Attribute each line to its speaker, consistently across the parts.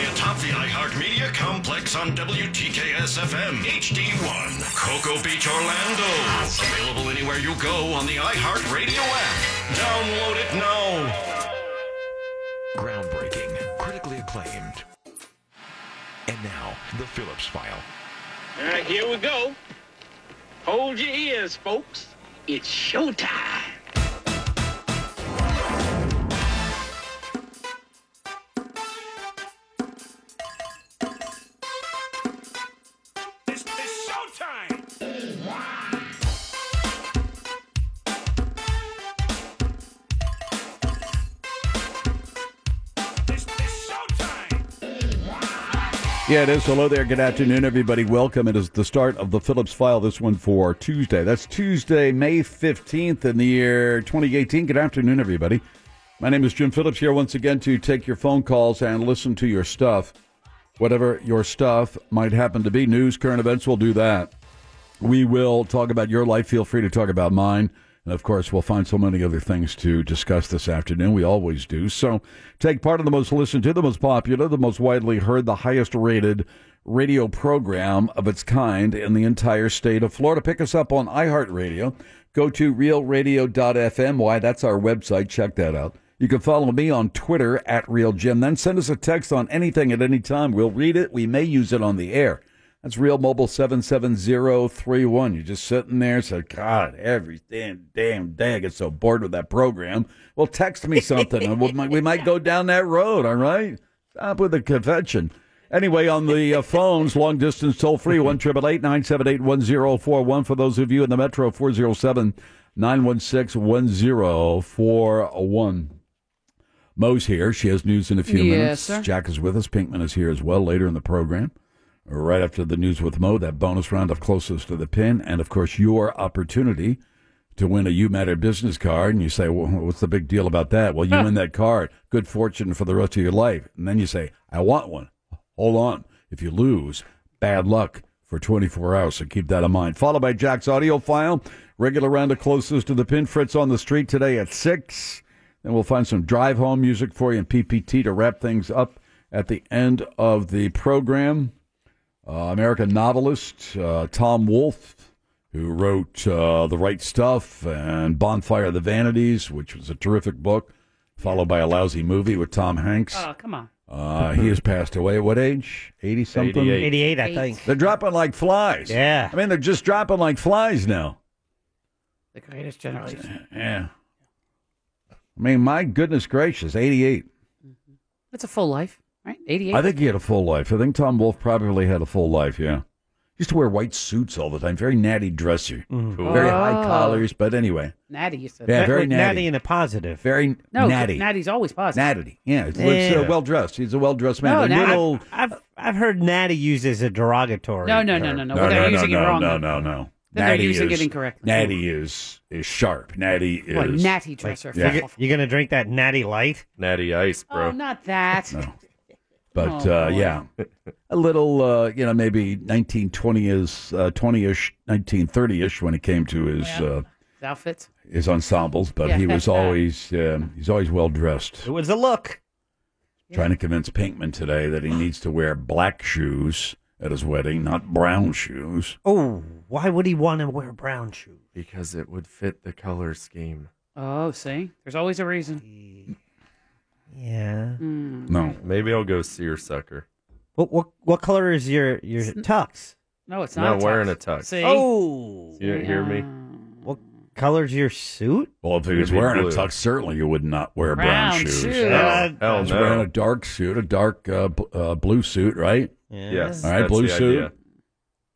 Speaker 1: the iHeartMedia complex on WTKS FM HD1, Cocoa Beach, Orlando. Available anywhere you go on the iHeartRadio app. Download it now.
Speaker 2: Groundbreaking, critically acclaimed. And now, the Phillips File.
Speaker 3: All right, here we go. Hold your ears, folks. It's showtime.
Speaker 4: It's, it's showtime! It's, it's showtime!
Speaker 5: Yeah, it is. Hello there. Good afternoon, everybody. Welcome. It is the start of the Phillips File. This one for Tuesday. That's Tuesday, May 15th in the year 2018. Good afternoon, everybody. My name is Jim Phillips here once again to take your phone calls and listen to your stuff. Whatever your stuff might happen to be, news, current events, we'll do that. We will talk about your life. Feel free to talk about mine. And of course, we'll find so many other things to discuss this afternoon. We always do. So take part in the most listened to, the most popular, the most widely heard, the highest rated radio program of its kind in the entire state of Florida. Pick us up on iHeartRadio. Go to realradio.fm. Why, that's our website. Check that out. You can follow me on Twitter at RealJim. Then send us a text on anything at any time. We'll read it. We may use it on the air. That's Real Mobile 77031. You're just sitting there, said, God, every damn, damn day I get so bored with that program. Well, text me something and we'll, we might go down that road, all right? Stop with the convention. Anyway, on the uh, phones, long distance toll free, 1 978 1041. For those of you in the metro, 407 916 1041. Mo's here. She has news in a few
Speaker 6: Yes,
Speaker 5: minutes.
Speaker 6: sir.
Speaker 5: Jack is with us. Pinkman is here as well later in the program. Right after the news with Mo, that bonus round of closest to the pin, and of course your opportunity to win a You Matter business card. And you say, well, "What's the big deal about that?" Well, you win that card. Good fortune for the rest of your life. And then you say, "I want one." Hold on. If you lose, bad luck for 24 hours. So keep that in mind. Followed by Jack's audio file. Regular round of closest to the pin. Fritz on the street today at six. Then we'll find some drive home music for you and PPT to wrap things up at the end of the program. Uh, American novelist uh, Tom Wolfe, who wrote uh, The Right Stuff and Bonfire of the Vanities, which was a terrific book, followed by a lousy movie with Tom Hanks.
Speaker 7: Oh, come on.
Speaker 5: Uh, he has passed away. What age? 80 something?
Speaker 8: 88. 88, I Eight. think.
Speaker 5: They're dropping like flies.
Speaker 8: Yeah.
Speaker 5: I mean, they're just dropping like flies now.
Speaker 7: The greatest generation.
Speaker 5: Yeah. I mean, my goodness gracious, 88.
Speaker 6: That's a full life, right? 88.
Speaker 5: I think he had a full life. I think Tom Wolfe probably had a full life, yeah. He used to wear white suits all the time, very natty dresser,
Speaker 8: Mm-hmm.
Speaker 5: very high
Speaker 6: Oh.
Speaker 5: collars. But anyway,
Speaker 6: Natty, you said.
Speaker 5: yeah,
Speaker 6: that.
Speaker 5: very natty.
Speaker 8: in a positive.
Speaker 5: Very
Speaker 6: No,
Speaker 5: natty.
Speaker 6: Natty's always positive.
Speaker 5: Natty. Yeah, he's
Speaker 8: Yeah.
Speaker 5: well dressed. uh, He's a well dressed man.
Speaker 6: No,
Speaker 5: a
Speaker 6: natty.
Speaker 5: little.
Speaker 8: I've I've heard natty used as a derogatory.
Speaker 6: No, no, no,
Speaker 8: term.
Speaker 6: no, no. Well, they're using
Speaker 5: no,
Speaker 6: it wrong.
Speaker 5: No,
Speaker 6: then.
Speaker 5: no, no.
Speaker 6: Then they're using it
Speaker 5: is-
Speaker 6: incorrectly.
Speaker 5: Natty is is sharp. Natty is
Speaker 6: What, natty dresser.
Speaker 5: yeah.
Speaker 6: Fuck off.
Speaker 8: You're gonna drink that natty light?
Speaker 2: Natty Ice, bro.
Speaker 6: Oh, not that.
Speaker 5: No. But
Speaker 6: Oh,
Speaker 5: uh,
Speaker 6: boy.
Speaker 5: yeah, a little, uh, you know, maybe 1920 is uh, 20ish, 1930ish when it came to his uh,
Speaker 6: His outfits.
Speaker 5: his ensembles. But he was
Speaker 6: Yeah.
Speaker 5: always um, he's always well dressed.
Speaker 8: It was a look.
Speaker 5: Trying to convince Pinkman today that he needs to wear black shoes at his wedding, not brown shoes.
Speaker 8: Oh, why would he want to wear brown shoes?
Speaker 2: Because it would fit the color scheme.
Speaker 6: Oh, see? There's always a reason.
Speaker 8: Yeah.
Speaker 6: Mm.
Speaker 5: No,
Speaker 2: Maybe I'll go seersucker.
Speaker 8: What what what color is your your tux?
Speaker 6: No, it's
Speaker 2: Not
Speaker 6: not. a tux.
Speaker 2: wearing a tux.
Speaker 6: See?
Speaker 8: Oh,
Speaker 2: You didn't hear me?
Speaker 8: what color's your suit?
Speaker 5: well, if he was
Speaker 2: It'd be
Speaker 5: wearing
Speaker 2: blue.
Speaker 5: a tux, certainly you would not wear brown,
Speaker 6: Brown
Speaker 5: shoes.
Speaker 6: shoes.
Speaker 8: Uh,
Speaker 2: Hell
Speaker 5: He's wearing a
Speaker 2: no.
Speaker 5: dark suit, a dark uh, bl- uh, blue suit, right?
Speaker 8: Yeah.
Speaker 2: Yes.
Speaker 5: All right,
Speaker 2: that's
Speaker 5: blue
Speaker 2: the
Speaker 5: suit.
Speaker 2: idea.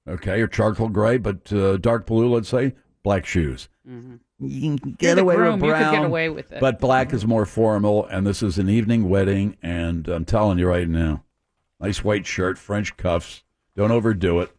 Speaker 5: Okay, or charcoal gray, but uh, dark blue, let's say, black shoes. You can
Speaker 6: Mm-hmm. You're
Speaker 5: get
Speaker 6: the
Speaker 5: away
Speaker 6: groom.
Speaker 5: with
Speaker 6: You
Speaker 5: brown,
Speaker 6: could get away with it. Mm-hmm.
Speaker 5: but black is more formal, and this is an evening wedding, and I'm telling you right now, nice white shirt, French cuffs. Don't overdo it.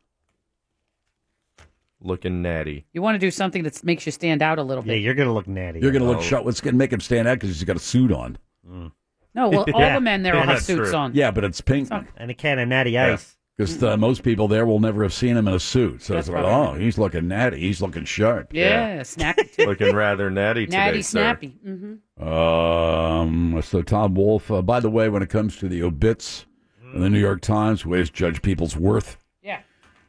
Speaker 2: Looking natty.
Speaker 6: You want to do something that makes you stand out a little
Speaker 8: Yeah,
Speaker 6: bit.
Speaker 8: you're gonna look natty.
Speaker 5: You're going to
Speaker 2: Oh.
Speaker 5: look shut. What's going to make him stand out because he's got a suit on.
Speaker 6: No, well, all
Speaker 8: Mm. Yeah.
Speaker 6: the men there will
Speaker 2: Yeah,
Speaker 6: have
Speaker 2: that's
Speaker 6: suits
Speaker 2: true.
Speaker 6: on.
Speaker 5: Yeah, but it's Pinkman
Speaker 8: and a can of natty
Speaker 2: Yeah.
Speaker 8: ice.
Speaker 5: because uh, most people there will never have seen him in a suit. So
Speaker 6: That's
Speaker 5: it's like, oh,
Speaker 6: probably-
Speaker 5: he's looking natty. He's looking sharp.
Speaker 6: Yeah, snappy. too.
Speaker 2: Looking rather natty today,
Speaker 6: Natty,
Speaker 2: sir.
Speaker 6: snappy. Mm-hmm.
Speaker 5: Um, so Tom Wolfe. Uh, by the way, when it comes to the obits, and the New York Times, ways to judge people's worth
Speaker 6: Yeah.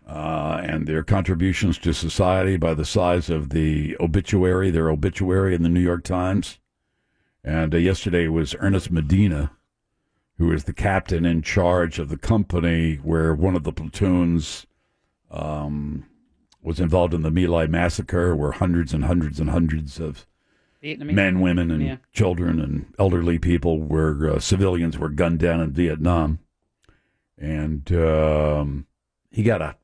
Speaker 5: uh, and their contributions to society by the size of the obituary, their obituary in the New York Times. And uh, yesterday was Ernest Medina, who is the captain in charge of the company where one of the platoons um, was involved in the My Lai massacre, where hundreds and hundreds and hundreds of
Speaker 6: Vietnamese.
Speaker 5: men, women, and
Speaker 6: Yeah.
Speaker 5: children and elderly people were uh, civilians were gunned down in Vietnam, and um, he got a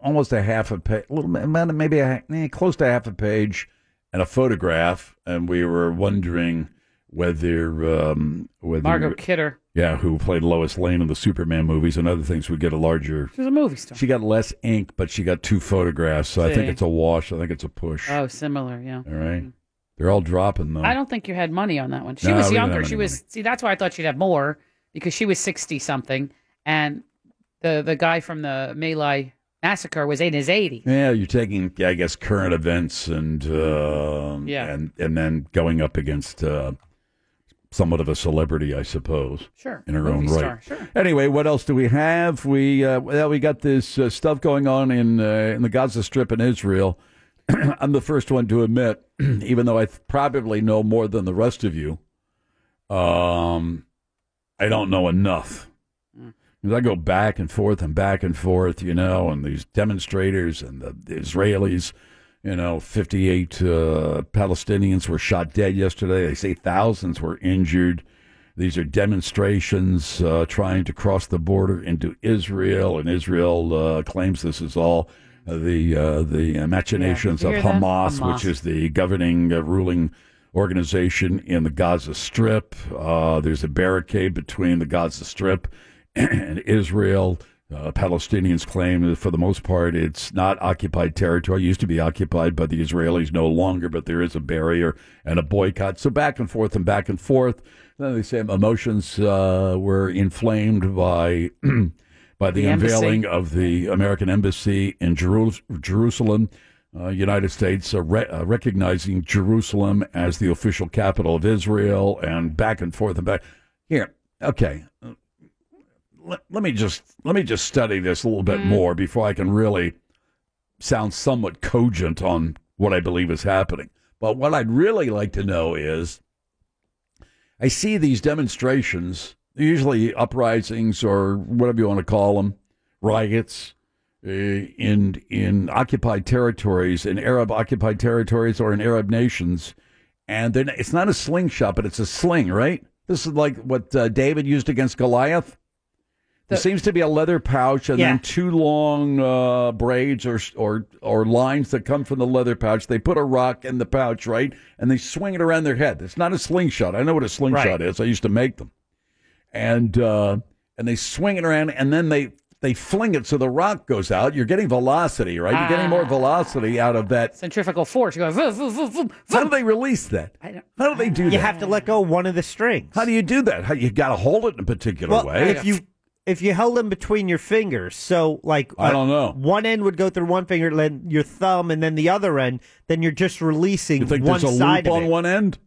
Speaker 5: almost a half a page, little bit- maybe a, eh, close to half a page, and a photograph, and we were wondering whether um, whether
Speaker 6: Margot Kidder.
Speaker 5: yeah, who played Lois Lane in the Superman movies and other things, would get a larger.
Speaker 6: She's a movie star.
Speaker 5: She got less ink, but she got two photographs, so I think
Speaker 6: See.
Speaker 5: it's a wash. I think it's a push.
Speaker 6: Oh, similar. Yeah.
Speaker 5: All right, they're all dropping though.
Speaker 6: Mm-hmm. I don't think you had money on that one. She
Speaker 5: No,
Speaker 6: was
Speaker 5: we didn't
Speaker 6: younger.
Speaker 5: have
Speaker 6: She
Speaker 5: any
Speaker 6: was see. That's why I thought she'd have more because she was sixty something, and the the guy from the My Lai massacre was in his eighties.
Speaker 5: Yeah, you're taking, yeah, I guess, current events and uh,
Speaker 6: Yeah.
Speaker 5: and and then going up against uh, somewhat of a celebrity, I suppose.
Speaker 6: Sure,
Speaker 5: in her own
Speaker 6: movie star,
Speaker 5: right.
Speaker 6: sure.
Speaker 5: Anyway, what else do we have? We uh, well, we got this uh, stuff going on in uh, in the Gaza Strip in Israel. I'm the first one to admit, even though I th- probably know more than the rest of you, um, I don't know enough.
Speaker 6: Mm.
Speaker 5: 'Cause I go back and forth and back and forth, you know, and these demonstrators and the, the Israelis, you know, 58 uh, Palestinians were shot dead yesterday. They say thousands were injured. These are demonstrations uh, trying to cross the border into Israel, and Israel uh, claims this is all uh, the uh, the uh, machinations
Speaker 6: you
Speaker 5: of
Speaker 6: hear that?
Speaker 5: Hamas,
Speaker 6: Hamas.
Speaker 5: which is the governing uh, ruling organization in the Gaza Strip. Uh, there's a barricade between the Gaza Strip and Israel. Uh, Palestinians claim that for the most part it's not occupied territory. It used to be occupied by the Israelis, no longer, but there is a barrier and a boycott. So back and forth and back and forth. Then they say emotions uh, were inflamed by by the,
Speaker 6: The embassy.
Speaker 5: unveiling of the American embassy in Jeru- Jerusalem. Uh, United States uh, re- uh, recognizing Jerusalem as the official capital of Israel, and back and forth and back. Here, okay. uh, Let, let me just let me just study this a little bit more before I can really sound somewhat cogent on what I believe is happening. But what I'd really like to know is I see these demonstrations, usually uprisings or whatever you want to call them, riots uh, in in occupied territories, in Arab occupied territories or in Arab nations, and then it's not a slingshot, but it's a sling, right? This is like what uh, David used against Goliath. There
Speaker 6: The-
Speaker 5: seems to be a leather pouch and
Speaker 6: Yeah.
Speaker 5: then two long uh, braids or, or or lines that come from the leather pouch. They put a rock in the pouch, right, and they swing it around their head. It's not a slingshot. I know what a slingshot
Speaker 8: Right.
Speaker 5: is. I used to make them, and uh, and they swing it around, and then they they fling it so the rock goes out. You're getting velocity, right? You're getting more
Speaker 8: Ah.
Speaker 5: velocity out of that.
Speaker 6: Centrifugal force. You go. Vroom, vroom, vroom, vroom,
Speaker 5: How do
Speaker 6: vroom.
Speaker 5: they release that?
Speaker 6: I don't-
Speaker 5: How do they do
Speaker 8: You
Speaker 5: that?
Speaker 8: have to let go one of the strings.
Speaker 5: How do you do that? How, you got to hold it in a particular
Speaker 8: well,
Speaker 5: way.
Speaker 8: if you if you held them between your fingers, so like uh,
Speaker 5: I don't know.
Speaker 8: one end would go through one finger, then your thumb, and then the other end, then you're just releasing
Speaker 5: You think
Speaker 8: one
Speaker 5: there's a
Speaker 8: side
Speaker 5: loop
Speaker 8: of
Speaker 5: on
Speaker 8: it
Speaker 5: one end?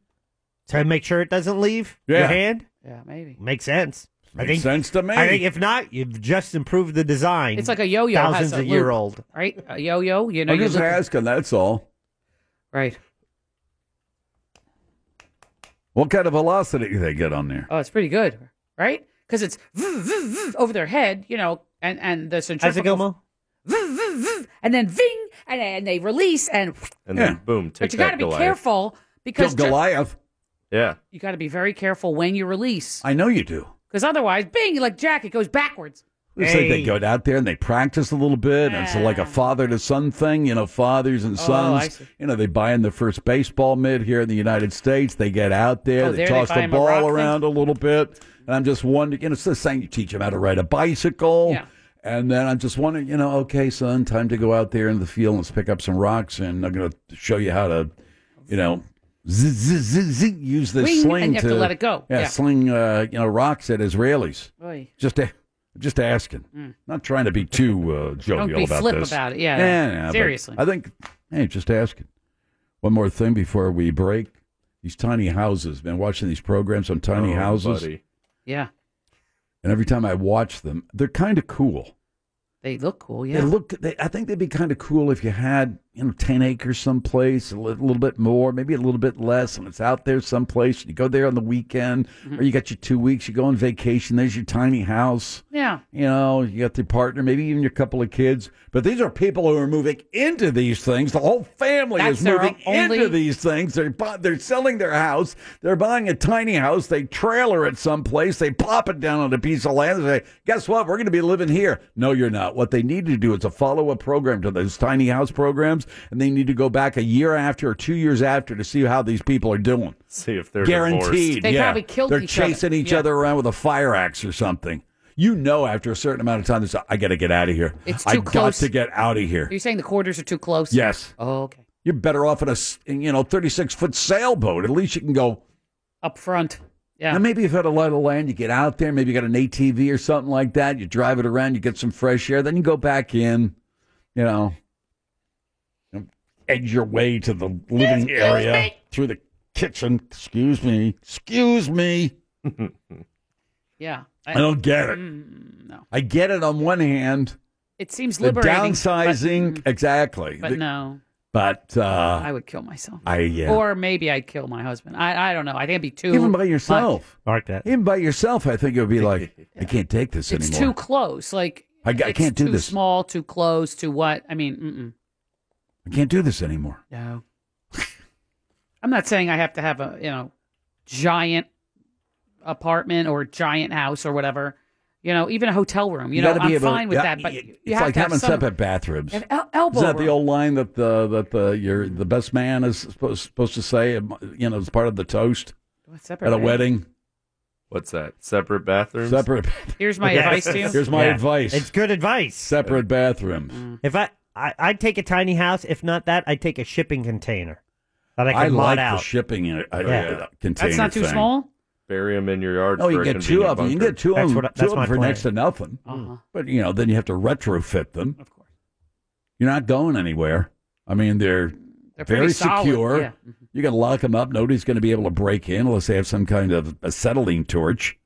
Speaker 8: to make sure it doesn't leave
Speaker 5: Yeah.
Speaker 8: your hand.
Speaker 6: Yeah, maybe.
Speaker 8: Makes sense. I
Speaker 5: Makes
Speaker 8: think
Speaker 5: sense to me.
Speaker 8: I think if not, you've just improved the design.
Speaker 6: It's like a yo-yo. has
Speaker 8: Thousands
Speaker 6: a
Speaker 8: of year
Speaker 6: loop,
Speaker 8: old.
Speaker 6: Right, a yo-yo. You know,
Speaker 5: I'm
Speaker 6: you
Speaker 5: just
Speaker 6: look,
Speaker 5: asking. That's all.
Speaker 6: right.
Speaker 5: What kind of velocity do they get on there?
Speaker 6: Oh, it's pretty good, right? Because it's vroom, vroom, vroom over their head, you know, and and the
Speaker 8: How's it go,
Speaker 6: centrifugal
Speaker 8: Mo?
Speaker 6: vroom, vroom, vroom, and then ving, and, and they release, and
Speaker 9: And
Speaker 5: Yeah.
Speaker 9: then boom, take
Speaker 6: but you
Speaker 9: that
Speaker 6: got to be
Speaker 9: Goliath.
Speaker 6: careful because
Speaker 5: Kill
Speaker 6: ju-
Speaker 5: Goliath.
Speaker 9: Yeah.
Speaker 6: you got to be very careful when you release,
Speaker 5: I know you do.
Speaker 6: because otherwise, bing, like Jack, it goes backwards.
Speaker 5: It's like they
Speaker 8: Hey.
Speaker 5: go out there and they practice a little bit. And it's like a father to son thing, you know, fathers and
Speaker 6: Oh, I
Speaker 5: sons.
Speaker 6: see.
Speaker 5: you know, they buy in the first baseball mitt here in the United States. They get out there,
Speaker 6: Oh,
Speaker 5: they
Speaker 6: there they
Speaker 5: toss
Speaker 6: buy
Speaker 5: the
Speaker 6: 'em a rock
Speaker 5: ball
Speaker 6: thing?
Speaker 5: around a little bit. And I'm just wondering, you know, it's the same. You teach them how to ride a bicycle.
Speaker 6: Yeah.
Speaker 5: And then I'm just wondering, you know, okay, son, time to go out there in the field. Let's pick up some rocks, and I'm going to show you how to, you know, z- z- z- z- use this
Speaker 6: Wing, and
Speaker 5: sling
Speaker 6: you have to
Speaker 5: to
Speaker 6: let it go.
Speaker 5: Yeah,
Speaker 6: Yeah.
Speaker 5: sling, uh, you know, rocks at Israelis.
Speaker 6: Oy. Mm.
Speaker 5: Just a, just asking. Not trying to be too uh, jovial
Speaker 6: Don't be
Speaker 5: about
Speaker 6: flip
Speaker 5: this.
Speaker 6: about it. Yeah,
Speaker 5: Yeah, yeah, but
Speaker 6: seriously.
Speaker 5: I think. Hey, just asking. One more thing before we break. These tiny houses. Been watching these programs on tiny
Speaker 9: Oh,
Speaker 5: houses.
Speaker 9: buddy.
Speaker 6: yeah,
Speaker 5: And every time I watch them, they're kind of cool.
Speaker 6: They look cool, yeah.
Speaker 5: They look. They, I think they'd be kind of cool if you had you know ten acres someplace, a li- little bit more, maybe a little bit less, and it's out there someplace. You go there on the weekend,
Speaker 6: Mm-hmm.
Speaker 5: or you got your two weeks. You go on vacation. There's your tiny house.
Speaker 6: Yeah.
Speaker 5: You know, you got the partner, maybe even your couple of kids. But these are people who are moving into these things. The whole family
Speaker 6: That's
Speaker 5: is
Speaker 6: their
Speaker 5: moving
Speaker 6: only-
Speaker 5: into these things. They're bu- they're selling their house. They're buying a tiny house. They trailer it someplace. They plop it down on a piece of land. They say, "Guess what? We're going to be living here." No, you're not. What they need to do is a follow up program to those tiny house programs, and they need to go back a year after or two years after to see how these people are doing.
Speaker 9: See if they're
Speaker 5: Guaranteed.
Speaker 9: divorced.
Speaker 6: They
Speaker 5: yeah.
Speaker 6: probably killed
Speaker 5: They're
Speaker 6: each other.
Speaker 5: chasing each
Speaker 6: Yeah.
Speaker 5: other around with a fire axe or something. You know, after a certain amount of time, they say, I got to get out of here.
Speaker 6: It's
Speaker 5: I
Speaker 6: too
Speaker 5: got
Speaker 6: close."
Speaker 5: to get out of here.
Speaker 6: Are you saying the quarters are too close?
Speaker 5: Yes,
Speaker 6: Oh, okay.
Speaker 5: you're better off in a s- in, you know 36 foot sailboat. At least you can go.
Speaker 6: Up front. Yeah.
Speaker 5: Now maybe you've had a lot of land. You get out there. Maybe you got an ATV or something like that. You drive it around. You get some fresh air. Then you go back in. You know, and edge your way to the living area through the kitchen. Excuse me. Excuse me.
Speaker 6: Yeah.
Speaker 5: I don't get it.
Speaker 6: Mm, no.
Speaker 5: I get it on one hand.
Speaker 6: It seems
Speaker 5: The
Speaker 6: liberating.
Speaker 5: downsizing,
Speaker 6: But,
Speaker 5: exactly.
Speaker 6: but
Speaker 5: The-
Speaker 6: no,
Speaker 5: but, uh,
Speaker 6: I would kill myself.
Speaker 5: I yeah.
Speaker 6: Or maybe I'd kill my husband. I, I don't know. I think it'd be too.
Speaker 5: even by
Speaker 6: much.
Speaker 5: yourself,
Speaker 8: Mark that.
Speaker 5: even by yourself, I think it would be like, I can't take this
Speaker 6: It's
Speaker 5: anymore.
Speaker 6: too close. Like
Speaker 5: I- I
Speaker 6: it's
Speaker 5: can't do
Speaker 6: too
Speaker 5: this.
Speaker 6: Small, too close, too what? I mean, mm-mm,
Speaker 5: I can't do this anymore.
Speaker 6: no. I'm not saying I have to have a you know giant apartment or giant house or whatever. You know, even a hotel room. You, know,
Speaker 5: gotta
Speaker 6: I'm
Speaker 5: be able-
Speaker 6: fine with
Speaker 5: yeah,
Speaker 6: that. But
Speaker 5: it-
Speaker 6: you
Speaker 5: it's
Speaker 6: have
Speaker 5: like
Speaker 6: to have
Speaker 5: having
Speaker 6: some
Speaker 5: separate bathrooms.
Speaker 6: an el- elbow.
Speaker 5: Is that the
Speaker 6: room.
Speaker 5: old line that the that the your the best man is supposed supposed to say? um, You know, as part of the toast
Speaker 6: What's separate
Speaker 5: at a
Speaker 6: room?
Speaker 5: wedding.
Speaker 9: What's that? Separate bathrooms?
Speaker 5: Separate.
Speaker 6: Here's my advice to you.
Speaker 5: Here's my
Speaker 8: Yeah.
Speaker 5: advice.
Speaker 8: It's good advice.
Speaker 5: separate
Speaker 2: Uh,
Speaker 5: bathrooms.
Speaker 6: Mm.
Speaker 8: If I, I, I'd take a tiny house. If not that, I'd take a shipping container that I
Speaker 5: I,
Speaker 8: can lot
Speaker 5: like
Speaker 8: out.
Speaker 5: the shipping in it. I-
Speaker 8: Yeah.
Speaker 5: container
Speaker 6: That's not too
Speaker 5: thing.
Speaker 6: small.
Speaker 9: Bury them in your yard.
Speaker 5: No, you
Speaker 9: for a
Speaker 5: get two
Speaker 9: convenient
Speaker 5: of them. You can
Speaker 9: bunker.
Speaker 5: get two of
Speaker 8: That's
Speaker 5: them,
Speaker 8: what I-
Speaker 5: two
Speaker 8: that's
Speaker 5: of them
Speaker 8: my
Speaker 5: for
Speaker 8: plan.
Speaker 5: next to nothing.
Speaker 6: Uh-huh.
Speaker 5: But you know, then you have to retrofit them.
Speaker 6: Of course,
Speaker 5: You're not going anywhere. I mean, they're
Speaker 6: they're
Speaker 5: very
Speaker 6: pretty solid.
Speaker 5: secure.
Speaker 6: Yeah. Mm-hmm.
Speaker 5: You can lock them up. Nobody's going to be able to break in unless they have some kind of acetylene torch.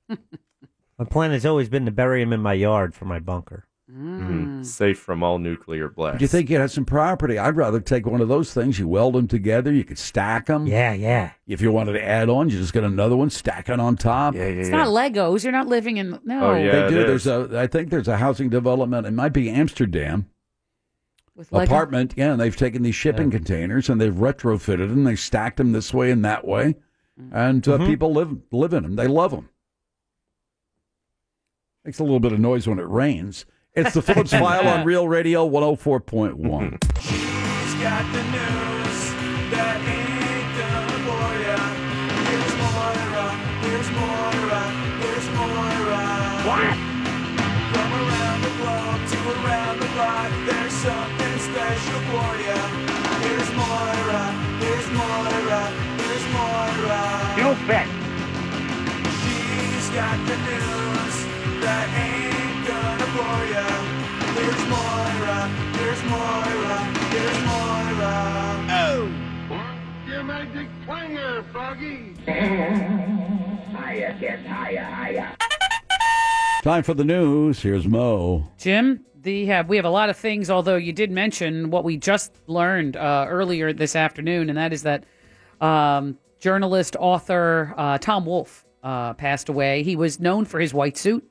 Speaker 8: my plan has always been to bury him in my yard for my bunker.
Speaker 5: Mm-hmm.
Speaker 9: Mhm. Safe from all nuclear blasts.
Speaker 5: If you think you have some property, I'd rather take one of those things. You weld them together. You could stack them.
Speaker 8: Yeah, yeah.
Speaker 5: If you wanted to add on, you just get another one, stack it on top.
Speaker 9: Yeah, yeah,
Speaker 6: It's
Speaker 9: yeah.
Speaker 6: not Legos. You're not living in no.
Speaker 9: Oh, yeah.
Speaker 5: They do.
Speaker 9: it
Speaker 5: There's a. I think there's a housing development. It might be Amsterdam.
Speaker 6: With Lego. Oh.
Speaker 5: apartment. Yeah, and they've taken these shipping containers and they've retrofitted them. They stacked them this way and that way,
Speaker 6: Mm-hmm.
Speaker 5: and
Speaker 8: Mm-hmm.
Speaker 5: uh, people live live in them. They love them. Makes a little bit of noise when it rains. It's the Phillips File on Real Radio 104.1.
Speaker 4: He's got the news that ain't gonna bore ya. Here's Moira, here's Moira, here's Moira. What? From around the globe to around the block, there's something special for ya. Here's Moira, here's Moira, here's Moira. You bet. She's got the news that ain't gonna bore ya. Here's Moira, here's Moira, here's Moira.
Speaker 5: Time for the news. Here's Mo.
Speaker 6: Jim, the have we have a lot of things. Although you did mention what we just learned uh, earlier this afternoon, and that is that um, journalist author uh, Tom Wolfe uh, passed away. He was known for his white suit.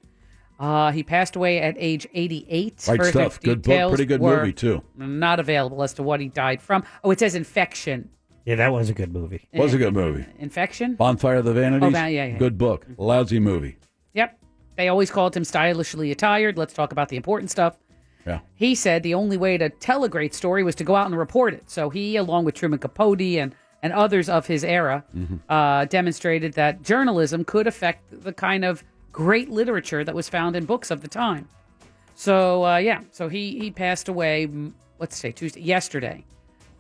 Speaker 6: Uh, he passed away at age 88.
Speaker 5: Right
Speaker 6: Further
Speaker 5: stuff. Good book.
Speaker 6: details
Speaker 5: Pretty good
Speaker 6: were
Speaker 5: movie too.
Speaker 6: Not available as to what he died from. Oh, it says infection.
Speaker 8: Yeah, that was a good movie.
Speaker 5: Was a good movie.
Speaker 6: Infection.
Speaker 5: Bonfire of the Vanities.
Speaker 6: Oh, yeah, yeah.
Speaker 5: Good book. Lousy movie.
Speaker 6: Yep. They always called him stylishly attired. Let's talk about the important stuff.
Speaker 5: Yeah.
Speaker 6: He said the only way to tell a great story was to go out and report it. So he, along with Truman Capote and, and others of his era,
Speaker 5: Mm-hmm.
Speaker 6: uh, demonstrated that journalism could affect the kind of great literature that was found in books of the time. So uh, yeah, so he he passed away. mm, Let's say Tuesday, yesterday,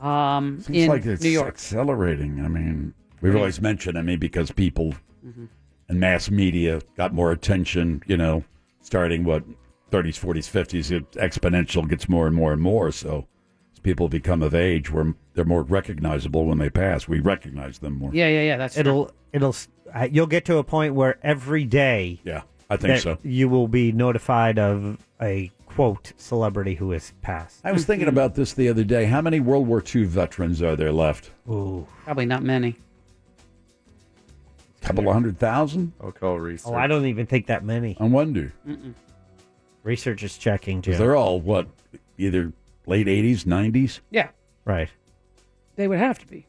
Speaker 6: um,
Speaker 5: Seems
Speaker 6: in
Speaker 5: like it's
Speaker 6: New York.
Speaker 5: accelerating. I mean, we've always mentioned. I mean, because people
Speaker 6: Mm-hmm.
Speaker 5: and mass media got more attention. You know, starting what 30s, 40s, 50s, it exponential gets more and more and more. So as people become of age, where they're more recognizable when they pass. We recognize them more.
Speaker 6: Yeah, yeah, yeah. That's true.
Speaker 8: uh, It'll, it'll. s- I- You'll get to a point where every day
Speaker 5: Yeah. I think
Speaker 8: that
Speaker 5: so.
Speaker 8: You will be notified of a quote celebrity who has passed.
Speaker 5: I was
Speaker 6: Mm-hmm.
Speaker 5: thinking about this the other day. How many World War II veterans are there left?
Speaker 8: Ooh.
Speaker 6: Probably not many.
Speaker 5: A couple of hundred thousand?
Speaker 9: I'll call research.
Speaker 8: Oh, I don't even think that many.
Speaker 5: I wonder.
Speaker 8: Research is checking, Jim.
Speaker 5: Because they're all, what, either late 80s, 90s?
Speaker 6: Yeah,
Speaker 8: right.
Speaker 6: they would have to be.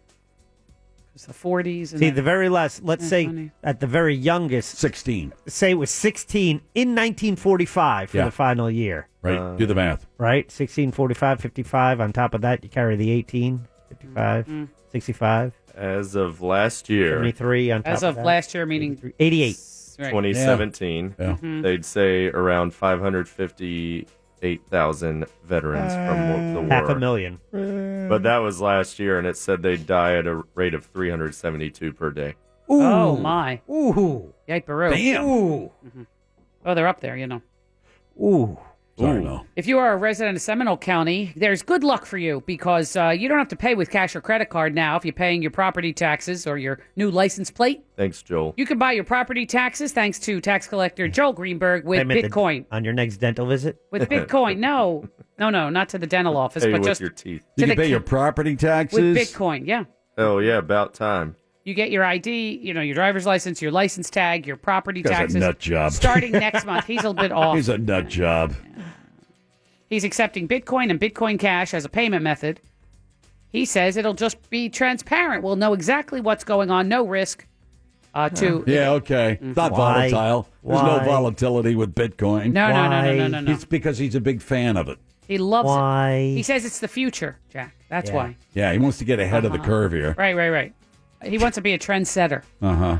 Speaker 6: It's the 40s. And
Speaker 8: See,
Speaker 6: that-
Speaker 8: the very last, let's
Speaker 6: That's
Speaker 8: say
Speaker 6: funny.
Speaker 8: at the very youngest,
Speaker 5: 16.
Speaker 8: say it was 16 in 1945 for
Speaker 5: Yeah.
Speaker 8: the final year,
Speaker 5: Right? Do the math.
Speaker 8: right? 16, 45, 55. On top of that, you carry the 18, 55, 65,
Speaker 9: As of last year,
Speaker 8: 73. On top
Speaker 6: as of
Speaker 8: that,
Speaker 6: last year, meaning
Speaker 8: 88.
Speaker 6: right. Mm-hmm.
Speaker 9: 2017,
Speaker 5: Yeah.
Speaker 9: they'd say around 558,000 veterans from
Speaker 5: Uh,
Speaker 9: the war.
Speaker 8: Half a million.
Speaker 9: But that was last year, and it said they die at a rate of 372 per day.
Speaker 6: Oh, my.
Speaker 8: Ooh.
Speaker 6: Yike Baru.
Speaker 5: Damn.
Speaker 8: Ooh.
Speaker 6: Oh, they're up there, you know.
Speaker 8: Ooh.
Speaker 5: Sorry, no.
Speaker 6: If you are a resident of Seminole County, there's good luck for you because uh, you don't have to pay with cash or credit card now if you're paying your property taxes or your new license plate.
Speaker 9: Thanks, Joel.
Speaker 6: You can buy your property taxes thanks to tax collector Joel Greenberg with
Speaker 8: I meant the-
Speaker 6: Bitcoin.
Speaker 8: on your next dental visit?
Speaker 6: With Bitcoin, no, no, no, not to the dental office,
Speaker 9: Pay
Speaker 6: but
Speaker 9: with
Speaker 6: just
Speaker 9: your teeth.
Speaker 5: You
Speaker 6: To
Speaker 5: can
Speaker 6: the
Speaker 5: pay your
Speaker 6: ca-
Speaker 5: property taxes.
Speaker 6: with Bitcoin. Yeah,
Speaker 9: Oh, yeah, about time.
Speaker 6: you get your ID, you know, your driver's license, your license tag, your property
Speaker 5: Guy's a
Speaker 6: taxes.
Speaker 5: nut job.
Speaker 6: Starting next month, he's a little bit off.
Speaker 5: He's a nut job.
Speaker 6: He's accepting Bitcoin and Bitcoin Cash as a payment method. He says it'll just be transparent. We'll know exactly what's going on, no risk uh, to.
Speaker 5: Yeah, okay.
Speaker 6: Mm.
Speaker 5: Not
Speaker 8: Why?
Speaker 5: volatile. There's no
Speaker 8: Why?
Speaker 5: volatility with Bitcoin.
Speaker 6: No, no, no, no, no,
Speaker 8: Why?
Speaker 6: no, no.
Speaker 5: It's because he's a big fan of it.
Speaker 6: He loves
Speaker 8: Why?
Speaker 6: it. He says it's the future, Jack. That's
Speaker 8: Yeah.
Speaker 6: why. Uh-huh.
Speaker 5: Yeah, he wants to get ahead of the curve here.
Speaker 6: Right, right, right. He wants to be a trendsetter.
Speaker 5: Uh huh.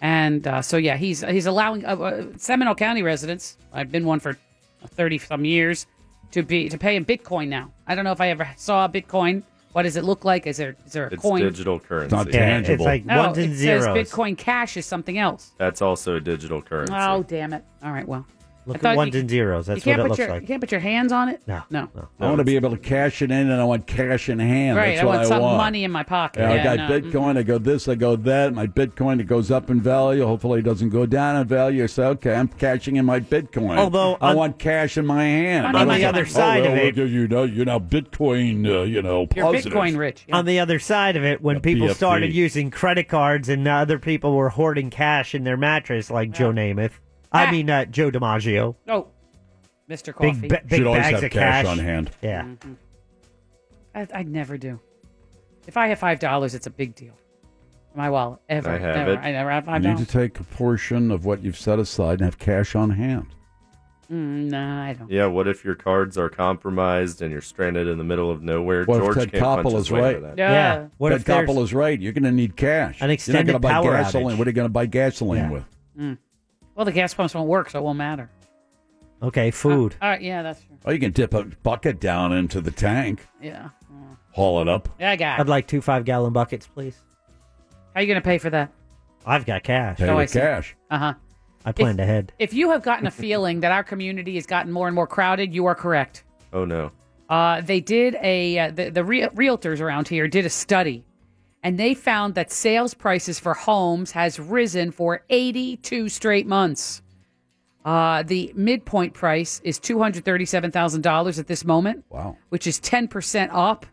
Speaker 6: And uh, so, yeah, he's he's allowing uh, uh, Seminole County residents. I've been one for thirty some years to be to pay in Bitcoin now. I don't know if I ever saw Bitcoin. What does it look like? Is there is there a
Speaker 9: It's
Speaker 6: coin?
Speaker 9: digital currency.
Speaker 5: not
Speaker 8: Yeah, it's
Speaker 5: Tangible.
Speaker 8: like
Speaker 6: No,
Speaker 8: ones and
Speaker 6: it
Speaker 8: zeros.
Speaker 6: says Bitcoin Cash is something else.
Speaker 9: That's also a digital currency.
Speaker 6: Oh, damn it! All right, well, I
Speaker 8: Look
Speaker 6: thought
Speaker 8: at ones
Speaker 6: you-
Speaker 8: and zeros.
Speaker 6: you
Speaker 8: That's what
Speaker 6: can't
Speaker 8: it
Speaker 6: put
Speaker 8: looks
Speaker 6: your you
Speaker 8: like.
Speaker 6: can't put your hands on it.
Speaker 8: No,
Speaker 6: no,
Speaker 8: no.
Speaker 5: I want to be able to cash it in, and I want cash in hand.
Speaker 6: right?
Speaker 5: That's
Speaker 6: I
Speaker 5: what
Speaker 6: want
Speaker 5: I
Speaker 6: some
Speaker 5: want.
Speaker 6: money in my pocket.
Speaker 5: Yeah, I got
Speaker 6: no, mm.
Speaker 5: Bitcoin. I go this. I go that. My Bitcoin it goes up in value. Hopefully, it doesn't go down in value. So okay, I'm cashing in my Bitcoin.
Speaker 8: Although,
Speaker 5: I
Speaker 8: on-
Speaker 5: want cash in my hand.
Speaker 6: On
Speaker 5: I don't
Speaker 6: the
Speaker 5: say,
Speaker 6: other
Speaker 8: side
Speaker 5: oh, well,
Speaker 8: of it-
Speaker 5: look, You know, you're now Bitcoin. Uh, you know,
Speaker 6: You're
Speaker 5: positive.
Speaker 6: Bitcoin rich. Yeah.
Speaker 8: On the other side of it, when
Speaker 5: The
Speaker 8: people
Speaker 5: PFD.
Speaker 8: started using credit cards and other people were hoarding cash in their mattress, like Joe Namath,
Speaker 6: Ah.
Speaker 8: I mean uh, Joe DiMaggio,
Speaker 6: oh, Mr.
Speaker 8: big
Speaker 6: Coffee.
Speaker 8: ba-
Speaker 5: Should
Speaker 8: big
Speaker 5: always
Speaker 8: bags
Speaker 5: have
Speaker 8: of
Speaker 5: cash on hand.
Speaker 8: Yeah,
Speaker 6: I, I never do. If I have five dollars, it's a big deal. My wallet, ever,
Speaker 9: I have
Speaker 6: never.
Speaker 9: it.
Speaker 6: I never have
Speaker 5: You
Speaker 6: five
Speaker 5: need to
Speaker 6: dollars.
Speaker 5: take a portion of what you've set aside and have cash on hand.
Speaker 6: Mm, nah, I don't.
Speaker 9: Yeah, what if your cards are compromised and you're stranded in the middle of nowhere?
Speaker 5: What if
Speaker 9: George
Speaker 5: Ted
Speaker 9: can't punch
Speaker 5: Koppel
Speaker 9: his
Speaker 5: is
Speaker 9: way
Speaker 5: right?
Speaker 9: to that.
Speaker 6: Yeah.
Speaker 8: yeah. What
Speaker 5: Ted
Speaker 8: if there's-
Speaker 5: Koppel is right. You're going to need cash.
Speaker 8: An
Speaker 5: you're
Speaker 8: extended
Speaker 5: not gonna
Speaker 8: power
Speaker 5: buy gasoline.
Speaker 8: outage.
Speaker 5: What are you going to buy gasoline
Speaker 8: Yeah.
Speaker 5: with?
Speaker 6: Well, the gas pumps won't work, so it won't matter.
Speaker 8: okay food?
Speaker 6: All right. Yeah, that's true.
Speaker 5: Oh, you can dip a bucket down into the tank,
Speaker 6: Yeah.
Speaker 5: haul it up.
Speaker 6: Yeah, I got.
Speaker 8: I'd
Speaker 6: It.
Speaker 8: like two five gallon buckets, please.
Speaker 6: How you going to pay for that?
Speaker 8: I've got cash.
Speaker 5: Pay
Speaker 6: Oh, I
Speaker 5: with
Speaker 6: see.
Speaker 5: cash.
Speaker 6: Uh huh.
Speaker 8: I planned ahead.
Speaker 6: If you have gotten a feeling that our community has gotten more and more crowded, you are correct.
Speaker 9: Oh, no.
Speaker 6: Uh, they did a uh, the, the re- realtors around here did a study, and they found that sales prices for homes has risen for 82 straight months. Uh, the midpoint price is two hundred thirty-seven thousand dollars at this moment,
Speaker 5: Wow.
Speaker 6: which is ten percent up,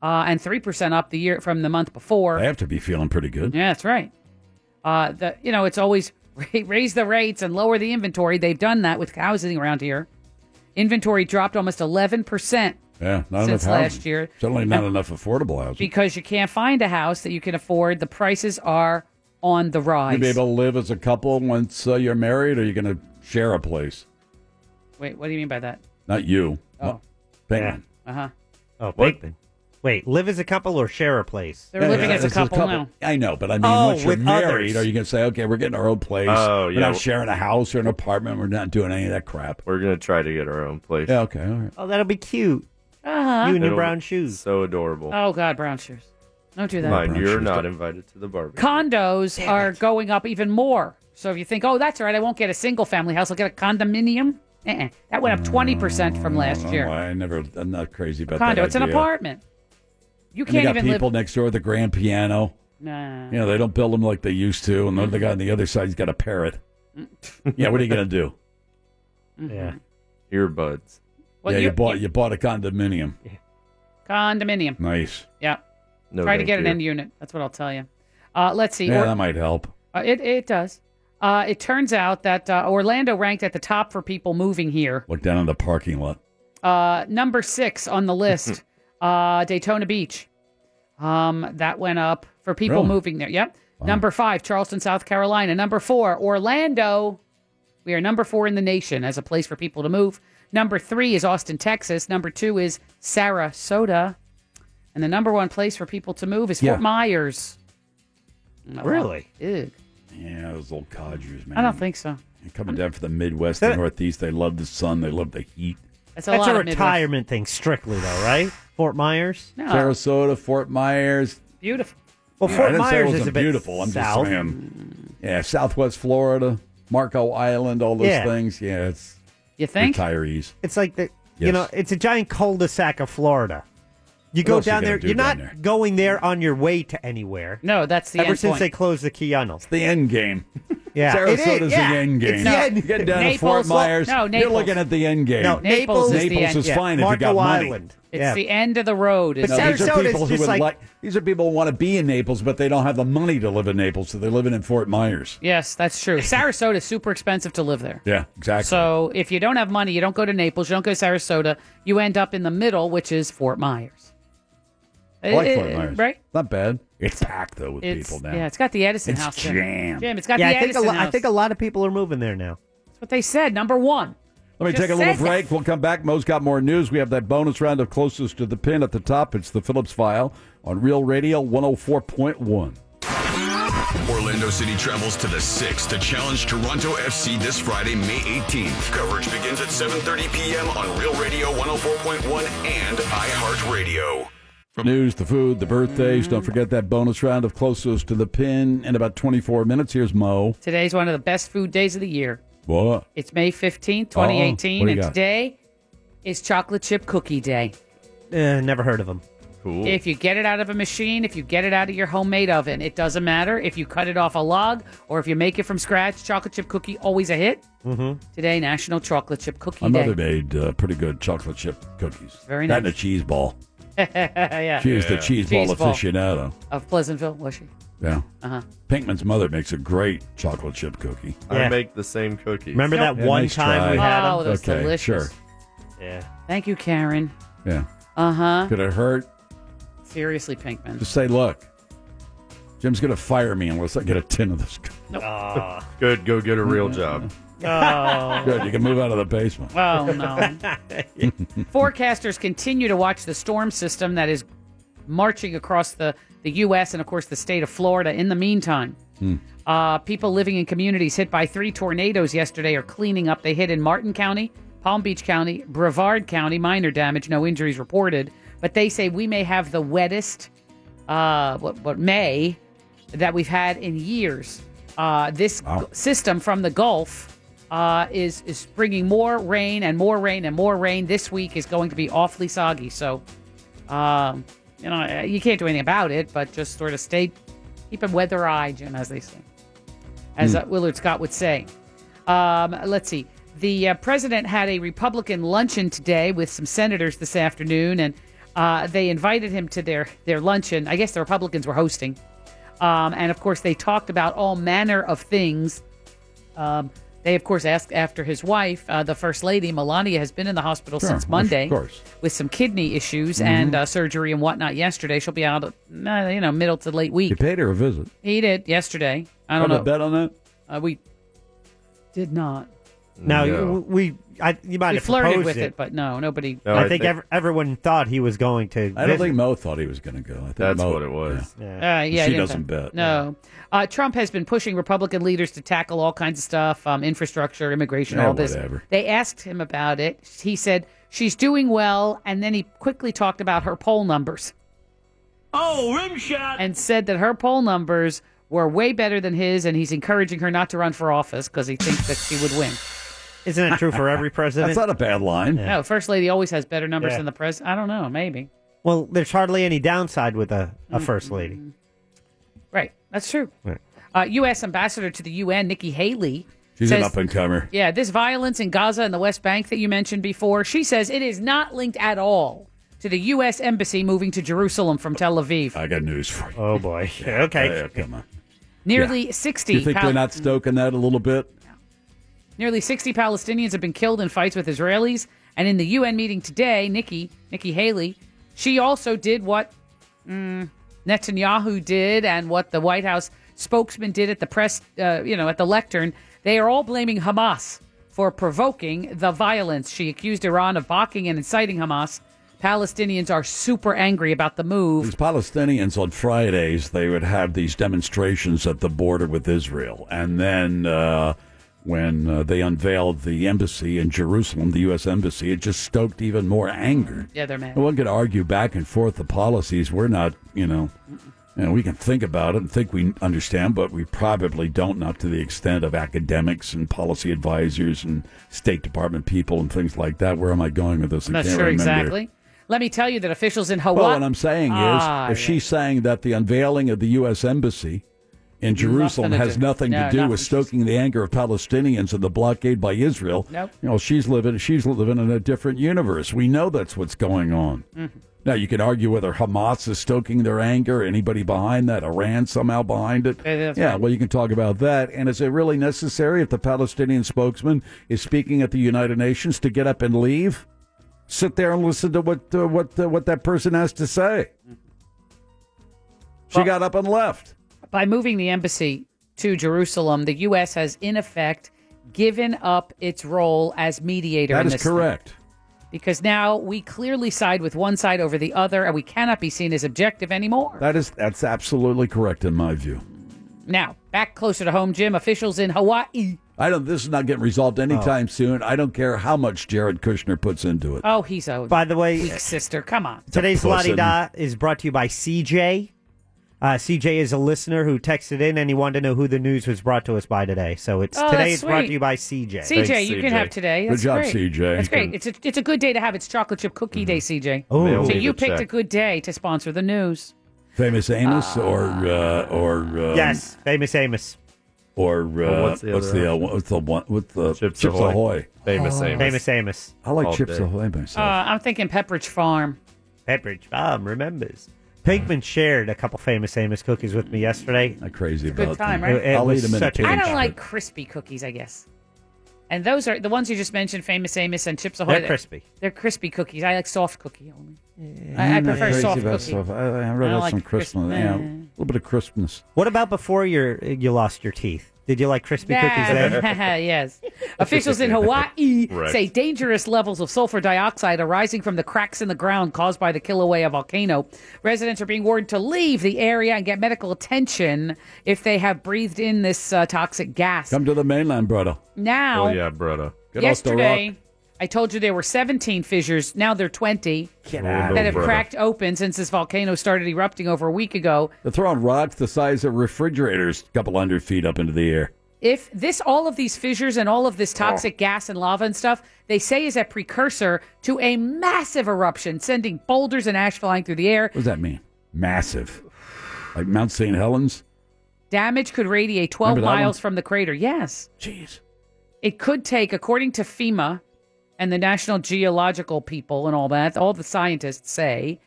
Speaker 6: uh, and three percent up the year from the month before.
Speaker 5: I have to be feeling pretty good.
Speaker 6: Yeah, that's right. Uh, the you know it's always ra- raise the rates and lower the inventory. They've done that with housing around here. Inventory dropped almost eleven percent
Speaker 5: Yeah, not
Speaker 6: Since
Speaker 5: enough housing.
Speaker 6: last year.
Speaker 5: Certainly not enough affordable housing.
Speaker 6: because you can't find a house that you can afford. The prices are on the rise.
Speaker 5: you be able to live as a couple once uh, you're married, or you're going to share a place.
Speaker 6: Wait, what do you mean by that?
Speaker 5: Not you.
Speaker 6: Oh,
Speaker 5: Pinkman.
Speaker 6: uh huh.
Speaker 8: Oh,
Speaker 9: What?
Speaker 8: Bateman. Wait, live as a couple or share a place?
Speaker 6: They're
Speaker 5: Yeah,
Speaker 6: living
Speaker 5: yeah,
Speaker 6: as a
Speaker 5: it's
Speaker 6: couple, now.
Speaker 5: I know, but I mean,
Speaker 8: Oh,
Speaker 5: once you're
Speaker 8: with
Speaker 5: married,
Speaker 8: others.
Speaker 5: are you going to say, okay, we're getting our own place?
Speaker 9: Oh,
Speaker 5: we're
Speaker 9: yeah.
Speaker 5: not sharing a house or an apartment. We're not doing any of that crap.
Speaker 9: We're going to try to get our own place.
Speaker 5: Yeah, okay, all right.
Speaker 8: Oh, that'll be cute.
Speaker 6: Uh
Speaker 8: You
Speaker 6: huh.
Speaker 8: and your
Speaker 9: It'll-
Speaker 8: brown shoes.
Speaker 9: So adorable.
Speaker 6: Oh God, brown shoes. Don't do that.
Speaker 9: Mind
Speaker 5: Brown
Speaker 9: you're
Speaker 5: shoes,
Speaker 9: not
Speaker 5: don't-
Speaker 9: invited to the barbecue.
Speaker 6: Condos are going up even more. So if you think, oh, that's all right, I won't get a single family house, I'll get a condominium. Uh-uh. That went up twenty percent from last
Speaker 5: Mm, I,
Speaker 6: year.
Speaker 5: Oh, I never, I'm not crazy about
Speaker 6: condo.
Speaker 5: that.
Speaker 6: It's an
Speaker 5: idea.
Speaker 6: apartment. You
Speaker 5: And they
Speaker 6: can't
Speaker 5: got
Speaker 6: even
Speaker 5: people
Speaker 6: live.
Speaker 5: next door with a grand piano.
Speaker 6: Nah.
Speaker 5: You know, they don't build them like they used to. And the other guy on the other side's got a parrot. yeah, what are you gonna do?
Speaker 6: Yeah.
Speaker 9: Earbuds.
Speaker 6: Well,
Speaker 5: yeah, you,
Speaker 6: you-
Speaker 5: bought you bought a condominium.
Speaker 6: Condominium.
Speaker 5: Nice.
Speaker 6: Yeah.
Speaker 5: No,
Speaker 6: Try to
Speaker 5: thank
Speaker 6: get an
Speaker 5: you.
Speaker 6: end unit. That's what I'll tell you. Uh, let's see.
Speaker 5: Yeah,
Speaker 6: Or-
Speaker 5: that might help.
Speaker 6: Uh, it it does. Uh, it turns out that uh, Orlando ranked at the top for people moving here.
Speaker 5: Look down in the parking lot.
Speaker 6: Uh, number six on the list, uh, Daytona Beach. Um, that went up for people
Speaker 5: Really?
Speaker 6: moving there. Yep. Number five, Charleston, South Carolina. Number four, Orlando. We are number four in the nation as a place for people to move. Number three is Austin, Texas. Number two is Sarasota. And the number one place for people to move is
Speaker 5: Yeah.
Speaker 6: Fort Myers. Oh,
Speaker 5: Really?
Speaker 6: Ew.
Speaker 5: Yeah, those little codgers, man.
Speaker 6: I don't think so.
Speaker 5: They're coming down for the Midwest, the Northeast. They love the sun. They love the heat.
Speaker 6: That's a
Speaker 8: That's
Speaker 6: lot
Speaker 8: a
Speaker 6: of Midwest.
Speaker 8: retirement thing, strictly though, right? Fort Myers.
Speaker 6: No.
Speaker 5: Sarasota, Fort Myers.
Speaker 6: Beautiful.
Speaker 8: Well,
Speaker 5: Yeah, I
Speaker 8: Fort
Speaker 5: didn't say it
Speaker 8: Myers
Speaker 5: wasn't
Speaker 8: is a bit
Speaker 5: beautiful. I'm
Speaker 8: south.
Speaker 5: just saying. Yeah, Southwest Florida, Marco Island, all those
Speaker 8: Yeah.
Speaker 5: things. Yeah, it's
Speaker 6: you
Speaker 8: think?
Speaker 5: retirees.
Speaker 8: It's like the
Speaker 5: Yes.
Speaker 8: you know, it's a giant cul-de-sac of Florida. You
Speaker 5: What
Speaker 8: go
Speaker 5: else you
Speaker 8: down
Speaker 5: gonna
Speaker 8: there.
Speaker 5: do
Speaker 8: You're
Speaker 5: down
Speaker 8: not
Speaker 5: there?
Speaker 8: going there on your way to anywhere.
Speaker 6: No, that's the
Speaker 8: Ever
Speaker 6: end
Speaker 8: since
Speaker 6: point.
Speaker 8: they closed the Keanu. It's
Speaker 5: the end game.
Speaker 8: Yeah, it is,
Speaker 5: Sarasota's
Speaker 8: yeah.
Speaker 5: the end game.
Speaker 8: It's the end-
Speaker 5: You get down to
Speaker 8: Naples-
Speaker 5: Fort Myers.
Speaker 6: no,
Speaker 5: You're
Speaker 6: Naples.
Speaker 5: looking at the end game.
Speaker 8: No, Naples
Speaker 6: is the
Speaker 5: Naples
Speaker 6: end-
Speaker 5: is
Speaker 6: yeah.
Speaker 5: fine if you
Speaker 6: Marco
Speaker 5: got money.
Speaker 6: Island. It's the end of the road.
Speaker 5: No, these are people who would like, these are people who want to be in Naples, but they don't have the money to live in Naples, so they're living in Fort Myers.
Speaker 6: Yes, that's true. Sarasota is super expensive to live there.
Speaker 5: Yeah, exactly.
Speaker 6: So if you don't have money, you don't go to Naples, you don't go to Sarasota, you end up in the middle, which is Fort Myers.
Speaker 5: I like
Speaker 6: Eh,
Speaker 5: Fort Myers.
Speaker 6: Right?
Speaker 5: Not bad. It's packed though with
Speaker 6: It's-
Speaker 5: people now.
Speaker 6: Yeah, it's got the Edison
Speaker 5: It's
Speaker 6: House.
Speaker 5: jammed.
Speaker 6: Jim, it's got the
Speaker 8: yeah, I think, a
Speaker 6: Edison
Speaker 8: lot,
Speaker 6: House.
Speaker 8: I think a lot of people are moving there now.
Speaker 6: That's what they said, number one.
Speaker 5: Let me
Speaker 6: Just
Speaker 5: take a little
Speaker 6: said that.
Speaker 5: break. We'll come back. Mo's got more news. We have that bonus round of closest to the pin at the top. It's the Phillips File on Real Radio 104.1.
Speaker 1: Orlando City travels to the 6 to challenge Toronto FC this Friday, May 18th. Coverage begins at 7.30 p.m. on Real Radio 104.1 and iHeartRadio.
Speaker 5: From news, the food, the birthdays. Don't forget that bonus round of closest to the pin in about 24 minutes. Here's Mo.
Speaker 6: Today's one of the best food days of the year.
Speaker 5: What?
Speaker 6: It's May 15th,
Speaker 5: Uh-oh. What
Speaker 6: 2018,
Speaker 5: do you
Speaker 6: and
Speaker 5: got?
Speaker 6: today is chocolate chip cookie day.
Speaker 8: Eh, never heard of them.
Speaker 9: Cool.
Speaker 6: If you get it out of a machine, if you get it out of your homemade oven, it doesn't matter. If you cut it off a log or if you make it from scratch, chocolate chip cookie always a hit.
Speaker 5: Mm-hmm.
Speaker 6: Today, National Chocolate Chip Cookie
Speaker 5: My mother
Speaker 6: Day.
Speaker 5: made uh, pretty good chocolate chip cookies.
Speaker 6: Very
Speaker 5: That and
Speaker 6: nice.
Speaker 5: a cheese ball.
Speaker 6: yeah.
Speaker 5: She was the cheese ball aficionado.
Speaker 6: Of Pleasantville, was she?
Speaker 5: Yeah.
Speaker 6: Uh-huh.
Speaker 5: Pinkman's mother makes a great chocolate chip cookie.
Speaker 9: I make the same cookies.
Speaker 5: Remember that Yeah, one nice time try. we had 'em?
Speaker 6: Oh, those
Speaker 5: Okay,
Speaker 6: delicious.
Speaker 5: sure.
Speaker 9: Yeah.
Speaker 6: Thank you, Karen.
Speaker 5: Yeah.
Speaker 6: Uh huh.
Speaker 5: Could it hurt?
Speaker 6: Seriously, Pinkman.
Speaker 5: Just say, look, Jim's going to fire me unless I get a tin of this.
Speaker 6: No.
Speaker 9: Good. Go get a real job.
Speaker 6: Oh.
Speaker 5: Good. You can move out of the basement.
Speaker 6: Oh, no. Forecasters continue to watch the storm system that is marching across the, the U.S. and, of course, the state of Florida. In the meantime, uh, people living in communities hit by three tornadoes yesterday are cleaning up. They hit in Martin County, Palm Beach County, Brevard County, minor damage, no injuries reported. But they say we may have the wettest, uh, what, what May that we've had in years. Uh, this
Speaker 10: Wow.
Speaker 6: g- system from the Gulf uh, is is bringing more rain and more rain and more rain. This week is going to be awfully soggy. So, um, you know, you can't do anything about it, but just sort of stay, keep a weather eye, Jim, as they say,
Speaker 5: Hmm.
Speaker 6: as uh, Willard Scott would say. Um, let's see. The uh, president had a Republican luncheon today with some senators this afternoon, and uh, they invited him to their their luncheon. I guess the Republicans were hosting, um, and of course they talked about all manner of things. Um, they of course asked after his wife, uh, the first lady Melania, has been in the hospital
Speaker 5: Sure,
Speaker 6: since
Speaker 5: of
Speaker 6: Monday
Speaker 5: course.
Speaker 6: with some kidney issues and
Speaker 5: Mhm.
Speaker 6: uh, surgery and whatnot. Yesterday she'll be out, uh, you know, middle to late week.
Speaker 5: You paid her a visit.
Speaker 6: He did yesterday. I don't
Speaker 5: Wanna
Speaker 6: know.
Speaker 5: bet on that?
Speaker 6: Uh, we did not.
Speaker 8: Now
Speaker 6: No.
Speaker 8: you- we, I, you might
Speaker 6: we
Speaker 8: have
Speaker 6: flirted
Speaker 8: proposed
Speaker 6: with it.
Speaker 8: it.
Speaker 6: but no, nobody.
Speaker 8: I, think, ev- everyone thought he was going to.
Speaker 5: I don't think Mo thought he was going to go. I think
Speaker 9: That's
Speaker 5: Mo-
Speaker 9: what it was.
Speaker 6: Uh, yeah,
Speaker 5: she
Speaker 6: I didn't
Speaker 5: doesn't
Speaker 6: bet.
Speaker 5: bet.
Speaker 6: No, uh, Trump has been pushing Republican leaders to tackle all kinds of stuff, um, infrastructure, immigration,
Speaker 5: Yeah,
Speaker 6: all this.
Speaker 5: Oh, whatever.
Speaker 6: They asked him about it. He said she's doing well, and then he quickly talked about her poll numbers. Oh, rim shot! And said that her poll numbers were way better than his, and he's encouraging her not to run for office because he thinks that she would win.
Speaker 8: Isn't it true for every president?
Speaker 5: That's not a bad line.
Speaker 8: Oh.
Speaker 6: No, first lady always has better numbers
Speaker 8: Yeah.
Speaker 6: than the president. I don't know, maybe.
Speaker 8: Well, there's hardly any downside with a,
Speaker 6: Mm-hmm.
Speaker 8: a first lady.
Speaker 6: Right, that's true.
Speaker 8: Right.
Speaker 6: Uh, U.S. Ambassador to the UN, Nikki Haley,
Speaker 5: She's an
Speaker 6: Says-
Speaker 5: up and comer.
Speaker 6: Yeah, this violence in Gaza and the West Bank that you mentioned before, she says it is not linked at all to the U.S. Embassy moving to Jerusalem from Tel Aviv.
Speaker 5: I got news for you.
Speaker 8: Oh boy. okay.
Speaker 5: come on.
Speaker 6: Nearly
Speaker 5: Yeah.
Speaker 6: 60
Speaker 5: You think
Speaker 6: Pal-
Speaker 5: they're not stoking that a little bit?
Speaker 6: Nearly 60 Palestinians have been killed in fights with Israelis. And in the UN meeting today, Nikki, Nikki Haley, she also did what mm, Netanyahu did and what the White House spokesman did at the press, uh, you know, at the lectern. They are all blaming Hamas for provoking the violence. She accused Iran of mocking and inciting Hamas. Palestinians are super angry about the move.
Speaker 5: These Palestinians on Fridays they would have these demonstrations at the border with Israel, and then uh, when uh, they unveiled the embassy in Jerusalem, the U.S. embassy, it just stoked even more anger.
Speaker 6: Yeah, they're mad.
Speaker 5: And one could argue back and forth the policies. We're not, you know, you know, we can think about it and think we understand, but we probably don't, not to the extent of academics and policy advisors and State Department people and things like that. Where am I going with this?
Speaker 6: I'm
Speaker 5: I
Speaker 6: not
Speaker 5: can't
Speaker 6: sure
Speaker 5: remember.
Speaker 6: exactly. Let me tell you that officials in Hawaii.
Speaker 5: Well, what I'm saying is,
Speaker 6: Ah,
Speaker 5: if she's saying that the unveiling of the U.S. embassy in Jerusalem
Speaker 6: to
Speaker 5: has
Speaker 6: do-
Speaker 5: nothing
Speaker 6: no,
Speaker 5: to do
Speaker 6: nothing.
Speaker 5: with stoking the anger of Palestinians and the blockade by Israel,
Speaker 6: Nope.
Speaker 5: you know, she's living she's living in a different universe. We know that's what's going on.
Speaker 6: Mhm.
Speaker 5: Now you can argue whether Hamas is stoking their anger, anybody behind that, Iran somehow behind it.
Speaker 6: Yeah, that's
Speaker 5: Yeah,
Speaker 6: right.
Speaker 5: well, you can talk about that. And is it really necessary if the Palestinian spokesman is speaking at the United Nations to get up and leave? Sit there and listen to what uh, what uh, what that person has to say. She got up and left.
Speaker 6: By moving the embassy to Jerusalem, the U.S. has, in effect, given up its role as mediator.
Speaker 5: That
Speaker 6: in
Speaker 5: is
Speaker 6: this
Speaker 5: correct.
Speaker 6: thing. because now we clearly side with one side over the other, and we cannot be seen as objective anymore.
Speaker 5: That is that's absolutely correct in my view.
Speaker 6: Now, back closer to home, Jim, officials in Hawaii.
Speaker 5: I don't. This is not getting resolved anytime soon. I don't care how much Jared Kushner puts into it.
Speaker 6: Oh, he's a
Speaker 8: By the way,
Speaker 6: weak sister. Come on.
Speaker 8: Today's
Speaker 5: It's a
Speaker 8: Lottie
Speaker 5: pussy.
Speaker 8: Da is brought to you by CJ. Uh, CJ is a listener who texted in and he wanted to know who the news was brought to us by today. So it's
Speaker 6: Oh, that's
Speaker 8: today it's brought
Speaker 6: sweet.
Speaker 8: to you by CJ.
Speaker 6: CJ, you can have today.
Speaker 5: Good
Speaker 6: That's
Speaker 5: job,
Speaker 6: great.
Speaker 5: CJ.
Speaker 6: That's great. It's a, it's a good day to have. It's chocolate chip
Speaker 8: Mm-hmm.
Speaker 6: cookie day, CJ.
Speaker 5: Oh. Mail
Speaker 6: so
Speaker 5: me
Speaker 6: you
Speaker 5: the
Speaker 6: picked
Speaker 5: check.
Speaker 6: a good day to sponsor the news.
Speaker 5: Famous Amos or uh, or um,
Speaker 8: Ah. Yes, famous Amos.
Speaker 5: or uh, what's
Speaker 8: what's
Speaker 5: the what's
Speaker 8: the other
Speaker 5: the, uh, what's the one what's the Chips,
Speaker 8: Ahoy.
Speaker 5: Ahoy.
Speaker 8: Famous Oh. Amos. Famous Amos.
Speaker 5: I like
Speaker 8: All
Speaker 5: Chips
Speaker 8: day.
Speaker 5: Ahoy myself.
Speaker 6: Uh, I'm thinking Pepperidge Farm.
Speaker 8: Pepperidge Farm remembers. Pinkman shared a couple famous Amos cookies with me yesterday.
Speaker 5: Not crazy
Speaker 6: Good about time, them. right?
Speaker 8: It, it
Speaker 5: I'll
Speaker 8: was
Speaker 5: eat 'em in a
Speaker 8: such
Speaker 6: I don't like crispy cookies, I guess. And those are the ones you just mentioned, Famous Amos and Chips Ahoy.
Speaker 8: They're crispy.
Speaker 6: They're crispy cookies. I like soft cookie only.
Speaker 5: I'm
Speaker 6: I, I
Speaker 5: not Mm, Mm-hmm.
Speaker 6: prefer
Speaker 5: crazy
Speaker 6: soft
Speaker 5: about
Speaker 6: cookie.
Speaker 5: soft. I, I
Speaker 6: I
Speaker 5: rather
Speaker 6: don't
Speaker 5: have some
Speaker 6: like crisp-
Speaker 5: crispness. Yeah, a
Speaker 6: eh.
Speaker 5: little bit of crispness.
Speaker 8: What about before your you lost your teeth? Did you like crispy cookies then?
Speaker 6: yes. Officials in Hawaii
Speaker 8: Correct.
Speaker 6: say dangerous levels of sulfur dioxide arising from the cracks in the ground caused by the Kilauea volcano. Residents are being warned to leave the area and get medical attention if they have breathed in this uh, toxic
Speaker 8: Oh,
Speaker 6: gas.
Speaker 5: Come to the mainland, brother.
Speaker 6: Now,
Speaker 5: brother. Get
Speaker 6: Yesterday, I told you there were 17 fissures. Now they're 20
Speaker 5: out.
Speaker 6: that have
Speaker 5: Brother.
Speaker 6: cracked open since this volcano started erupting over a week ago.
Speaker 5: They're throwing rocks the size of refrigerators, a couple hundred feet up into the air.
Speaker 6: If this, all of these fissures and all of
Speaker 5: Oh.
Speaker 6: this toxic gas and lava and stuff, they say is a precursor to a massive eruption, sending boulders and ash flying through the air.
Speaker 5: What does that mean? Massive, like Mount St. Helens.
Speaker 6: Damage could radiate 12
Speaker 5: Remember that
Speaker 6: miles
Speaker 5: one?
Speaker 6: from the crater. Yes.
Speaker 5: Jeez.
Speaker 6: It could take, according to FEMA and the National Geological people and all that, all the scientists say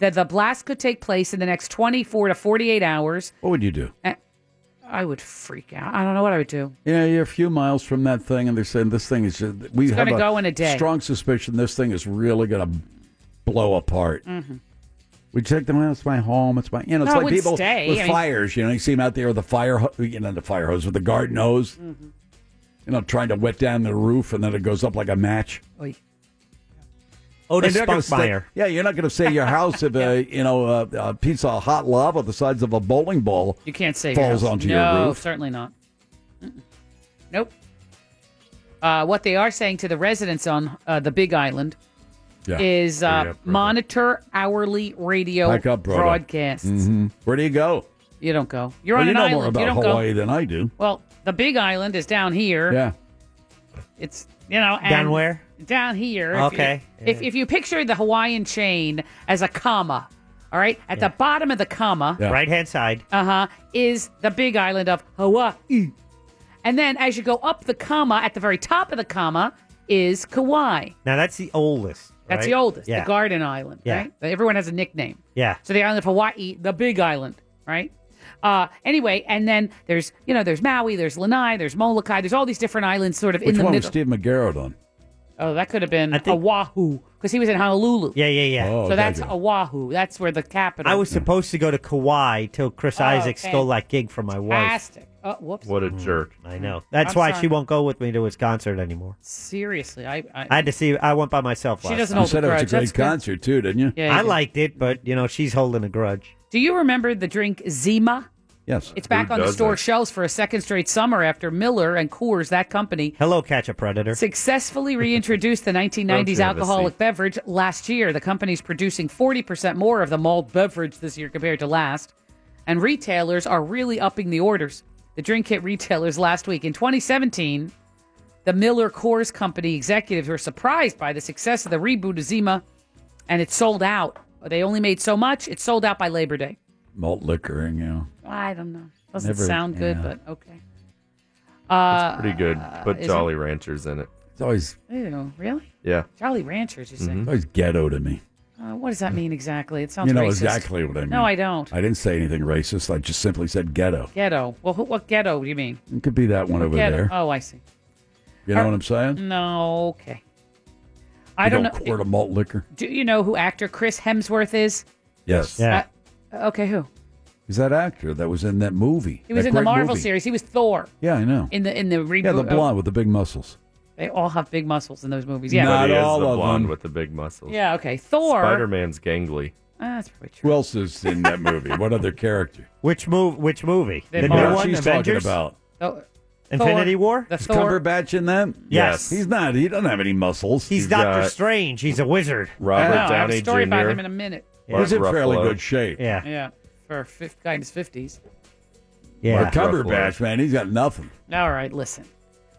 Speaker 6: that the blast could take place in the next 24 to 48 hours.
Speaker 5: What would you do?
Speaker 6: I would freak out. I don't know what I would do.
Speaker 5: Yeah, you're a few miles from that thing, and they're saying this thing is. Just, we
Speaker 6: It's
Speaker 5: have
Speaker 6: gonna go in a day.
Speaker 5: Strong suspicion this thing is really going to blow apart.
Speaker 6: Mm-hmm.
Speaker 5: We check them out. It's my home. It's my you know. It's
Speaker 6: No, I
Speaker 5: like
Speaker 6: wouldn't
Speaker 5: people
Speaker 6: stay.
Speaker 5: with
Speaker 6: I mean-
Speaker 5: fires. You know, you see them out there with the fire, ho- you know, the fire hose with the garden hose.
Speaker 6: Mm-hmm.
Speaker 5: You know, trying to wet down the roof, and then it goes up like a match.
Speaker 6: Oy.
Speaker 8: Otis
Speaker 5: And they're gonna
Speaker 8: Spunkmeyer.
Speaker 5: stay- Yeah, you're not going to save your house if a you know a, a piece of hot lava the size of a bowling ball.
Speaker 6: You can't say
Speaker 5: falls
Speaker 6: yes.
Speaker 5: onto
Speaker 6: no,
Speaker 5: your roof.
Speaker 6: certainly not. Mm-mm. Nope. Uh, what they are saying to the residents on uh, the Big Island
Speaker 5: Yeah.
Speaker 6: is uh,
Speaker 5: Hurry up, brother.
Speaker 6: monitor hourly radio
Speaker 5: Back up, brother.
Speaker 6: broadcasts.
Speaker 5: Mhm. Where do you go?
Speaker 6: You don't go. You're
Speaker 5: Well,
Speaker 6: on
Speaker 5: you
Speaker 6: an
Speaker 5: know
Speaker 6: island.
Speaker 5: more about
Speaker 6: you don't
Speaker 5: Hawaii
Speaker 6: go.
Speaker 5: than I do.
Speaker 6: Well, the Big Island is down here.
Speaker 5: Yeah.
Speaker 6: It's you know and
Speaker 8: Down where?
Speaker 6: Down here. If you-
Speaker 8: Okay.
Speaker 6: If, if you picture the Hawaiian chain as a comma, all right, at the bottom of the comma, Uh-huh,
Speaker 8: Right hand side.
Speaker 6: uh huh, is the Big Island of Hawaii. And then as you go up the comma, at the very top of the comma is Kauai.
Speaker 8: Now that's the oldest.
Speaker 6: That's
Speaker 8: right?
Speaker 6: the oldest,
Speaker 8: Yeah.
Speaker 6: the Garden Island,
Speaker 8: Yeah.
Speaker 6: right? Everyone has a nickname.
Speaker 8: Yeah.
Speaker 6: So the island of Hawaii, the big island, right? Uh, anyway, and then there's, you know, there's Maui, there's Lanai, there's Molokai, there's all these different islands sort of
Speaker 5: Which
Speaker 6: in the
Speaker 5: one was
Speaker 6: middle.
Speaker 5: Steve McGarrett on?
Speaker 6: Oh, that could have been Oahu, because he was in Honolulu.
Speaker 8: Yeah, yeah, yeah.
Speaker 5: Oh,
Speaker 6: so that's Oahu. That's where the capital.
Speaker 8: I was supposed to go to Kauai till Chris
Speaker 6: Oh,
Speaker 8: Isaac
Speaker 6: okay.
Speaker 8: stole that gig from my wife.
Speaker 6: fantastic. Oh, whoops.
Speaker 8: What a
Speaker 5: Mm.
Speaker 9: jerk!
Speaker 8: I know. That's
Speaker 6: I'm
Speaker 8: why
Speaker 6: sorry.
Speaker 8: she won't go with me to his concert anymore.
Speaker 6: Seriously, I. I,
Speaker 8: I had to see. I went by myself.
Speaker 6: She
Speaker 8: last
Speaker 6: doesn't
Speaker 8: time.
Speaker 6: hold a You said it was a grudge. great That's good.
Speaker 5: concert too, didn't you?
Speaker 6: Yeah, you
Speaker 8: I
Speaker 6: did.
Speaker 8: liked it, but you know she's holding a grudge.
Speaker 6: Do you remember the drink Zima?
Speaker 5: Yes,
Speaker 6: It's back on the store shelves for a second straight summer after Miller and Coors, that company,
Speaker 8: Hello, catch a predator.
Speaker 6: successfully reintroduced the 1990s
Speaker 8: Don't you have a
Speaker 6: alcoholic
Speaker 8: seat?
Speaker 6: beverage last year. The company's producing 40% more of the malt beverage this year compared to last, and retailers are really upping the orders. The drink hit retailers last week. In 2017, the Miller Coors Company executives were surprised by the success of the reboot of Zima, and it sold out. They only made so much, it sold out by Labor Day.
Speaker 5: Malt liquor, you know.
Speaker 6: I don't know. Doesn't
Speaker 5: Never-
Speaker 6: sound good,
Speaker 5: yeah.
Speaker 6: but okay. Uh,
Speaker 9: Pretty good. Put
Speaker 6: is it-
Speaker 9: Jolly Ranchers in it.
Speaker 5: It's always
Speaker 6: Ew, really?
Speaker 9: yeah. Mm-hmm.
Speaker 6: Jolly Ranchers, you say?
Speaker 5: It's always ghetto to me.
Speaker 6: Uh, what does that mean exactly? It sounds
Speaker 5: you know
Speaker 6: racist.
Speaker 5: exactly what I mean.
Speaker 6: No, I don't.
Speaker 5: I didn't say anything racist. I just simply said ghetto.
Speaker 6: Ghetto. Well, who, what ghetto do you mean?
Speaker 5: It could be that one
Speaker 6: What
Speaker 5: over
Speaker 6: ghetto?
Speaker 5: there.
Speaker 6: Oh, I see.
Speaker 5: You know
Speaker 6: Are-
Speaker 5: what I'm saying?
Speaker 6: No, okay. I
Speaker 5: Big
Speaker 6: don't
Speaker 5: old
Speaker 6: know.
Speaker 5: Quart of malt liquor.
Speaker 6: Do you know who actor Chris Hemsworth is?
Speaker 5: Yes.
Speaker 6: Uh, okay, who?
Speaker 5: He's that actor that was in that movie.
Speaker 6: He was
Speaker 5: that
Speaker 6: in the
Speaker 5: great
Speaker 6: Marvel
Speaker 5: movie.
Speaker 6: series. He was Thor
Speaker 5: Yeah, I know.
Speaker 6: in the in the reboot.
Speaker 5: Yeah, the
Speaker 6: of-
Speaker 5: blonde with the big muscles.
Speaker 6: They all have big muscles in those movies. Yeah.
Speaker 5: Not
Speaker 9: But he is
Speaker 5: all
Speaker 9: the
Speaker 5: of
Speaker 9: blonde
Speaker 5: them.
Speaker 9: with the big muscles.
Speaker 6: Yeah. Okay. Thor.
Speaker 9: Spider Man's gangly.
Speaker 6: Ah, that's
Speaker 5: Who else is in that movie? what other character?
Speaker 8: Which move? Which movie?
Speaker 5: The
Speaker 8: The
Speaker 5: Marvel.
Speaker 8: new one,
Speaker 5: She's talking
Speaker 8: Avengers?
Speaker 5: about.
Speaker 6: Thor-
Speaker 8: Infinity War?
Speaker 6: The
Speaker 5: Is
Speaker 6: Oh, Thor.
Speaker 5: Cumberbatch in that?
Speaker 8: Yes.
Speaker 5: He's not. He doesn't have any muscles.
Speaker 8: He's Doctor Strange. He's a wizard.
Speaker 5: Robert
Speaker 6: I know, I have a story about him in a minute.
Speaker 5: He's in fairly
Speaker 8: Ruffalo.
Speaker 5: good shape.
Speaker 8: Yeah.
Speaker 6: Yeah, for fifth guy in his fifties.
Speaker 5: Yeah.
Speaker 8: Yeah.
Speaker 5: Cumberbatch, man, he's got nothing.
Speaker 6: All right, listen.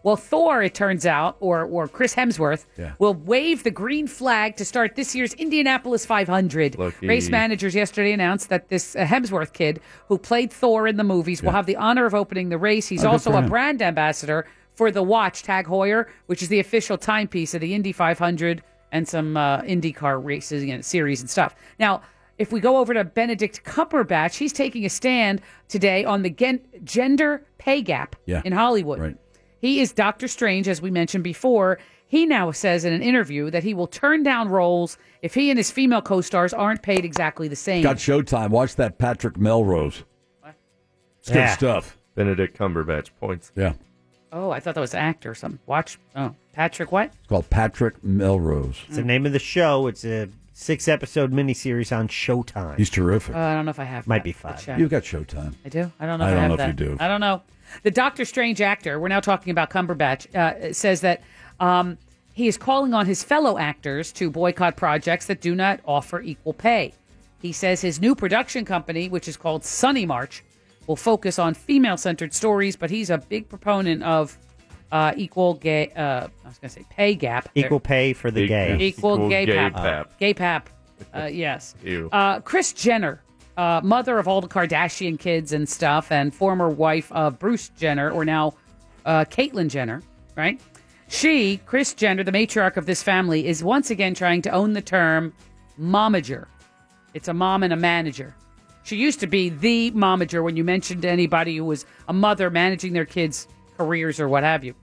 Speaker 6: Well, Thor, it turns out, or or Chris Hemsworth,
Speaker 5: Yeah.
Speaker 6: will wave the green flag to start this year's Indianapolis 500.
Speaker 5: Lucky.
Speaker 6: Race managers yesterday announced that this uh, Hemsworth kid, who played Thor in the movies, will have the honor of opening the race.
Speaker 7: Oh,
Speaker 6: He's
Speaker 7: good
Speaker 6: also
Speaker 7: for
Speaker 6: a
Speaker 7: him.
Speaker 6: brand ambassador for the watch Tag Heuer, which is the official timepiece of the Indy 500 and some uh, IndyCar races and series and stuff. Now. If we go over to Benedict Cumberbatch, he's taking a stand today on the gen- gender pay gap
Speaker 7: Yeah.
Speaker 6: in Hollywood. He is Doctor Strange, as we mentioned before. He now says in an interview that he will turn down roles if he and his female co stars aren't paid exactly the same.
Speaker 5: Got Showtime. Watch that Patrick Melrose. It's good
Speaker 6: Yeah.
Speaker 5: stuff.
Speaker 9: Benedict Cumberbatch points.
Speaker 5: Yeah.
Speaker 6: Oh, I thought that was an actor or something. Watch. Oh, Patrick, what?
Speaker 5: It's called Patrick Melrose.
Speaker 8: It's the
Speaker 6: Mm.
Speaker 8: name of the show. It's a six episode miniseries on Showtime.
Speaker 5: He's terrific.
Speaker 6: Uh, I don't know if I have.
Speaker 8: Might
Speaker 6: that.
Speaker 8: be
Speaker 6: I'll
Speaker 8: five.
Speaker 6: check.
Speaker 5: You've got Showtime.
Speaker 6: I do. I don't know. If
Speaker 5: I
Speaker 6: I,
Speaker 5: don't
Speaker 6: have
Speaker 5: know if
Speaker 6: that.
Speaker 5: you do.
Speaker 6: I don't know. The Doctor Strange actor. We're now talking about Cumberbatch. Uh, says that um, he is calling on his fellow actors to boycott projects that do not offer equal pay. He says his new production company, which is called Sunny March, will focus on female-centered stories, but he's a big proponent of uh, equal gay. Uh, I was going to say pay gap.
Speaker 8: Equal pay for the gay.
Speaker 6: Equal, gay, pap. Gay pap. Uh, yes.
Speaker 8: Ew.
Speaker 6: Uh, Chris Jenner, uh, mother of all the Kardashian kids and stuff, and former wife of Bruce Jenner, or now uh, Caitlyn Jenner, right? She, Chris Jenner, the matriarch of this family, is once again trying to own the term momager. It's a mom and a manager. She used to be the momager when you mentioned to anybody who was a mother managing their kids' careers or what have you.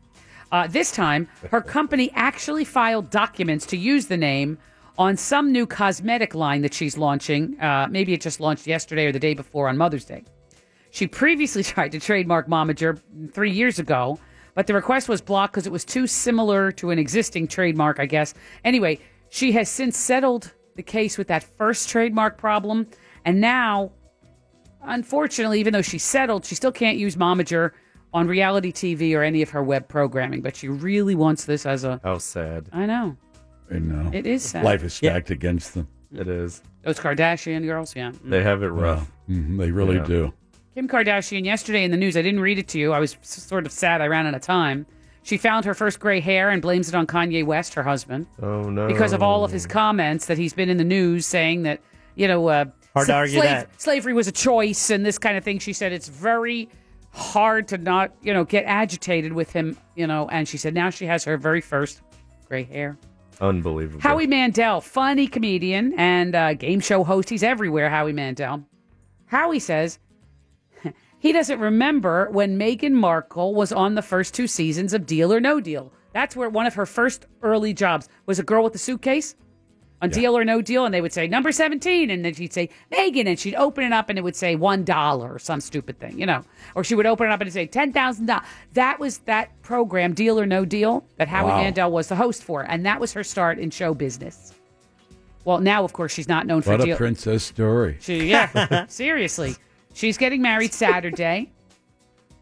Speaker 6: Uh, this time, her company actually filed documents to use the name on some new cosmetic line that she's launching. Uh, maybe it just launched yesterday or the day before on Mother's Day. She previously tried to trademark Momager three years ago, but the request was blocked because it was too similar to an existing trademark, I guess. Anyway, she has since settled the case with that first trademark problem, and now unfortunately, even though she settled, she still can't use Momager on reality TV or any of her web programming. But she really wants this as a.
Speaker 9: How sad.
Speaker 6: I know.
Speaker 5: I know.
Speaker 6: It is sad.
Speaker 5: Life is stacked against them.
Speaker 9: It is.
Speaker 6: Those Kardashian girls, yeah. Mm.
Speaker 9: They have it rough.
Speaker 5: hmm they really
Speaker 9: Yeah.
Speaker 5: do.
Speaker 6: Kim Kardashian yesterday in the news, I didn't read it to you. I was s- sort of sad I ran out of time. She found her first gray hair and blames it on Kanye West, her husband.
Speaker 9: Oh no.
Speaker 6: because of all of his comments that he's been in the news saying that you know uh,
Speaker 9: Hard to argue that.
Speaker 6: slavery was a choice and this kind of thing. She said it's very hard to not, you know, get agitated with him, you know. And she said now she has her very first gray hair.
Speaker 9: Unbelievable.
Speaker 6: Howie Mandel, funny comedian and uh, game show host. He's everywhere, Howie Mandel. Howie says he doesn't remember when Meghan Markle was on the first two seasons of Deal or No Deal. That's where one of her first early jobs was a girl with a suitcase on Deal or No Deal, and they would say number 17, and then she'd say Megan, and she'd open it up and it would say $1 or some stupid thing, you know. Or she would open it up and it'd say $10,000. That was that program, Deal or No Deal, that Howie
Speaker 10: Wow.
Speaker 6: Mandel was the host for, and that was her start in show business. Well, now, of course, she's not known for
Speaker 5: What a
Speaker 6: Deal.
Speaker 5: princess story.
Speaker 6: She, yeah, seriously. She's getting married Saturday.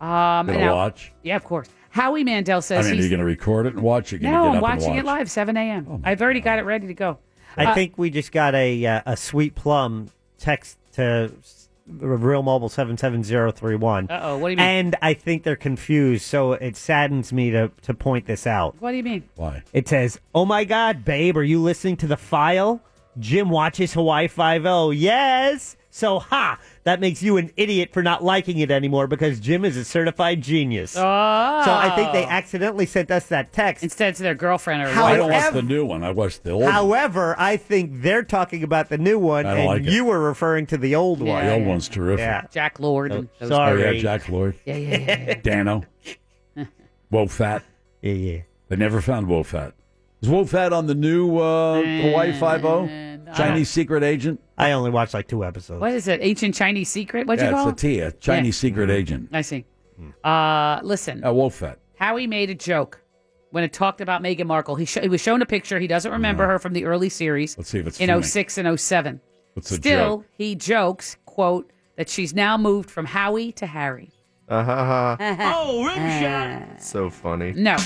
Speaker 6: Um,
Speaker 5: Gonna
Speaker 6: now-
Speaker 5: watch?
Speaker 6: Yeah, of course. Howie Mandel
Speaker 5: I
Speaker 6: says
Speaker 5: mean, are
Speaker 6: he's.
Speaker 5: you going to record it and Oh watch it?
Speaker 6: no, I'm
Speaker 8: and
Speaker 6: watching it
Speaker 8: watch?
Speaker 6: live, 7 a.m. I've already got it ready to go.
Speaker 8: I
Speaker 6: Uh,
Speaker 8: think we just got a uh, a sweet plum text to s- real mobile seven seven zero three one.
Speaker 6: Uh-oh, what do you mean?
Speaker 8: And I think they're confused, so it saddens me to to point this out.
Speaker 6: What do you mean?
Speaker 5: Why?
Speaker 8: It says, "Oh my God, babe, are you listening to the file? Jim watches Hawaii Five O. Yes." So ha, that makes you an idiot for not liking it anymore because Jim is a certified genius. Oh. So I think
Speaker 6: Oh.
Speaker 8: they accidentally sent us that text
Speaker 6: instead to their girlfriend or
Speaker 5: I don't watch the new one. I watched the old. one.
Speaker 8: However, I think they're talking about the new one,
Speaker 5: I don't
Speaker 8: and
Speaker 5: like it.
Speaker 8: you were referring to the old one.
Speaker 5: the old one's terrific.
Speaker 8: Yeah.
Speaker 6: Jack Lord. and those-
Speaker 8: sorry.
Speaker 5: Oh, yeah, Jack Lloyd.
Speaker 6: Yeah, yeah, yeah. yeah.
Speaker 5: Dano. Woe Fat.
Speaker 8: Yeah, yeah.
Speaker 5: They never found Woe Fat. Is Woe Fat on the new uh, Hawaii Five O? Chinese secret agent.
Speaker 8: I only watched like two episodes.
Speaker 6: What is it? Ancient Chinese secret? What'd
Speaker 5: yeah,
Speaker 6: you call
Speaker 5: it's a T, a
Speaker 6: it?
Speaker 5: Chinese Hmm. secret agent.
Speaker 6: Yeah, I see. Uh, listen,
Speaker 5: Uh, Woe Fat.
Speaker 6: Howie made a joke when it talked about Meghan Markle. He, sho he was shown a picture. He doesn't remember her from the early series.
Speaker 5: Let's see if it's
Speaker 6: in
Speaker 5: funny.
Speaker 6: 06 and 07.
Speaker 5: What's the
Speaker 6: Still,
Speaker 5: joke?
Speaker 6: he jokes, quote, that she's now moved from Howie to Harry.
Speaker 4: oh, rim shot.
Speaker 9: Ah, so funny.
Speaker 6: No. Uh,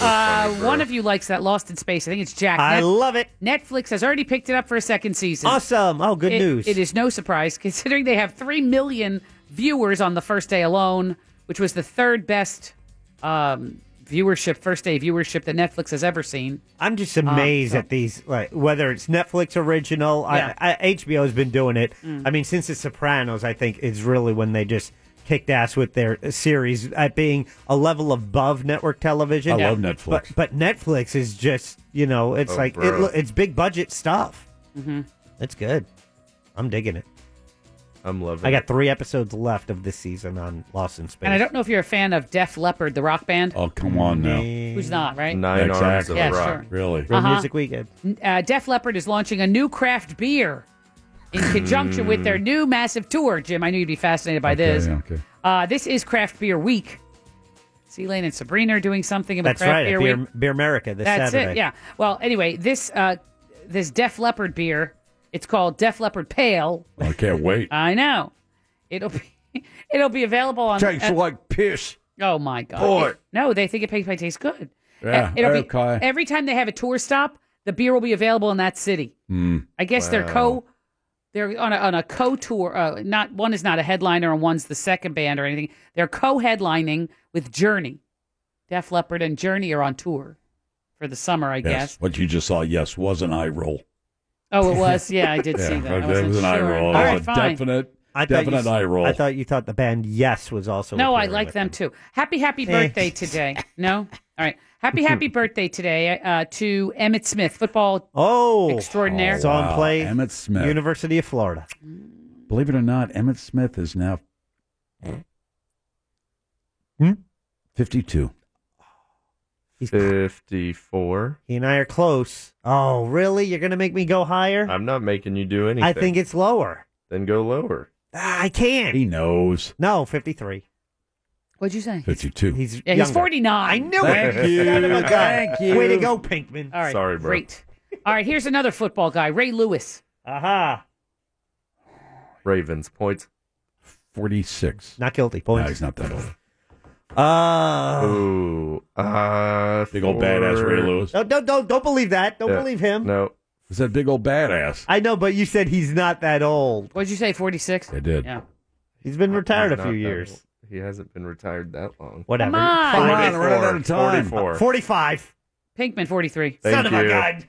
Speaker 9: funny, bro.
Speaker 6: one of you likes that Lost in Space. I think it's Jack.
Speaker 9: I love
Speaker 8: it.
Speaker 6: Netflix has already picked it up for a second season.
Speaker 8: Awesome. Oh, good
Speaker 6: It-
Speaker 8: news.
Speaker 6: It is no surprise considering they have 3 million viewers on the first day alone, which was the third best um, viewership, first day viewership that Netflix has ever seen. Um,
Speaker 8: I'm just amazed at these, like whether it's Netflix original.
Speaker 6: Yeah.
Speaker 8: I, I, HBO has been doing it.
Speaker 6: Mm.
Speaker 8: I mean, since The Sopranos, I think is really when they just kicked ass with their series at being a level above network television.
Speaker 5: I love Yeah. Netflix.
Speaker 8: but, but Netflix is just you know, it's
Speaker 5: Oh,
Speaker 8: like it,
Speaker 5: bro.
Speaker 8: lo- it's big budget stuff.
Speaker 6: Mm-hmm.
Speaker 8: It's good. I'm digging it.
Speaker 9: I'm loving.
Speaker 8: I got three episodes left of this season on Lost in Space.
Speaker 6: And I don't know if you're a fan of Def Leppard, the rock band.
Speaker 5: Oh, come on now.
Speaker 6: Who's not, right?
Speaker 9: Nine
Speaker 5: exactly.
Speaker 9: arms of
Speaker 6: Yeah,
Speaker 9: rock.
Speaker 6: sure. Uh-huh.
Speaker 5: Really?
Speaker 8: Real Music Weekend.
Speaker 6: uh, Def Leppard is launching a new craft beer in
Speaker 8: Hmm.
Speaker 6: conjunction with their new massive tour. Jim, I knew you'd be fascinated by this.
Speaker 5: Yeah, okay.
Speaker 6: Uh, this is Craft Beer Week. C Lane and Sabrina are doing something about
Speaker 8: That's
Speaker 6: Craft
Speaker 8: right.
Speaker 6: Beer
Speaker 8: At Beer,
Speaker 6: Week.
Speaker 8: Beer America this
Speaker 6: That's
Speaker 8: Saturday.
Speaker 6: it. Yeah. Well, anyway, this uh, this Def Leppard beer. It's called Def Leppard Pale.
Speaker 5: I can't wait.
Speaker 6: I know. It'll be it'll be available on. uh,
Speaker 5: Tastes like piss.
Speaker 6: Oh my god.
Speaker 5: Boy.
Speaker 6: No, they think it makes my taste good.
Speaker 5: Yeah,
Speaker 6: It'll be-
Speaker 5: okay.
Speaker 6: every time they have a tour stop, the beer will be available in that city.
Speaker 5: Mm.
Speaker 6: I guess they're co. They're on a, on a co tour. Uh, not one is not a headliner, and one's the second band or anything. They're co headlining with Journey. Def Leppard and Journey are on tour for the summer, I
Speaker 5: Yes.
Speaker 6: guess.
Speaker 5: What you just saw, yes, was an eye roll.
Speaker 6: Oh, it was. Yeah, I did see
Speaker 5: Yeah,
Speaker 6: that. I
Speaker 5: that
Speaker 6: wasn't
Speaker 5: was an eye
Speaker 6: sure.
Speaker 5: roll.
Speaker 6: All
Speaker 5: It
Speaker 6: right,
Speaker 5: was a
Speaker 6: fine.
Speaker 5: definite,
Speaker 8: I thought you
Speaker 5: definite
Speaker 8: s-
Speaker 5: eye roll.
Speaker 8: I thought you thought the band Yes was also.
Speaker 6: No, I
Speaker 8: appearing
Speaker 6: like
Speaker 8: with
Speaker 6: them too. Happy, happy
Speaker 8: Eh.
Speaker 6: birthday today. No? All right. Happy, happy birthday today uh, to Emmett Smith, football
Speaker 8: Oh,
Speaker 6: extraordinaire.
Speaker 8: Saw him play
Speaker 5: Emmett Smith.
Speaker 8: University of Florida.
Speaker 5: Believe it or not, Emmett Smith is now
Speaker 8: Hmm?
Speaker 5: 52.
Speaker 8: He's
Speaker 9: 54.
Speaker 8: He and I are close. Oh, really? You're gonna make me go higher?
Speaker 9: I'm not making you do anything.
Speaker 8: I think it's lower.
Speaker 9: Then go lower.
Speaker 8: Ah, I can't.
Speaker 5: He knows.
Speaker 8: No, 53.
Speaker 6: What'd you say?
Speaker 5: 52.
Speaker 8: He's
Speaker 6: Yeah, he's
Speaker 8: younger.
Speaker 6: 49.
Speaker 8: I knew
Speaker 5: Thank
Speaker 8: it.
Speaker 5: you.
Speaker 8: Son of a gun.
Speaker 5: Thank you.
Speaker 8: Way to go, Pinkman.
Speaker 6: All right.
Speaker 5: Sorry, bro.
Speaker 6: Great. All right. Here's another football guy, Ray Lewis.
Speaker 8: Aha.
Speaker 9: Ravens points.
Speaker 5: 46.
Speaker 8: Not guilty.
Speaker 5: No, he's not that old.
Speaker 8: Uh,
Speaker 9: Ooh. Uh,
Speaker 5: Big old badass Ray
Speaker 9: for-
Speaker 5: Lewis.
Speaker 8: No, no, don't, don't believe that. Don't
Speaker 9: Yeah.
Speaker 8: believe him.
Speaker 9: No.
Speaker 5: He's that big old badass.
Speaker 8: I know, but you said he's not that old.
Speaker 6: What'd you say? 46?
Speaker 5: I did.
Speaker 6: Yeah.
Speaker 8: He's been retired a
Speaker 9: Not
Speaker 8: few
Speaker 9: that
Speaker 8: years.
Speaker 9: old. He hasn't been retired that long.
Speaker 8: Whatever.
Speaker 6: Come on. Come
Speaker 8: Fine.
Speaker 5: on, we're running out of time.
Speaker 9: 44.
Speaker 8: 45.
Speaker 6: Pinkman, 43.
Speaker 9: Thank
Speaker 8: Son of a
Speaker 9: you.
Speaker 8: gun.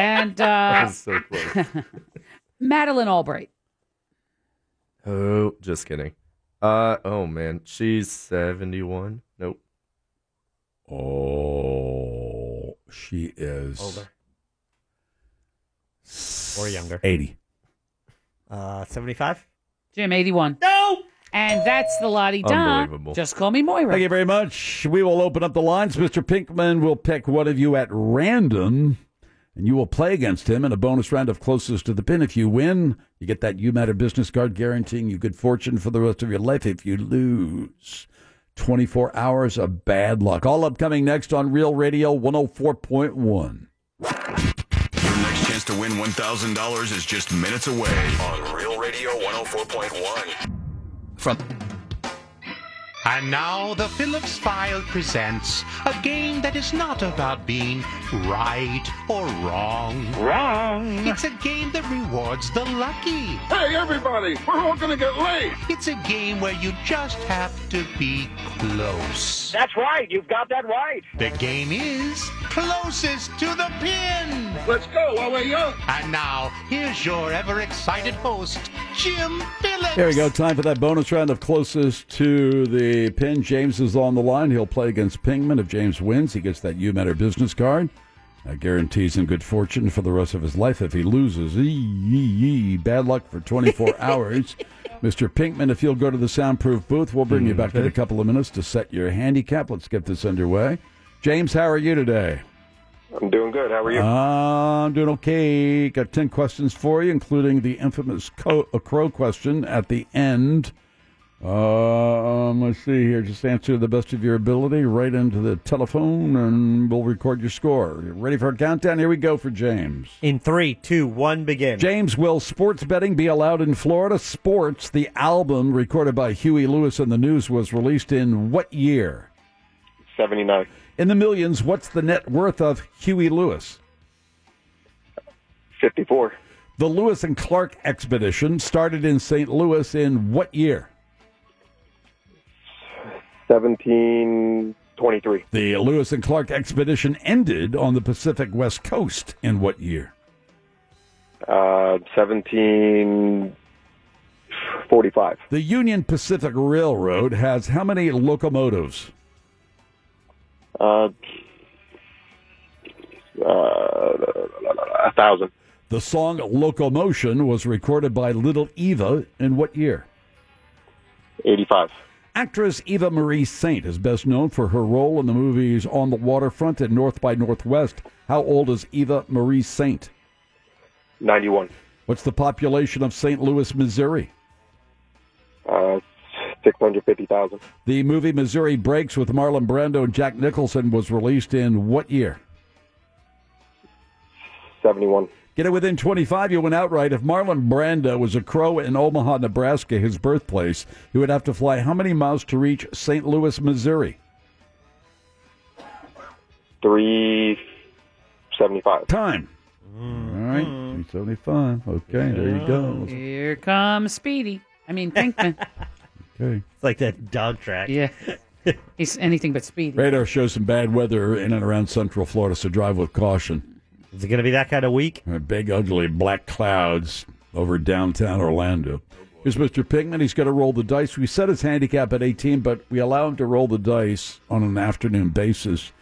Speaker 6: And
Speaker 9: That
Speaker 6: uh,
Speaker 9: was so close.
Speaker 6: Madeline Albright.
Speaker 9: oh, just kidding. Uh oh man, she's seventy one. Nope.
Speaker 5: Oh, she is
Speaker 8: Older. Or younger.
Speaker 5: 80.
Speaker 8: Uh, 75?
Speaker 6: Jim, 81. No! And that's the Lottie Don.
Speaker 5: Unbelievable.
Speaker 6: Just call me Moira.
Speaker 5: Thank you very much. We will open up the lines. Mr. Pinkman will pick one of you at random, and you will play against him in a bonus round of closest to the pin. If you win, you get that You Matter business card guaranteeing you good fortune for the rest of your life. If you lose, 24 hours of bad luck. All upcoming next on Real Radio 104.1.
Speaker 1: Your next chance to win $1,000 is just minutes away on Real Radio 104.1.
Speaker 10: From. And now the Phillips File presents a game that is not about being right or wrong. Wrong. It's a game that rewards the lucky. Hey, everybody, we're all gonna get late. It's a game where you just have to be close. That's right. You've got that right. The game is closest to the pin. Let's go while we're young. And now here's your ever-excited host, Jim Phillips.
Speaker 5: There we go. Time for that bonus round of closest to the pin. James is on the line. He'll play against Pingman. If James wins, he gets that You Matter business card. That guarantees him good fortune for the rest of his life. If he loses, ee, ee, ee, bad luck for 24 hours. Mr. Pinkman, if you'll go to the soundproof booth, we'll bring you back in a couple of minutes to set your handicap. Let's get this underway. James, how are you today?
Speaker 11: I'm doing good. How are you?
Speaker 5: I'm doing okay. Got 10 questions for you, including the infamous co- uh, crow question at the end. Um, let's see here. Just answer to the best of your ability right into the telephone, and we'll record your score. You Ready for a countdown? Here we go for James.
Speaker 8: In three, two, one, begin.
Speaker 5: James, will sports betting be allowed in Florida? Sports, the album recorded by Huey Lewis and the News, was released in what year?
Speaker 11: 79.
Speaker 5: In the millions, what's the net worth of Huey Lewis?
Speaker 11: 54.
Speaker 5: The Lewis and Clark expedition started in St. Louis in what year?
Speaker 11: 1723.
Speaker 5: The Lewis and Clark expedition ended on the Pacific West Coast in what year?
Speaker 11: Uh, 1745.
Speaker 5: The Union Pacific Railroad has how many locomotives?
Speaker 11: Uh, uh, a thousand.
Speaker 5: The song Locomotion was recorded by Little Eva in what year?
Speaker 11: 85.
Speaker 5: Actress Eva Marie Saint is best known for her role in the movies On the Waterfront and North by Northwest. How old is Eva Marie Saint?
Speaker 11: 91.
Speaker 5: What's the population of St. Louis, Missouri?
Speaker 11: Uh, 650,000.
Speaker 5: The movie Missouri Breaks with Marlon Brando and Jack Nicholson was released in what year?
Speaker 11: 71.
Speaker 5: Get it within 25, you win outright. If Marlon Brando was a crow in Omaha, Nebraska, his birthplace, he would have to fly how many miles to reach St. Louis, Missouri?
Speaker 11: 375.
Speaker 5: Time.
Speaker 8: Mm.
Speaker 5: All right, 375. Okay, there you go.
Speaker 6: Here comes Speedy. I mean, Pinkman.
Speaker 5: Okay.
Speaker 8: It's like that dog track.
Speaker 6: yeah. He's anything but Speedy.
Speaker 5: Radar shows some bad weather in and around central Florida, so drive with caution.
Speaker 8: Is it going to be that kind of week?
Speaker 5: Uh, Big, ugly black clouds over downtown Orlando. Here's Mr. Pinkman. He's going to roll the dice. We set his handicap at 18, but we allow him to roll the dice on an afternoon basis.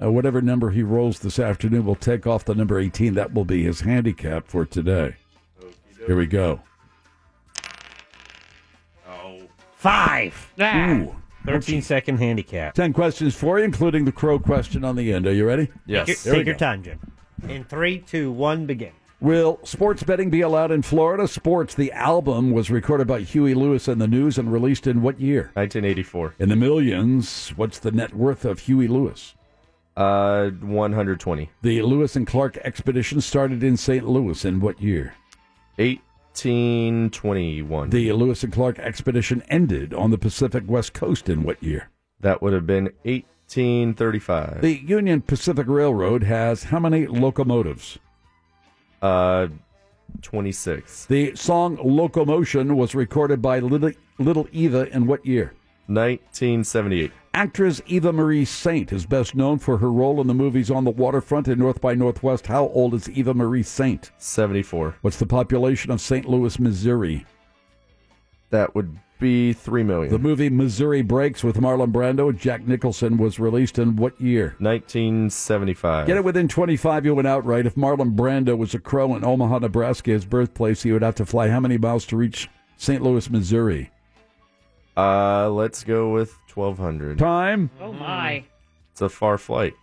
Speaker 5: Uh, whatever number he rolls this afternoon, we'll take off the number 18. That will be his handicap for today. Here we go.
Speaker 8: Five.
Speaker 5: Ooh.
Speaker 8: 13 second handicap.
Speaker 5: 10 questions for you, including the crow question on the end. Are you ready?
Speaker 9: Yes.
Speaker 8: Take,
Speaker 5: There we
Speaker 8: your, take your
Speaker 5: go.
Speaker 8: time, Jim. In three, two, one, begin.
Speaker 5: Will sports betting be allowed in Florida? Sports, the album, was recorded by Huey Lewis and the News and released in what year?
Speaker 9: 1984.
Speaker 5: In the millions, what's the net worth of Huey Lewis?
Speaker 9: Uh, 120.
Speaker 5: The Lewis and Clark expedition started in St. Louis in what year?
Speaker 9: 1821.
Speaker 5: The Lewis and Clark expedition ended on the Pacific West Coast in what year?
Speaker 9: that would have been 1835.
Speaker 5: The Union Pacific Railroad has how many locomotives?
Speaker 9: uh, 26.
Speaker 5: The song Locomotion was recorded by Little, Little Eva in what year?
Speaker 9: 1978.
Speaker 5: Actress Eva Marie Saint is best known for her role in the movies On the Waterfront and North by Northwest. How old is Eva Marie Saint?
Speaker 9: 74.
Speaker 5: What's the population of St. Louis, Missouri?
Speaker 9: That would be three million.
Speaker 5: The movie Missouri Breaks with Marlon Brando and Jack Nicholson was released in what year?
Speaker 9: 1975.
Speaker 5: Get it within 25, you went outright. If Marlon Brando was a crow in Omaha, Nebraska, his birthplace, he would have to fly how many miles to reach St. Louis, Missouri?
Speaker 9: Uh, let's go with 1200.
Speaker 5: Time?
Speaker 6: Oh my!
Speaker 9: It's a far flight.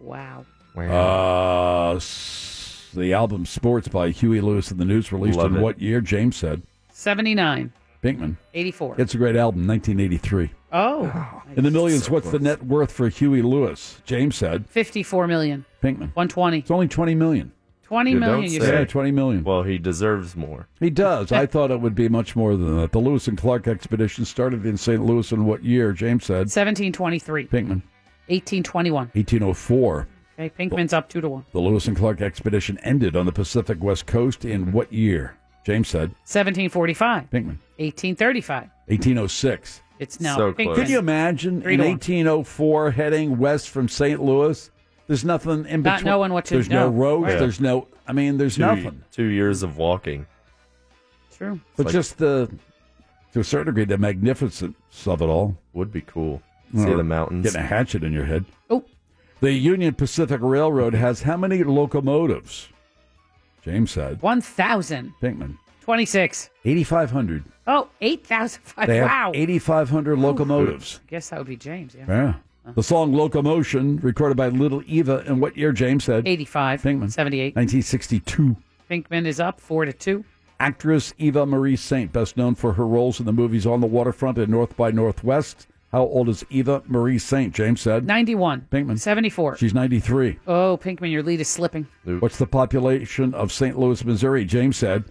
Speaker 6: Wow.
Speaker 5: Uh, s- the album Sports by Huey Lewis and the News released
Speaker 9: Love
Speaker 5: in
Speaker 9: it.
Speaker 5: what year? James said.
Speaker 6: 79,
Speaker 5: Pinkman.
Speaker 6: 84.
Speaker 5: It's a great album, 1983.
Speaker 6: oh.
Speaker 5: In the millions, what's the net worth for Huey Lewis? James said.
Speaker 6: 54 million.
Speaker 5: Pinkman.
Speaker 6: 120.
Speaker 5: It's only 20 million.
Speaker 6: 20 million, you
Speaker 5: Yeah,
Speaker 6: said.
Speaker 5: 20 million.
Speaker 9: Well, he deserves more.
Speaker 5: He does. I thought it would be much more than that. The Lewis and Clark expedition started in St. Louis in what year? James said.
Speaker 6: 1723.
Speaker 5: Pinkman.
Speaker 6: 1821.
Speaker 5: 1804.
Speaker 6: Okay, Pinkman's up 2 to 1.
Speaker 5: The Lewis and Clark expedition ended on the Pacific West Coast in what year? James said.
Speaker 6: 1745.
Speaker 5: Pinkman.
Speaker 6: 1835.
Speaker 5: 1806.
Speaker 6: It's now So Pinkman. close.
Speaker 5: Could you imagine
Speaker 6: Three
Speaker 5: in
Speaker 6: to one.
Speaker 5: 1804 heading west from St. Louis? There's nothing in between.
Speaker 6: Not knowing what to
Speaker 5: There's
Speaker 6: know.
Speaker 5: no roads.
Speaker 9: Right.
Speaker 5: There's no. I mean, there's
Speaker 9: two,
Speaker 5: nothing.
Speaker 9: Two years of walking.
Speaker 6: True.
Speaker 5: But
Speaker 9: like-
Speaker 5: just the, to a certain degree, the magnificence of it all
Speaker 9: would be cool. See the mountains.
Speaker 5: Getting a hatchet in your head.
Speaker 6: Oh.
Speaker 5: The Union Pacific Railroad has how many locomotives? James said.
Speaker 6: 1,000.
Speaker 5: Pinkman.
Speaker 6: 26.
Speaker 5: 8,500.
Speaker 6: Oh, 8,005.
Speaker 5: They have
Speaker 6: Wow.
Speaker 5: 8,500 locomotives.
Speaker 6: I guess that would be James, yeah. Uh-huh.
Speaker 5: Yeah. The song Locomotion, recorded by Little Eva, in what year, James said?
Speaker 6: 85.
Speaker 5: Pinkman.
Speaker 6: 78.
Speaker 5: 1962.
Speaker 6: Pinkman is up 4 to 2.
Speaker 5: Actress Eva Marie Saint, best known for her roles in the movies On the Waterfront and North by Northwest. How old is Eva Marie Saint? James said.
Speaker 6: 91.
Speaker 5: Pinkman.
Speaker 6: 74.
Speaker 5: She's 93.
Speaker 6: Oh, Pinkman, your lead is slipping.
Speaker 5: What's the population of St. Louis, Missouri? James said.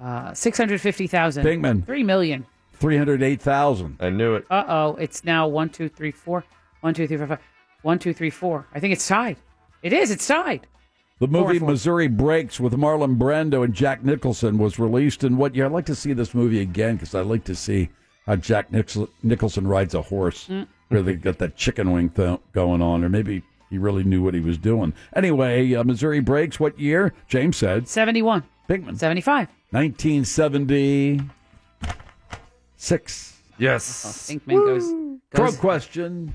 Speaker 6: Uh, 650,000.
Speaker 5: Pinkman.
Speaker 6: 3 million.
Speaker 5: 308,000.
Speaker 9: I knew it.
Speaker 6: Uh oh, it's now one, two, three, four. One, two, three, four, five. One, two, three, four. I think it's tied. It is, it's tied.
Speaker 5: The movie
Speaker 6: Four, four.
Speaker 5: Missouri Breaks with Marlon Brando and Jack Nicholson was released in what year? I'd like to see this movie again because I'd like to see how Jack Nich- Nicholson rides a horse,
Speaker 6: Mm.
Speaker 5: where they got that chicken wing th- going on, or maybe he really knew what he was doing. Anyway, uh, Missouri Breaks, what year? James said
Speaker 6: 71.
Speaker 5: Bigman.
Speaker 6: 75.
Speaker 5: 1976.
Speaker 9: Yes.
Speaker 6: Pinkman goes.
Speaker 5: Pro
Speaker 6: goes
Speaker 5: question.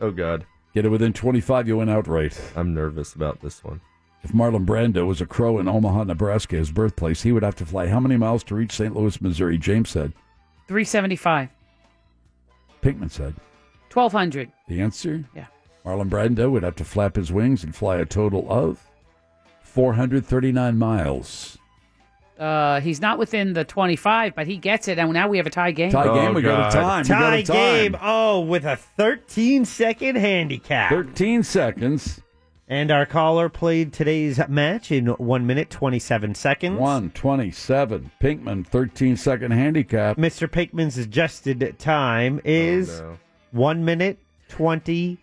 Speaker 9: Oh, God.
Speaker 5: Get it within 25, you went outright.
Speaker 9: I'm nervous about this one.
Speaker 5: If Marlon Brando was a crow in Omaha, Nebraska, his birthplace, he would have to fly how many miles to reach St. Louis, Missouri? James said.
Speaker 6: 375.
Speaker 5: Pinkman said.
Speaker 6: 1200.
Speaker 5: The answer?
Speaker 6: Yeah.
Speaker 5: Marlon Brando would have to flap his wings and fly a total of 439 miles.
Speaker 6: Uh, he's not within the 25, but he gets it, and now we have a tie game.
Speaker 9: Oh,
Speaker 5: Tie game, we go to time. We go to
Speaker 8: Oh, Tie game.
Speaker 5: time.
Speaker 8: Oh, with a 13 second handicap.
Speaker 5: 13 seconds.
Speaker 8: And our caller played today's match in 1 minute 27 seconds.
Speaker 5: 127. Pinkman, 13 second handicap.
Speaker 8: Mr. Pinkman's adjusted time is
Speaker 9: Oh,
Speaker 8: 1 minute 22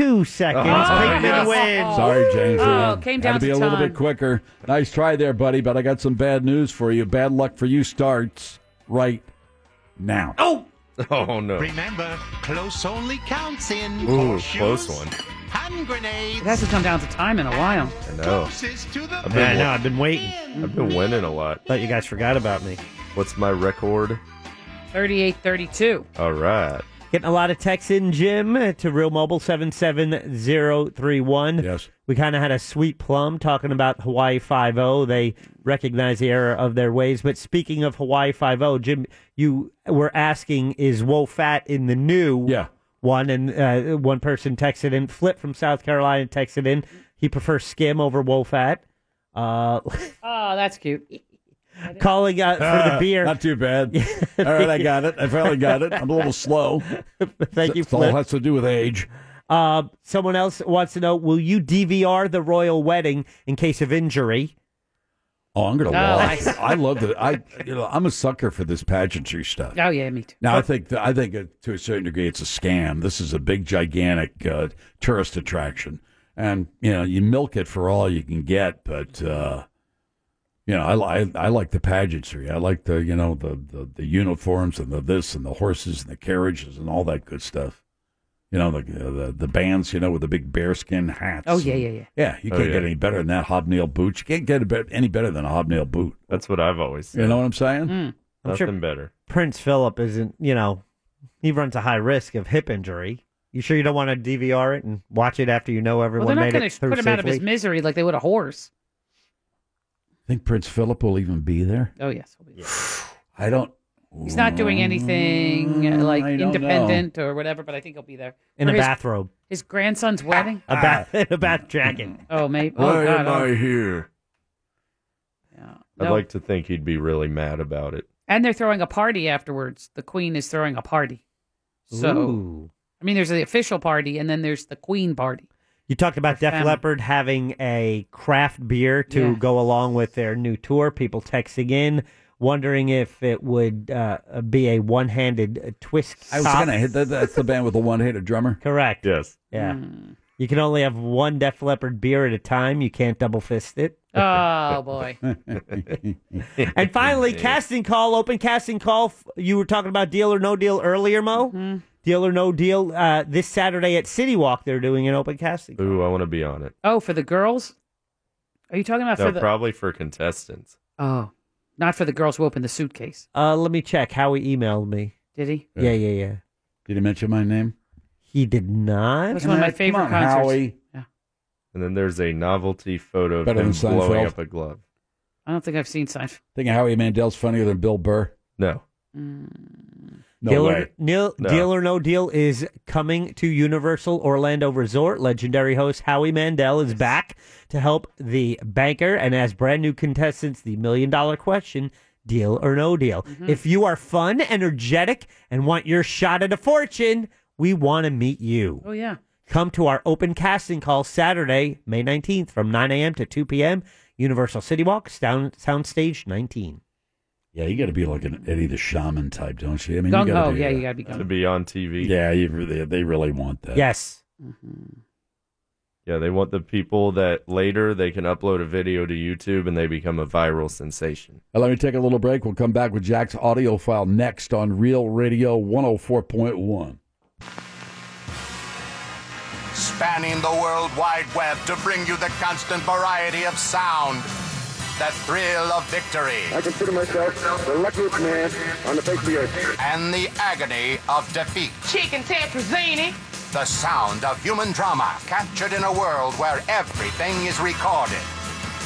Speaker 9: Oh,
Speaker 8: seconds. Pinkman wins.
Speaker 5: Sorry, James.
Speaker 6: Oh,
Speaker 5: Leon.
Speaker 6: came
Speaker 5: Had
Speaker 6: down
Speaker 5: to be
Speaker 6: to
Speaker 5: a little
Speaker 6: time.
Speaker 5: bit quicker. Nice try there, buddy. But I got some bad news for you. Bad luck for you starts right now.
Speaker 10: Oh!
Speaker 9: Oh, no.
Speaker 10: Remember, close only counts in
Speaker 9: Ooh,
Speaker 10: horseshoes,
Speaker 9: close one.
Speaker 10: hand grenades,
Speaker 6: It hasn't come down to time in a while.
Speaker 9: I know.
Speaker 10: closest to the
Speaker 9: I've
Speaker 8: Yeah, I
Speaker 9: been,
Speaker 8: know. I've been waiting.
Speaker 9: I've been winning a lot.
Speaker 8: Thought you guys forgot about me.
Speaker 9: What's my record?
Speaker 6: 38 32.
Speaker 9: All right.
Speaker 8: Getting a lot of texts in, Jim, uh, to Real Mobile 77031.
Speaker 5: Yes.
Speaker 8: We kind of had a sweet plum talking about Hawaii 5 They recognize the error of their ways. But speaking of Hawaii 5 Jim, you were asking, is Wo Fat in the new
Speaker 5: Yeah.
Speaker 8: one? And uh, one person texted in, Flip from South Carolina texted in, he prefers Skim over Wo Fat. Uh,
Speaker 6: Oh, that's cute.
Speaker 8: calling out Uh, for the
Speaker 5: Ah,
Speaker 8: beer.
Speaker 5: Not too bad. all right, I got it. I finally got it. I'm a little slow.
Speaker 8: Thank you,
Speaker 5: It's all
Speaker 8: Flip.
Speaker 5: has to do with age.
Speaker 8: Uh, someone else wants to know: Will you DVR the royal wedding in case of injury?
Speaker 5: Oh, I'm gonna
Speaker 6: Oh,
Speaker 5: love.
Speaker 6: I-
Speaker 5: I love the. I you know I'm a sucker for this pageantry stuff.
Speaker 6: Oh, yeah, me too.
Speaker 5: Now I think that, I think uh, to a certain degree it's a scam. This is a big gigantic uh, tourist attraction, and you know you milk it for all you can get. But uh, you know I, li- I I like the pageantry. I like the you know the, the the uniforms and the this and the horses and the carriages and all that good stuff. You know the uh, the, the bands you know with the big bearskin hats.
Speaker 6: Oh, yeah,
Speaker 5: and-
Speaker 6: yeah, yeah.
Speaker 5: Yeah, you
Speaker 9: Oh,
Speaker 5: can't
Speaker 9: yeah.
Speaker 5: get any better than that hobnail boot. You can't get a bit, any better than a hobnail boot.
Speaker 9: That's what I've always said.
Speaker 6: Hmm.
Speaker 5: You know what I'm saying?
Speaker 8: I'm
Speaker 9: Nothing
Speaker 8: sure
Speaker 9: better.
Speaker 8: Prince Philip isn't, you know, he runs a high risk of hip injury. You sure you don't want to DVR it and watch it after you know
Speaker 6: Well,
Speaker 8: everyone
Speaker 6: they're not
Speaker 8: made
Speaker 6: going
Speaker 8: it
Speaker 6: to
Speaker 8: through
Speaker 6: put him
Speaker 8: safely?
Speaker 6: out of his misery like they would a horse.
Speaker 5: Think Prince Philip will even be there?
Speaker 6: Oh yes,
Speaker 5: I don't.
Speaker 6: he's not doing anything uh, like
Speaker 5: Mm, don't know.
Speaker 6: independent or whatever. But I think he'll be there
Speaker 5: In
Speaker 6: For
Speaker 5: a
Speaker 6: his-
Speaker 5: bathrobe.
Speaker 6: His grandson's wedding.
Speaker 8: A bath, a bath jacket.
Speaker 6: Oh, maybe. Oh, God, oh.
Speaker 9: here? I'd
Speaker 6: No.
Speaker 9: like to think he'd be really mad about it.
Speaker 6: And they're throwing a party afterwards. The queen is throwing a party. So,
Speaker 8: Ooh.
Speaker 6: I mean, there's the official party, and then there's the queen party.
Speaker 8: You talked about Def
Speaker 6: family.
Speaker 8: Leppard having a craft beer to
Speaker 6: Yeah.
Speaker 8: go along with their new tour. People texting in, wondering if it would uh, be a one-handed uh, twist.
Speaker 5: I was
Speaker 8: top.
Speaker 5: going to hit that. That's the band with the one-handed drummer.
Speaker 8: Correct.
Speaker 9: Yes.
Speaker 8: Yeah.
Speaker 6: Hmm.
Speaker 8: You can only have one Def Leppard beer at a time. You can't double fist it.
Speaker 6: Oh, boy.
Speaker 8: and finally, casting call, open casting call. F- You were talking about Deal or No Deal earlier, Mo.
Speaker 6: Mm-hmm.
Speaker 8: Deal or No Deal. Uh, this Saturday at City Walk, they're doing an open casting.
Speaker 9: Ooh, I want to be on it.
Speaker 6: Oh, for the girls? Are you talking about
Speaker 9: No,
Speaker 6: for the.
Speaker 9: probably for contestants.
Speaker 6: oh, not for the girls who open the suitcase.
Speaker 8: Uh, let me check. Howie emailed me.
Speaker 6: Did he?
Speaker 8: Yeah, yeah, yeah.
Speaker 5: Did he mention my name?
Speaker 8: He did not.
Speaker 6: It was one of my favorite concerts.
Speaker 9: And then there's a novelty photo of
Speaker 5: Better
Speaker 9: him
Speaker 5: than Seinfeld.
Speaker 9: blowing up a glove.
Speaker 6: I don't think I've seen Seinfeld.
Speaker 5: Think Howie Mandel's funnier than Bill Burr?
Speaker 9: No.
Speaker 12: Mm.
Speaker 5: No
Speaker 8: deal,
Speaker 5: way.
Speaker 8: Or, Neil-
Speaker 5: No.
Speaker 8: deal or No Deal is coming to Universal Orlando Resort. Legendary host Howie Mandel is back to help the banker and ask brand new contestants the million dollar question deal or no deal.
Speaker 5: Mm-hmm.
Speaker 8: If you are fun, energetic, and want your shot at a fortune, we want to meet you.
Speaker 6: Oh, yeah.
Speaker 8: Come to our open casting call Saturday, May 19th from 9 a.m. to 2 p.m. Universal City Walk, Sound, Soundstage 19.
Speaker 5: Yeah, you got to be like an Eddie the Shaman type, don't you? I mean,
Speaker 8: Gung
Speaker 5: you gotta
Speaker 8: ho,
Speaker 5: be
Speaker 8: yeah,
Speaker 5: that.
Speaker 8: you gotta be gung. To
Speaker 9: be on TV.
Speaker 5: Yeah, you, really- they really want that.
Speaker 8: Yes.
Speaker 9: Yeah, they want the people that later they can upload a video to YouTube and they become a viral sensation.
Speaker 5: Uh, let me take a little break. We'll come back with Jack's audio file next on Real Radio 104.1.
Speaker 13: spanning the World Wide Web to bring you the constant variety of sound, the thrill of victory,
Speaker 14: I consider myself the luckiest man on the face of the earth.
Speaker 13: and the agony of defeat.
Speaker 12: Chicken tetrazzini.
Speaker 13: The sound of human drama captured in a world where everything is recorded.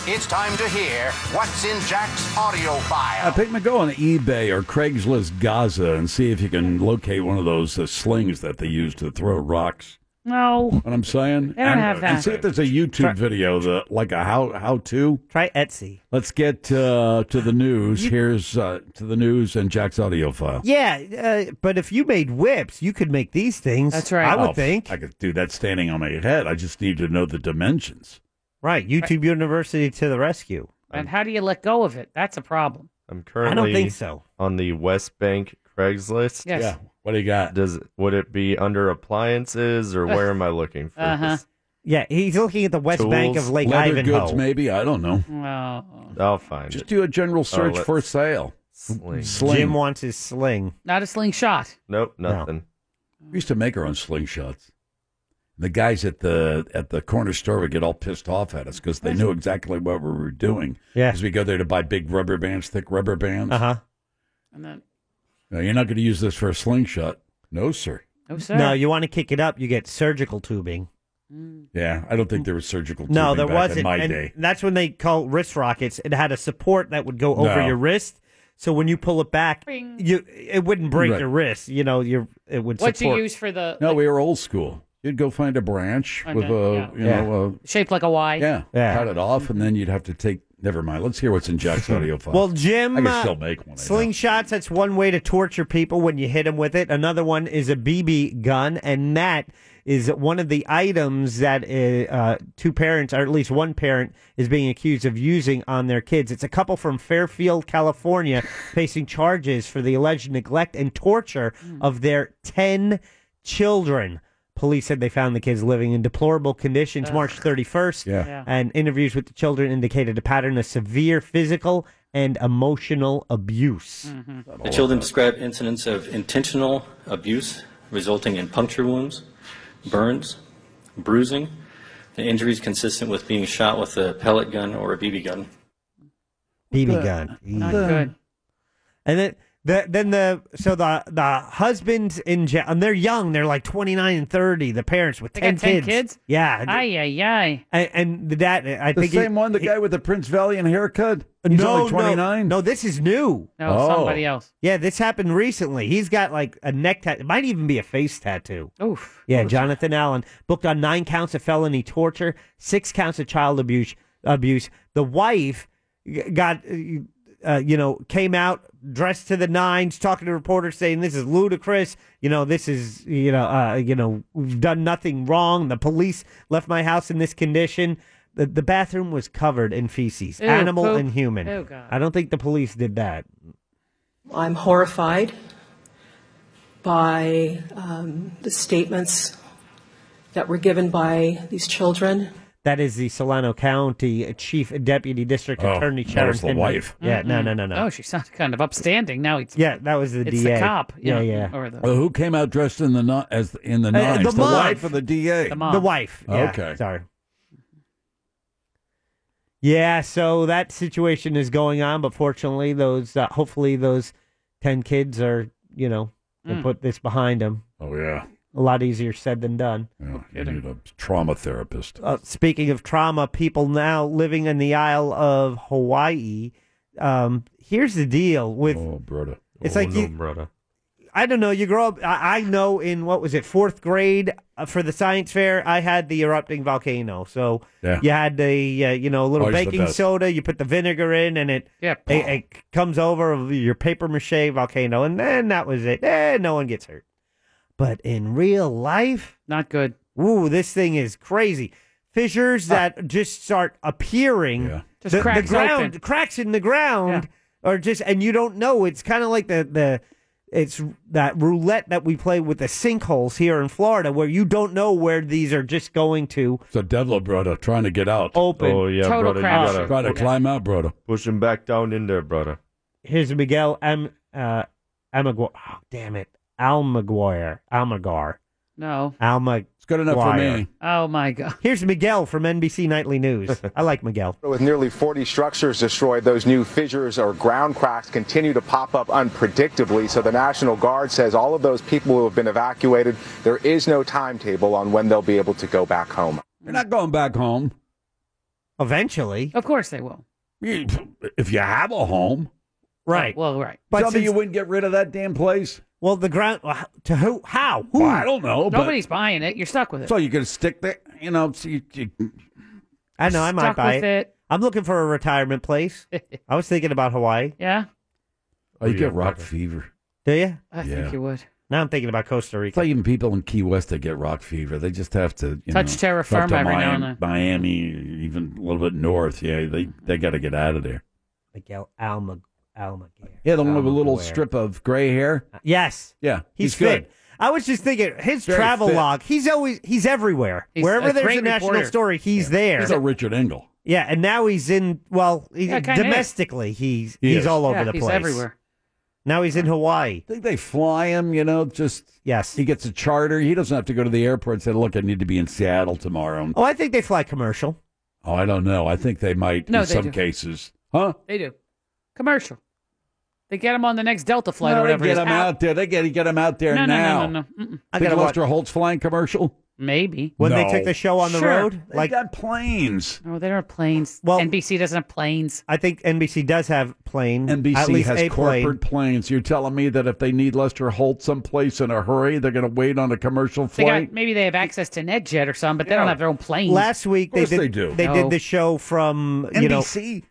Speaker 13: It's time to hear what's in Jack's audio file.
Speaker 5: I think go Uh, on eBay or Craigslist Gaza and see if you can locate one of those uh, slings that they use to throw rocks.
Speaker 6: No.
Speaker 5: What I'm saying?
Speaker 6: They don't
Speaker 5: and,
Speaker 6: have
Speaker 5: And
Speaker 6: that.
Speaker 5: see if there's a YouTube video that like a how how to.
Speaker 8: Try Etsy.
Speaker 5: Let's get uh, to the news. Here's uh, to the news and Jack's audio file.
Speaker 8: Yeah, uh, but if you made whips, you could make these things. That's right. I would
Speaker 5: Oh,
Speaker 8: think.
Speaker 5: I could do that standing on my head. I just need to know the dimensions.
Speaker 8: Right, YouTube University to the rescue.
Speaker 6: And how do you let go of it? That's a problem.
Speaker 9: I'm currently
Speaker 6: think so.
Speaker 9: on the West Bank Craigslist.
Speaker 6: Yes. Yeah.
Speaker 5: What do you got?
Speaker 9: Does would it be under appliances or where am I looking for?
Speaker 6: Uh-huh.
Speaker 8: Yeah, he's looking at the West Bank of
Speaker 9: Tools,
Speaker 8: Lake
Speaker 9: leather
Speaker 8: Ivanhoe.
Speaker 9: goods,
Speaker 5: Maybe I don't know.
Speaker 6: Well,
Speaker 9: I'll find
Speaker 5: Just
Speaker 9: it.
Speaker 5: do a general
Speaker 9: Oh,
Speaker 5: search
Speaker 9: let's-
Speaker 5: for sale.
Speaker 9: Sling.
Speaker 8: Jim wants his sling.
Speaker 6: not a slingshot.
Speaker 9: Nope, nothing.
Speaker 5: We used to make our own slingshots. The guys at the at the corner store would get all pissed off at us because they knew exactly what we were doing.
Speaker 8: Yeah,
Speaker 5: because we go there to buy big rubber bands, thick rubber bands.
Speaker 8: Uh-huh.
Speaker 6: And then,
Speaker 5: No, you're not going to use this for a slingshot, no, sir.
Speaker 6: oh, sir.
Speaker 8: No, you want to kick it up, you get surgical tubing.
Speaker 6: Mm.
Speaker 5: Yeah, I don't think there was surgical.
Speaker 8: No,
Speaker 5: tubing
Speaker 8: there
Speaker 5: back
Speaker 8: wasn't.
Speaker 5: in my
Speaker 8: and
Speaker 5: day.
Speaker 8: That's when they call wrist rockets. It had a support that would go over
Speaker 5: No.
Speaker 8: your wrist. So when you pull it back, you it wouldn't break
Speaker 5: Right.
Speaker 8: your wrist. You know, your it would
Speaker 6: What you
Speaker 8: support.
Speaker 6: use for the.
Speaker 5: No, we were old school. You'd go find a branch
Speaker 6: Okay,
Speaker 5: with a
Speaker 6: yeah.
Speaker 5: you
Speaker 8: Yeah.
Speaker 5: know a,
Speaker 6: Shaped like a Y.
Speaker 5: yeah, cut it off, and then you'd have to take. Never mind. Let's hear what's in Jack's audio file.
Speaker 8: Well, Jim,
Speaker 5: I
Speaker 8: uh,
Speaker 5: can still make one.
Speaker 8: Slingshots, that's one way to torture people when you hit them with it. Another one is a BB gun, and that is one of the items that uh, uh, two parents, or at least one parent, is being accused of using on their kids. It's a couple from Fairfield, California, facing charges for the alleged neglect and torture
Speaker 5: Hmm.
Speaker 8: of their 10 children. Police said they found the kids living in deplorable conditions March 31st.
Speaker 5: Yeah.
Speaker 8: And interviews with the children indicated a pattern of severe physical and emotional abuse.
Speaker 15: The children described incidents of intentional abuse resulting in puncture wounds, burns, bruising, and injuries consistent with being shot with a pellet gun or a BB gun.
Speaker 8: BB gun.
Speaker 15: Not good.
Speaker 8: And then The, then the so the the husbands in jail and they're young they're like 29 and 30 the parents with
Speaker 6: They
Speaker 8: 10,
Speaker 6: got 10 kids?
Speaker 8: yeah
Speaker 6: Ay, ay, ay.
Speaker 8: and, and that I
Speaker 5: The
Speaker 8: think
Speaker 5: same one, the guy with the Prince Valiant haircut. He's
Speaker 8: no,
Speaker 5: only 29.
Speaker 8: No, no, this is new.
Speaker 5: No, Oh. somebody
Speaker 6: else.
Speaker 8: Yeah, this happened recently. He's got like a neck tattoo. It might even be a face tattoo.
Speaker 6: Oof.
Speaker 8: Yeah, Jonathan Allen booked on nine counts of felony torture, six counts of child abuse. Abuse. The wife g- got, uh, you know, came out dressed to the nines, talking to reporters, saying this is ludicrous. You know, this is, you know, uh, you know, we've done nothing wrong. The police left my house in this condition. The, the bathroom was covered in feces
Speaker 12: Ew,
Speaker 8: animal
Speaker 12: poop.
Speaker 8: and human.
Speaker 12: Ew, God.
Speaker 8: I don't think the police did that.
Speaker 12: I'm horrified by um, the statements that were given by these children.
Speaker 8: That is the Solano County Chief Deputy District
Speaker 6: Oh,
Speaker 8: Attorney
Speaker 6: that
Speaker 8: Sharon
Speaker 6: was the
Speaker 8: Kinman.
Speaker 6: wife.
Speaker 8: Yeah, no, no, no, no.
Speaker 6: Oh, she sounded kind of upstanding. Now it's
Speaker 8: yeah, that was the
Speaker 6: it's
Speaker 8: DA.
Speaker 6: the cop.
Speaker 8: Yeah,
Speaker 6: yeah,
Speaker 8: yeah.
Speaker 6: Or the
Speaker 5: Uh, who came out dressed in the ni- as in the
Speaker 8: Uh,
Speaker 5: nines?
Speaker 8: the mom.
Speaker 5: wife of the DA.
Speaker 8: The mom. The wife, yeah,
Speaker 5: Okay.
Speaker 8: Sorry. Yeah, so that situation is going on, but fortunately, those uh, hopefully those ten kids are you know they
Speaker 5: Mm.
Speaker 8: put this behind them.
Speaker 5: Oh yeah.
Speaker 8: A lot easier said than done.
Speaker 5: You need a trauma therapist.
Speaker 8: Uh, speaking of trauma, people now living in the Isle of Hawaii. Um, here's the deal with
Speaker 6: Oh,
Speaker 8: It's like you, I don't know. You grow up. I, I know in what was it fourth grade uh, for the science fair, I had the erupting volcano. So
Speaker 5: Yeah.
Speaker 8: you had the uh, you know little
Speaker 5: Always the
Speaker 8: baking
Speaker 5: best.
Speaker 8: soda. You put the vinegar in, and it
Speaker 6: yeah
Speaker 8: it, it comes over of your paper mache volcano, and then that was it. Eh, no one gets hurt. But in real life,
Speaker 6: not good. Uh.
Speaker 8: Ooh, this thing is crazy. Fissures that just start appearing.
Speaker 6: Just
Speaker 8: the,
Speaker 6: cracks
Speaker 8: the ground
Speaker 6: open.
Speaker 8: cracks in the ground are just and you don't know. It's kind of like the the it's that roulette that we play with the sinkholes here in Florida, where you don't know where these are just going to.
Speaker 5: So Devla, brother, trying to get out.
Speaker 8: Open.
Speaker 9: Oh yeah,
Speaker 8: Total
Speaker 9: brother,
Speaker 8: crasher.
Speaker 9: you gotta
Speaker 8: Gotta
Speaker 5: climb out, brother.
Speaker 9: Push him back down in there, brother.
Speaker 8: Here's Miguel M. Uh, Amaguar. Oh, damn it, Almaguire, Almagar,
Speaker 6: No.
Speaker 8: Alma. It's
Speaker 5: good
Speaker 6: enough for me. Oh my God.
Speaker 8: Here's Miguel from NBC Nightly News. I like Miguel.
Speaker 16: With nearly 40 structures destroyed, those new fissures or ground cracks continue to pop up unpredictably. So the National Guard says all of those people who have been evacuated, there is no timetable on when they'll be able to go back home.
Speaker 5: They're not going back home.
Speaker 8: Eventually.
Speaker 6: Of course they will.
Speaker 5: If you have a home.
Speaker 8: Right.
Speaker 6: Well, Oh, right.
Speaker 5: But
Speaker 8: since-
Speaker 5: you wouldn't get rid of that damn place.
Speaker 8: Well, the ground to who? How? Who?
Speaker 5: Well, I don't know. but-
Speaker 6: Nobody's buying it. You're stuck with it.
Speaker 5: So you're gonna stick there, you know? So you, you,
Speaker 8: I know. I might
Speaker 6: Stuck
Speaker 8: buy
Speaker 6: with it.
Speaker 8: I'm looking for a retirement place. I was thinking about Hawaii.
Speaker 6: Yeah.
Speaker 5: oh, you get rock fever.
Speaker 8: Do you?
Speaker 6: I think you would.
Speaker 8: Now I'm thinking about Costa Rica.
Speaker 5: It's like even people in Key West that get rock fever. They just have to you
Speaker 6: Touch
Speaker 5: know,
Speaker 6: terra
Speaker 5: up to
Speaker 6: firma every now
Speaker 5: Miami,
Speaker 6: and then.
Speaker 5: Miami, even a little bit north. Yeah, they they got to get out of there.
Speaker 8: Miguel Alma Alma.
Speaker 5: Yeah, the one with a little
Speaker 8: Delaware.
Speaker 5: strip of gray hair.
Speaker 8: Yes.
Speaker 5: Yeah,
Speaker 8: He's, fit. I was just thinking his
Speaker 5: Very
Speaker 8: travel
Speaker 5: fit.
Speaker 8: log. He's always he's everywhere.
Speaker 5: He's
Speaker 8: Wherever
Speaker 5: a
Speaker 8: there's
Speaker 5: great
Speaker 8: a national
Speaker 5: reporter.
Speaker 8: story, he's there.
Speaker 5: He's a Richard Engel.
Speaker 8: yeah, and now he's in. Well, he,
Speaker 5: Yeah, kinda is.
Speaker 8: domestically, he's
Speaker 5: He
Speaker 8: he's
Speaker 5: is.
Speaker 8: all over
Speaker 5: Yeah,
Speaker 8: the
Speaker 5: he's
Speaker 8: place.
Speaker 5: everywhere.
Speaker 8: Now he's in Hawaii.
Speaker 5: I think they fly him, you know, just
Speaker 8: yes.
Speaker 5: He gets a charter. He doesn't have to go to the airport and say, "Look, I need to be in Seattle tomorrow."
Speaker 8: Oh, I think they fly commercial.
Speaker 5: Oh, I don't know. I think they might
Speaker 6: No,
Speaker 5: in
Speaker 6: they
Speaker 5: some
Speaker 6: do.
Speaker 5: cases, huh?
Speaker 6: They do. Commercial. They get them on the next Delta flight
Speaker 5: No,
Speaker 6: or
Speaker 5: they
Speaker 6: whatever.
Speaker 5: get
Speaker 6: it is.
Speaker 5: him out. there. They get get him out there
Speaker 6: No, no, no,
Speaker 5: now.
Speaker 6: no, no. Mm-mm.
Speaker 5: I
Speaker 6: I
Speaker 5: got
Speaker 6: gotta watch-
Speaker 5: Lester Holtz flying commercial.
Speaker 6: Maybe
Speaker 5: When
Speaker 8: they took the show on the
Speaker 6: Sure.
Speaker 8: road,
Speaker 6: They
Speaker 8: like
Speaker 5: got planes.
Speaker 6: No, Oh, they don't have planes.
Speaker 8: Well,
Speaker 6: NBC doesn't have planes.
Speaker 8: I think NBC does have plane.
Speaker 5: NBC
Speaker 8: at least
Speaker 5: has
Speaker 8: a plane.
Speaker 5: corporate planes. You're telling me that if they need Lester Holt someplace in a hurry, they're going to wait on a commercial
Speaker 6: They
Speaker 5: flight?
Speaker 6: got, maybe they have access to NetJet or something, but they don't have their own planes.
Speaker 8: Last week they
Speaker 5: course
Speaker 8: did.
Speaker 5: they do.
Speaker 8: They
Speaker 6: No.
Speaker 8: did the show from you
Speaker 5: NBC.
Speaker 8: know.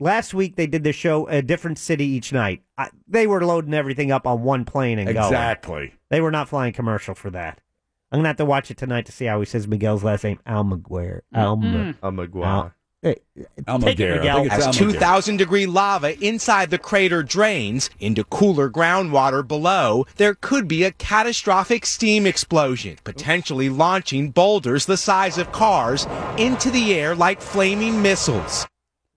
Speaker 8: Last week they did the show a different city each night. I, they were loading everything up on one plane and going.
Speaker 5: Exactly.
Speaker 8: They were not flying commercial for that. I'm gonna have to watch it tonight to see how he says Miguel's last name. Almaguer. Alma.
Speaker 9: Mm. Almaguar.
Speaker 8: Al, Take it, Miguel.
Speaker 17: As 2,000 degree lava inside the crater drains into cooler groundwater below, there could be a catastrophic steam explosion, potentially launching boulders the size of cars into the air like flaming missiles.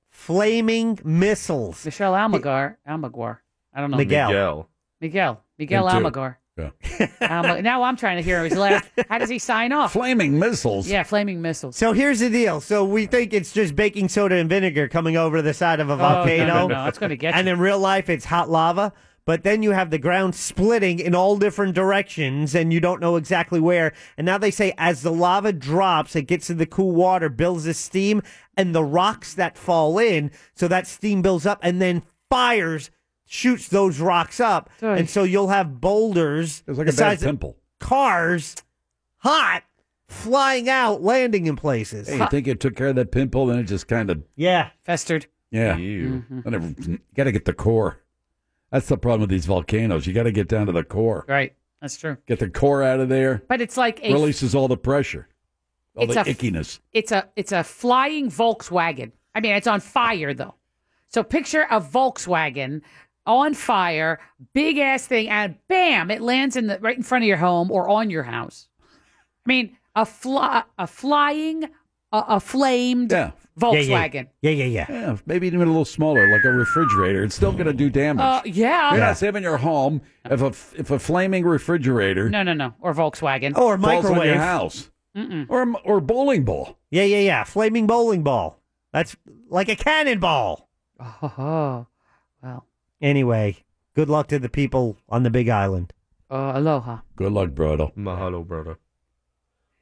Speaker 8: Flaming missiles.
Speaker 6: Michelle Almagar. Almaguar. I don't know.
Speaker 8: Miguel.
Speaker 9: Miguel.
Speaker 6: Miguel. Miguel
Speaker 5: Him too.
Speaker 6: Almagar.
Speaker 5: Yeah.
Speaker 6: Alma- now I'm trying to hear his last. How does he sign off?
Speaker 5: Flaming missiles.
Speaker 6: Yeah, flaming missiles.
Speaker 8: So here's the deal. So we think it's just baking soda and vinegar coming over the side of a
Speaker 6: Oh, no,
Speaker 8: volcano.
Speaker 6: no, no, it's gonna get
Speaker 8: And in real life, it's hot lava. But then you have the ground splitting in all different directions and you don't know exactly where. And now they say as the lava drops, it gets in the cool water, builds this steam, and the rocks that fall in, so that steam builds up and then fires shoots those rocks up. And so you'll have boulders
Speaker 5: It's like
Speaker 8: the
Speaker 5: a bad
Speaker 8: size of
Speaker 5: pimple.
Speaker 8: cars hot flying out, landing in places.
Speaker 5: Hey, you think it took care of that pimple, then it just kind of
Speaker 8: yeah.
Speaker 6: Festered. Mm-hmm.
Speaker 5: Yeah. I never, you got to get the core. That's the problem with these volcanoes. You got to get down to the core.
Speaker 6: Right. That's true.
Speaker 5: Get the core out of there.
Speaker 6: But it's like a
Speaker 5: Releases all the pressure, all
Speaker 6: It's
Speaker 5: the
Speaker 6: a f-
Speaker 5: ickiness.
Speaker 6: It's a it's a flying Volkswagen. I mean, it's on fire though. So picture a Volkswagen on fire, big ass thing, and bam, it lands in the right in front of your home or on your house. I mean, a fly, a flying, a, a flamed Volkswagen.
Speaker 8: Yeah, yeah, yeah.
Speaker 5: maybe even a little smaller, like a refrigerator. It's still going to do damage.
Speaker 6: Uh, yeah.
Speaker 5: You're
Speaker 6: Yeah.
Speaker 5: not saving your home if a if a flaming refrigerator
Speaker 6: No, no, no, or Volkswagen
Speaker 5: falls on your house.
Speaker 6: Mm-mm.
Speaker 5: or or bowling ball.
Speaker 8: Yeah, yeah, yeah. Flaming bowling ball. That's like a cannonball.
Speaker 6: Oh, well.
Speaker 8: Anyway, good luck to the people on the Big Island.
Speaker 6: Uh, aloha.
Speaker 5: Good luck, brother.
Speaker 9: Mahalo, brother.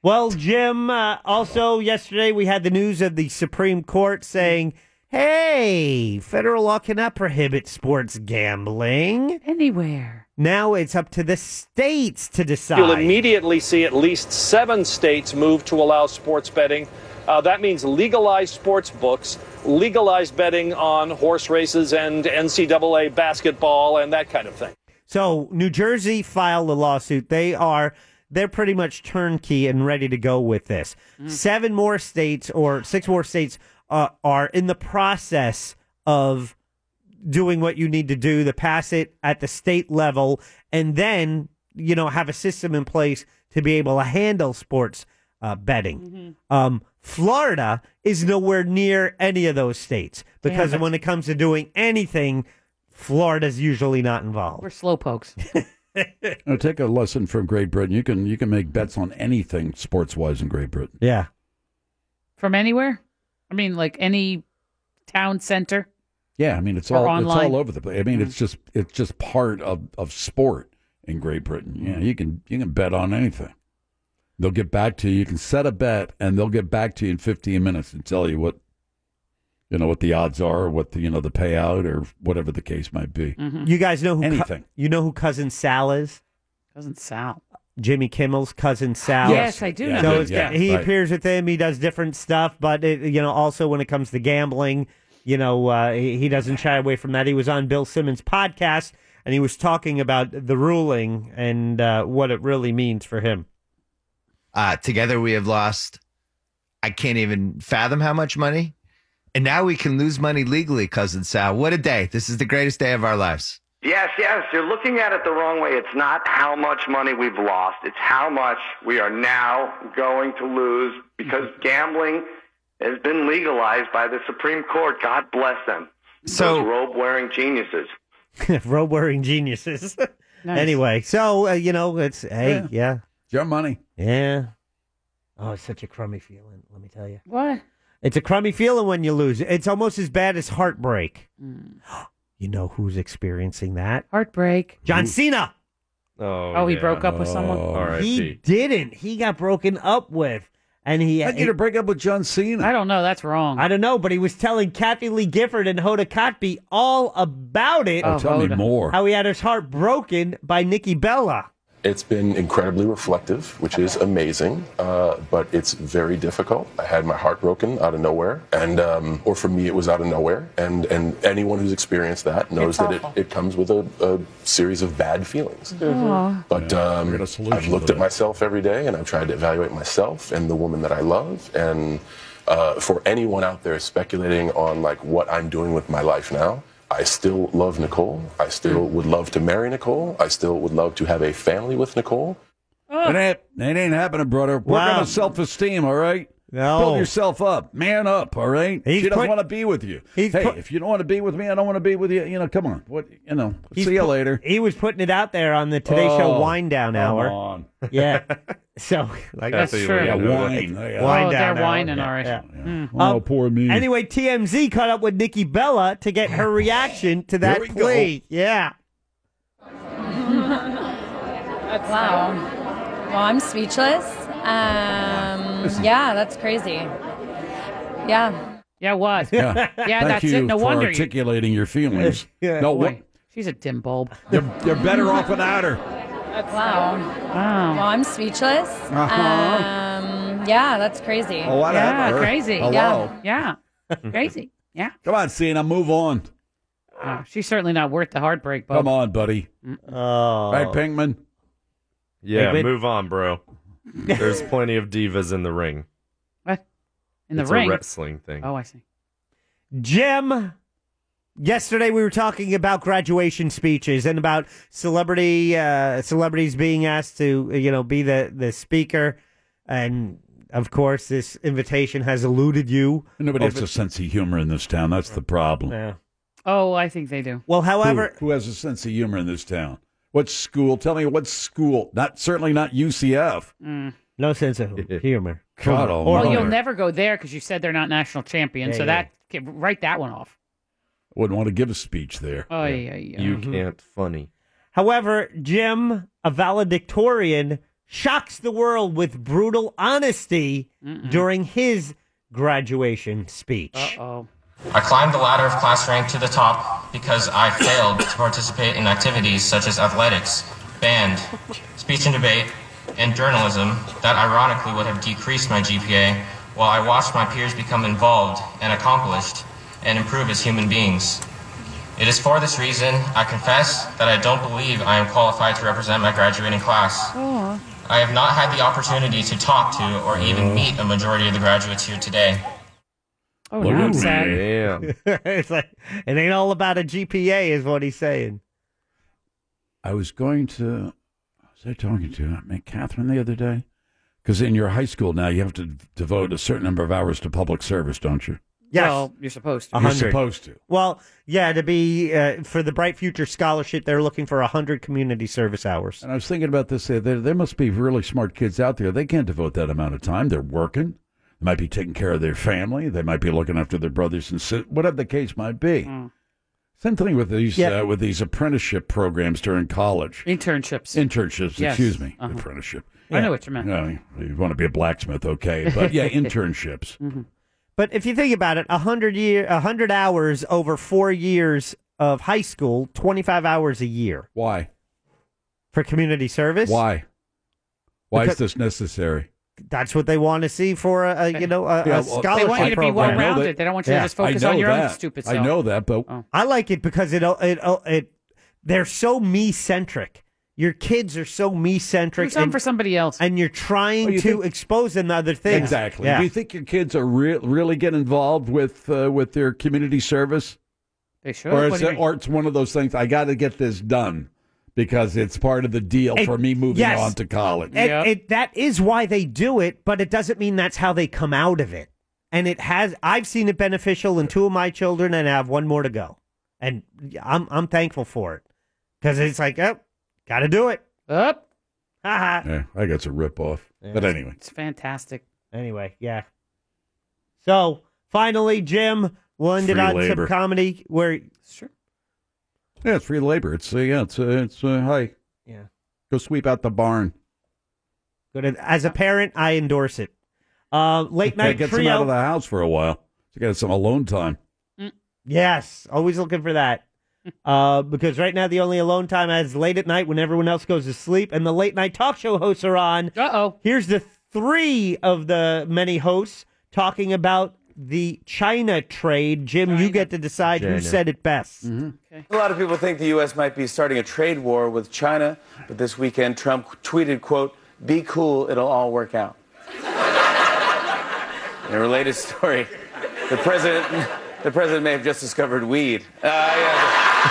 Speaker 8: Well, Jim, uh, also yesterday we had the news of the Supreme Court saying, hey, federal law cannot prohibit sports gambling.
Speaker 6: Anywhere.
Speaker 8: Now it's up to the states to decide.
Speaker 18: You'll immediately see at least seven states move to allow sports betting. Uh, that means legalized sports books, legalized betting on horse races and NCAA basketball and that kind of thing.
Speaker 8: So New Jersey filed a lawsuit. They are they're pretty much turnkey and ready to go with this. Seven more states or six more states uh, are in the process of doing what you need to do to pass it at the state level, and then you know have a system in place to be able to handle sports uh, betting.
Speaker 5: Mm-hmm.
Speaker 8: Um, Florida is nowhere near any of those states because
Speaker 6: Damn it.
Speaker 8: when it comes to doing anything, Florida's usually not involved.
Speaker 6: We're slowpokes.
Speaker 5: Now, take a lesson from Great Britain. You can you can make bets on anything sports wise in Great Britain.
Speaker 8: Yeah.
Speaker 6: from anywhere. I mean, like any town center.
Speaker 5: Yeah, I mean it's
Speaker 6: Or
Speaker 5: all it's
Speaker 6: online. Mm-hmm.
Speaker 5: all over the place. I mean it's just it's just part of, of sport in Great Britain. Yeah, you can you can bet on anything. They'll get back to you. You can set a bet and they'll get back to you in fifteen minutes and tell you what you know what the odds are, what the you know the payout or whatever the case might be.
Speaker 6: Mm-hmm.
Speaker 8: You guys know who Cou-
Speaker 5: Anything.
Speaker 8: you know who cousin Sal is?
Speaker 6: Cousin Sal.
Speaker 8: Jimmy Kimmel's cousin Sal.
Speaker 6: Yes, I do Yeah, know
Speaker 8: So
Speaker 6: him.
Speaker 8: it's-
Speaker 6: yeah,
Speaker 8: he
Speaker 6: right.
Speaker 8: appears with him. He does different stuff, but it, you know, also when it comes to gambling, you know, uh, he he doesn't shy away from that. He was on Bill Simmons' podcast, and he was talking about the ruling and uh, what it really means for him.
Speaker 19: Uh, together we have lost, I can't even fathom how much money. And now we can lose money legally, cousin Sal. What a day. This is the greatest day of our lives.
Speaker 14: Yes, yes, you're looking at it the wrong way. It's not how much money we've lost, it's how much we are now going to lose because gambling has been legalized by the Supreme Court. God bless them. So, Those robe wearing geniuses.
Speaker 8: Robe wearing geniuses. Anyway, so uh, you know, it's hey,
Speaker 6: Yeah.
Speaker 8: yeah.
Speaker 5: your money.
Speaker 8: Yeah. Oh, it's such a crummy feeling. Let me tell you.
Speaker 6: What?
Speaker 8: It's a crummy feeling when you lose. It's almost as bad as heartbreak.
Speaker 6: Mm.
Speaker 8: You know who's experiencing that?
Speaker 6: Heartbreak.
Speaker 8: John Cena.
Speaker 9: Oh,
Speaker 6: Oh, he yeah. broke up with someone? Oh.
Speaker 8: He
Speaker 6: R.I.P..
Speaker 8: didn't. He got broken up with. And he
Speaker 5: How'd you get a break up with John Cena?
Speaker 6: I don't know. That's wrong.
Speaker 8: I don't know, but he was telling Kathy Lee Gifford and Hoda Kotb all about it.
Speaker 5: Oh, tell me Hoda. more.
Speaker 8: How he had his heart broken by Nikki Bella.
Speaker 20: It's been incredibly reflective, which is amazing, uh, but it's very difficult. I had my heart broken out of nowhere, and um, or for me, it was out of nowhere. And and anyone who's experienced that knows
Speaker 21: It's
Speaker 20: that it,
Speaker 21: awful.
Speaker 20: it comes with a, a series of bad feelings.
Speaker 21: Mhm. Aw.
Speaker 20: Mm-hmm. But um, I've looked at myself every day, and I've tried to evaluate myself and the woman that I love. And uh, for anyone out there speculating on like what I'm doing with my life now, I still love Nicole. I still would love to marry Nicole. I still would love to have a family with Nicole.
Speaker 6: Oh.
Speaker 5: It ain't, it ain't happening, brother. Work
Speaker 20: Wow.
Speaker 5: on self esteem, all right?
Speaker 20: No.
Speaker 5: Build yourself up. Man up, all right? she doesn't
Speaker 20: put-
Speaker 5: want to be with you. Hey, if you don't want to be with me, I don't want to be with you. You know, come on. What you know.
Speaker 8: He's
Speaker 5: see you
Speaker 8: put-
Speaker 5: later.
Speaker 8: He was putting it out there on the Today Show
Speaker 5: Oh,
Speaker 8: wind down
Speaker 5: come
Speaker 8: hour.
Speaker 5: on.
Speaker 8: Yeah. So like
Speaker 5: That's That's true. Yeah, wine. Yeah.
Speaker 8: Wind
Speaker 5: Oh, they're
Speaker 8: down hour.
Speaker 5: whining
Speaker 8: Yeah,
Speaker 5: already.
Speaker 8: yeah.
Speaker 5: Oh, poor me.
Speaker 8: Anyway, TMZ caught up with Nikki Bella to get her reaction to that
Speaker 5: There we go.
Speaker 8: plea. Yeah.
Speaker 5: That's
Speaker 21: wow. Well, I'm speechless. Um, yeah, that's crazy. Yeah.
Speaker 6: Yeah, what?
Speaker 5: Yeah,
Speaker 6: yeah
Speaker 5: Thank
Speaker 6: that's
Speaker 5: you
Speaker 6: it. No
Speaker 5: for
Speaker 6: wonder you.
Speaker 5: articulating your feelings.
Speaker 6: Yeah.
Speaker 5: no,
Speaker 6: Boy,
Speaker 5: what?
Speaker 6: She's a dim bulb.
Speaker 5: You're, you're better off without her.
Speaker 21: Wow.
Speaker 6: Wow.
Speaker 21: Well, I'm speechless.
Speaker 5: Uh-huh.
Speaker 21: Um, yeah, that's crazy.
Speaker 5: Oh, whatever.
Speaker 6: Yeah, crazy.
Speaker 5: Hello.
Speaker 6: Yeah. yeah. Crazy. Yeah.
Speaker 5: Come on, Cena, move on.
Speaker 6: Wow, she's certainly not worth the heartbreak, but
Speaker 5: Come on, buddy.
Speaker 8: Oh.
Speaker 5: Right, Pinkman?
Speaker 9: Yeah,
Speaker 5: Pinkman?
Speaker 9: move on, bro. There's plenty of divas in the ring.
Speaker 6: in the
Speaker 9: it's
Speaker 6: ring.
Speaker 9: a wrestling thing.
Speaker 6: Oh, I see.
Speaker 8: Jim, yesterday we were talking about graduation speeches and about celebrity uh, celebrities being asked to you know be the the speaker, and of course this invitation has eluded you.
Speaker 5: Nobody has
Speaker 8: Over-
Speaker 5: a sense of humor in this town. That's the problem.
Speaker 8: Yeah.
Speaker 6: Oh, I think they do.
Speaker 8: Well,
Speaker 5: who, has a sense of humor in this town? What school? Tell me what school? Not certainly not UCF.
Speaker 6: Mm.
Speaker 8: No sense of humor.
Speaker 5: God
Speaker 6: well,
Speaker 5: almighty.
Speaker 6: you'll never go there because you said they're not national champion.
Speaker 5: Yeah,
Speaker 6: so
Speaker 5: yeah.
Speaker 6: that get- write that one off.
Speaker 5: Wouldn't want to give a speech there.
Speaker 6: Oh yeah, yeah.
Speaker 9: You can't funny.
Speaker 8: However, Jim, a valedictorian, shocks the world with brutal honesty during his graduation speech.
Speaker 6: oh.
Speaker 22: I climbed the ladder of class rank to the top because I failed to participate in activities such as athletics, band, speech and debate, and journalism that ironically would have decreased my GPA while I watched my peers become involved and accomplished and improve as human beings. It is for this reason I confess that I don't believe I am qualified to represent my graduating class. I have not had the opportunity to talk to or even
Speaker 9: Mm.
Speaker 22: meet a majority of the graduates here today.
Speaker 6: Oh,
Speaker 22: Look
Speaker 8: now
Speaker 22: at
Speaker 8: it's
Speaker 22: me.
Speaker 8: sad.
Speaker 22: Yeah.
Speaker 8: it's like it ain't all about a GPA, is what he's saying.
Speaker 5: I was going to. Was I talking to I mean, Catherine the other day? Because in your high school now, you have to devote a certain number of hours to public service, don't you?
Speaker 8: Yes.
Speaker 6: Well, you're supposed to.
Speaker 5: You're supposed to.
Speaker 8: Well, yeah, to be uh, for the Bright Future Scholarship, they're looking for hundred community service hours.
Speaker 5: And I was thinking about this. There, there there must be really smart kids out there. They can't devote that amount of time. They're working. They might be taking care of their family. They might be looking after their brothers and sisters. Whatever the case might be. Same thing with these uh, with these apprenticeship programs during college.
Speaker 6: Internships.
Speaker 5: Internships.
Speaker 6: Yes.
Speaker 5: Excuse me.
Speaker 6: Uh-huh.
Speaker 5: Apprenticeship.
Speaker 6: I know what you meant.
Speaker 5: Yeah, you want to be a blacksmith, okay? But yeah, internships.
Speaker 8: But if you think about it, hundred year, hundred hours over four years of high school, twenty five hours a year.
Speaker 5: Why?
Speaker 8: For community service.
Speaker 5: Why? Why
Speaker 8: Because-
Speaker 5: is this necessary?
Speaker 8: That's what they want to see for a, a you know a,
Speaker 5: Yeah, well,
Speaker 8: a scholarship.
Speaker 5: They want you to be
Speaker 8: program.
Speaker 5: well-rounded. I know that- They don't want you to just focus I know on your own that. stupid I self. know that, but
Speaker 8: I like it because it it it they're so me centric. Your kids are so me centric.
Speaker 6: Do something for somebody else,
Speaker 8: and you're trying
Speaker 5: Well, you
Speaker 8: to
Speaker 5: think-
Speaker 8: expose them to other things.
Speaker 5: Exactly.
Speaker 8: Yeah.
Speaker 5: Do you think your kids are re- really get involved with uh, with their community service?
Speaker 6: They should.
Speaker 5: Or
Speaker 6: What
Speaker 5: it's,
Speaker 6: do you mean?
Speaker 5: or it's one of those things. I got to get this done because it's part of the deal
Speaker 8: It-
Speaker 5: for me moving
Speaker 8: yes.
Speaker 5: on to college.
Speaker 8: And it- that is why they do it, but it doesn't mean that's how they come out of it. And it has. I've seen it beneficial in two of my children, and I have one more to go. And I'm I'm thankful for it because it's like, oh, got to do it.
Speaker 6: Up.
Speaker 8: Ha
Speaker 5: Yeah, I think it's a ripoff. But anyway,
Speaker 6: It's fantastic.
Speaker 8: Anyway, yeah. So finally, Jim will end it
Speaker 5: Free
Speaker 8: on
Speaker 5: labor.
Speaker 8: some comedy where
Speaker 5: yeah, it's free labor. It's uh, yeah, it's uh, it's uh, hi.
Speaker 8: Yeah.
Speaker 5: Go sweep out the barn.
Speaker 8: good as a parent I endorse it. Uh, late
Speaker 5: That
Speaker 8: night
Speaker 5: gets them
Speaker 8: trio.
Speaker 5: out of the house for a while. So you got some alone time.
Speaker 8: Yes, always looking for that. Uh, because right now the only alone time is late at night when everyone else goes to sleep, and the late night talk show hosts are on.
Speaker 6: Uh oh.
Speaker 8: Here's the three of the many hosts talking about the China trade. Jim, you get to decide who
Speaker 23: China.
Speaker 8: said it best.
Speaker 6: Mm-hmm.
Speaker 23: A lot of people think the U.S. might be starting a trade war with China, but this weekend Trump tweeted, quote, be cool, it'll all work out. In a related story, the president, the president may have just discovered weed. Uh,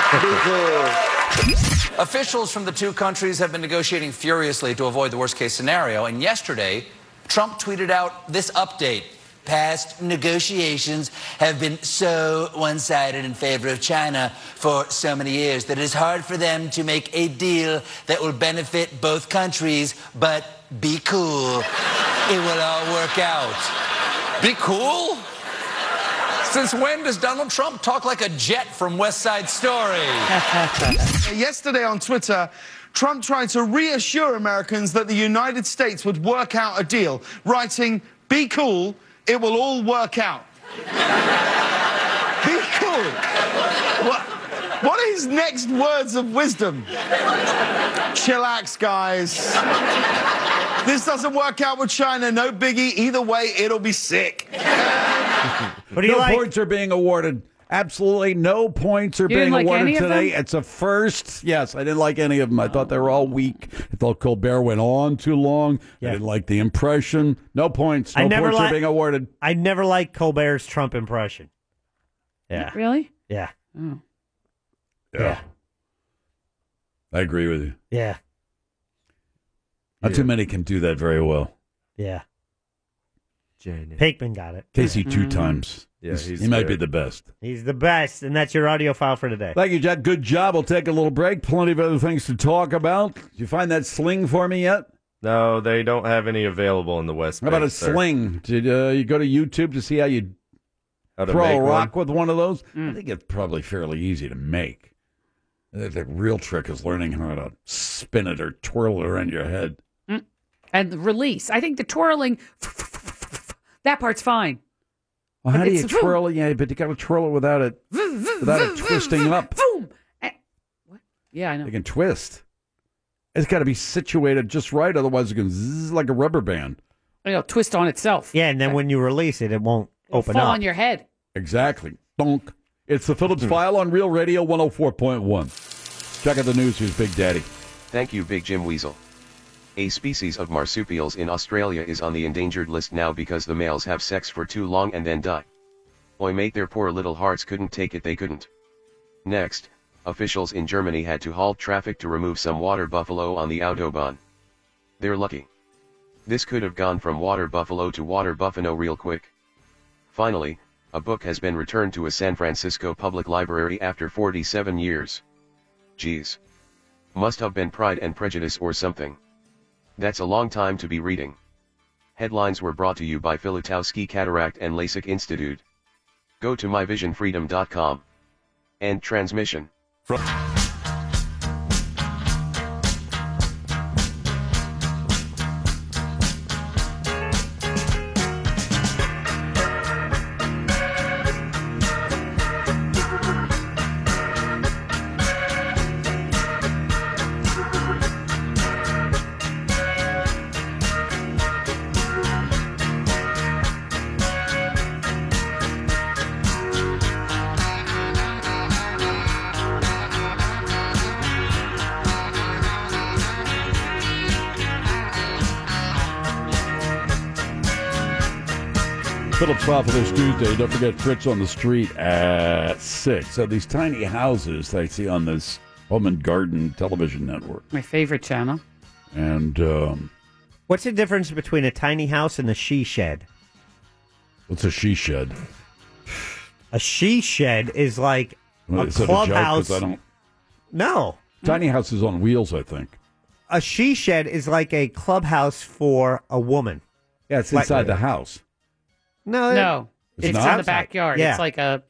Speaker 23: yeah, be cool.
Speaker 24: Officials from the two countries have been negotiating furiously to avoid the worst case scenario. And yesterday, Trump tweeted out this update. Past negotiations have been so one sided in favor of China for so many years that it is hard for them to make a deal that will benefit both countries. But be cool. it will all work out. Be cool? Since when does Donald Trump talk like a jet from West Side Story?
Speaker 25: Yesterday on Twitter,
Speaker 2: Trump tried to reassure Americans that the United States would work out a deal, writing, Be cool, it will all work out. Be cool. What, what are his next words of wisdom? Chillax, guys. This doesn't work out with China, no biggie. Either way, it'll be sick.
Speaker 5: no points are being awarded. Absolutely no points are
Speaker 2: You
Speaker 5: being
Speaker 2: didn't like
Speaker 5: awarded
Speaker 2: any of
Speaker 5: today.
Speaker 2: them?
Speaker 5: It's a first. Yes, I didn't like any of them. I thought they were all weak. I thought Colbert went on too long. I didn't like the impression. No points. No
Speaker 8: I never
Speaker 5: points
Speaker 8: li-
Speaker 5: are being awarded.
Speaker 8: I never liked Colbert's Trump impression. Yeah.
Speaker 6: Really?
Speaker 8: Yeah.
Speaker 6: Oh.
Speaker 5: Yeah. I agree with you.
Speaker 8: Yeah.
Speaker 5: Not too many can do that very well.
Speaker 8: Yeah. Pinkman got it.
Speaker 5: Casey two times.
Speaker 8: Yeah,
Speaker 5: Mm-hmm. He's-
Speaker 8: he's
Speaker 5: he might
Speaker 8: good.
Speaker 5: be the best.
Speaker 8: He's the best, and that's your audio file for today.
Speaker 5: Thank you, Jack. Good job. We'll take a little break. Plenty of other things to talk about. Did you find that sling for me yet?
Speaker 9: No, they don't have any available in the West.
Speaker 5: How about
Speaker 9: Bank,
Speaker 5: a
Speaker 9: sir.
Speaker 5: sling? Did uh, you go to YouTube to see how you
Speaker 9: How to
Speaker 5: throw a
Speaker 9: make
Speaker 5: rock with one of those? I think it's probably fairly easy to make. I think The real trick is learning how to spin it or twirl it around your head.
Speaker 6: And release. I think the twirling, that part's fine.
Speaker 5: Well, how
Speaker 6: But
Speaker 5: do
Speaker 6: it's
Speaker 5: you
Speaker 6: vroom.
Speaker 5: twirl it? Yeah, but you got to twirl it without it without it twisting up.
Speaker 6: Eh, Yeah, I know.
Speaker 5: It can twist. It's got to be situated just right, otherwise it can zzz like a rubber band.
Speaker 6: It'll twist on itself. Uh,
Speaker 8: Yeah, and then when you release it, it won't open
Speaker 6: Fall
Speaker 8: up.
Speaker 6: on your head.
Speaker 5: Exactly. Donk. It's the
Speaker 8: Hmm.
Speaker 5: Phillips File on Real Radio 104.1. Check out the news. Here's Big Daddy.
Speaker 3: Thank you, Big Jim Weasel. A species of marsupials in Australia is on the endangered list now because the males have sex for too long and then die. Oi mate, their poor little hearts couldn't take it, they couldn't. Next, officials in Germany had to halt traffic to remove some water buffalo on the Autobahn. They're lucky. This could have gone from water buffalo to water buffalo real quick. Finally, a book has been returned to a San Francisco public library after 47 years. Geez. Must have been Pride and Prejudice or something. That's a long time to be reading. Headlines were brought to you by Filatowski Cataract and LASIK Institute. Go to myvisionfreedom.com. End transmission.
Speaker 5: Phillips File for this Tuesday. Don't forget Fritz on the Street at 6. So these tiny houses that I see on this Home and Garden television network.
Speaker 6: My favorite channel.
Speaker 5: And um,
Speaker 8: What's the difference between a tiny house and a she shed?
Speaker 5: what's a she shed?
Speaker 8: A she shed is like
Speaker 5: Well,
Speaker 8: a
Speaker 5: is that a joke? 'Cause
Speaker 8: clubhouse.
Speaker 5: I don't-
Speaker 8: No.
Speaker 5: Tiny houses on wheels, I think.
Speaker 8: A she shed is like a clubhouse for a woman.
Speaker 5: Yeah, it's
Speaker 8: Like-
Speaker 5: inside the house.
Speaker 8: No,
Speaker 6: no,
Speaker 8: It's
Speaker 6: it's,
Speaker 8: not?
Speaker 6: in the backyard.
Speaker 8: Yeah.
Speaker 6: It's like a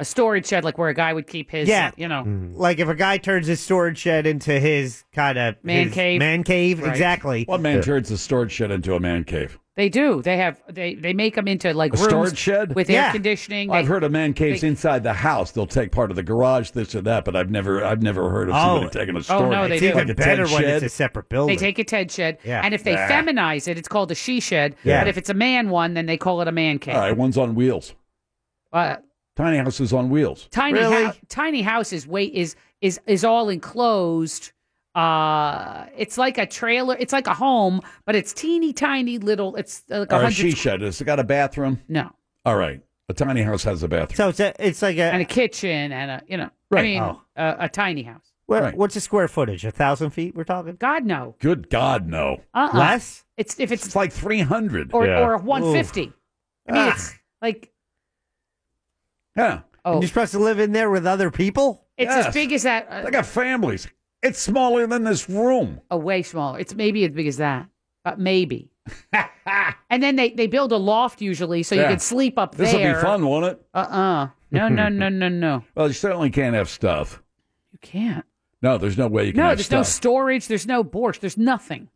Speaker 6: a storage shed, like where a guy would keep his.
Speaker 8: Yeah.
Speaker 6: you know.
Speaker 5: Mm.
Speaker 8: Like if a guy turns his storage shed into his kind of
Speaker 6: Man cave.
Speaker 8: man cave,
Speaker 6: Right.
Speaker 8: exactly.
Speaker 5: What man turns a storage shed into a man cave?
Speaker 6: They do. They have. They they make them into like
Speaker 5: A
Speaker 6: rooms
Speaker 5: storage shed
Speaker 6: with air conditioning.
Speaker 5: I've
Speaker 6: They-
Speaker 5: heard of man caves
Speaker 6: they-
Speaker 5: inside the house. They'll take part of the garage, this or that, but I've never, I've never heard of somebody taking a storage.
Speaker 6: Oh no, they do.
Speaker 5: like a tent shed.
Speaker 6: They take a Ted shed,
Speaker 5: Yeah.
Speaker 6: and if they
Speaker 5: Nah.
Speaker 6: feminize it, it's called a she shed.
Speaker 5: Yeah.
Speaker 6: But if it's a man one, then they call it a man
Speaker 5: All
Speaker 6: cave.
Speaker 5: right, one's on wheels.
Speaker 6: Uh,
Speaker 5: Tiny houses on wheels.
Speaker 6: tiny hou- tiny house is wait is is is all enclosed. Uh, it's like a trailer. It's like a home, but it's teeny tiny little. It's uh, like a
Speaker 5: Or a
Speaker 6: hundred.
Speaker 5: she shed. Has it got a bathroom?
Speaker 6: No.
Speaker 5: All right. A tiny house has a bathroom.
Speaker 8: So it's a, it's like a
Speaker 6: and a kitchen and a you know.
Speaker 5: Right.
Speaker 6: I mean,
Speaker 5: Oh.
Speaker 6: a, a tiny house.
Speaker 8: What, What's the square footage? A thousand feet? We're talking.
Speaker 6: God no.
Speaker 5: Good God, no.
Speaker 6: Uh-uh.
Speaker 8: Less?
Speaker 6: It's if it's,
Speaker 5: like three hundred
Speaker 6: or or a one fifty. I mean,
Speaker 5: Ah.
Speaker 6: it's like
Speaker 5: Yeah.
Speaker 6: Oh.
Speaker 8: And you're supposed to live in there with other people?
Speaker 6: it's as big as that. Uh,
Speaker 5: They got families. It's smaller than this room.
Speaker 6: Oh, way smaller. It's maybe as big as that, but maybe. and then they, they build a loft usually, so you
Speaker 5: Yeah.
Speaker 6: can sleep up
Speaker 5: This will
Speaker 6: there.
Speaker 5: be fun, won't it?
Speaker 6: Uh uh No no no no no.
Speaker 5: Well, you certainly can't have stuff.
Speaker 6: You can't.
Speaker 5: No, there's no way you can.
Speaker 6: No,
Speaker 5: have
Speaker 6: there's
Speaker 5: stuff.
Speaker 6: no storage. There's no borscht. There's nothing.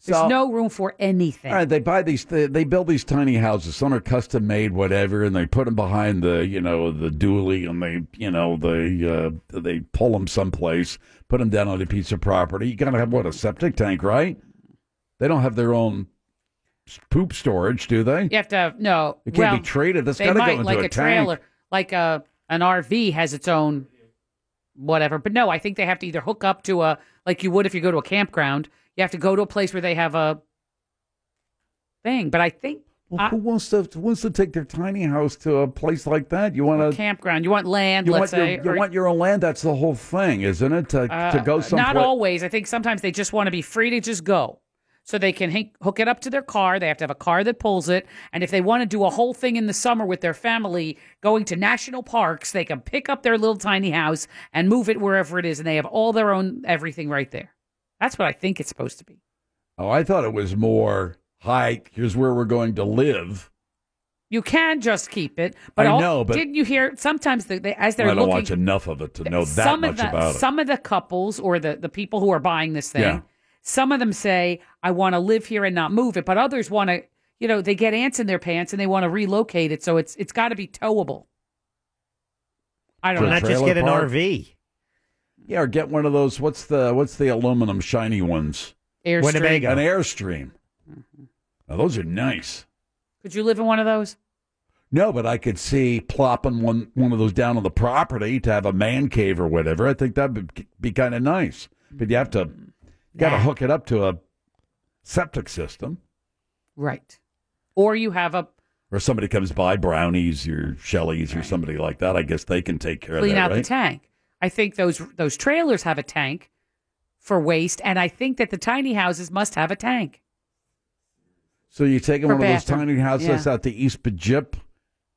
Speaker 5: So-
Speaker 6: there's no room for anything.
Speaker 5: All right, they buy these. They, they build these tiny houses. Some are custom made, whatever, and they put them behind the, you know, the dually, and they, you know, they uh, they pull them someplace, put them down on a piece of property. You gotta have what a septic tank, right? They don't have their own s- poop storage, do they?
Speaker 6: You have to have no.
Speaker 5: It can't be
Speaker 6: well,
Speaker 5: traded. That's
Speaker 6: they
Speaker 5: gotta go
Speaker 6: might,
Speaker 5: into
Speaker 6: like
Speaker 5: a
Speaker 6: a,
Speaker 5: tank.
Speaker 6: trailer, like a an RV has its own whatever. But no, I think they have to either hook up to a like you would if you go to a campground. You have to go to a place where they have a thing. But I think
Speaker 5: Well, who wants to who wants to take their tiny house to a place like that? You want to
Speaker 6: campground. You want
Speaker 5: Uh,
Speaker 6: land.
Speaker 5: You
Speaker 6: let's
Speaker 5: want,
Speaker 6: say.
Speaker 5: your, you
Speaker 6: or-
Speaker 5: want your own land. That's the whole thing, isn't it? To, to
Speaker 6: Uh,
Speaker 5: go someplace.
Speaker 6: Not always. I think sometimes they just want to be free to just go. So they can hink- hook it up to their car. They have to have a car that pulls it. And if they want to do a whole thing in the summer with their family going to national parks, they can pick up their little tiny house and move it wherever it is. And they have all their own everything right there. That's what I think it's supposed to be.
Speaker 5: Oh, I thought it was more hike. Here's where we're going to live.
Speaker 6: You can just keep it. But
Speaker 5: I
Speaker 6: all-
Speaker 5: know, but-
Speaker 6: didn't you hear sometimes they, they, as they're
Speaker 5: I don't
Speaker 6: looking,
Speaker 5: watch enough of it to know that
Speaker 6: some
Speaker 5: much
Speaker 6: of the
Speaker 5: about
Speaker 6: some of the couples or the the people who are buying this thing
Speaker 5: Yeah.
Speaker 6: some of them say i want to live here and not move it but others want to you know they get ants in their pants and they want to relocate it so it's it's got to be towable i
Speaker 5: it.
Speaker 6: don't
Speaker 5: For
Speaker 6: know
Speaker 5: a trailer park? Yeah, or get one of those. What's the what's the aluminum shiny ones?
Speaker 6: Airstream. Mm-hmm. Winnebago.
Speaker 5: An airstream. Now those are nice.
Speaker 6: could you live in one of those
Speaker 5: No, but I could see plopping one one of those down on the property to have a man cave or whatever. I think that would be- be kind of nice. But you have to got to hook it up to a septic system,
Speaker 6: right or you have a
Speaker 5: or somebody comes by, brownies or Shelley's or somebody like that. I guess they can take care
Speaker 6: clean
Speaker 5: of that,
Speaker 6: out
Speaker 5: right?
Speaker 6: the tank i think those those trailers have a tank for waste and i think that the tiny houses must have a tank
Speaker 5: So you take
Speaker 6: For
Speaker 5: one
Speaker 6: bathroom.
Speaker 5: of those tiny houses
Speaker 6: Yeah. Mm-hmm.
Speaker 5: out to East Bajip,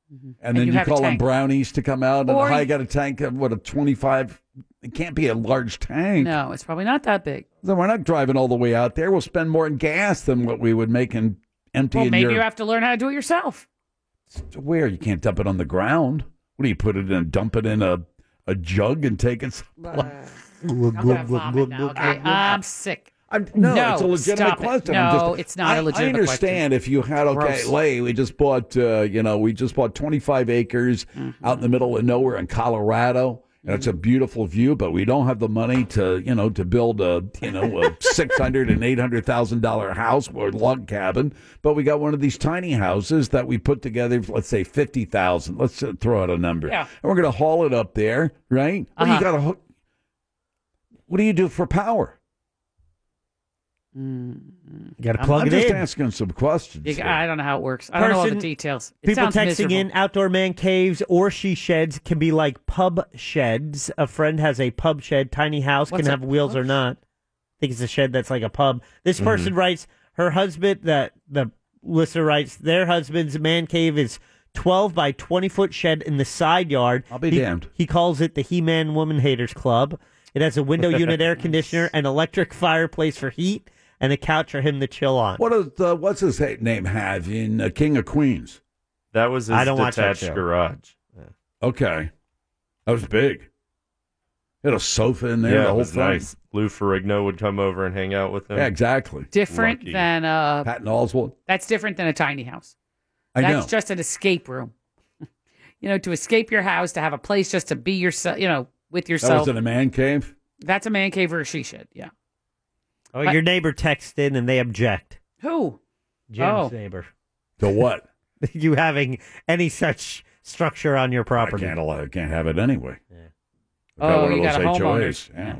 Speaker 6: And
Speaker 5: and then
Speaker 6: you
Speaker 5: you,
Speaker 6: have a
Speaker 5: call them
Speaker 6: tank.
Speaker 5: brownies to come out. And
Speaker 6: Or
Speaker 5: I
Speaker 6: you-
Speaker 5: got a tank of what a twenty-five. It can't be a large tank.
Speaker 6: no it's probably not that big
Speaker 5: Then we're not driving all the way out there. We'll spend more in gas than what we would make in emptying
Speaker 6: well maybe
Speaker 5: your
Speaker 6: you have to learn how to do it yourself
Speaker 5: to where you can't dump it on the ground. What do you put it in? Dump it in a a jug and take it. someplace?
Speaker 6: gonna vomit now, okay? I'm sick.
Speaker 5: no, it's a legitimate
Speaker 6: stop it.
Speaker 5: question. I'm
Speaker 6: No,
Speaker 5: just-
Speaker 6: it's not
Speaker 5: I-
Speaker 6: a legitimate
Speaker 5: I understand if you had okay,
Speaker 6: Gross.
Speaker 5: lay, we just bought, uh, you know, we just bought 25 acres
Speaker 6: Mm-hmm.
Speaker 5: out in the middle of nowhere in Colorado. And it's a beautiful view, but we don't have the money to, you know, to build a, you know, a six hundred and eight hundred thousand dollar house or log cabin. But we got one of these tiny houses that we put together. for, Let's say fifty thousand. Let's uh, throw out a number.
Speaker 6: Yeah.
Speaker 5: And we're going to haul it up there, right? What do
Speaker 6: Uh-huh.
Speaker 5: you got to hook? What do you do for power?
Speaker 6: You
Speaker 8: gotta
Speaker 5: Mm-hmm. I'm-
Speaker 8: plug
Speaker 5: I'm
Speaker 8: it
Speaker 5: just
Speaker 8: in.
Speaker 5: asking some questions.
Speaker 6: You-
Speaker 5: here.
Speaker 6: I don't know how it works. I don't know all the
Speaker 8: Person-
Speaker 6: details. It
Speaker 8: People
Speaker 6: sounds
Speaker 8: texting
Speaker 6: miserable.
Speaker 8: in outdoor man caves or she sheds can be like pub sheds. A friend has a pub shed, tiny house,
Speaker 6: What's
Speaker 8: can
Speaker 6: a
Speaker 8: have wheels or not. I think it's a shed that's like a pub. This
Speaker 5: Mm-hmm.
Speaker 8: person writes her husband that the listener writes their husband's man cave is twelve by twenty foot shed in the side yard. I'll
Speaker 5: be damned.
Speaker 8: He calls it the He Man Woman Haters Club. It has a window unit, air conditioner, an electric fireplace for heat, and a couch for him to chill on.
Speaker 5: What does uh, what's his ha- name have in uh, King of Queens?
Speaker 9: That was his
Speaker 8: I don't watch that
Speaker 9: detached
Speaker 8: show.
Speaker 9: garage.
Speaker 5: Okay, that was big. It had a sofa in there.
Speaker 9: yeah,
Speaker 5: the
Speaker 9: it
Speaker 5: whole
Speaker 9: was
Speaker 5: thing.
Speaker 9: nice. Lou Ferrigno would come over and hang out with him.
Speaker 5: Yeah, exactly.
Speaker 6: different than uh
Speaker 5: Patton Oswald.
Speaker 6: that's different than a tiny house.
Speaker 5: I
Speaker 6: that's
Speaker 5: know.
Speaker 6: just an escape room. you know, to escape your house, to have a place just to be yourself, you know, with
Speaker 5: That
Speaker 6: yourself.
Speaker 5: was in a man cave.
Speaker 6: that's a man cave or a she shed. Yeah.
Speaker 8: Oh, your neighbor texted in and they object.
Speaker 6: Who?
Speaker 8: Jim's
Speaker 6: Oh.
Speaker 8: neighbor.
Speaker 5: To what?
Speaker 8: you having any such structure on your property?
Speaker 5: can't allow. Can't have it anyway.
Speaker 8: Oh,
Speaker 5: got one
Speaker 8: you
Speaker 5: of
Speaker 8: got
Speaker 5: those
Speaker 8: a homeowner.
Speaker 5: HOAs. Yeah.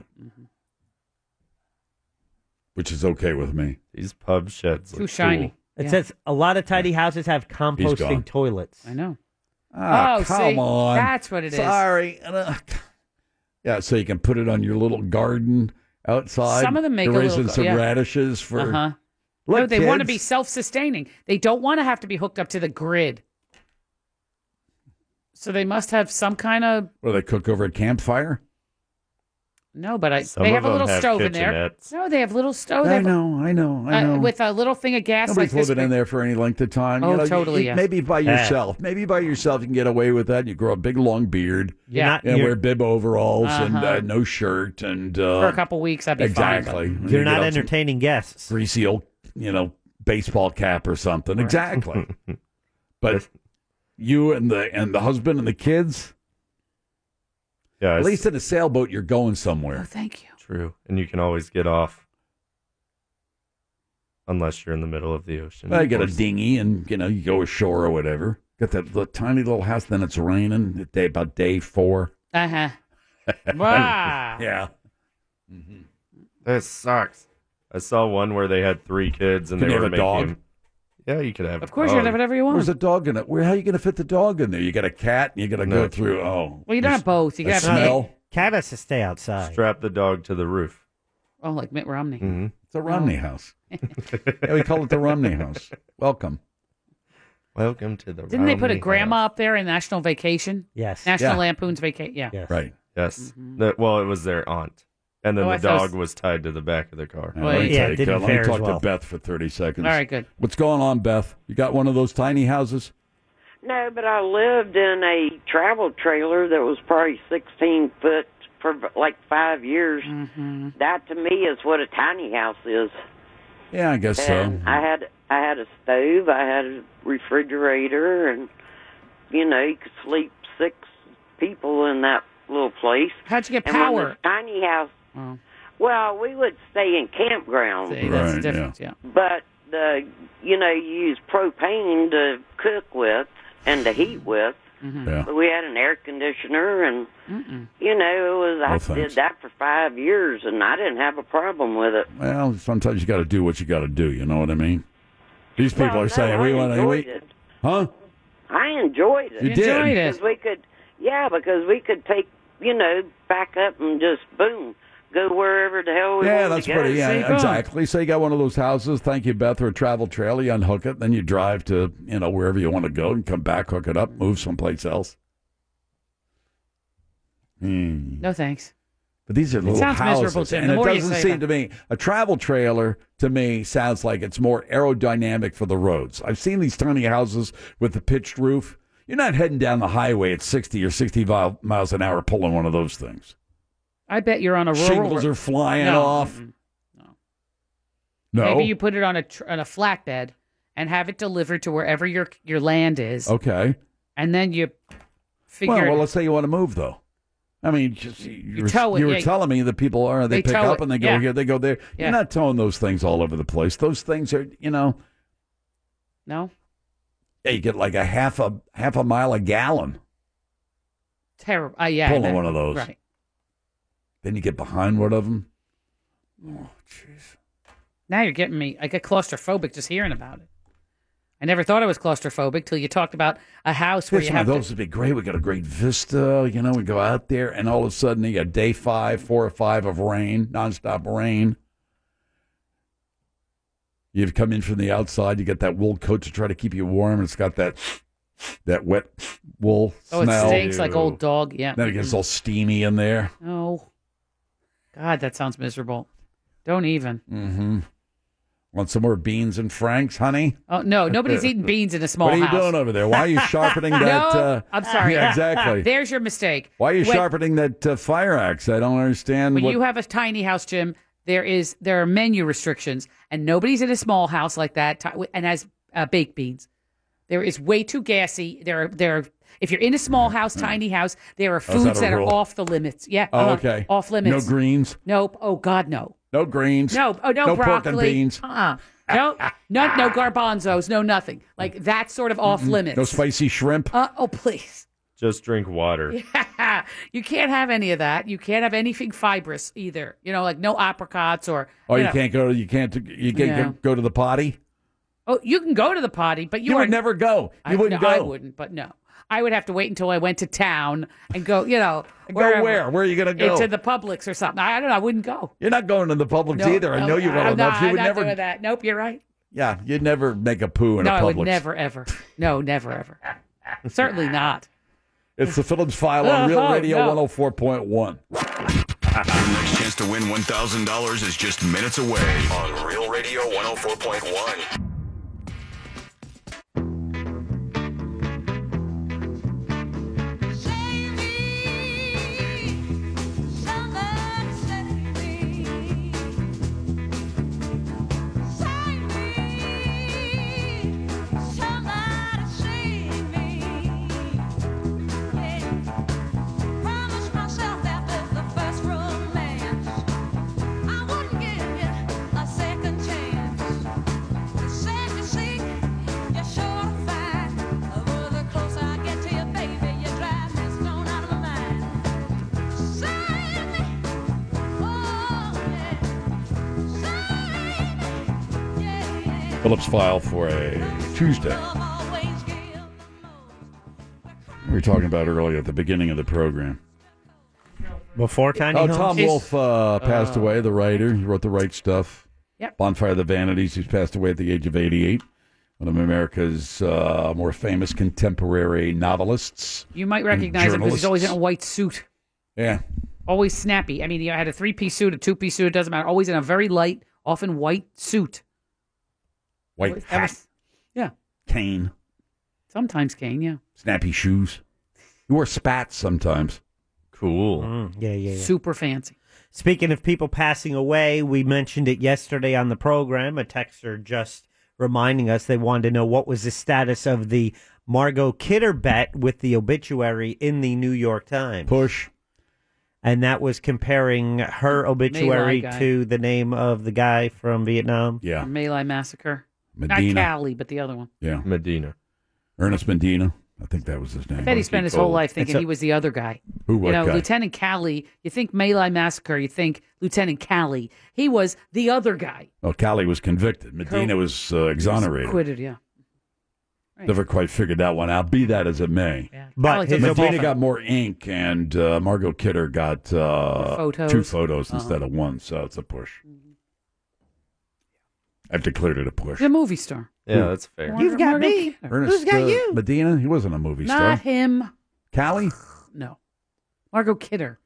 Speaker 5: Which is okay with me.
Speaker 9: These pub sheds
Speaker 6: Too look shiny.
Speaker 8: It
Speaker 6: Yeah.
Speaker 8: says a lot of tidy houses have composting
Speaker 5: gone.
Speaker 8: toilets.
Speaker 6: I know.
Speaker 5: Ah,
Speaker 6: oh,
Speaker 5: come
Speaker 6: see,
Speaker 5: on.
Speaker 6: That's what it is.
Speaker 5: Sorry. Yeah, so you can put it on your little garden outside.
Speaker 6: Some of them make
Speaker 5: You're
Speaker 6: a
Speaker 5: raising
Speaker 6: little gar-
Speaker 5: some
Speaker 6: yeah.
Speaker 5: radishes for.
Speaker 6: Uh-huh.
Speaker 5: Look,
Speaker 6: no, they want to
Speaker 5: kids,
Speaker 6: be self-sustaining. They don't want to have to be hooked up to the grid. So they must have some kind of
Speaker 5: What do they cook over a campfire?
Speaker 6: No, Oh, but I,
Speaker 9: Some
Speaker 6: they
Speaker 9: of
Speaker 6: have a
Speaker 9: them
Speaker 6: little
Speaker 9: have
Speaker 6: stove in there.
Speaker 9: kitchenettes.
Speaker 6: No, they have little stove. Oh,
Speaker 5: I
Speaker 6: They have a-
Speaker 5: know, I know, I
Speaker 6: uh,
Speaker 5: know.
Speaker 6: with a little thing of gas
Speaker 5: Nobody's
Speaker 6: like this.
Speaker 5: living in there for any length of time.
Speaker 6: Oh,
Speaker 5: you know, you-
Speaker 6: totally,
Speaker 5: you-
Speaker 6: yeah.
Speaker 5: Maybe by
Speaker 6: Yeah.
Speaker 5: yourself. Maybe by yourself you can get away with that. You grow a big long beard.
Speaker 6: Yeah. Not-
Speaker 5: and
Speaker 6: you're-
Speaker 5: wear bib overalls and
Speaker 6: Uh-huh.
Speaker 5: uh, no shirt and uh,
Speaker 6: for a couple weeks, I'd be
Speaker 5: exactly.
Speaker 6: fine.
Speaker 5: And
Speaker 8: You're
Speaker 5: you
Speaker 8: not
Speaker 5: get up some
Speaker 8: entertaining guests.
Speaker 5: Greasy old, you know, baseball cap or something. Exactly. but you and the and the husband and the kids.
Speaker 9: Yeah,
Speaker 5: At
Speaker 9: it's-
Speaker 5: least in a sailboat, you're going somewhere.
Speaker 6: Oh, thank you.
Speaker 9: True. And you can always get off. Unless you're in the middle of the ocean.
Speaker 5: Well, you
Speaker 9: of
Speaker 5: get a
Speaker 9: course.
Speaker 5: dinghy and you know you go ashore or whatever. Got that little, tiny little house. Then it's raining. Day about day four.
Speaker 6: Uh huh. Wow.
Speaker 5: yeah.
Speaker 9: This Mm-hmm. sucks. I saw one where they had three kids and
Speaker 5: Can
Speaker 9: they
Speaker 5: you
Speaker 9: were
Speaker 5: have a
Speaker 9: making.
Speaker 5: dog?
Speaker 9: Yeah, you could have.
Speaker 6: Of course you can have whatever you want.
Speaker 5: Where's a dog in it? Where how are you going to fit the dog in there? You got a cat. and You got to go through. Oh,
Speaker 6: Well, you don't have both. You
Speaker 5: a
Speaker 6: got
Speaker 5: smell.
Speaker 8: Cat has to stay outside.
Speaker 9: Strap the dog to the roof. Mm-hmm.
Speaker 6: Oh, like Mitt Romney.
Speaker 5: It's a Romney house. yeah, we call it the Romney house. Welcome.
Speaker 9: Welcome to the.
Speaker 6: Didn't they put a grandma up there in National Vacation?
Speaker 9: Yes.
Speaker 6: National
Speaker 9: Yeah.
Speaker 6: Lampoon's Vacation. Yeah.
Speaker 5: Right.
Speaker 9: Yes. The- well, it was their aunt, and then
Speaker 6: Mm-hmm. Oh, I
Speaker 9: the
Speaker 6: thought it
Speaker 9: dog
Speaker 6: was-
Speaker 9: was... tied to the back of the car.
Speaker 5: Now, let me tell you, Kel, let me talk to Beth for thirty seconds.
Speaker 9: All right, good.
Speaker 5: What's going on, Beth? You got one of those tiny houses?
Speaker 1: No, but I lived in a travel trailer that was probably 16 foot for like five years.
Speaker 6: Hmm.
Speaker 9: Mm-hmm.
Speaker 1: That to me is what a tiny house is.
Speaker 5: Yeah, I guess so.
Speaker 1: and I had I had a stove, I had a refrigerator, and you know you could sleep six people in that little place.
Speaker 6: How'd you get
Speaker 1: and when
Speaker 6: power?
Speaker 1: this tiny house.
Speaker 6: Oh.
Speaker 1: Well, we would stay in campgrounds.
Speaker 6: See, that's the difference. Yeah.
Speaker 1: But the you know you use propane to cook with and to heat with.
Speaker 5: Mm-hmm.
Speaker 6: Mm-hmm.
Speaker 5: Yeah.
Speaker 1: But we had an air conditioner, and
Speaker 6: Mm-mm.
Speaker 1: you know it was I
Speaker 5: No
Speaker 1: did
Speaker 5: thanks.
Speaker 1: that for five years, and I didn't have a problem with it.
Speaker 5: Well, sometimes you got to do what you got to do. You know what I mean? These people
Speaker 1: Well,
Speaker 5: are
Speaker 1: no,
Speaker 5: saying
Speaker 1: I
Speaker 5: we want to.
Speaker 1: enjoyed
Speaker 5: We,
Speaker 1: it.
Speaker 5: huh?
Speaker 1: I enjoyed it.
Speaker 5: You You did? enjoyed it.
Speaker 1: because we could, yeah, because we could take you know back up and just boom go wherever the hell we
Speaker 5: Yeah,
Speaker 1: wanted
Speaker 5: that's
Speaker 1: to go.
Speaker 5: pretty. Yeah, exactly. So you got one of those houses. Thank you, Beth, or a travel trailer. You unhook it, then you drive to you know wherever you want to go, and come back, hook it up, move someplace else. Hmm.
Speaker 6: No thanks.
Speaker 5: But these are
Speaker 6: It
Speaker 5: little
Speaker 6: sounds
Speaker 5: houses,
Speaker 6: miserable, Jim.
Speaker 5: and
Speaker 6: The
Speaker 5: it
Speaker 6: more you
Speaker 5: doesn't
Speaker 6: say
Speaker 5: seem to me a travel trailer. To me, sounds like it's more aerodynamic for the roads. I've seen these tiny houses with the pitched roof. You're not heading down the highway at 60 or 65 miles an hour pulling one of those things.
Speaker 6: I bet you're on a rural.
Speaker 5: Shingles are flying
Speaker 6: No.
Speaker 5: off. No.
Speaker 6: Maybe you put it on a tr- on a flatbed and have it delivered to wherever your your land is,
Speaker 5: Okay.
Speaker 6: and then you figure.
Speaker 5: well,
Speaker 6: it-
Speaker 5: well, let's say you want to move though. I mean, just, you,
Speaker 6: You
Speaker 5: were,
Speaker 6: tow it,
Speaker 5: you were
Speaker 6: yeah.
Speaker 5: telling me that people are they,
Speaker 6: They
Speaker 5: pick
Speaker 6: tow
Speaker 5: up
Speaker 6: it,
Speaker 5: and they go
Speaker 6: yeah.
Speaker 5: here, they go there.
Speaker 6: Yeah.
Speaker 5: You're not towing those things all over the place. Those things are, you know,
Speaker 6: no,
Speaker 5: yeah, you get like a half a half a mile a gallon.
Speaker 6: terrible. Uh, yeah, I
Speaker 5: Pulling
Speaker 6: bet.
Speaker 5: one of those.
Speaker 6: Right.
Speaker 5: Then you get behind one of them.
Speaker 6: Now you're getting me. I get claustrophobic just hearing about it. I never thought I was claustrophobic till you talked about a house where
Speaker 5: This
Speaker 6: you
Speaker 5: one,
Speaker 6: have
Speaker 5: those
Speaker 6: to,
Speaker 5: would be great. We got a great vista. You know, we go out there, and all of a sudden, you got day five, four or five of rain, nonstop rain. You've come in from the outside. You get that wool coat to try to keep you warm. It's got that that wet wool
Speaker 6: Oh, it
Speaker 5: smell.
Speaker 6: stinks like old dog, yeah. Mm.
Speaker 5: Then it gets all steamy in there.
Speaker 6: Oh, God, that sounds miserable. Don't even.
Speaker 5: Mm-hmm. Want some more beans and franks, honey?
Speaker 6: Oh no, nobody's eating beans in a small
Speaker 5: What are you
Speaker 6: house.
Speaker 5: doing over there? Why are you sharpening that?
Speaker 6: No,
Speaker 5: uh,
Speaker 6: I'm sorry.
Speaker 5: Yeah, exactly.
Speaker 6: There's your mistake.
Speaker 5: Why are you
Speaker 6: When-
Speaker 5: sharpening that uh, fire axe? I don't understand.
Speaker 6: When
Speaker 5: what...
Speaker 6: you have a tiny house, Jim, there is there are menu restrictions, and nobody's in a small house like that. ti- And has uh, baked beans, there is way too gassy. There are there. Are, if you're in a small house, tiny house, there are
Speaker 5: Mm, Oh, is that
Speaker 6: foods
Speaker 5: a
Speaker 6: that, are
Speaker 5: rule?
Speaker 6: off the limits. Yeah.
Speaker 5: Oh,
Speaker 6: uh-huh,
Speaker 5: okay.
Speaker 6: Off limits.
Speaker 5: No greens.
Speaker 6: Nope. Oh God, no.
Speaker 5: No greens.
Speaker 6: No. Oh no.
Speaker 5: No
Speaker 6: broccoli.
Speaker 5: pork and beans.
Speaker 6: Uh-uh. No. no. No garbanzos. No nothing. Like that sort of off limits.
Speaker 5: Mm-hmm. No spicy shrimp.
Speaker 6: Uh, oh please.
Speaker 9: Just drink water.
Speaker 6: you can't have any of that. You can't have anything fibrous either. You know, like no apricots or.
Speaker 5: Oh, you
Speaker 6: know.
Speaker 5: can't go. You can't. You can't
Speaker 6: Yeah.
Speaker 5: go to the potty.
Speaker 6: Oh, you can go to the potty, but you,
Speaker 5: You
Speaker 6: are,
Speaker 5: would never go.
Speaker 6: I,
Speaker 5: You wouldn't
Speaker 6: no, I
Speaker 5: go.
Speaker 6: wouldn't, but no, I would have to wait until I went to town and go. You know,
Speaker 5: Go
Speaker 6: wherever.
Speaker 5: where? Where are you gonna go?
Speaker 6: Into the Publix or something. I don't know. I wouldn't go.
Speaker 5: You're not going to the Publix
Speaker 6: No,
Speaker 5: either. I know you
Speaker 6: I'm
Speaker 5: well
Speaker 6: not-
Speaker 5: enough. You
Speaker 6: I'm
Speaker 5: would
Speaker 6: not
Speaker 5: never.
Speaker 6: doing that. Nope, you're right.
Speaker 5: Yeah, you'd never make a poo in
Speaker 6: no,
Speaker 5: a
Speaker 6: I would
Speaker 5: Publix.
Speaker 6: never ever. No, never ever. Certainly not. Uh-huh,
Speaker 5: It's the Phillips File on Real
Speaker 6: Oh,
Speaker 5: Radio
Speaker 6: no.
Speaker 5: 104.1.
Speaker 4: Your next chance to win $1,000 is just minutes away on Real Radio 104.1.
Speaker 5: Phillips file for a Tuesday. We were talking about earlier at the beginning of the program.
Speaker 8: Before Tiny
Speaker 5: oh,
Speaker 8: Homes?
Speaker 5: Tom Wolfe uh, passed
Speaker 6: Oh.
Speaker 8: Uh,
Speaker 5: away, the writer. He wrote The Right Stuff.
Speaker 6: Yep.
Speaker 5: Bonfire of the Vanities, who's passed away at the age of 88. One of America's uh, more famous contemporary novelists.
Speaker 6: You might recognize him because he's always in a
Speaker 5: Journalists.
Speaker 6: white suit,
Speaker 5: Yeah.
Speaker 6: always snappy. I mean, he had a three piece suit, a two piece suit, it doesn't matter. Always in a very light, often white suit.
Speaker 5: White
Speaker 6: Always-
Speaker 5: hat,
Speaker 6: Yeah.
Speaker 5: cane,
Speaker 6: Sometimes cane, yeah.
Speaker 5: snappy shoes. He wore spats sometimes.
Speaker 9: Cool.
Speaker 6: Mm,
Speaker 8: yeah, yeah, yeah.
Speaker 6: Super fancy.
Speaker 8: Speaking of people passing away, we mentioned it yesterday on the program. A texter just reminding us they wanted to know what was the status of the Margot Kidder bet with the obituary in the New York Times.
Speaker 5: Push.
Speaker 8: And that was comparing her obituary
Speaker 6: guy.
Speaker 8: to the name of the guy from Vietnam.
Speaker 5: Yeah.
Speaker 6: Malay Massacre.
Speaker 5: Medina.
Speaker 6: Not Cali, but the other one.
Speaker 5: Yeah. Medina. Ernest Medina. I think that was his name.
Speaker 6: I bet he spent his whole life thinking he was the other guy.
Speaker 5: Who,
Speaker 6: you
Speaker 5: what
Speaker 6: know,
Speaker 5: guy?
Speaker 6: Lieutenant Cali. You think Malay Massacre, you think Lieutenant Cali. He was the other guy.
Speaker 5: Oh, Cali was convicted. Medina was uh, exonerated.
Speaker 6: Quitted, yeah.
Speaker 5: Never quite figured that one out. Be that as it may.
Speaker 8: But his
Speaker 5: Medina
Speaker 8: obituary-
Speaker 5: got more ink, and uh, Margot Kidder got uh,
Speaker 8: Photos.
Speaker 5: two photos
Speaker 8: Uh-huh.
Speaker 5: instead of one, so it's a push. I've declared it a push.
Speaker 6: He's a movie star.
Speaker 5: Yeah,
Speaker 9: that's fair.
Speaker 8: You've got me.
Speaker 5: Ernest
Speaker 8: Who's got
Speaker 5: uh,
Speaker 8: you?
Speaker 5: Medina, he wasn't a movie
Speaker 6: Not
Speaker 5: star.
Speaker 6: him.
Speaker 5: Callie
Speaker 6: No. Margot Kidder.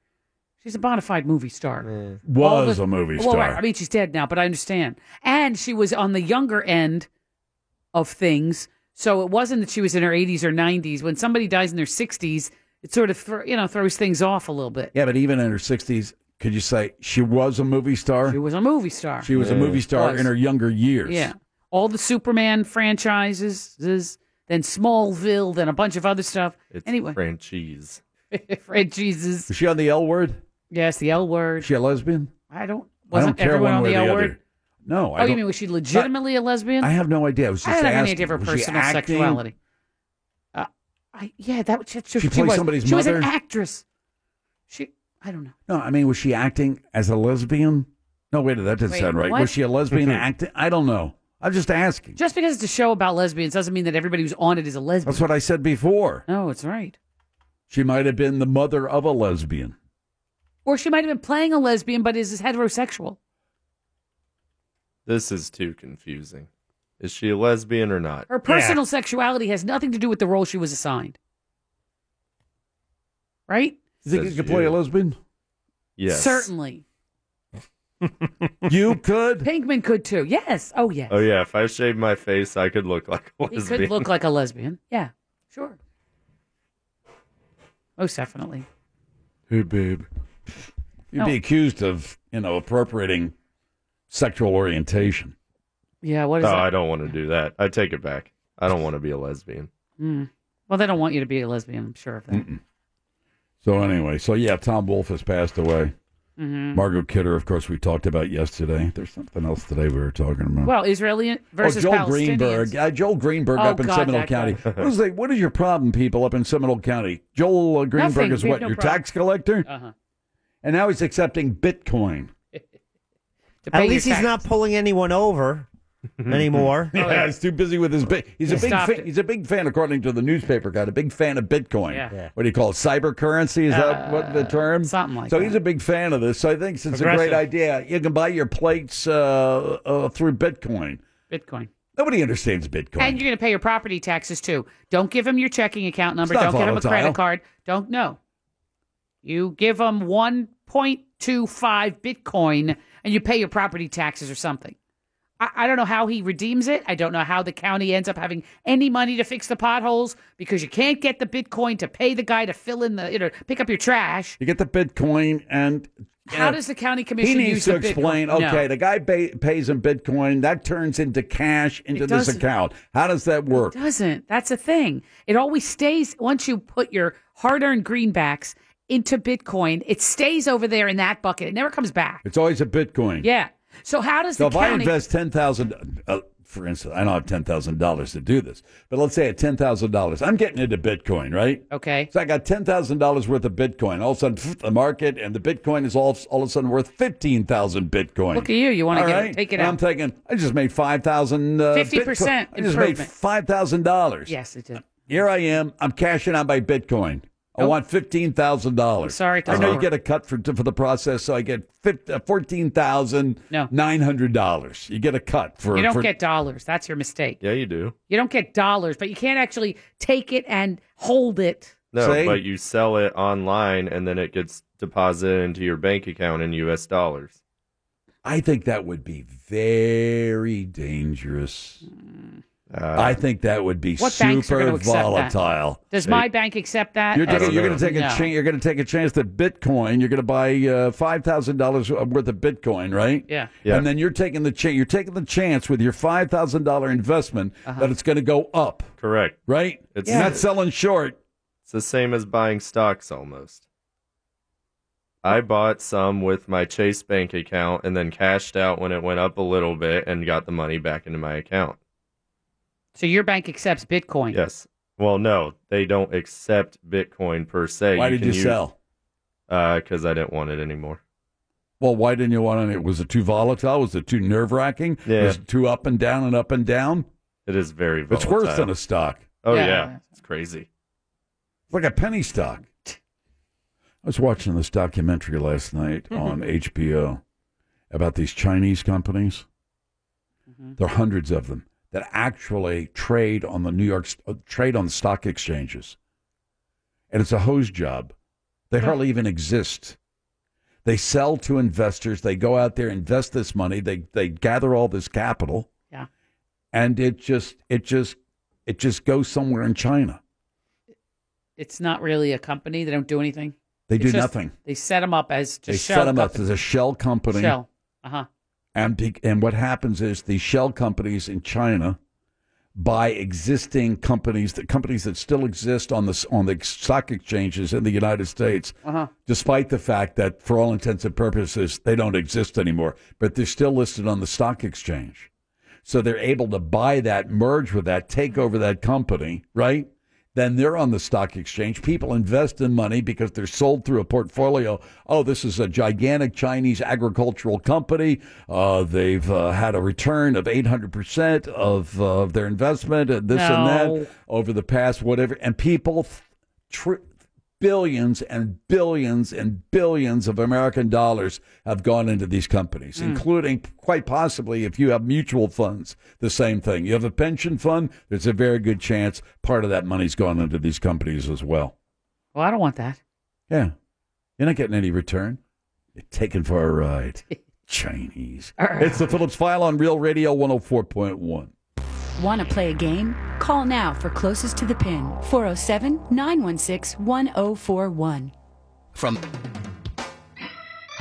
Speaker 6: She's a bona fide movie star. All
Speaker 5: was
Speaker 6: the-
Speaker 5: a movie
Speaker 6: Well, right,
Speaker 5: star.
Speaker 6: I mean, she's dead now, but I understand. And she was on the younger end of things. So it wasn't that she was in her 80s or 90s. When somebody dies in their 60s, it sort of thro- you know throws things off a little bit.
Speaker 5: yeah, but even in her 60s, could you say she was a movie star? She
Speaker 6: was a movie star.
Speaker 5: She was a movie star
Speaker 6: Was.
Speaker 5: in her younger years.
Speaker 6: Yeah. All the Superman franchises, then Smallville, then a bunch of other stuff.
Speaker 9: It's
Speaker 6: anyway,
Speaker 9: Franchise.
Speaker 6: Fred Jesus.
Speaker 5: Was she on the L word?
Speaker 6: Yes, the L word.
Speaker 5: Is she a lesbian?
Speaker 6: I don't.
Speaker 5: I
Speaker 6: Wasn't
Speaker 5: don't care
Speaker 6: everyone
Speaker 5: one
Speaker 6: on
Speaker 5: way
Speaker 6: the
Speaker 5: or
Speaker 6: L
Speaker 5: the
Speaker 6: word?
Speaker 5: other. No, I
Speaker 6: oh, you
Speaker 5: don't-
Speaker 6: mean was she legitimately a lesbian?
Speaker 5: I have no idea. I was
Speaker 6: I
Speaker 5: just
Speaker 6: don't have any
Speaker 5: asking.
Speaker 6: idea of her
Speaker 5: Was she
Speaker 6: personal
Speaker 5: acting?
Speaker 6: sexuality. Uh, I, yeah, that was she, she,
Speaker 5: She played
Speaker 6: was.
Speaker 5: somebody's
Speaker 6: She was an
Speaker 5: mother?
Speaker 6: actress. She, I don't know.
Speaker 5: No, I mean, was she acting as a lesbian? No, wait, that didn't
Speaker 6: Wait,
Speaker 5: sound right.
Speaker 6: what?
Speaker 5: Was she a lesbian acting? I don't know. I'm just asking.
Speaker 6: Just because it's a show about lesbians doesn't mean that everybody who's on it is a lesbian.
Speaker 5: That's what I said before.
Speaker 6: No, it's right.
Speaker 5: She might have been the mother of a lesbian.
Speaker 6: Or she might have been playing a lesbian, but is heterosexual.
Speaker 9: This is too confusing. Is she a lesbian or not?
Speaker 6: Her personal sexuality has nothing to do with the role she was assigned. Right?
Speaker 5: You think
Speaker 9: Says
Speaker 5: you could play
Speaker 9: you.
Speaker 5: a lesbian?
Speaker 9: Yes.
Speaker 6: Certainly.
Speaker 5: you could.
Speaker 6: Pinkman could too. Yes. Oh, yes.
Speaker 9: Oh yeah, if I shaved my face, I could look like a
Speaker 6: He
Speaker 9: lesbian.
Speaker 6: could look like a lesbian. Yeah. Sure. Most definitely.
Speaker 5: Hey, babe. You'd
Speaker 6: No.
Speaker 5: be accused of, you know, appropriating sexual orientation.
Speaker 6: Yeah. What is
Speaker 9: no,
Speaker 6: that?
Speaker 9: I don't want to do that. I take it back. I don't want to be a lesbian.
Speaker 6: Mm. Well, they don't want you to be a lesbian. I'm sure of that.
Speaker 5: So anyway, so yeah, Tom Wolfe has passed away.
Speaker 6: Mhm.
Speaker 5: Margot Kidder, of course, we talked about yesterday. There's something else today we were talking about.
Speaker 6: Well, Israeli versus
Speaker 5: oh, Joel
Speaker 6: Palestinians.
Speaker 5: Greenberg. Uh, Joel Greenberg
Speaker 6: Oh,
Speaker 5: up in
Speaker 6: God,
Speaker 5: Seminole
Speaker 6: that
Speaker 5: County.
Speaker 6: guy.
Speaker 5: What is, the, what is your problem, people, up in Seminole County? Joel uh, Greenberg
Speaker 6: Nothing.
Speaker 5: is
Speaker 6: We have
Speaker 5: what,
Speaker 6: no
Speaker 5: your
Speaker 6: problem.
Speaker 5: tax collector?
Speaker 6: Uh-huh.
Speaker 5: And now he's accepting Bitcoin.
Speaker 8: At least he's not pulling anyone over anymore.
Speaker 5: Mm-hmm. yeah, he's too busy with his. Bi- he's a
Speaker 8: He
Speaker 5: big.
Speaker 8: stopped
Speaker 5: Fan, he's a big fan, according to the newspaper guy. A big fan of Bitcoin.
Speaker 8: Yeah. Yeah.
Speaker 5: What do you call it? Cyber currency? Is that what the term? Something
Speaker 6: Uh, like
Speaker 5: so
Speaker 6: that.
Speaker 5: he's a big fan of this. So I think it's a great
Speaker 6: Progressive.
Speaker 5: idea. You can buy your plates uh, uh, through Bitcoin.
Speaker 6: Bitcoin.
Speaker 5: Nobody understands Bitcoin.
Speaker 6: And you're going to pay your property taxes too. Don't give him your checking account number.
Speaker 5: It's not
Speaker 6: Don't give him a
Speaker 5: volatile.
Speaker 6: credit card. Don't know. You give them 1.25 Bitcoin and you pay your property taxes or something. I, I don't know how he redeems it. I don't know how the county ends up having any money to fix the potholes because you can't get the Bitcoin to pay the guy to fill in the, you know, pick up your trash.
Speaker 5: You get the Bitcoin, and
Speaker 6: How
Speaker 5: uh,
Speaker 6: does the county commission
Speaker 5: He needs
Speaker 6: use
Speaker 5: to
Speaker 6: the
Speaker 5: explain.
Speaker 6: Bitcoin? No.
Speaker 5: Okay, the guy ba- pays in Bitcoin. That turns into cash into this
Speaker 6: doesn't.
Speaker 5: account. How does that work?
Speaker 6: doesn't. That's the thing. It always stays once you put your hard-earned greenbacks into Bitcoin. It stays over there in that bucket. It never comes back.
Speaker 5: It's always a Bitcoin.
Speaker 6: Yeah. So how does
Speaker 5: So
Speaker 6: the
Speaker 5: if I
Speaker 6: county?
Speaker 5: invest ten thousand, uh, for instance, I don't have ten thousand dollars to do this, but let's say at ten thousand dollars, I'm getting into Bitcoin, right?
Speaker 6: Okay.
Speaker 5: So I got ten thousand dollars worth of Bitcoin. All of a sudden, pfft, the market and the Bitcoin is all all of a sudden worth fifteen thousand Bitcoin.
Speaker 6: Look at you. You wanna
Speaker 5: All
Speaker 6: get it- take it
Speaker 5: And
Speaker 6: out.
Speaker 5: I'm thinking I just made five thousand. Uh,
Speaker 6: 50%
Speaker 5: Bitcoin. I just made
Speaker 6: improvement.
Speaker 5: five thousand dollars.
Speaker 6: yes, it did.
Speaker 5: Here I am. I'm cashing out my Bitcoin. I
Speaker 6: Nope.
Speaker 5: want fifteen thousand dollars.
Speaker 6: sorry, it
Speaker 5: I
Speaker 6: doesn't
Speaker 5: know you
Speaker 6: work.
Speaker 5: get a cut for for the process, so I get uh, fourteen thousand nine hundred dollars. You get a cut for
Speaker 6: you don't
Speaker 5: for-
Speaker 6: get dollars. That's your mistake.
Speaker 5: Yeah, you do.
Speaker 6: You don't get dollars, but you can't actually take it and hold it.
Speaker 9: No, but you sell it online and then it gets deposited into your bank account in U.S. dollars.
Speaker 5: I think that would be very dangerous. I think that would be
Speaker 6: Mm. What banks are
Speaker 5: super
Speaker 6: going to accept
Speaker 5: volatile.
Speaker 6: that? Does my bank accept that?
Speaker 5: You're,
Speaker 6: I
Speaker 5: taking,
Speaker 6: don't
Speaker 5: you're
Speaker 6: know.
Speaker 5: going to take a
Speaker 6: No.
Speaker 5: chan- You're going to take a chance that Bitcoin. You're going to buy uh, five thousand dollars worth of Bitcoin, right?
Speaker 6: Yeah.
Speaker 9: Yeah.
Speaker 5: And then you're taking the chance. You're taking the chance with your five thousand dollar investment
Speaker 6: Uh-huh.
Speaker 5: that it's going to go up.
Speaker 9: Correct.
Speaker 5: Right?
Speaker 9: It's
Speaker 5: You're not selling short.
Speaker 9: It's the same as buying stocks almost. I bought some with my Chase bank account and then cashed out when it went up a little bit and got the money back into my account.
Speaker 6: So your bank accepts Bitcoin.
Speaker 9: Yes. Well, no, they don't accept Bitcoin per se.
Speaker 5: Why did
Speaker 9: can
Speaker 5: you sell?
Speaker 9: Because I didn't want it anymore.
Speaker 5: Well, why didn't you want it? Was it too volatile? Was it too nerve wracking?
Speaker 9: Yeah.
Speaker 5: Was it too up and down and up and down?
Speaker 9: It is very
Speaker 5: It's
Speaker 9: volatile.
Speaker 5: worse than a stock.
Speaker 9: Oh,
Speaker 5: Yeah.
Speaker 9: yeah. It's crazy.
Speaker 5: It's like a penny stock. I was watching this documentary last night on HBO about these Chinese companies. There are hundreds of them that actually trade on the New York uh, trade on the stock exchanges, and it's a hose job. They hardly even exist. They sell to investors. They go out there, invest this money. They they gather all this capital,
Speaker 6: Yeah.
Speaker 5: and it just it just it just goes somewhere in China.
Speaker 6: It's not really a company. They don't do anything.
Speaker 5: They
Speaker 6: It's
Speaker 5: do
Speaker 6: just-
Speaker 5: nothing.
Speaker 6: They set them up as just
Speaker 5: they
Speaker 6: shell
Speaker 5: set them up
Speaker 6: companies.
Speaker 5: as a shell company.
Speaker 6: Shell. Uh huh.
Speaker 5: And, be, and what happens is the shell companies in China buy existing companies, the companies that still exist on the, s- on the stock exchanges in the United States,
Speaker 6: Uh-huh.
Speaker 5: despite the fact that, for all intents and purposes, they don't exist anymore, but they're still listed on the stock exchange. So they're able to buy that, merge with that, take over that company, right? Then they're on the stock exchange. People invest in money because they're sold through a portfolio. Oh, this is a gigantic Chinese agricultural company. Uh, they've uh, had a return of 800% of, uh, of their investment and this and
Speaker 6: No.
Speaker 5: that over the past whatever. And people, tr- billions and billions and billions of American dollars have gone into these companies,
Speaker 7: Mm.
Speaker 5: including quite possibly if you have mutual funds, the same thing. You have a pension fund, there's a very good chance part of that money's gone into these companies as well.
Speaker 6: Well, I don't want that.
Speaker 5: Yeah. You're not getting any return. You're taken for a ride. Chinese. It's the Phillips File on Real Radio 104.1.
Speaker 10: Want to play a game? Call now for closest to the pin 407 916 1041.
Speaker 11: From.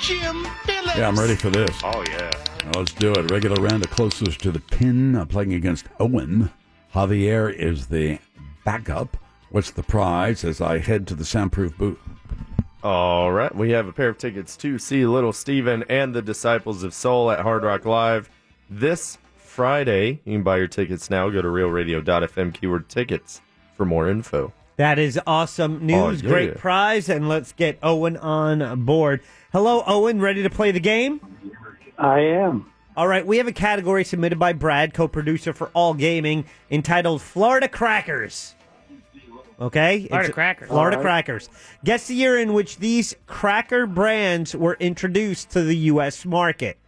Speaker 11: Jim Phillips.
Speaker 5: Yeah, I'm ready for this.
Speaker 11: Oh, yeah.
Speaker 5: Now let's do it. Regular round of closest to the pin. I'm playing against Owen. Javier is the backup. What's the prize as I head to the soundproof booth?
Speaker 9: All right, we have a pair of tickets to see Little Steven and the Disciples of Soul at Hard Rock Live this Friday. You can buy your tickets now. Go to realradio.fm keyword tickets for more info.
Speaker 8: That is awesome
Speaker 9: Oh,
Speaker 8: news.
Speaker 9: yeah.
Speaker 8: Great prize. And let's get Owen on board. Hello, Owen. Ready to play the game? I am. All right, we have a category submitted by Brad, co producer for All Gaming, entitled Florida Crackers. Okay?
Speaker 6: Florida
Speaker 8: It's-
Speaker 6: Crackers.
Speaker 8: Florida
Speaker 6: All right.
Speaker 8: Crackers. Guess the year in which these cracker brands were introduced to the U.S. market.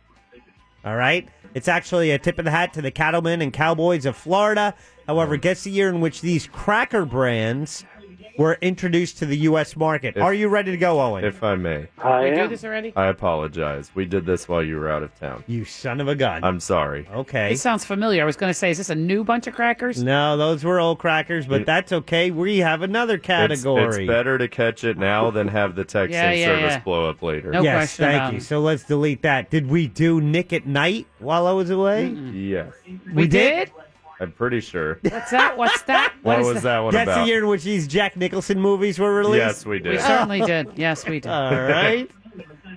Speaker 8: All right? It's actually a tip of the hat to the cattlemen and cowboys of Florida. However, guess the year in which these cracker brands were introduced to the U.S. market.
Speaker 9: If-
Speaker 8: Are you ready to go, Owen?
Speaker 9: If I may.
Speaker 8: I We do am. this already?
Speaker 9: I apologize. We did this while you were out of town.
Speaker 8: You son of a gun.
Speaker 9: I'm sorry.
Speaker 8: Okay.
Speaker 6: This sounds familiar. I was going to say, is this a new bunch of crackers?
Speaker 8: No, those were old crackers, but
Speaker 9: Mm.
Speaker 8: that's okay. We have another
Speaker 9: It's,
Speaker 8: category.
Speaker 9: it's better to catch it now than have the texting
Speaker 8: Yeah, yeah,
Speaker 9: service
Speaker 8: yeah.
Speaker 9: blow up later.
Speaker 8: yes, thank you. So let's delete that. Did we do Nick at Night while I was away?
Speaker 9: Yes.
Speaker 8: We, did?
Speaker 9: I'm pretty sure.
Speaker 6: What's that? What's that?
Speaker 9: What
Speaker 6: is
Speaker 9: was that one
Speaker 8: That's
Speaker 9: about?
Speaker 8: the year in which these Jack Nicholson movies were released.
Speaker 9: Yes, we did.
Speaker 6: We certainly did. Yes, we did.
Speaker 8: All right.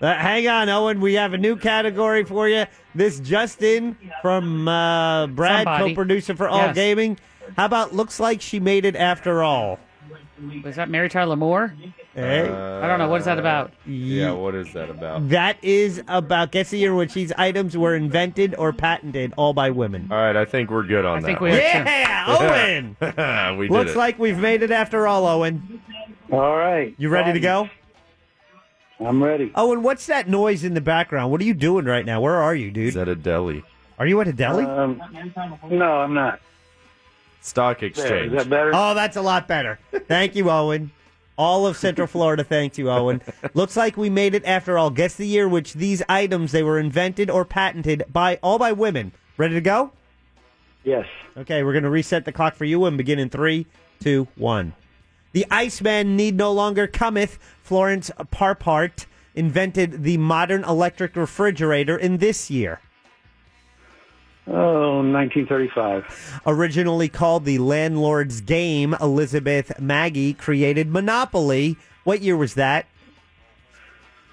Speaker 8: Uh, hang on, Owen. We have a new category for you. This Justin from uh, Brad,
Speaker 6: Somebody.
Speaker 8: co-producer for All
Speaker 6: Yes.
Speaker 8: Gaming. How about looks like she made it after all?
Speaker 6: Was that Mary Tyler Moore? Uh, Eh?
Speaker 8: Hey.
Speaker 6: I don't know. What is that about?
Speaker 9: Uh, Yeah, what is that about?
Speaker 8: That is about guess the year in which these items were invented or patented, all by women.
Speaker 9: All right, I think we're good on that.
Speaker 8: think
Speaker 9: one.
Speaker 8: we are too. Yeah,
Speaker 9: Owen. we did
Speaker 8: Looks
Speaker 9: it.
Speaker 8: like we've made it after all, Owen. All right. You ready to go? I'm ready. Owen, what's that noise in the background? What are you doing right now? Where are you, dude? Is
Speaker 9: that a deli?
Speaker 8: Are you at a deli?
Speaker 7: Um, no, I'm not.
Speaker 9: Stock exchange.
Speaker 7: Is that better?
Speaker 8: Oh, that's a lot better. Thank you, Owen. All of Central Florida, thank you, Owen. Looks like we made it after all. Guess the year which these items they were invented or patented by all by women. Ready to go?
Speaker 7: Yes.
Speaker 8: Okay, we're gonna reset the clock for you and begin in three, two, one. The Iceman need no longer cometh. Florence Parpart invented the modern electric refrigerator in this year.
Speaker 7: Oh, 1935.
Speaker 8: Originally called the Landlord's Game, Elizabeth Maggie created Monopoly. What year was that?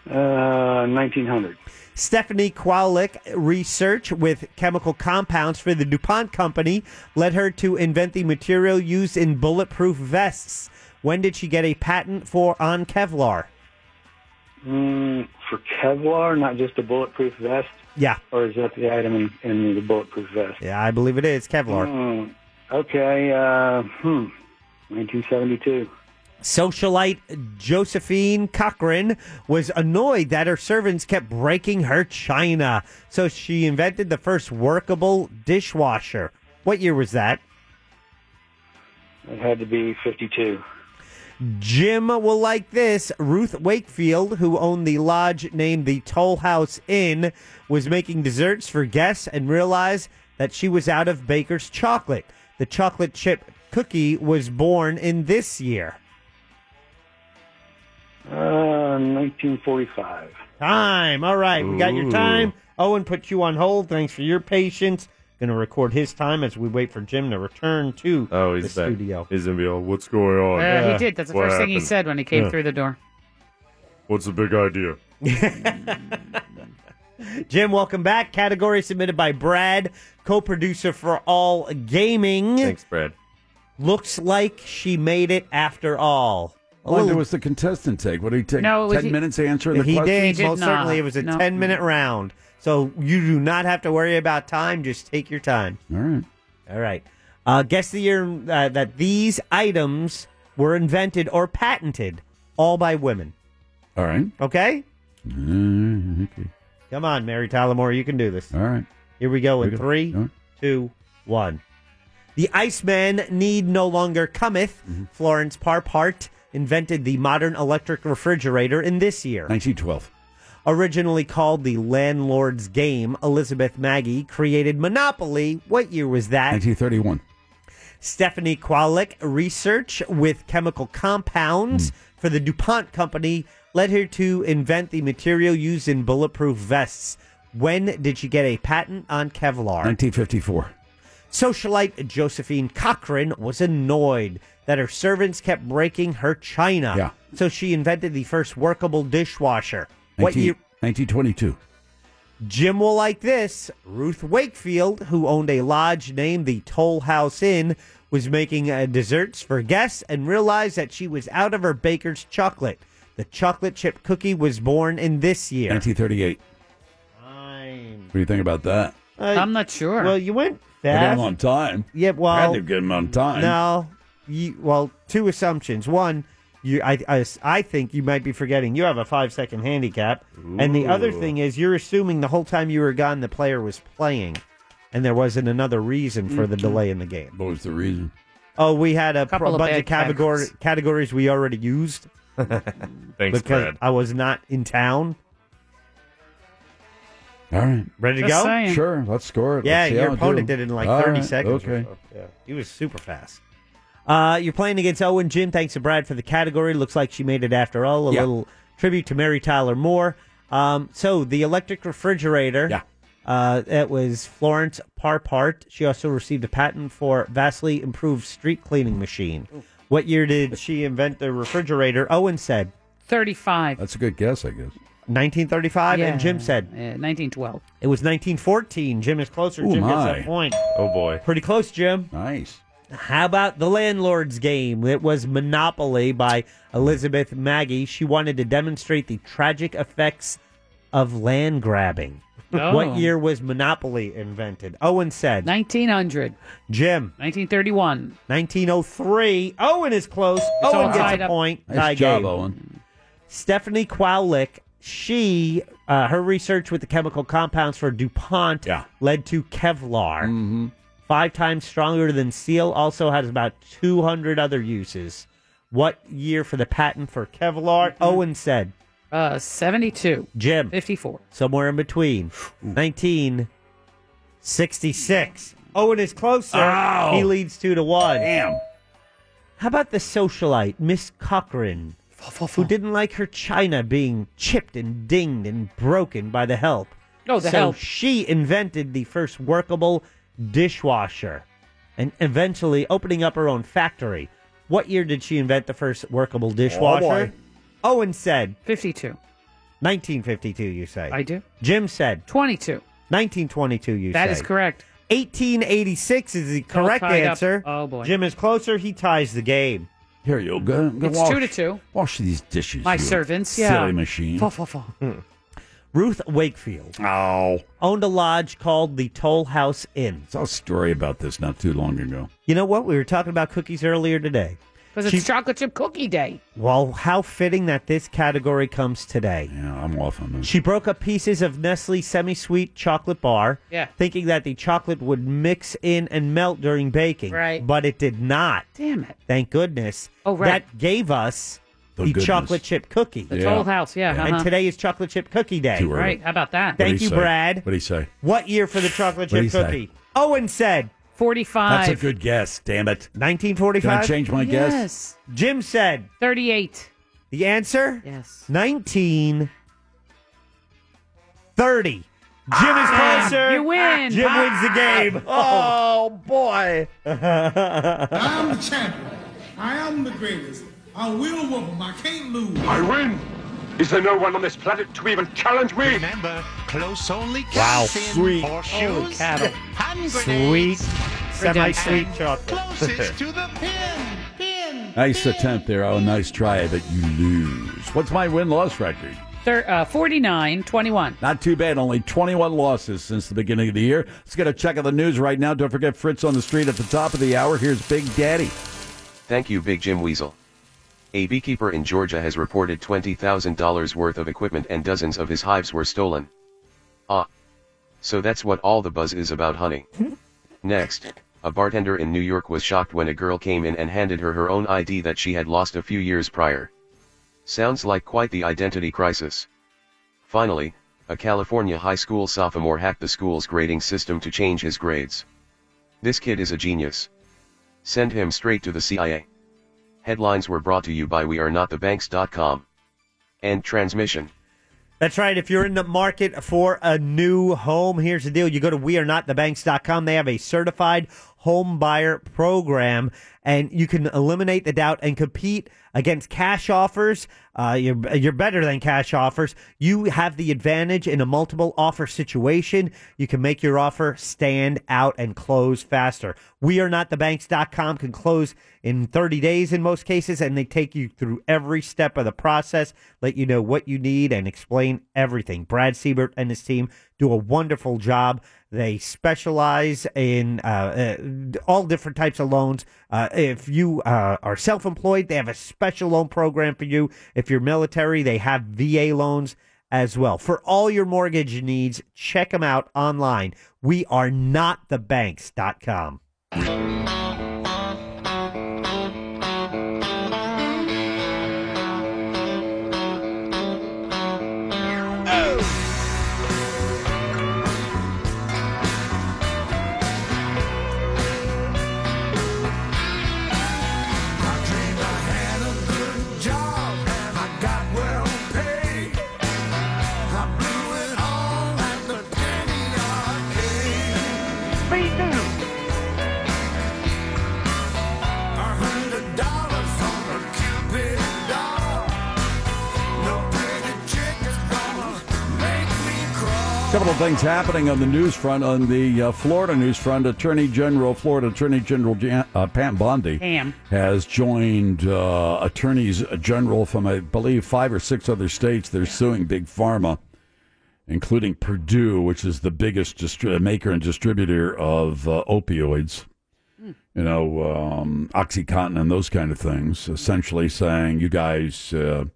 Speaker 7: Uh, 1900.
Speaker 8: Stephanie Kwalik research with chemical compounds for the DuPont Company led her to invent the material used in bulletproof vests. When did she get a patent for on Kevlar?
Speaker 7: Mm, for Kevlar, not just a bulletproof vest,
Speaker 8: Yeah,
Speaker 7: or is that the item in, in the bulletproof vest?
Speaker 8: yeah, I believe it is Kevlar.
Speaker 7: Mm, okay. Uh, hmm. 1972.
Speaker 8: Socialite Josephine Cochran was annoyed that her servants kept breaking her china, so she invented the first workable dishwasher. What year was that?
Speaker 7: It had to be 52.
Speaker 8: Hmm. Jim will like this. Ruth Wakefield, who owned the lodge named the Toll House Inn, was making desserts for guests and realized that she was out of baker's chocolate. The chocolate chip cookie was born in this year.
Speaker 7: Uh, 1945.
Speaker 8: Time. All right, we got your
Speaker 7: Ooh.
Speaker 8: time. Owen put you on hold. Thanks for your patience. Going to record his time as we wait for Jim to return to
Speaker 9: Oh, he's
Speaker 8: the
Speaker 9: back.
Speaker 8: studio.
Speaker 9: He's gonna be all, "What's going
Speaker 6: Uh,
Speaker 9: on?"
Speaker 6: He did. That's the
Speaker 9: What
Speaker 6: first thing he
Speaker 9: happened?"
Speaker 6: said when he came
Speaker 9: Yeah.
Speaker 6: through the door.
Speaker 9: What's the big idea?
Speaker 8: Jim, welcome back. Category submitted by Brad, co-producer for All Gaming. Thanks,
Speaker 9: Brad.
Speaker 8: Looks like she made it after all.
Speaker 5: How long Oh, was the contestant take? What did he take?
Speaker 8: No, it was-
Speaker 5: ten
Speaker 8: he-
Speaker 5: minutes to answer the
Speaker 8: he
Speaker 5: question.
Speaker 8: Did, Mm. most certainly, it was a ten-minute round, so you do not have to worry about time. Just take your time.
Speaker 5: All right.
Speaker 8: All right. Uh, guess the year uh, that these items were invented or patented, all by women.
Speaker 5: All right.
Speaker 8: Okay.
Speaker 5: Mm, okay.
Speaker 8: Come on, Mary Tyler Moore, you can do this. All
Speaker 5: right.
Speaker 8: Here we go
Speaker 5: Here
Speaker 8: in
Speaker 5: we go.
Speaker 8: three, two,
Speaker 5: All
Speaker 8: one.
Speaker 5: right.
Speaker 8: The Iceman need no longer cometh.
Speaker 5: Mm-hmm.
Speaker 8: Florence Parpart invented the modern electric refrigerator in this year.
Speaker 5: 1912.
Speaker 8: Originally called the Landlord's Game, Elizabeth Maggie created Monopoly. What year was that?
Speaker 5: 1931.
Speaker 8: Stephanie Kwalik research with chemical compounds for the DuPont Company led her to invent the material used in bulletproof vests. When did she get a patent on Kevlar?
Speaker 5: 1954.
Speaker 8: Socialite Josephine Cochran was annoyed that her servants kept breaking her china.
Speaker 5: Yeah.
Speaker 8: So she invented the first workable dishwasher. What
Speaker 5: 19
Speaker 8: year?
Speaker 5: 1922.
Speaker 8: Jim will like this. Ruth Wakefield, who owned a lodge named the Toll House Inn, was making uh, desserts for guests and realized that she was out of her baker's chocolate. The chocolate chip cookie was born in this year.
Speaker 5: 1938.
Speaker 8: Time.
Speaker 5: do you think about that?
Speaker 6: I'm not sure.
Speaker 8: Well, you went
Speaker 5: We got
Speaker 8: fast.
Speaker 5: him on time.
Speaker 8: Yeah, well,
Speaker 5: had to get him on time.
Speaker 8: No, you, well, two assumptions. One, you, I, I, I think you might be forgetting you have a five second handicap, and the other
Speaker 13: Ooh.
Speaker 8: thing is you're assuming the whole time you were gone the player was playing, and there wasn't another reason for the
Speaker 5: Mhm.
Speaker 8: delay in the game.
Speaker 5: What was the reason?
Speaker 8: Oh, we had a
Speaker 5: Couple
Speaker 8: pro-
Speaker 5: of
Speaker 8: bunch
Speaker 5: bad
Speaker 8: of category,
Speaker 5: categories.
Speaker 8: categories we already used.
Speaker 9: Thanks,
Speaker 8: because
Speaker 9: Brad.
Speaker 8: I was not in town.
Speaker 5: All right.
Speaker 8: Ready to Just go? saying.
Speaker 5: Sure. Let's score it.
Speaker 8: Yeah,
Speaker 5: Let's see
Speaker 8: your
Speaker 5: how I
Speaker 8: opponent
Speaker 5: do.
Speaker 8: did it in like
Speaker 5: All
Speaker 8: 30
Speaker 5: right,
Speaker 8: seconds. or
Speaker 5: Okay.
Speaker 8: so. Yeah, he was super fast. Uh, you're playing against Owen Jim. Thanks to Brad for the category. Looks like she made it after all. A
Speaker 17: Yeah.
Speaker 8: little tribute to Mary Tyler Moore. Um, so the electric refrigerator. Yeah. Uh, that was Florence Parpart. She also received a patent for vastly improved street cleaning machine. What year did she invent the refrigerator? Owen said
Speaker 6: 35.
Speaker 5: That's a good guess, I guess.
Speaker 8: 1935,
Speaker 6: Yeah.
Speaker 8: and Jim said
Speaker 6: Yeah, 1912.
Speaker 8: it was 1914. Jim is closer.
Speaker 6: Ooh,
Speaker 8: Jim
Speaker 6: my.
Speaker 8: gets that point.
Speaker 9: Oh boy.
Speaker 8: Pretty close, Jim.
Speaker 5: Nice.
Speaker 8: How about the landlord's game? It was Monopoly by Elizabeth Maggie. She wanted to demonstrate the tragic effects of land grabbing.
Speaker 6: Oh.
Speaker 8: What year was Monopoly invented? Owen said
Speaker 6: 1900.
Speaker 8: Jim
Speaker 6: 1931.
Speaker 8: 1903. Owen is close. Owen
Speaker 6: all
Speaker 8: gets
Speaker 6: tied
Speaker 8: a
Speaker 6: up.
Speaker 8: point.
Speaker 5: Nice
Speaker 8: Tie
Speaker 5: job,
Speaker 8: game.
Speaker 5: Owen.
Speaker 8: Stephanie Kwalick, she uh, her research with the chemical compounds for DuPont led to Kevlar. Five times stronger than steel, also has about 200 other uses. What year for the patent for Kevlar? Owen said
Speaker 6: Uh, 72.
Speaker 8: Jim
Speaker 6: 54.
Speaker 8: somewhere in between. 1966. Owen is closer.
Speaker 6: Ow.
Speaker 8: He leads two to one.
Speaker 5: Damn.
Speaker 8: How about the socialite, Miss Cochran, who didn't like her china being chipped and dinged and broken by the help?
Speaker 6: Oh, the
Speaker 8: so
Speaker 6: help.
Speaker 8: she invented the first workable dishwasher and eventually opening up her own factory. What year did she invent the first workable dishwasher?
Speaker 6: Oh, boy.
Speaker 8: Owen said
Speaker 6: 52.
Speaker 8: 1952, you say.
Speaker 6: I do.
Speaker 8: Jim said
Speaker 6: 22.
Speaker 8: 1922, you
Speaker 6: That
Speaker 8: say.
Speaker 6: is correct.
Speaker 8: 1886 is the
Speaker 6: all
Speaker 8: correct
Speaker 6: tied up.
Speaker 8: answer.
Speaker 6: Oh, boy.
Speaker 8: Jim is closer. He ties the game.
Speaker 5: Here you go. go
Speaker 8: It's
Speaker 5: wash,
Speaker 8: two to two.
Speaker 5: Wash these dishes.
Speaker 8: My
Speaker 5: you
Speaker 8: servants,
Speaker 5: Silly
Speaker 8: yeah.
Speaker 5: machine.
Speaker 8: Fa, fa, fa. Ruth Wakefield
Speaker 5: Oh.
Speaker 8: owned a lodge called the Toll House Inn.
Speaker 5: Saw a story about this not too long ago.
Speaker 8: You know what? We were talking about cookies earlier today.
Speaker 6: Because it's chocolate chip cookie day.
Speaker 8: Well, how fitting that this category comes today.
Speaker 5: Yeah, I'm off on this.
Speaker 8: She broke up pieces of Nestle semi sweet chocolate bar,
Speaker 6: Yeah.
Speaker 8: thinking that the chocolate would mix in and melt during baking.
Speaker 6: Right.
Speaker 8: But it did not.
Speaker 6: Damn it.
Speaker 8: Thank goodness.
Speaker 6: Oh, right.
Speaker 8: That gave us
Speaker 5: The
Speaker 8: the,
Speaker 5: goodness.
Speaker 8: chocolate chip cookie.
Speaker 5: The Yeah. Toll
Speaker 6: House, yeah,
Speaker 8: And
Speaker 6: uh-huh.
Speaker 8: today is chocolate chip cookie day.
Speaker 5: Too early.
Speaker 6: Right. How about that?
Speaker 8: Thank you, Brad.
Speaker 5: What do you say?
Speaker 8: What year for the chocolate
Speaker 5: What'd he
Speaker 8: chip
Speaker 5: say?
Speaker 8: cookie? Owen said
Speaker 6: Forty-five.
Speaker 5: That's a good guess. Damn it.
Speaker 8: 1945.
Speaker 5: Can I change my guess?
Speaker 6: Yes.
Speaker 8: Jim said
Speaker 6: 38.
Speaker 8: the answer?
Speaker 6: Yes.
Speaker 8: 1930. Jim is closer.
Speaker 6: Ah, You win. Ah.
Speaker 8: Jim wins the game.
Speaker 6: Oh,
Speaker 8: boy.
Speaker 12: I'm the champion. I am the greatest. I will whoop him. I can't lose. I win.
Speaker 11: Is there no one on this planet to even challenge me? Remember, close only counts in horseshoes,
Speaker 8: Holy cattle.
Speaker 11: hand
Speaker 8: Sweet.
Speaker 11: grenades,
Speaker 8: Semi-sweet
Speaker 11: and
Speaker 8: chocolate.
Speaker 11: Closest to the pin. Pin.
Speaker 5: Nice attempt there. Oh, nice try, but you lose. What's my win loss record?
Speaker 6: Thir- uh, 49, 21.
Speaker 5: Not too bad. Only 21 losses since the beginning of the year. Let's get a check of the news right now. Don't forget Fritz on the street at the top of the hour. Here's Big Daddy.
Speaker 3: Thank you, Big Jim Weasel. A beekeeper in Georgia has reported $20,000 worth of equipment and dozens of his hives were stolen. Ah. So that's what all the buzz is about honey. Next, a bartender in New York was shocked when a girl came in and handed her her own ID that she had lost a few years prior. Sounds like quite the identity crisis. Finally, a California high school sophomore hacked the school's grading system to change his grades. This kid is a genius. Send him straight to the CIA. Headlines were brought to you by WeAreNotTheBanks.com. End transmission.
Speaker 8: That's right. If you're in the market for a new home, here's the deal. You go to wearenotthebanks.com. They have a certified home buyer program and you can eliminate the doubt and compete against cash offers. Uh, you're, you're better than cash offers. You have the advantage in a multiple offer situation. You can make your offer stand out and close faster. Wearenotthebanks.com can close in 30 days in most cases, and they take you through every step of the process, let you know what you need, and explain everything. Brad Siebert and his team do do a wonderful job. They specialize in uh, uh, all different types of loans. Uh, if you uh, are self employed, they have a special loan program for you. If you're military, they have VA loans as well. For all your mortgage needs, check them out online. We are not the banks.com.
Speaker 5: couple of things happening on the news front, on the uh, Florida news front. Attorney General, Florida Attorney General Jan, uh, Pam Bondi
Speaker 6: Pam.
Speaker 5: has joined uh, attorneys general from, I believe, five or six other states. They're suing Big Pharma, including Purdue, which is the biggest distri- uh, maker and distributor of uh, opioids. You know, um, OxyContin and those kind of things, essentially saying you guys. Uh,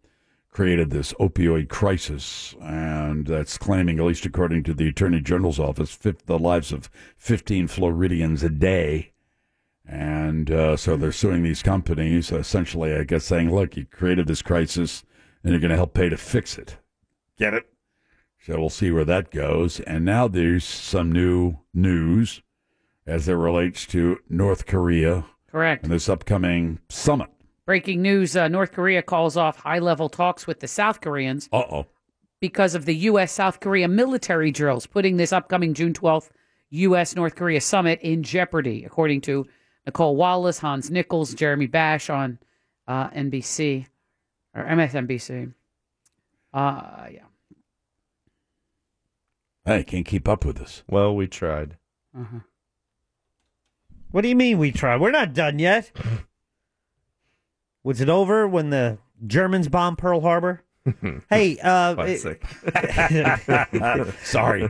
Speaker 5: created this opioid crisis, and that's claiming, at least according to the Attorney General's office, fif- the lives of 15 Floridians a day. And uh, so they're suing these companies, essentially, I guess, saying, look, you created this crisis, and you're going to help pay to fix it. Get it? So we'll see where that goes. And now there's some new news as it relates to North Korea
Speaker 6: Correct.
Speaker 5: and this upcoming summit.
Speaker 6: Breaking news uh, North Korea calls off high level talks with the South Koreans
Speaker 5: Uh oh.
Speaker 6: because of the U.S. South Korea military drills, putting this upcoming June 12th U.S. North Korea summit in jeopardy, according to Nicole Wallace, Hans Nichols, Jeremy Bash on uh, NBC or MSNBC. Uh, yeah.
Speaker 5: Hey, can't keep up with us.
Speaker 9: Well, we tried.
Speaker 6: Uh-huh.
Speaker 8: What do you mean we tried? We're not done yet. Was it over when the Germans bombed Pearl Harbor? hey, uh,
Speaker 9: Fuck's
Speaker 8: it-
Speaker 9: sake. Sorry.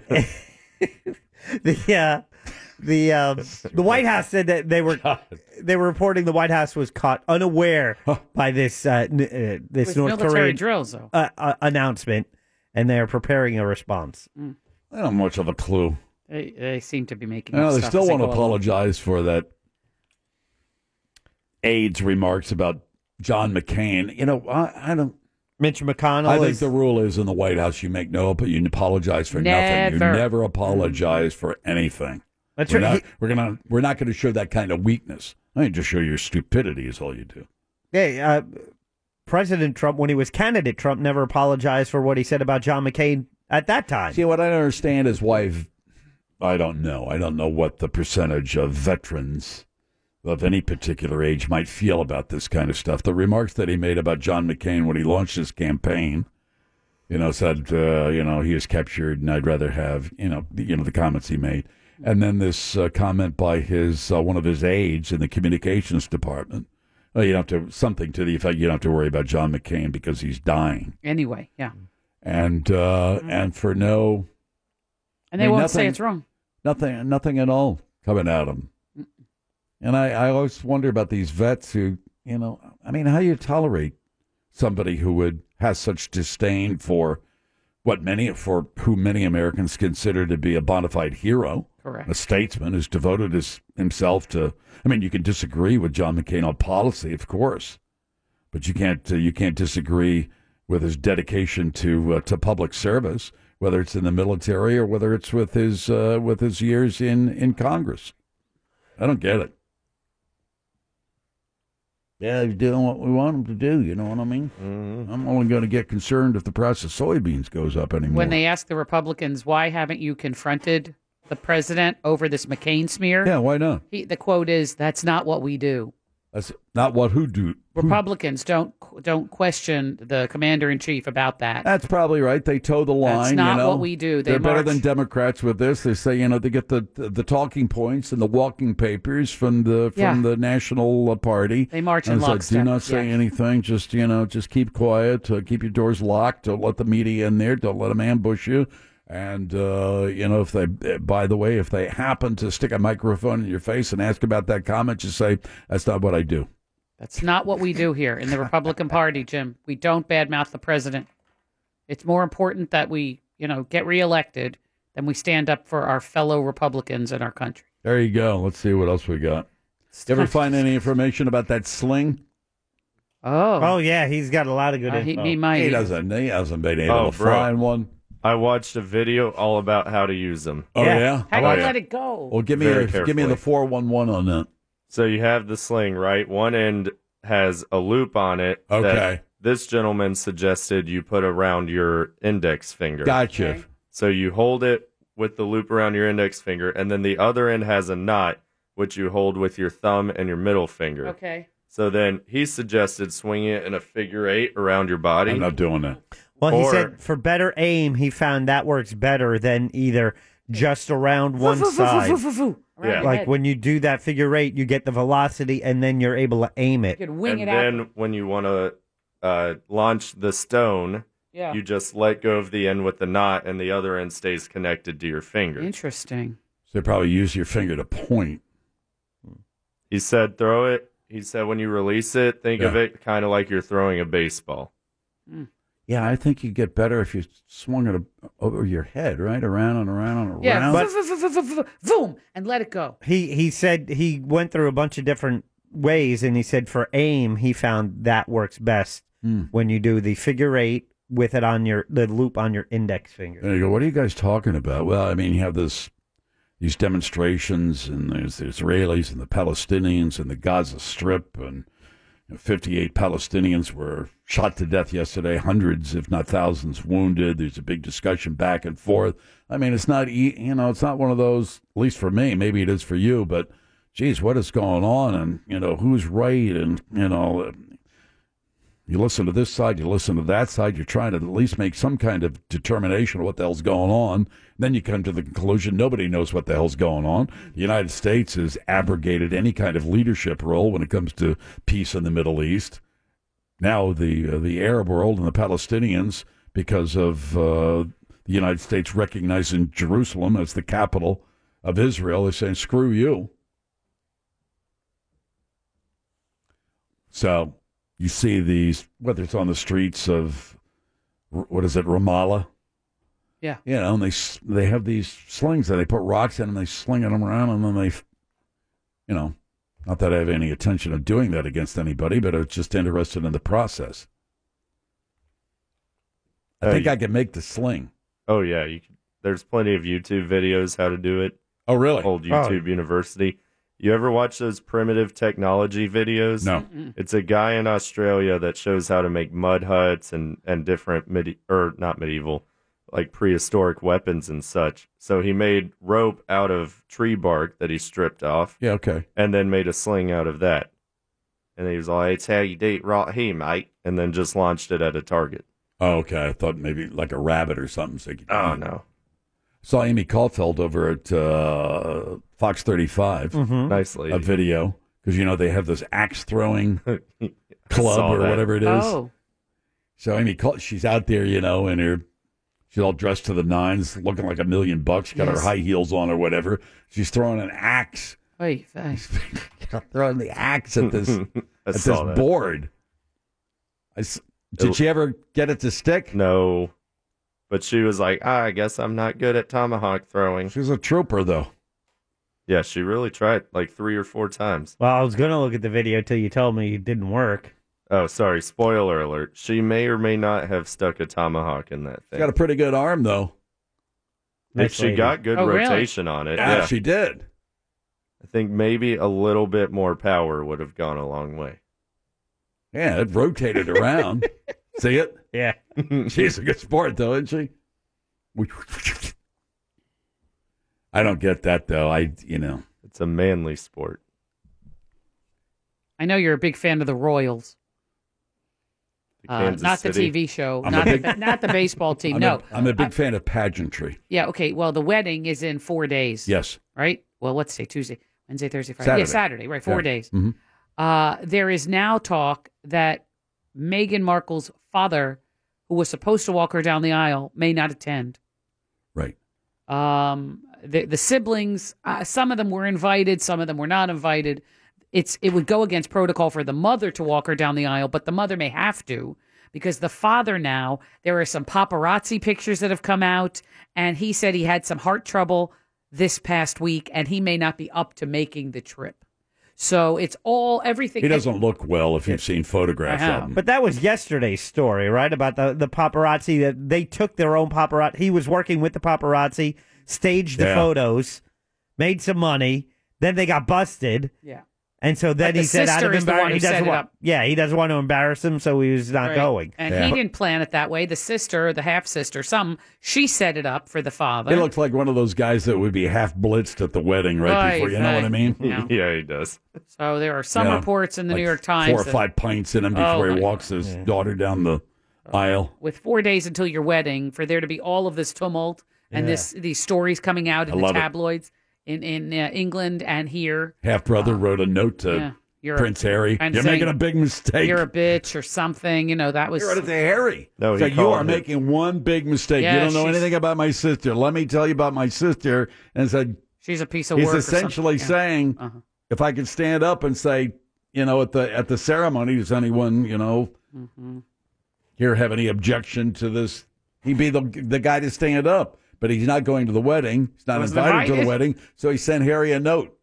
Speaker 8: the uh, the uh, the White House said that they were they were reporting the White House was caught unaware by this uh, n- uh, this
Speaker 6: With
Speaker 8: North
Speaker 6: military
Speaker 8: Korean
Speaker 6: drills, though.
Speaker 8: uh, uh, announcement, and they are preparing a response.
Speaker 6: Mm.
Speaker 5: I don't much of a clue.
Speaker 6: They, they seem to be making.
Speaker 5: No,
Speaker 6: up
Speaker 5: they
Speaker 6: stuff
Speaker 5: still
Speaker 6: as
Speaker 5: want to
Speaker 6: go along.
Speaker 5: apologize for that aides remarks about John McCain. You know, I, I don't.
Speaker 8: Mitch McConnell.
Speaker 5: I think
Speaker 8: is-
Speaker 5: the rule is in the White House you make no, but you apologize for nothing.
Speaker 8: Never.
Speaker 5: You never apologize for anything.
Speaker 8: That's
Speaker 5: we're
Speaker 8: right.
Speaker 5: Not, we're gonna we're not going to show that kind of weakness. I mean, just show your stupidity is all you do.
Speaker 8: Yeah, uh, President Trump, when he was candidate, Trump never apologized for what he said about John McCain at that time.
Speaker 5: See, what I don't understand is why. I don't know. I don't know what the percentage of veterans of any particular age might feel about this kind of stuff. The remarks that he made about John McCain when he launched his campaign, you know, said, uh, you know, he was captured and I'd rather have, you know, the, you know, the comments he made. And then this uh, comment by his uh, one of his aides in the communications department. Oh, you don't have to something to the effect you don't have to worry about John McCain because he's dying,
Speaker 6: Anyway, yeah.
Speaker 5: and uh, and for no
Speaker 6: Mm-hmm. And they
Speaker 5: I mean,
Speaker 6: won't say
Speaker 5: nothing-
Speaker 6: it's wrong.
Speaker 5: Nothing, nothing at all coming at them. And I, I always wonder about these vets who, you know, I mean, how do you tolerate somebody who would has such disdain for what many for who many Americans consider to be a bona fide hero,
Speaker 6: Correct.
Speaker 5: a statesman who's devoted his, himself to. I mean, you can disagree with John McCain on policy, of course, but you can't uh, you can't disagree with his dedication to uh, to public service, whether it's in the military or whether it's with his uh, with his years in in Congress. I don't get it. Yeah, he's doing what we want him to do. You know what I mean? I'm only going to get concerned if the price of soybeans goes up anymore.
Speaker 6: When they ask the Republicans, why haven't you confronted the president over this McCain smear?
Speaker 5: yeah, why not?
Speaker 6: He, the quote is, "That's not what we do."
Speaker 5: That's not what who do.
Speaker 6: Republicans don't don't question the commander in chief about that.
Speaker 5: That's probably right. They toe the line.
Speaker 6: That's
Speaker 5: you
Speaker 6: not
Speaker 5: know?
Speaker 6: what we do. They
Speaker 5: are better
Speaker 6: march-
Speaker 5: than Democrats with this. They say you know they get the the, the talking points and the walking papers from the from
Speaker 6: Yeah.
Speaker 5: the national uh, party.
Speaker 6: They march in
Speaker 5: and it's like,
Speaker 6: lockstep,
Speaker 5: Do not say
Speaker 6: yeah.
Speaker 5: anything. Just you know, just keep quiet. Uh, keep your doors locked. Don't let the media in there. Don't let them ambush you. And uh, you know, if they, by the way, if they happen to stick a microphone in your face and ask about that comment, just say that's not what I do.
Speaker 6: It's not what we do here in the Republican Party, Jim. We don't badmouth the president. It's more important that we, you know, get reelected than we stand up for our fellow Republicans in our country.
Speaker 5: There you go. Let's see what else we got. You ever find any information about that sling?
Speaker 6: Oh,
Speaker 8: Oh yeah, he's got a lot of good.
Speaker 6: Uh, he-
Speaker 8: info.
Speaker 6: he might-
Speaker 5: He doesn't. He hasn't been able
Speaker 9: Oh,
Speaker 5: to
Speaker 9: bro.
Speaker 5: find one.
Speaker 9: I watched a video all about how to use them.
Speaker 5: Oh yeah.
Speaker 6: How do you let it go?
Speaker 5: Well, give me
Speaker 9: Very
Speaker 5: a, give me
Speaker 9: carefully.
Speaker 5: the four one one on that.
Speaker 9: So you have the sling, right? One end has a loop on it. that
Speaker 5: Okay.
Speaker 9: this gentleman suggested you put around your index finger.
Speaker 5: Gotcha. Okay.
Speaker 9: So you hold it with the loop around your index finger, and then the other end has a knot, which you hold with your thumb and your middle finger.
Speaker 6: Okay.
Speaker 9: So then he suggested swinging it in a figure eight around your body. I'm
Speaker 5: not doing that.
Speaker 8: Well, he
Speaker 9: Or-
Speaker 8: said for better aim, he found that works better than either just around one side.
Speaker 9: Around Yeah. your
Speaker 8: Like
Speaker 9: head.
Speaker 8: when you do that figure eight, you get the velocity and then you're able to aim it.
Speaker 9: and then when you want to uh, launch the stone,
Speaker 6: Yeah.
Speaker 9: you just let go of the end with the knot, and the other end stays connected to your finger.
Speaker 6: Interesting.
Speaker 5: So they probably use your finger to point.
Speaker 9: He said, "Throw it." He said, "When you release it, think of it kind of like you're throwing a baseball."
Speaker 5: Yeah, I think you get better if you swung it a- over your head, right, around and around and around.
Speaker 6: Yeah, boom, and let it go.
Speaker 8: He he said he went through a bunch of different ways, and he said for aim, he found that works best when you do the figure eight with it on your the loop on your index finger.
Speaker 5: And you go, what are you guys talking about? Well, I mean, you have this, these demonstrations, and there's the Israelis and the Palestinians and the Gaza Strip, and you know, 58 Palestinians were shot to death yesterday, hundreds, if not thousands, wounded. There's a big discussion back and forth. I mean, it's not, e- you know, it's not one of those. At least for me, maybe it is for you, but geez, what is going on? And you know, who's right? And you know. You listen to this side, you listen to that side, you're trying to at least make some kind of determination of what the hell's going on. Then you come to the conclusion nobody knows what the hell's going on. The United States has abrogated any kind of leadership role when it comes to peace in the Middle East. Now the uh, the Arab world and the Palestinians, because of uh, the United States recognizing Jerusalem as the capital of Israel, is saying screw you. So you see these, whether it's on the streets of, R- what is it, Ramallah?
Speaker 6: Yeah.
Speaker 5: You know, and they s- they have these slings that they put rocks in and they sling them around and then they, f- you know, not that I have any intention of doing that against anybody, but I was just interested in the process. I
Speaker 9: Uh,
Speaker 5: think
Speaker 9: you-
Speaker 5: I could make the sling.
Speaker 9: Oh yeah, you, can- there's plenty of YouTube videos how to do it.
Speaker 5: Oh really?
Speaker 9: Old
Speaker 5: Oh.
Speaker 9: YouTube University. You ever watch those primitive technology videos?
Speaker 5: No. Mm-mm.
Speaker 9: It's a guy in Australia that shows how to make mud huts and and different medi- or not medieval, like prehistoric weapons and such. So he made rope out of tree bark that he stripped off.
Speaker 5: Yeah, okay.
Speaker 9: and then made a sling out of that. And he was like, "It's how you date right here, mate," and then just launched it at a target.
Speaker 5: Oh, okay. I thought maybe like a rabbit or something. So you could-
Speaker 9: Oh no.
Speaker 5: Saw Amy Caulfield over at uh, Fox 35.
Speaker 9: Mhm. Nice lady.
Speaker 5: A video because you know they have this axe throwing club
Speaker 9: saw
Speaker 5: or
Speaker 9: that.
Speaker 5: whatever it is.
Speaker 6: Oh.
Speaker 5: So Amy, Caul- she's out there, you know, in her, she's all dressed to the nines, looking like a million bucks. Got her
Speaker 6: Yes.
Speaker 5: high heels on or whatever. She's throwing an axe,
Speaker 6: Oy vey.
Speaker 5: throwing the axe at this
Speaker 9: I
Speaker 5: at this
Speaker 9: saw that.
Speaker 5: board. I s- did
Speaker 9: It-
Speaker 5: she ever get it to stick?
Speaker 9: No, but she was like, ah, "I guess I'm not good at tomahawk throwing."
Speaker 5: She's a trooper, though.
Speaker 9: Yeah, she really tried like three or four times.
Speaker 8: Well, I was gonna look at the video till you told me it didn't work.
Speaker 9: Oh, sorry, spoiler alert. She may or may not have stuck a tomahawk in that
Speaker 5: She
Speaker 9: thing.
Speaker 5: got a pretty good arm, though.
Speaker 9: If she got
Speaker 6: Oh,
Speaker 5: Oh,
Speaker 9: good rotation on it,
Speaker 5: Yeah,
Speaker 9: yeah,
Speaker 5: she did.
Speaker 9: I think maybe a little bit more power would have gone a long way.
Speaker 5: Yeah, it rotated around. See it?
Speaker 8: Yeah.
Speaker 5: She's a good sport, though, isn't she? I don't get that though. I you know.
Speaker 9: It's a manly sport.
Speaker 6: I know you're a big fan of the Royals. Uh,
Speaker 5: Kansas
Speaker 6: not the
Speaker 5: City.
Speaker 6: TV show,
Speaker 5: I'm a
Speaker 6: not,
Speaker 5: big-
Speaker 6: the, not the baseball team.
Speaker 5: I'm
Speaker 6: no, Uh,
Speaker 5: a, I'm a big fan of pageantry.
Speaker 6: Yeah, okay. Well, the wedding is in four days.
Speaker 5: Yes.
Speaker 6: Right? Well, let's say Tuesday, Wednesday, Thursday, Friday. Yeah, Saturday, right? Four
Speaker 5: Yeah.
Speaker 6: days.
Speaker 5: Mhm.
Speaker 6: Uh, there is now talk that Meghan Markle's father, who was supposed to walk her down the aisle, may not attend.
Speaker 5: Right.
Speaker 6: Um, the, the siblings, uh, some of them were invited, some of them were not invited. It's it would go against protocol for the mother to walk her down the aisle, but the mother may have to because the father now there are some paparazzi pictures that have come out, and he said he had some heart trouble this past week, and he may not be up to making the trip. So it's all everything.
Speaker 5: He doesn't look well if you've seen photographs
Speaker 6: I know.
Speaker 5: of him.
Speaker 8: But that was yesterday's story, right? About the, the paparazzi that they took their own paparazzi. He was working with the paparazzi, staged the
Speaker 5: Yeah.
Speaker 8: photos, made some money. Then they got busted.
Speaker 6: Yeah.
Speaker 8: And so then
Speaker 6: But the
Speaker 8: he said, out
Speaker 6: sister
Speaker 8: of
Speaker 6: is the one
Speaker 8: embarrassment,
Speaker 6: who
Speaker 8: he doesn't
Speaker 6: set it
Speaker 8: want,
Speaker 6: up.
Speaker 8: yeah, he doesn't want to embarrass him, so he was not
Speaker 6: Right.
Speaker 8: going.
Speaker 6: And he didn't plan it that way. The sister, the half sister, some she set it up for the father.
Speaker 5: He looked like one of those guys that would be half blitzed at the wedding right
Speaker 6: Right,
Speaker 5: before. You know
Speaker 6: right.
Speaker 5: what I mean?
Speaker 6: Yeah.
Speaker 5: he does.
Speaker 6: so there are some
Speaker 5: Yeah.
Speaker 6: reports in the
Speaker 5: Like
Speaker 6: New York Times
Speaker 5: Four or
Speaker 6: that-
Speaker 5: five pints in him
Speaker 6: Oh,
Speaker 5: before
Speaker 6: my
Speaker 5: he walks his daughter down the aisle.
Speaker 6: with four days until your wedding for there to be all of this tumult and
Speaker 5: Yeah.
Speaker 6: this these stories coming out
Speaker 5: I
Speaker 6: in the
Speaker 5: love it.
Speaker 6: tabloids in in uh, England and here.
Speaker 5: Half brother wrote a note to
Speaker 6: Uh, Yeah. You're a-
Speaker 5: Prince Harry.
Speaker 6: I'm
Speaker 5: You're
Speaker 6: saying-
Speaker 5: making a big mistake.
Speaker 6: You're a bitch or something. You know that was.
Speaker 5: He wrote it to Harry.
Speaker 6: No,
Speaker 5: So you are making one big mistake.
Speaker 6: Yeah,
Speaker 5: you don't know
Speaker 6: she's-
Speaker 5: anything about my sister. Let me tell you about my sister. And said
Speaker 6: She's a piece of
Speaker 5: he's
Speaker 6: work. or something.
Speaker 5: essentially
Speaker 6: Yeah. Uh-huh.
Speaker 5: saying, if I could stand up and say, you know, at the at the ceremony, does anyone, you know,
Speaker 6: Mhm.
Speaker 5: here have any objection to this? He'd be the the guy to stand up, but he's not going to the wedding. He's not
Speaker 6: Wasn't
Speaker 5: invited, to the
Speaker 6: invited.
Speaker 5: wedding, so he sent Harry a note,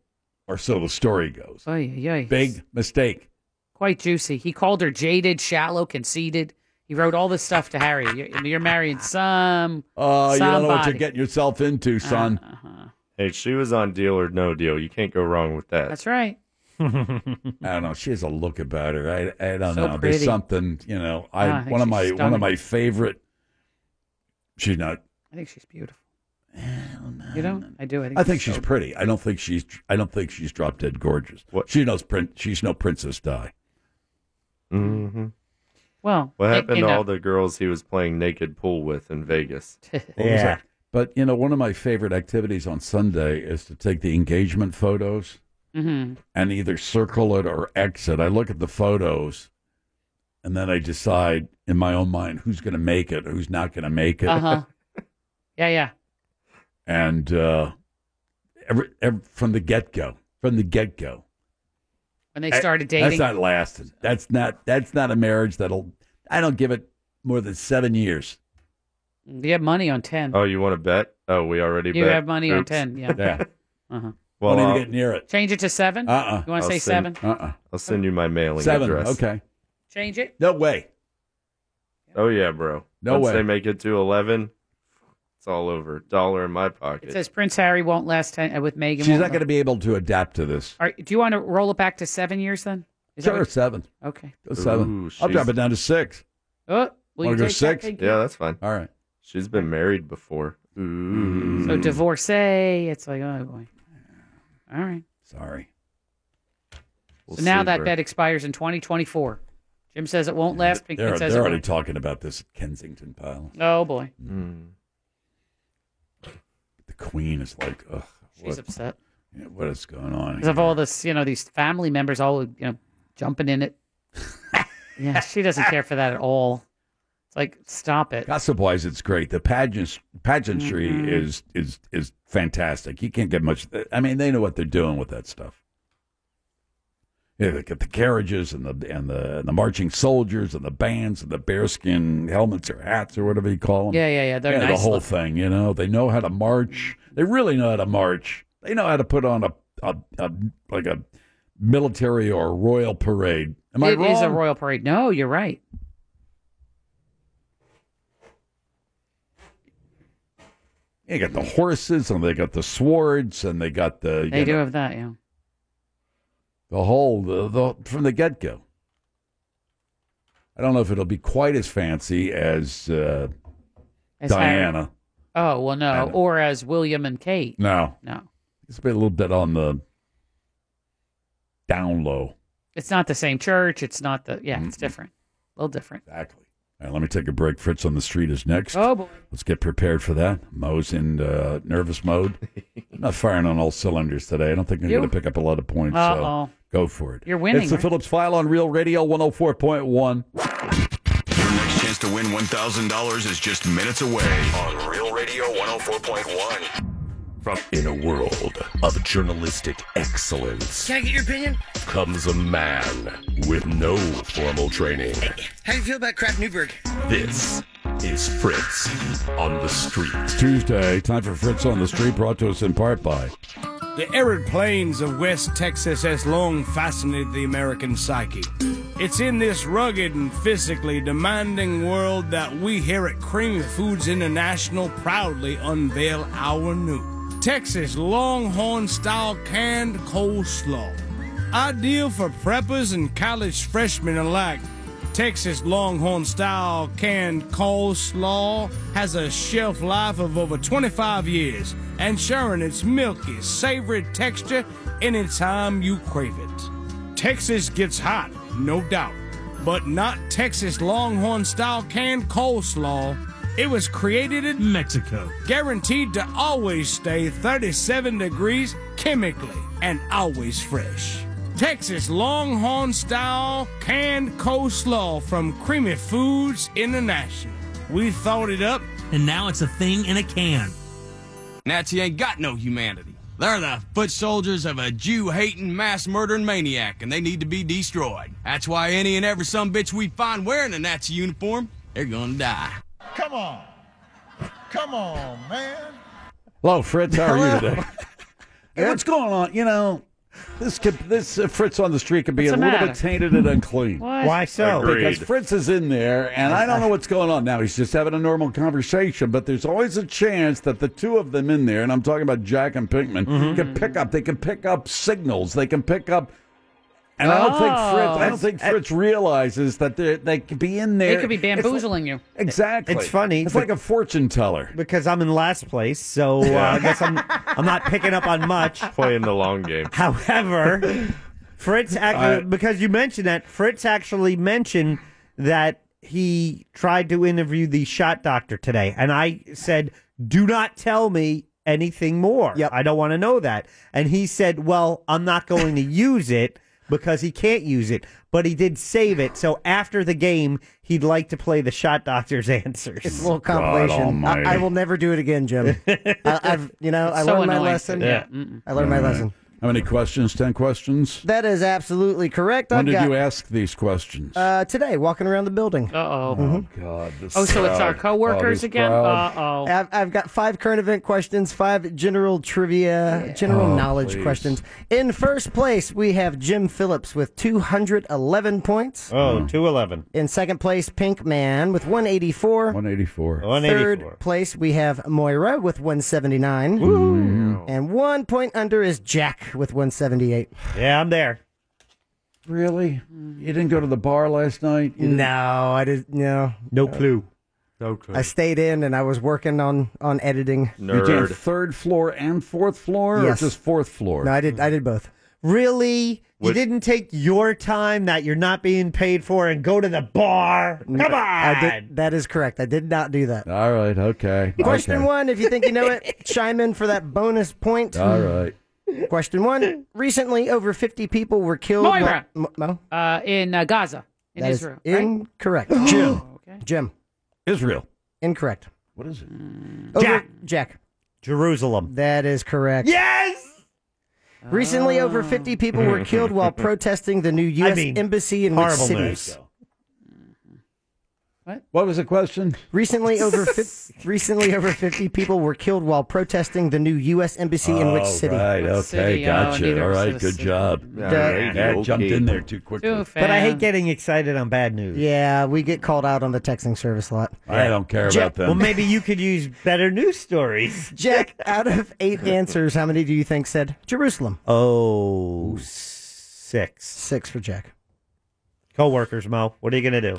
Speaker 5: or so the story goes.
Speaker 6: Oh yeah, yeah.
Speaker 5: Big mistake.
Speaker 6: quite juicy. He called her jaded, shallow, conceited. He wrote all this stuff to Harry. You're, you're marrying some.
Speaker 5: Oh, you don't know what you're
Speaker 6: somebody.
Speaker 5: getting yourself into, son.
Speaker 9: Uh-huh. Hey, she was on Deal or No Deal. You can't go wrong with that.
Speaker 6: That's right.
Speaker 5: I don't know. She has a look about her. I, I don't
Speaker 6: So
Speaker 5: know. There's
Speaker 6: pretty.
Speaker 5: something, you know. I,
Speaker 6: Ah, I think
Speaker 5: one of
Speaker 6: she's
Speaker 5: my one of
Speaker 6: stunning.
Speaker 5: my favorite. She's not.
Speaker 6: I think she's beautiful. You don't? I do. I think,
Speaker 5: I think
Speaker 6: she's
Speaker 5: she's pretty. I don't think she's. I don't think she's drop dead gorgeous. She knows. Prin- she's no princess Di.
Speaker 9: Mm-hmm.
Speaker 6: Well,
Speaker 9: What
Speaker 6: it-
Speaker 9: happened
Speaker 6: you
Speaker 9: to
Speaker 6: know.
Speaker 9: all the girls he was playing naked pool with in Vegas?
Speaker 5: What was that? But you know, one of my favorite activities on Sunday is to take the engagement photos
Speaker 6: Mhm.
Speaker 5: and either circle it or X it. I look at the photos, and then I decide in my own mind who's going to make it, who's not going to make it.
Speaker 6: Uh huh. Yeah, yeah.
Speaker 5: and uh, every, every, from the get go, from the get go,
Speaker 6: When they started
Speaker 5: That's
Speaker 6: dating.
Speaker 5: not lasting. That's not that's not a marriage that'll. I don't give it more than seven years.
Speaker 6: You have money on 10.
Speaker 9: Oh, you want to bet? Oh, we already
Speaker 6: You
Speaker 9: bet.
Speaker 6: have money on
Speaker 9: Oops.
Speaker 6: 10, yeah.
Speaker 5: Yeah.
Speaker 6: Uh-huh.
Speaker 9: Well,
Speaker 5: Don't even
Speaker 9: I'll-
Speaker 5: get near it. Uh-uh.
Speaker 6: Change it to 7? You want to
Speaker 9: I'll
Speaker 6: say
Speaker 9: send-
Speaker 6: 7?
Speaker 9: I'll send you my mailing
Speaker 5: Seven.
Speaker 9: address.
Speaker 5: Okay.
Speaker 6: Change it?
Speaker 5: No way.
Speaker 9: Oh yeah, bro.
Speaker 5: No
Speaker 9: Once
Speaker 5: way.
Speaker 9: they make it to eleven, it's all over. Dollar in my pocket.
Speaker 6: It says Prince Harry won't last 10 uh, with Meghan.
Speaker 5: She's not going to be able to adapt to this.
Speaker 6: Are, do you want to roll it back to 7 years then? Is that
Speaker 5: Sure,
Speaker 6: what-
Speaker 5: seven.
Speaker 6: Okay.
Speaker 5: Go seven. I'll drop it down to six.
Speaker 6: Oh, will you
Speaker 5: Wanna go
Speaker 6: take that?
Speaker 5: six?
Speaker 6: Thank you.
Speaker 9: Yeah, that's fine.
Speaker 5: All right.
Speaker 9: She's been married before.
Speaker 26: Mm.
Speaker 9: Mm. Ooh.
Speaker 5: Mm-hmm.
Speaker 6: So divorcee, it's like, oh boy. All right.
Speaker 5: Sorry.
Speaker 6: so now that bet expires in 2024. Jim says it won't last because
Speaker 5: They're,
Speaker 6: it says
Speaker 5: they're
Speaker 6: it
Speaker 5: already
Speaker 6: won't.
Speaker 5: talking about this at Kensington Palace.
Speaker 6: Oh boy.
Speaker 9: Hmm.
Speaker 5: The Queen is like, ugh.
Speaker 6: She's upset.
Speaker 5: yeah, What is going on?
Speaker 6: Because of all this, you know, these family members all, you know, jumping in it. yeah, she doesn't care for that at all. It's like, stop it.
Speaker 5: Gossip wise, it's great. The pageant pageantry
Speaker 6: Mhm.
Speaker 5: is is is fantastic. You can't get much. I mean, they know what they're doing with that stuff. Yeah, they get the carriages and the and the and the marching soldiers and the bands and the bearskin helmets or hats or whatever you call them.
Speaker 6: Yeah, yeah, yeah. They're
Speaker 5: the
Speaker 6: nice
Speaker 5: whole
Speaker 6: looking.
Speaker 5: thing. You know, they know how to march. They really know how to march. They know how to put on a a, a like a military or royal parade. Am I
Speaker 6: It
Speaker 5: wrong?
Speaker 6: is a royal parade. No, you're right.
Speaker 5: They got the horses and they got the swords and they got the you
Speaker 6: They do
Speaker 5: know,
Speaker 6: have that, yeah.
Speaker 5: the whole the, the from the get go. I don't know if it'll be quite as fancy as, uh,
Speaker 6: As Harry.
Speaker 5: Diana.
Speaker 6: Oh, well, no.
Speaker 5: Diana.
Speaker 6: Or as William and Kate.
Speaker 5: No,
Speaker 6: No.
Speaker 5: it's been a little bit on the down low.
Speaker 6: It's not the same church. It's not the, yeah, it's different. A little different.
Speaker 5: Exactly. All right, let me take a break. Fritz on the street is next.
Speaker 6: Oh, boy.
Speaker 5: Let's get prepared for that. Mo's in uh, nervous mode. I'm not firing on all cylinders today. I don't think I'm
Speaker 6: You-
Speaker 5: going to pick up a lot of points.
Speaker 6: Uh-oh.
Speaker 5: So go for it.
Speaker 6: You're winning,
Speaker 5: It's the
Speaker 6: right?
Speaker 5: Phillips File on Real Radio 104.1.
Speaker 4: chance to win $1,000 is just minutes away on Real Radio 104.1.
Speaker 13: From in a world of journalistic excellence
Speaker 15: Can I get your opinion?
Speaker 13: comes a man with no formal training.
Speaker 15: How do you feel about Crap Newberg?
Speaker 13: This is Fritz on the street.
Speaker 5: It's Tuesday, time for Fritz on the Street, brought to us in part by.
Speaker 16: The arid plains of West Texas has long fascinated the American psyche. It's in this rugged and physically demanding world that we here at Creamy Foods International proudly unveil our new Texas Longhorn style canned coleslaw. Ideal for preppers and college freshmen alike, Texas Longhorn style canned coleslaw has a shelf life of over 25 years, ensuring its milky, savory texture anytime you crave it. Texas gets hot, no doubt, but not Texas Longhorn style canned coleslaw. It was created in Mexico, guaranteed to always stay 37 degrees chemically and always fresh. Texas Longhorn style canned coleslaw from Creamy Foods International. We thought it up, and now it's a thing in a can.
Speaker 18: Nazi ain't got no humanity. They're the foot soldiers of a Jew hating, mass murdering maniac, and they need to be destroyed. That's why any and every some bitch we find wearing a Nazi uniform, they're gonna die.
Speaker 25: Come on. Come on, man.
Speaker 5: Hello, Fritz. How are you
Speaker 25: Hello.
Speaker 5: today? Hey, what's going on? You know, this could, this uh, Fritz on the street could be
Speaker 8: What's
Speaker 5: a
Speaker 8: the
Speaker 5: little bit
Speaker 8: matter?
Speaker 5: tainted and unclean.
Speaker 8: What? Why so?
Speaker 5: Because
Speaker 8: Agreed.
Speaker 5: Fritz is in there, and I don't know what's going on. Now he's just having a normal conversation, but there's always a chance that the two of them in there, and I'm talking about Jack and Pinkman,
Speaker 8: Mm-hmm.
Speaker 5: can pick up. They can pick up signals. They can pick up. And I don't think Fritz. I
Speaker 6: Oh.
Speaker 5: don't think Fritz realizes that they they could be in there.
Speaker 6: They could be
Speaker 5: It's like-
Speaker 6: bamboozling you.
Speaker 5: Exactly.
Speaker 8: It's funny.
Speaker 5: It's like a fortune teller.
Speaker 8: Because I'm in last place, so uh, I guess I'm I'm not picking up on much.
Speaker 9: Playing the long game.
Speaker 8: However, Fritz actually,
Speaker 9: I-
Speaker 8: because you mentioned that Fritz actually mentioned that he tried to interview the shot doctor today, and I said, "Do not tell me anything more. I don't want to know that." And he said, "Well, I'm not going to use it." Because he can't use it, but he did save it. So after the game, he'd like to play the shot doctor's answers.
Speaker 26: It's a little compilation. I, I will never do it again, Jim. I, I've, you know, I
Speaker 8: It's so
Speaker 26: learned my
Speaker 8: annoying.
Speaker 26: lesson.
Speaker 8: Yeah.
Speaker 26: I learned my
Speaker 5: All right.
Speaker 26: lesson.
Speaker 5: How many questions? Ten questions.
Speaker 26: That is absolutely correct.
Speaker 5: When
Speaker 26: I've
Speaker 5: did
Speaker 26: got,
Speaker 5: you ask these questions?
Speaker 26: Uh, today, walking around the building. Uh oh.
Speaker 5: God. this
Speaker 26: Oh, so it's our
Speaker 5: crowd.
Speaker 26: coworkers
Speaker 5: this
Speaker 26: again?
Speaker 5: crowd.
Speaker 6: oh.
Speaker 26: I've, I've got five current event questions, five general trivia, general
Speaker 5: Oh,
Speaker 26: knowledge
Speaker 5: please.
Speaker 26: questions. In first place, we have Jim Phillips with 211 points.
Speaker 8: Oh, 211.
Speaker 26: In second place, Pink Man with 184.
Speaker 5: 184.
Speaker 26: Third place, we have Moira with 179. And one point under is Jack with 178.
Speaker 8: Yeah, I'm there.
Speaker 5: Really? You didn't go to the bar last night? You didn't-
Speaker 26: No, I didn't. No.
Speaker 8: No clue.
Speaker 9: No clue.
Speaker 26: I stayed in and I was working on on editing.
Speaker 5: You did third floor and fourth floor,
Speaker 26: Yes.
Speaker 5: or just fourth floor?
Speaker 26: No, I did. I did both.
Speaker 8: Really? You
Speaker 5: What-
Speaker 8: didn't take your time that you're not being paid for and go to the bar? Come on.
Speaker 26: I did, that is correct. I did not do that.
Speaker 5: All right. Okay.
Speaker 26: Question
Speaker 5: okay.
Speaker 26: one, if you think you know it, chime in for that bonus point.
Speaker 5: All right.
Speaker 26: Question one. Recently, over 50 people were killed.
Speaker 6: Moira.
Speaker 26: Mo- Mo?
Speaker 6: Uh, in uh, Gaza, in
Speaker 26: That is
Speaker 6: Israel. right? Oh,
Speaker 26: incorrect. Jim. Jim.
Speaker 5: Israel.
Speaker 26: Incorrect.
Speaker 5: What is it?
Speaker 6: Hmm.
Speaker 26: Jack. Jack.
Speaker 8: Jerusalem.
Speaker 26: That is correct.
Speaker 8: Yes!
Speaker 26: Recently, over 50 people were killed while protesting the new U.S.
Speaker 8: mean,
Speaker 26: embassy in which
Speaker 8: horrible
Speaker 26: city?
Speaker 8: news.
Speaker 5: What was the question?
Speaker 26: Recently, over fif- recently over 50 people were killed while protesting the new U.S. embassy in which
Speaker 8: Oh,
Speaker 5: All
Speaker 26: city? Oh,
Speaker 5: right, okay, gotcha. All right, good job.
Speaker 26: Yeah,
Speaker 5: All right,
Speaker 26: yeah,
Speaker 5: Dad jumped
Speaker 26: okay.
Speaker 5: in there too quickly.
Speaker 8: But I hate getting excited on bad news.
Speaker 26: Yeah, we get called out on the texting service a lot.
Speaker 5: I don't care
Speaker 8: Jack-
Speaker 5: about them.
Speaker 8: Well, maybe you could use better news stories.
Speaker 26: Jack, out of eight answers, how many do you think said Jerusalem?
Speaker 8: Oh, six.
Speaker 26: Six for Jack.
Speaker 8: Coworkers, Mo. What are you gonna do?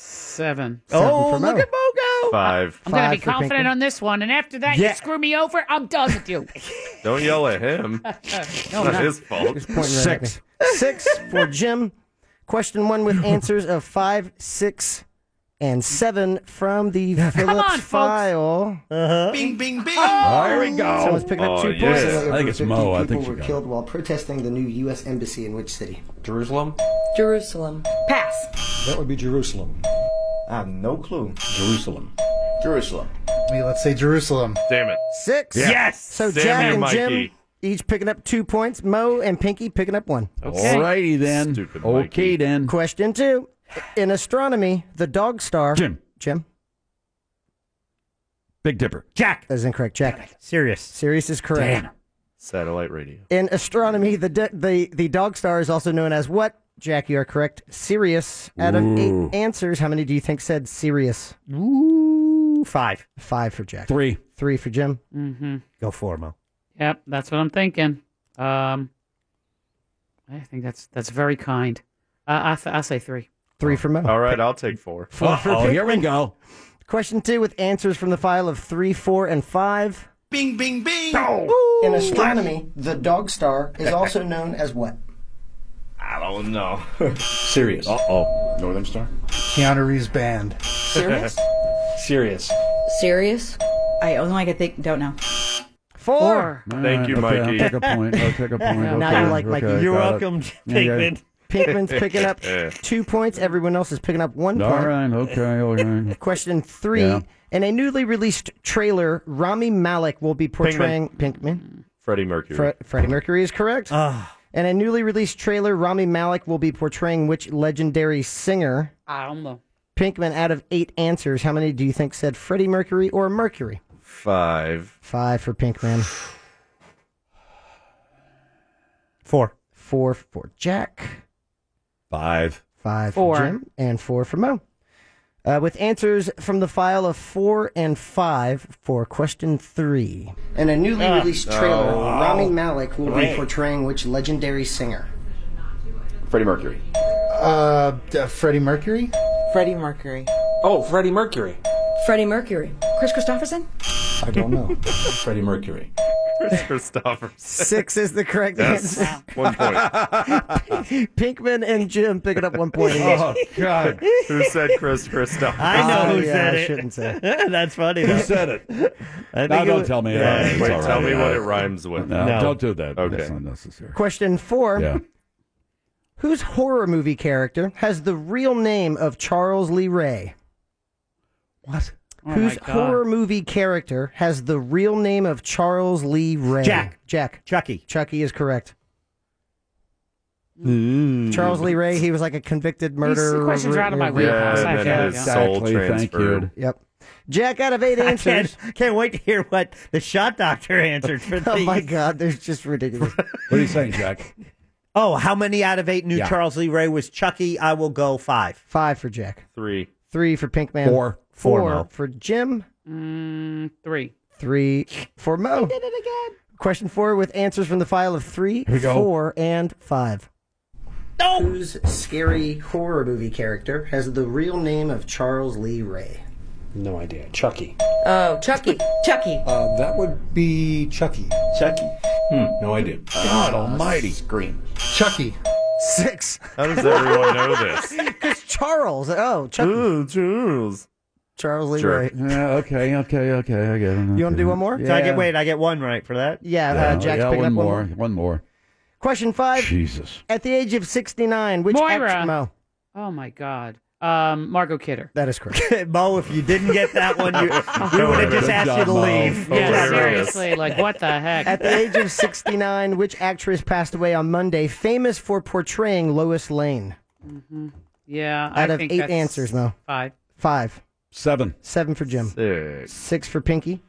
Speaker 6: Seven.
Speaker 8: Oh, look at
Speaker 6: Bogo.
Speaker 9: Five.
Speaker 6: I'm going to be confident on this one, and after that,
Speaker 9: Yeah.
Speaker 6: you screw me over, I'm done with you.
Speaker 9: Don't yell at him.
Speaker 6: no,
Speaker 9: It's
Speaker 6: I'm
Speaker 9: not,
Speaker 6: not.
Speaker 9: his fault.
Speaker 26: Six. Six for Jim. Question one with answers of five, six, and seven from the Phillips
Speaker 6: on, folks.
Speaker 26: file. Uh-huh.
Speaker 6: Bing, bing, bing.
Speaker 11: Oh!
Speaker 26: There we go. Someone's picking up
Speaker 5: two
Speaker 26: two
Speaker 5: Oh, yeah.
Speaker 26: points.
Speaker 5: I think it's Mo. I think
Speaker 26: people
Speaker 5: she
Speaker 26: were
Speaker 5: got
Speaker 26: killed while protesting the new U.S. embassy in which city?
Speaker 27: Jerusalem?
Speaker 26: Jerusalem.
Speaker 27: That would be Jerusalem.
Speaker 14: I have no clue.
Speaker 19: Jerusalem.
Speaker 14: Jerusalem.
Speaker 19: I mean, let's say Jerusalem.
Speaker 9: Damn it.
Speaker 26: Six.
Speaker 9: Yeah. Yes.
Speaker 26: So
Speaker 9: Damn
Speaker 26: Jack
Speaker 9: you,
Speaker 26: and Jim
Speaker 9: Mikey.
Speaker 26: each picking up two points. Mo and Pinky picking up one.
Speaker 5: All righty then. okay then.
Speaker 26: Question two. In astronomy, the dog star. Jim. Jim.
Speaker 5: Big Dipper.
Speaker 26: Jack. That is incorrect. Jack.
Speaker 8: Sirius.
Speaker 26: Sirius is correct.
Speaker 9: Satellite radio.
Speaker 26: In astronomy, the de- the the dog star is also known as what? Jack, you are correct. Sirius. Out of
Speaker 5: Ooh.
Speaker 26: eight answers, how many do you think said Sirius? Ooh, five. Five for Jack.
Speaker 5: Three.
Speaker 26: Three for Jim.
Speaker 6: Mm-hmm.
Speaker 26: Go four, Mo.
Speaker 6: Yep, that's what I'm thinking. Um, I think that's that's very kind. Uh, I th- I say three.
Speaker 26: Three for Mo.
Speaker 9: All right, I'll take four.
Speaker 26: Four for Pinky.
Speaker 5: go.
Speaker 26: Question two with answers from the file of three, four, and five.
Speaker 14: Bing, bing, bing.
Speaker 26: In astronomy, the dog star is also known as what?
Speaker 9: I don't know.
Speaker 19: Sirius. Uh oh. Northern Star. Keanu Reeves Band.
Speaker 20: Serious?
Speaker 19: Sirius.
Speaker 20: Serious? I only I could think. Don't know.
Speaker 26: Four.
Speaker 5: Thank you, Mikey. I'll take a point. I'll take a point.
Speaker 26: Now
Speaker 5: Okay,
Speaker 26: you like Mikey.
Speaker 5: okay, got it. Yeah, yeah.
Speaker 26: Pinkman's picking up two points. Everyone else is picking up one
Speaker 5: All
Speaker 26: point.
Speaker 5: right. Okay. All right.
Speaker 26: Question three.
Speaker 5: Yeah.
Speaker 26: In a newly released trailer, Rami Malek will be portraying Pinkman.
Speaker 9: Freddie Mercury.
Speaker 26: Fre- Freddie Mercury is correct. In a newly released trailer, Rami Malek will be portraying which legendary singer?
Speaker 6: I don't know.
Speaker 26: Pinkman, out of eight answers, how many do you think said Freddie Mercury or Mercury?
Speaker 9: Five.
Speaker 26: Five for Pinkman.
Speaker 8: Four.
Speaker 26: Four for Jack.
Speaker 5: Five.
Speaker 26: Five
Speaker 8: Four.
Speaker 26: for Jim. And four for Mo. Uh, with answers from the file of four and five for question three. In a newly
Speaker 14: Ah.
Speaker 26: released trailer,
Speaker 14: Oh.
Speaker 26: Rami Malik will
Speaker 14: Great.
Speaker 26: be portraying which legendary singer?
Speaker 19: Freddie Mercury. Uh, d- Freddie Mercury.
Speaker 20: Freddie Mercury.
Speaker 19: Oh, Freddie Mercury.
Speaker 20: Freddie Mercury. Chris Christopherson?
Speaker 19: I don't know. Freddie Mercury.
Speaker 9: Chris Christopher.
Speaker 26: Six is the correct
Speaker 9: Yes.
Speaker 26: answer.
Speaker 9: One point.
Speaker 26: Pinkman and Jim picking up one point. each.
Speaker 9: Oh, who said Chris Christopher?
Speaker 26: I know who Oh, yeah, said I it. shouldn't say.
Speaker 8: That's funny. Who
Speaker 5: said it?
Speaker 8: I
Speaker 5: No,
Speaker 8: think
Speaker 5: don't
Speaker 8: it-
Speaker 5: tell me.
Speaker 8: Yeah.
Speaker 5: Uh, it's
Speaker 9: Wait,
Speaker 5: all
Speaker 9: tell me
Speaker 5: right.
Speaker 9: what
Speaker 5: Uh,
Speaker 9: it rhymes with.
Speaker 5: No,
Speaker 9: No.
Speaker 5: don't do that.
Speaker 9: Okay.
Speaker 5: That's unnecessary.
Speaker 26: Question four.
Speaker 5: Yeah.
Speaker 26: Whose horror movie character has the real name of Charles Lee Ray?
Speaker 5: What?
Speaker 6: Oh
Speaker 26: Whose
Speaker 6: my God.
Speaker 26: horror movie character has the real name of Charles Lee Ray?
Speaker 8: Jack.
Speaker 26: Jack.
Speaker 8: Chucky.
Speaker 26: Chucky is correct.
Speaker 19: Mm-hmm.
Speaker 26: Charles Lee Ray, he was like a convicted murderer.
Speaker 6: questions are out of my wheelhouse. I Yeah, feel that like, is yeah. soul
Speaker 5: transfer.
Speaker 26: Yep. Jack, out of eight answers.
Speaker 8: I can't, can't wait to hear what the shot doctor answered for
Speaker 26: oh
Speaker 8: these.
Speaker 26: my God, there's just ridiculous.
Speaker 5: What are you saying, Jack?
Speaker 8: Oh, how many out of eight knew
Speaker 26: Yeah.
Speaker 8: Charles Lee Ray was Chucky? I will go five.
Speaker 26: Five for Jack.
Speaker 9: Three.
Speaker 26: Three for Pinkman.
Speaker 8: Four.
Speaker 26: Four,
Speaker 8: Four, Mo.
Speaker 26: for Jim.
Speaker 6: Mm, three.
Speaker 26: Three for Mo. did it again. Question four with answers from the file of three,
Speaker 19: Here we go.
Speaker 26: four, and five. No. Whose scary horror movie character has the real name of Charles Lee Ray?
Speaker 19: No idea. Chucky.
Speaker 20: Oh, Chucky. Chucky.
Speaker 19: Uh, that would be Chucky. Chucky. Hmm. No idea. God Almighty. Scream. Chucky.
Speaker 26: Six.
Speaker 9: How does everyone know this?
Speaker 26: Because Charles. Oh, Chucky.
Speaker 9: Charles.
Speaker 26: Charles Lee Ray.
Speaker 5: Yeah, okay, okay, okay. I get it.
Speaker 26: You wanna do one more?
Speaker 8: So I
Speaker 26: Yeah.
Speaker 8: get wait, I get one right for that.
Speaker 26: Yeah, uh, Jack's
Speaker 5: yeah, one
Speaker 26: picking up one
Speaker 5: more,
Speaker 26: more.
Speaker 5: One more.
Speaker 26: Question five.
Speaker 5: Jesus.
Speaker 26: At the age of 69, which
Speaker 6: Moira.
Speaker 26: act- Mo.
Speaker 6: Oh my God. Um, Margot Kidder.
Speaker 26: That is correct.
Speaker 8: Mo, if you didn't get that one, you, we would have just asked you to leave.
Speaker 6: Yeah, seriously. Like what the heck?
Speaker 26: At the age of 69, which actress passed away on Monday, famous for portraying Lois Lane?
Speaker 6: Mhm. Yeah.
Speaker 26: Out
Speaker 6: I
Speaker 26: of
Speaker 6: think
Speaker 26: eight
Speaker 6: that's
Speaker 26: answers, though.
Speaker 6: Five.
Speaker 26: Five.
Speaker 5: Seven.
Speaker 26: Seven for Jim.
Speaker 9: Six.
Speaker 26: for Pinky.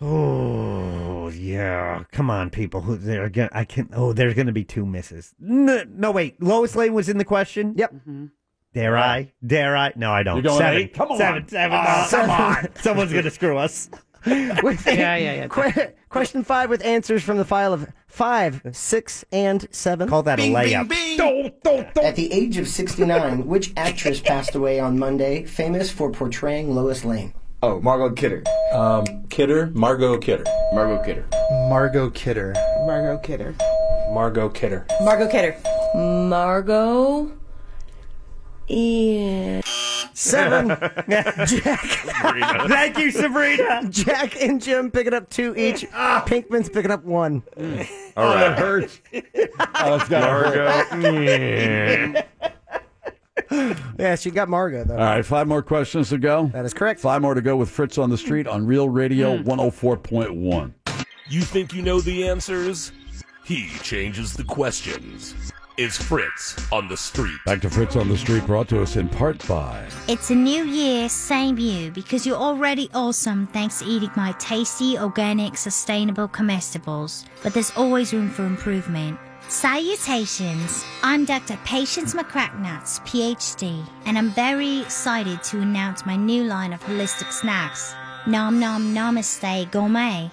Speaker 8: Oh yeah, come on, people. Who they're gonna? I can. Oh, there's gonna be two misses. No, no wait. Lois Lane was in the question.
Speaker 26: Yep.
Speaker 6: Mm-hmm.
Speaker 8: Dare I? Dare I? No, I don't.
Speaker 26: You're going
Speaker 8: seven.
Speaker 26: eight? Come on.
Speaker 8: Seven. Seven.
Speaker 26: Ah,
Speaker 8: no,
Speaker 26: come
Speaker 8: on. Someone's gonna screw us.
Speaker 26: With
Speaker 8: Yeah, yeah, yeah.
Speaker 26: Que- question five with answers from the file of five, six, and seven. Call
Speaker 8: that a Bing, bing, layup. bing.
Speaker 26: At the age of 69, which actress passed away on Monday, famous for portraying Lois Lane?
Speaker 19: Oh, Margot Kidder. Um, Kidder. Margot Kidder. Margot Kidder. Margot Kidder.
Speaker 20: Margot Kidder.
Speaker 19: Margot Kidder.
Speaker 20: Margot Kidder. Margot. Yeah.
Speaker 26: Seven.
Speaker 8: Thank you, Sabrina.
Speaker 26: Jack and Jim picking up two each.
Speaker 8: Ah.
Speaker 26: Pinkman's picking up one.
Speaker 8: Mm.
Speaker 9: All right.
Speaker 5: hurts. Oh, it's got
Speaker 9: Margo.
Speaker 26: yeah, she got Margo though.
Speaker 5: All right, five more questions to go. That
Speaker 26: is correct. Hmm.
Speaker 5: Five more to go with Fritz on the Street on Real Radio
Speaker 20: Mm.
Speaker 5: 104.1.
Speaker 20: You think you know the answers? He changes the questions. It's Fritz on the street.
Speaker 5: Back to Fritz on the Street, brought to us in part by.
Speaker 28: It's a new year, same you, because you're already awesome thanks to eating my tasty, organic, sustainable comestibles. But there's always room for improvement. Salutations! I'm Dr. Patience McCracknuts, PhD, and I'm very excited to announce my new line of holistic snacks, Nom Nom Namaste Gourmet.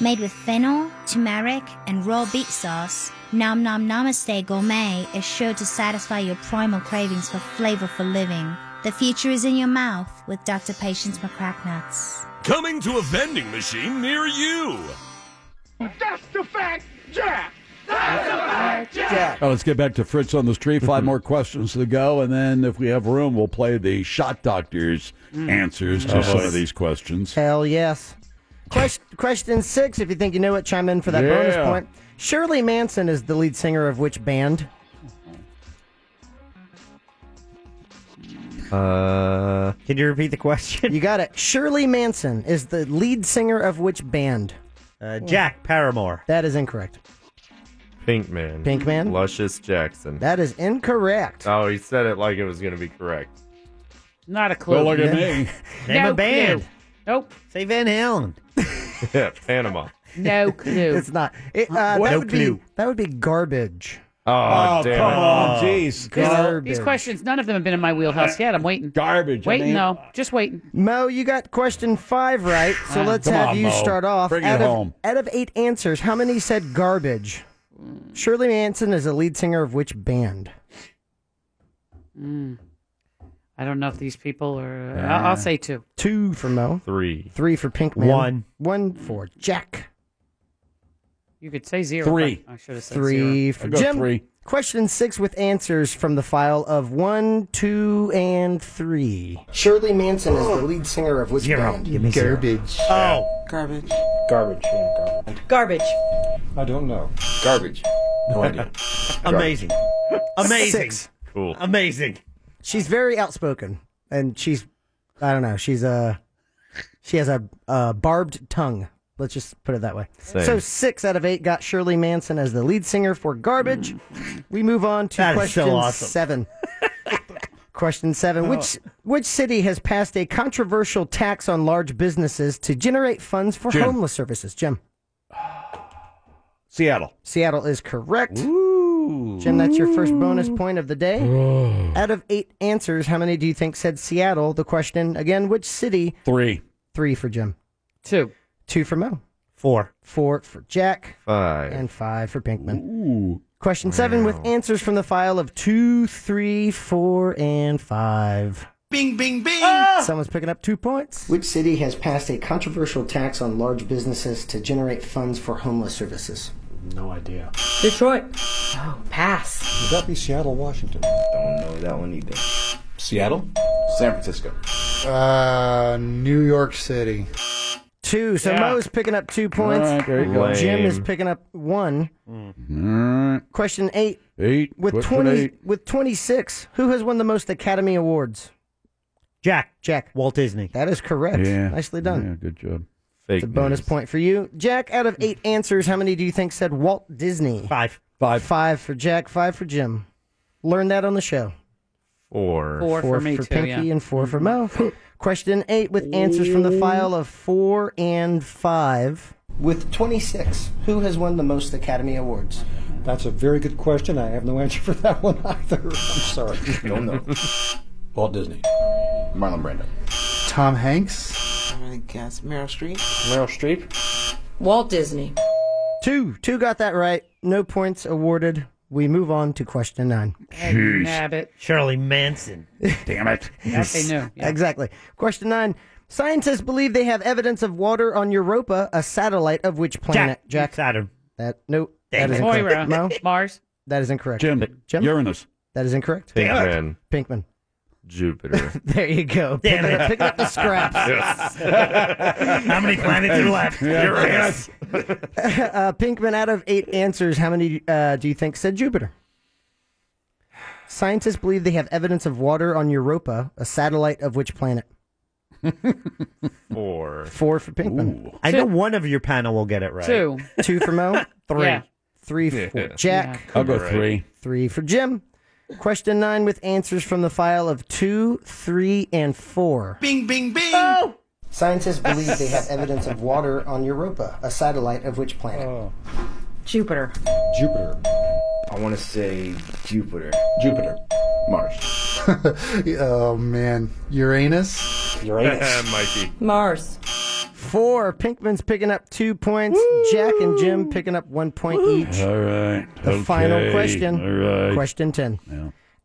Speaker 28: Made with fennel, turmeric, and raw beet sauce, Nom Nom Namaste Gourmet is sure to satisfy your primal cravings for flavorful living. The future is in your mouth with Dr. Patience McCracknuts.
Speaker 20: Coming to a vending machine near you. That's the fact, Jack.
Speaker 5: Well, let's get back to Fritz on the Street. Five more questions to go, and then if we have room, we'll play the shot doctor's answers to
Speaker 26: Oh,
Speaker 5: some
Speaker 26: boy.
Speaker 5: of these questions.
Speaker 26: Hell yes. Question, question six, if you think you know it, chime in for that bonus
Speaker 5: Yeah.
Speaker 26: point. Shirley Manson is the lead singer of which band?
Speaker 9: Uh,
Speaker 26: Can you repeat the question? You got it. Shirley Manson is the lead singer of which band?
Speaker 8: Uh, Jack Paramore.
Speaker 26: That is incorrect.
Speaker 9: Pinkman.
Speaker 26: Pinkman?
Speaker 9: Luscious Jackson.
Speaker 26: That is incorrect.
Speaker 9: Oh, he said it like it was going to be correct.
Speaker 6: Not a
Speaker 9: clue. Don't look at me.
Speaker 26: Name
Speaker 6: no
Speaker 26: a band.
Speaker 6: clue. Nope.
Speaker 26: Say Van Halen.
Speaker 9: Yeah, Panama.
Speaker 26: No clue. it's not. It, uh,
Speaker 9: What?
Speaker 26: that
Speaker 9: No
Speaker 26: would Be,
Speaker 9: clue.
Speaker 26: that would be garbage.
Speaker 9: Oh,
Speaker 26: Oh,
Speaker 9: damn
Speaker 26: come
Speaker 9: it.
Speaker 26: on, jeez.
Speaker 6: These-
Speaker 26: Garbage.
Speaker 6: These questions, none of them have been in my wheelhouse yet. I'm waiting.
Speaker 5: Garbage.
Speaker 26: I
Speaker 6: Waiting
Speaker 26: mean-
Speaker 6: though, just waiting.
Speaker 26: Mo, Oh, you got question five right, so
Speaker 6: Ah,
Speaker 26: let's
Speaker 6: come
Speaker 26: have
Speaker 6: on,
Speaker 26: you
Speaker 6: Mo.
Speaker 26: start off.
Speaker 6: Bring it
Speaker 26: out, of,
Speaker 6: home.
Speaker 26: out of eight answers, how many said garbage? Shirley Manson is the lead singer of which band?
Speaker 6: Mm. I don't know if these people are. I- I'll,
Speaker 26: Uh,
Speaker 6: say two.
Speaker 26: Two for Mo.
Speaker 9: Three.
Speaker 26: Three for Pinkman.
Speaker 8: One.
Speaker 26: One for Jack.
Speaker 6: You could say zero. but I should have said zero.
Speaker 26: Three for Jim. Question six with answers from the file of one, two, and three. Shirley Manson is the lead singer of which
Speaker 8: Zero.
Speaker 26: band?
Speaker 8: Give me zero.
Speaker 26: Garbage.
Speaker 8: Oh.
Speaker 26: Garbage.
Speaker 11: Garbage. Yeah, garbage.
Speaker 10: Garbage.
Speaker 11: I don't know. Garbage. No idea.
Speaker 26: Amazing.
Speaker 8: Amazing.
Speaker 26: Six.
Speaker 9: Cool.
Speaker 8: Amazing.
Speaker 26: She's very outspoken, and she's, I don't know, she's a, she has a, a barbed tongue. Let's just put it that way.
Speaker 8: Same.
Speaker 26: So six out of eight got Shirley Manson as the lead singer for Garbage. We move on to
Speaker 8: That is so
Speaker 26: question
Speaker 8: awesome.
Speaker 26: seven. question seven:
Speaker 8: Oh.
Speaker 26: Which which city has passed a controversial tax on large businesses to generate funds for
Speaker 5: Jim.
Speaker 26: homeless services? Jim.
Speaker 5: Seattle.
Speaker 26: Seattle is correct. Jim, that's your first bonus point of the day. Out of eight answers, how many do you think said Seattle? The question again, which city?
Speaker 5: Three.
Speaker 26: Three for Jim.
Speaker 6: Two.
Speaker 26: Two for Mo.
Speaker 8: Four.
Speaker 26: Four for Jack.
Speaker 9: Five.
Speaker 26: And five for Pinkman. Question seven with answers from the file of two, three, four, and five.
Speaker 18: Bing, bing, bing.
Speaker 26: Someone's picking up two points. Ah! Which city has passed a controversial tax on large businesses to generate funds for homeless services?
Speaker 11: No idea.
Speaker 10: Detroit. Oh, pass.
Speaker 11: Would that be Seattle, Washington? Don't know that one either. Seattle? San Francisco.
Speaker 15: Uh, New York City.
Speaker 26: Two. So
Speaker 15: Yeah.
Speaker 26: Mo's picking up two points.
Speaker 15: All right, there you go.
Speaker 26: Jim is
Speaker 15: Lame.
Speaker 26: picking up one.
Speaker 1: Hmm.
Speaker 26: Question eight.
Speaker 5: Eight.
Speaker 26: With
Speaker 5: Question
Speaker 26: twenty
Speaker 5: eight.
Speaker 26: with twenty six, who has won the most Academy Awards?
Speaker 8: Jack.
Speaker 26: Jack.
Speaker 8: Walt Disney.
Speaker 26: That is correct.
Speaker 5: Yeah.
Speaker 26: Nicely done.
Speaker 5: Yeah, good job.
Speaker 9: Fake
Speaker 26: It's a bonus point for you. Jack, out of eight answers, how many do you think said Walt Disney?
Speaker 8: Five.
Speaker 26: Five. Five for Jack, five for Jim. Learn that on the show.
Speaker 9: Four.
Speaker 26: for Pinky and four for Mo.
Speaker 11: Mm-hmm.
Speaker 26: Question eight with answers from the file of four and five. With 26, who has won the most Academy Awards?
Speaker 11: That's a very good question. I have no answer for that one either. I'm sorry.
Speaker 15: Don't know.
Speaker 11: Walt Disney. Marlon Brando.
Speaker 15: Tom Hanks. I'm gonna guess Meryl Streep.
Speaker 11: Meryl Streep.
Speaker 15: Walt Disney.
Speaker 26: Two. Two got that right. No points awarded. We move on to question nine.
Speaker 8: Jeez.
Speaker 6: Nabbit.
Speaker 8: Shirley Manson.
Speaker 5: Damn it.
Speaker 6: That they knew. Yeah.
Speaker 26: Exactly. Question nine. Scientists believe they have evidence of water on Europa, a satellite of which planet? Jack.
Speaker 8: Saturn.
Speaker 26: That nope.
Speaker 8: Damn
Speaker 26: that is
Speaker 8: it.
Speaker 26: incorrect.
Speaker 8: Moira.
Speaker 26: Mo?
Speaker 6: Mars.
Speaker 26: That is incorrect.
Speaker 5: Jim.
Speaker 26: Jim.
Speaker 5: Uranus.
Speaker 26: That is incorrect.
Speaker 9: Pinkman.
Speaker 26: Pinkman.
Speaker 9: Jupiter.
Speaker 26: There you go.
Speaker 8: Damn
Speaker 26: picking,
Speaker 8: it.
Speaker 26: Up, picking up the scraps.
Speaker 8: How many planets are left?
Speaker 26: Yeah.
Speaker 8: Uranus.
Speaker 26: uh, Pinkman, out of eight answers, how many uh, do you think said Jupiter? Scientists believe they have evidence of water on Europa, a satellite of which planet?
Speaker 9: Four.
Speaker 26: Four for Pinkman.
Speaker 8: I know one of your panel will get it right.
Speaker 26: Two. Two for Mo. Three.
Speaker 8: Yeah.
Speaker 26: Three
Speaker 8: Yeah.
Speaker 26: for Jack.
Speaker 8: Yeah. I'll go Right. three.
Speaker 26: Three for Jim. Question nine with answers from the file of two, three, and four.
Speaker 14: Bing, bing, bing.
Speaker 26: Scientists believe they have evidence of water on Europa, a satellite of which planet?
Speaker 20: Jupiter.
Speaker 19: Jupiter.
Speaker 14: I want to say Jupiter.
Speaker 19: Jupiter.
Speaker 14: Mars.
Speaker 2: oh man, Uranus.
Speaker 9: Mikey.
Speaker 26: Mars. Four. Pinkman's picking up two points. Jack and Jim picking up one point each.
Speaker 5: All right.
Speaker 26: The final
Speaker 5: okay,
Speaker 26: question.
Speaker 5: All right.
Speaker 26: Question 10.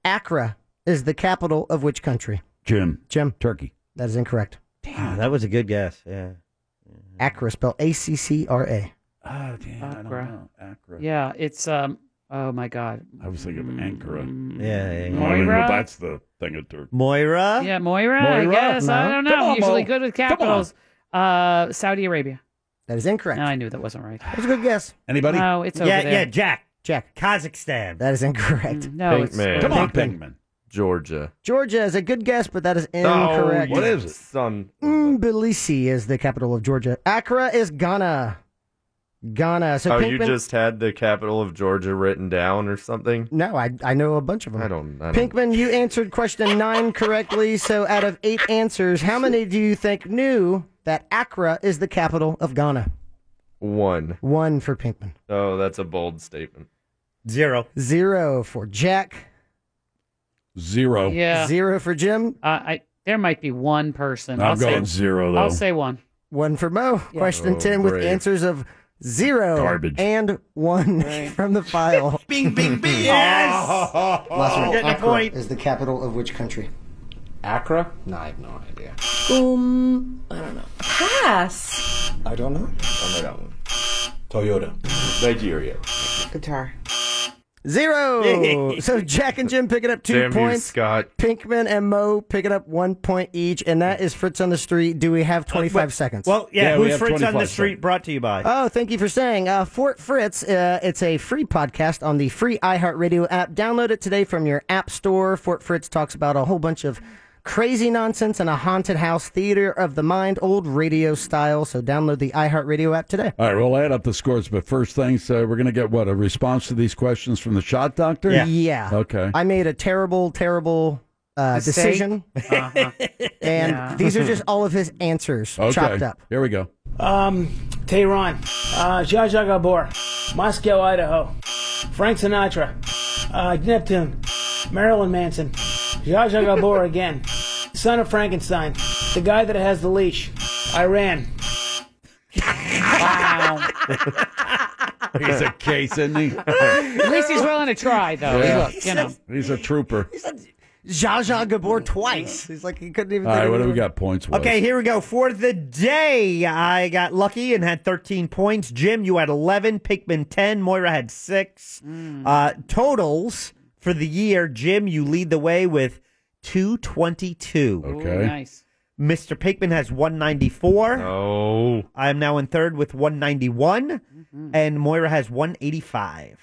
Speaker 5: Yeah.
Speaker 26: Accra is the capital of which country?
Speaker 5: Jim.
Speaker 26: Jim.
Speaker 5: Turkey.
Speaker 26: That is incorrect. Oh,
Speaker 8: Damn, that was a good guess. Yeah.
Speaker 26: Accra, spelled A C C R A.
Speaker 5: Oh, damn.
Speaker 6: Accra.
Speaker 5: Accra.
Speaker 6: Yeah, it's um. Oh my God.
Speaker 5: I was thinking of Ankara.
Speaker 8: Yeah, yeah, yeah.
Speaker 5: I don't even know
Speaker 6: Moira?
Speaker 5: if that's the thing of Turkey.
Speaker 8: Moira.
Speaker 6: Yeah, Moira. I
Speaker 5: Moira?
Speaker 6: guess I
Speaker 5: No.
Speaker 6: don't
Speaker 5: Come
Speaker 6: know.
Speaker 5: on,
Speaker 6: I'm usually
Speaker 5: Mo.
Speaker 6: good with
Speaker 5: Come on.
Speaker 6: capitals. Uh, Saudi Arabia.
Speaker 26: That is incorrect.
Speaker 6: No, I knew that wasn't right.
Speaker 26: That's a good guess.
Speaker 5: Anybody?
Speaker 6: No, it's over
Speaker 8: yeah,
Speaker 6: there. Mm,
Speaker 8: yeah. Jack.
Speaker 26: Jack.
Speaker 8: Kazakhstan.
Speaker 26: That is incorrect.
Speaker 6: No,
Speaker 9: Pinkman.
Speaker 6: it's
Speaker 9: Come on, Pinkman. Georgia.
Speaker 26: Georgia is a good guess, but that is
Speaker 9: Oh,
Speaker 26: incorrect.
Speaker 9: what is it? Son.
Speaker 26: Mm, Tbilisi is the capital of Georgia. Accra is Ghana. Ghana. So
Speaker 9: oh,
Speaker 26: Pinkman,
Speaker 9: you just had the capital of Georgia written down or something?
Speaker 26: No, I I know a bunch of them.
Speaker 9: I don't. I don't
Speaker 26: Pinkman, you answered question nine correctly. So out of eight answers, how many do you think knew that Accra is the capital of Ghana?
Speaker 9: One.
Speaker 26: One for Pinkman.
Speaker 9: Oh, that's a bold statement.
Speaker 8: Zero.
Speaker 26: Zero for Jack.
Speaker 5: Zero.
Speaker 6: Yeah.
Speaker 26: Zero for Jim.
Speaker 6: Uh, I there might be one person.
Speaker 5: I'm
Speaker 6: I'll say-
Speaker 5: going zero, though.
Speaker 6: I'll say one.
Speaker 26: One for Mo.
Speaker 6: Yeah.
Speaker 26: Question
Speaker 5: Oh,
Speaker 26: 10 with
Speaker 5: brave.
Speaker 26: answers of zero
Speaker 5: Garbage.
Speaker 26: and one from the file.
Speaker 14: bing, bing, bing.
Speaker 26: Yes!
Speaker 14: Last one.
Speaker 26: Accra
Speaker 14: Accra.
Speaker 26: is the capital of which country?
Speaker 14: Accra? No, I have no idea.
Speaker 20: Um, I don't know. Pass.
Speaker 14: I don't know. I know that one. Toyota. Nigeria.
Speaker 26: Qatar. Zero. so Jack and Jim picking up two
Speaker 9: Damn you,
Speaker 26: points.
Speaker 9: Scott.
Speaker 26: Pinkman and Mo picking up one point each, and that is Fritz on the Street. Do we have 25 seconds?
Speaker 8: Uh, Well, yeah. who's Fritz on the street? Brought to you by.
Speaker 26: Oh, thank you for saying. Uh, Fort Fritz, uh, it's a free podcast on the free iHeartRadio app. Download it today from your app store. Fort Fritz talks about a whole bunch of crazy nonsense and a haunted house theater of the mind, old radio style. So download the iHeartRadio app today.
Speaker 5: All right, we'll add up the scores, but first things, uh, we're going to get what? A response to these questions from the shot doctor?
Speaker 26: Yeah.
Speaker 5: Okay.
Speaker 26: I made a terrible, terrible uh,
Speaker 6: Mistake?
Speaker 26: decision.
Speaker 6: Uh-huh.
Speaker 26: And
Speaker 6: Yeah.
Speaker 26: these are just all of his answers
Speaker 5: okay.
Speaker 26: chopped up.
Speaker 5: Here we go.
Speaker 7: Um, Tehran, uh, Zsa Zsa Gabor, Moscow, Idaho, Frank Sinatra, uh, Neptune, Marilyn Manson, Zsa Zsa Gabor again, son of Frankenstein, the guy that has the leash, Iran.
Speaker 6: Wow.
Speaker 5: He's a case, isn't he?
Speaker 6: At least he's willing to try, though.
Speaker 5: Yeah.
Speaker 6: Look, you know.
Speaker 5: He's a trooper.
Speaker 26: Zsa Zsa Gabor twice. He's like, he couldn't
Speaker 5: All
Speaker 26: even.
Speaker 5: right, what do we got points wise?
Speaker 8: Okay, here we go. For the day, I got lucky and had 13 points. Jim, you had 11. Pinkman, 10. Moira had 6. Uh, totals for the year, Jim, you lead the way with 222.
Speaker 5: Okay.
Speaker 6: nice.
Speaker 8: Mr. Pinkman has 194.
Speaker 9: Oh.
Speaker 8: I am now in third with 191. And Moira has 185.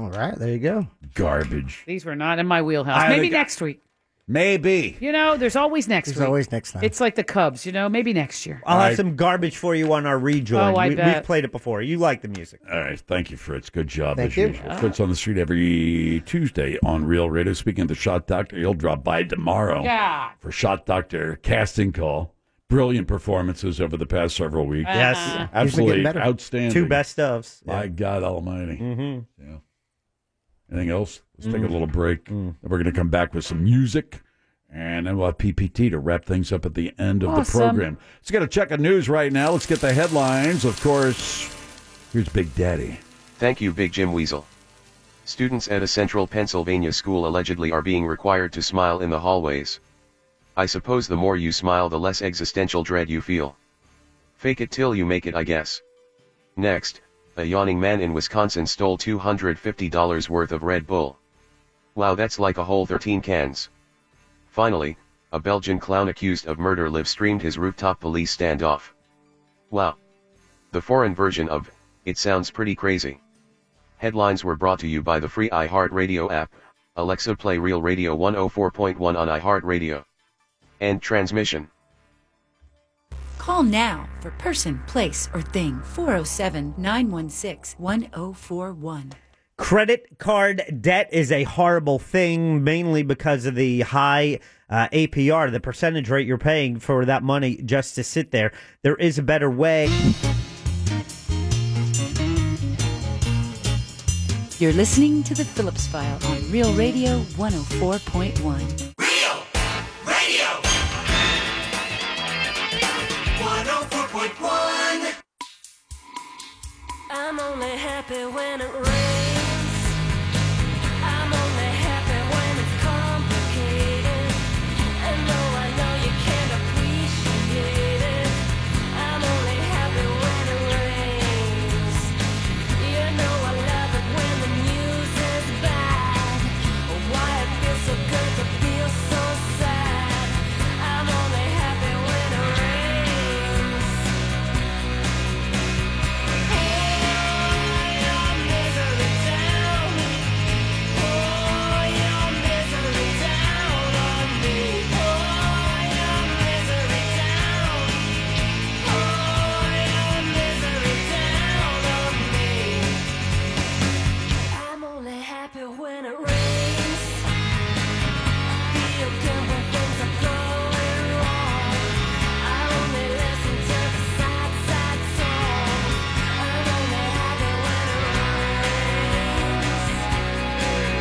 Speaker 26: All right, there you go.
Speaker 5: Garbage.
Speaker 6: These were not in my wheelhouse.
Speaker 8: I
Speaker 6: Maybe
Speaker 8: think I-
Speaker 6: next week.
Speaker 5: Maybe.
Speaker 6: You know, there's always next
Speaker 8: There's
Speaker 6: week.
Speaker 8: always next time.
Speaker 6: It's like the Cubs, you know, maybe next year.
Speaker 8: I'll have some garbage for you on our rejoin.
Speaker 6: Oh, I
Speaker 8: we,
Speaker 6: bet.
Speaker 8: We've played it before. You like the music.
Speaker 5: All right. Thank you, Fritz. Good job
Speaker 8: Thank
Speaker 5: as
Speaker 8: you.
Speaker 5: usual. Fritz on the street every Tuesday on Real Radio. Speaking of the Shot Doctor, he'll drop by tomorrow
Speaker 6: Yeah.
Speaker 5: for Shot Doctor casting call. Brilliant performances over the past several weeks.
Speaker 8: Yes. Uh-huh. He's been
Speaker 5: Absolutely
Speaker 8: getting better.
Speaker 5: outstanding.
Speaker 8: Two best ofs.
Speaker 5: My God Almighty.
Speaker 8: Mm-hmm.
Speaker 5: Yeah. Anything else? Let's take
Speaker 8: Mm.
Speaker 5: a little break. Then We're going to come back with some music. And then we'll have PPT to wrap things up at the end of
Speaker 6: Awesome.
Speaker 5: the program. Let's get a check of news right now. Let's get the headlines. Of course, here's Big Daddy.
Speaker 3: Thank you, Big Jim Weasel. Students at a central Pennsylvania school allegedly are being required to smile in the hallways. I suppose the more you smile, the less existential dread you feel. Fake it till you make it, I guess. Next, a yawning man in Wisconsin stole $250 worth of Red Bull. Wow, that's like a whole 13 cans. Finally, a Belgian clown accused of murder live streamed his rooftop police standoff. Wow. The foreign version of, it sounds pretty crazy. Headlines were brought to you by the free iHeartRadio app, Alexa play Real Radio 104.1 on iHeartRadio. End transmission.
Speaker 10: Call now for person, place, or thing 407 916 1041.
Speaker 8: Credit card debt is a horrible thing, mainly because of the high uh, APR, the percentage rate you're paying for that money just to sit there. There is a better way.
Speaker 10: You're listening to The Phillips File on Real Radio 104.1.
Speaker 17: 104.1. I'm only happy when it rains. I'm only happy when it's complicated. And though I know you can't appreciate it, I'm only happy when it rains. You know I love it when the news is bad. Oh, why it feels so good to feel so sad. I'm only happy when it rains. I'm only happy when it rains. Feel good when things are going wrong. I only listen to the sad, sad song. I'm only happy when it rains.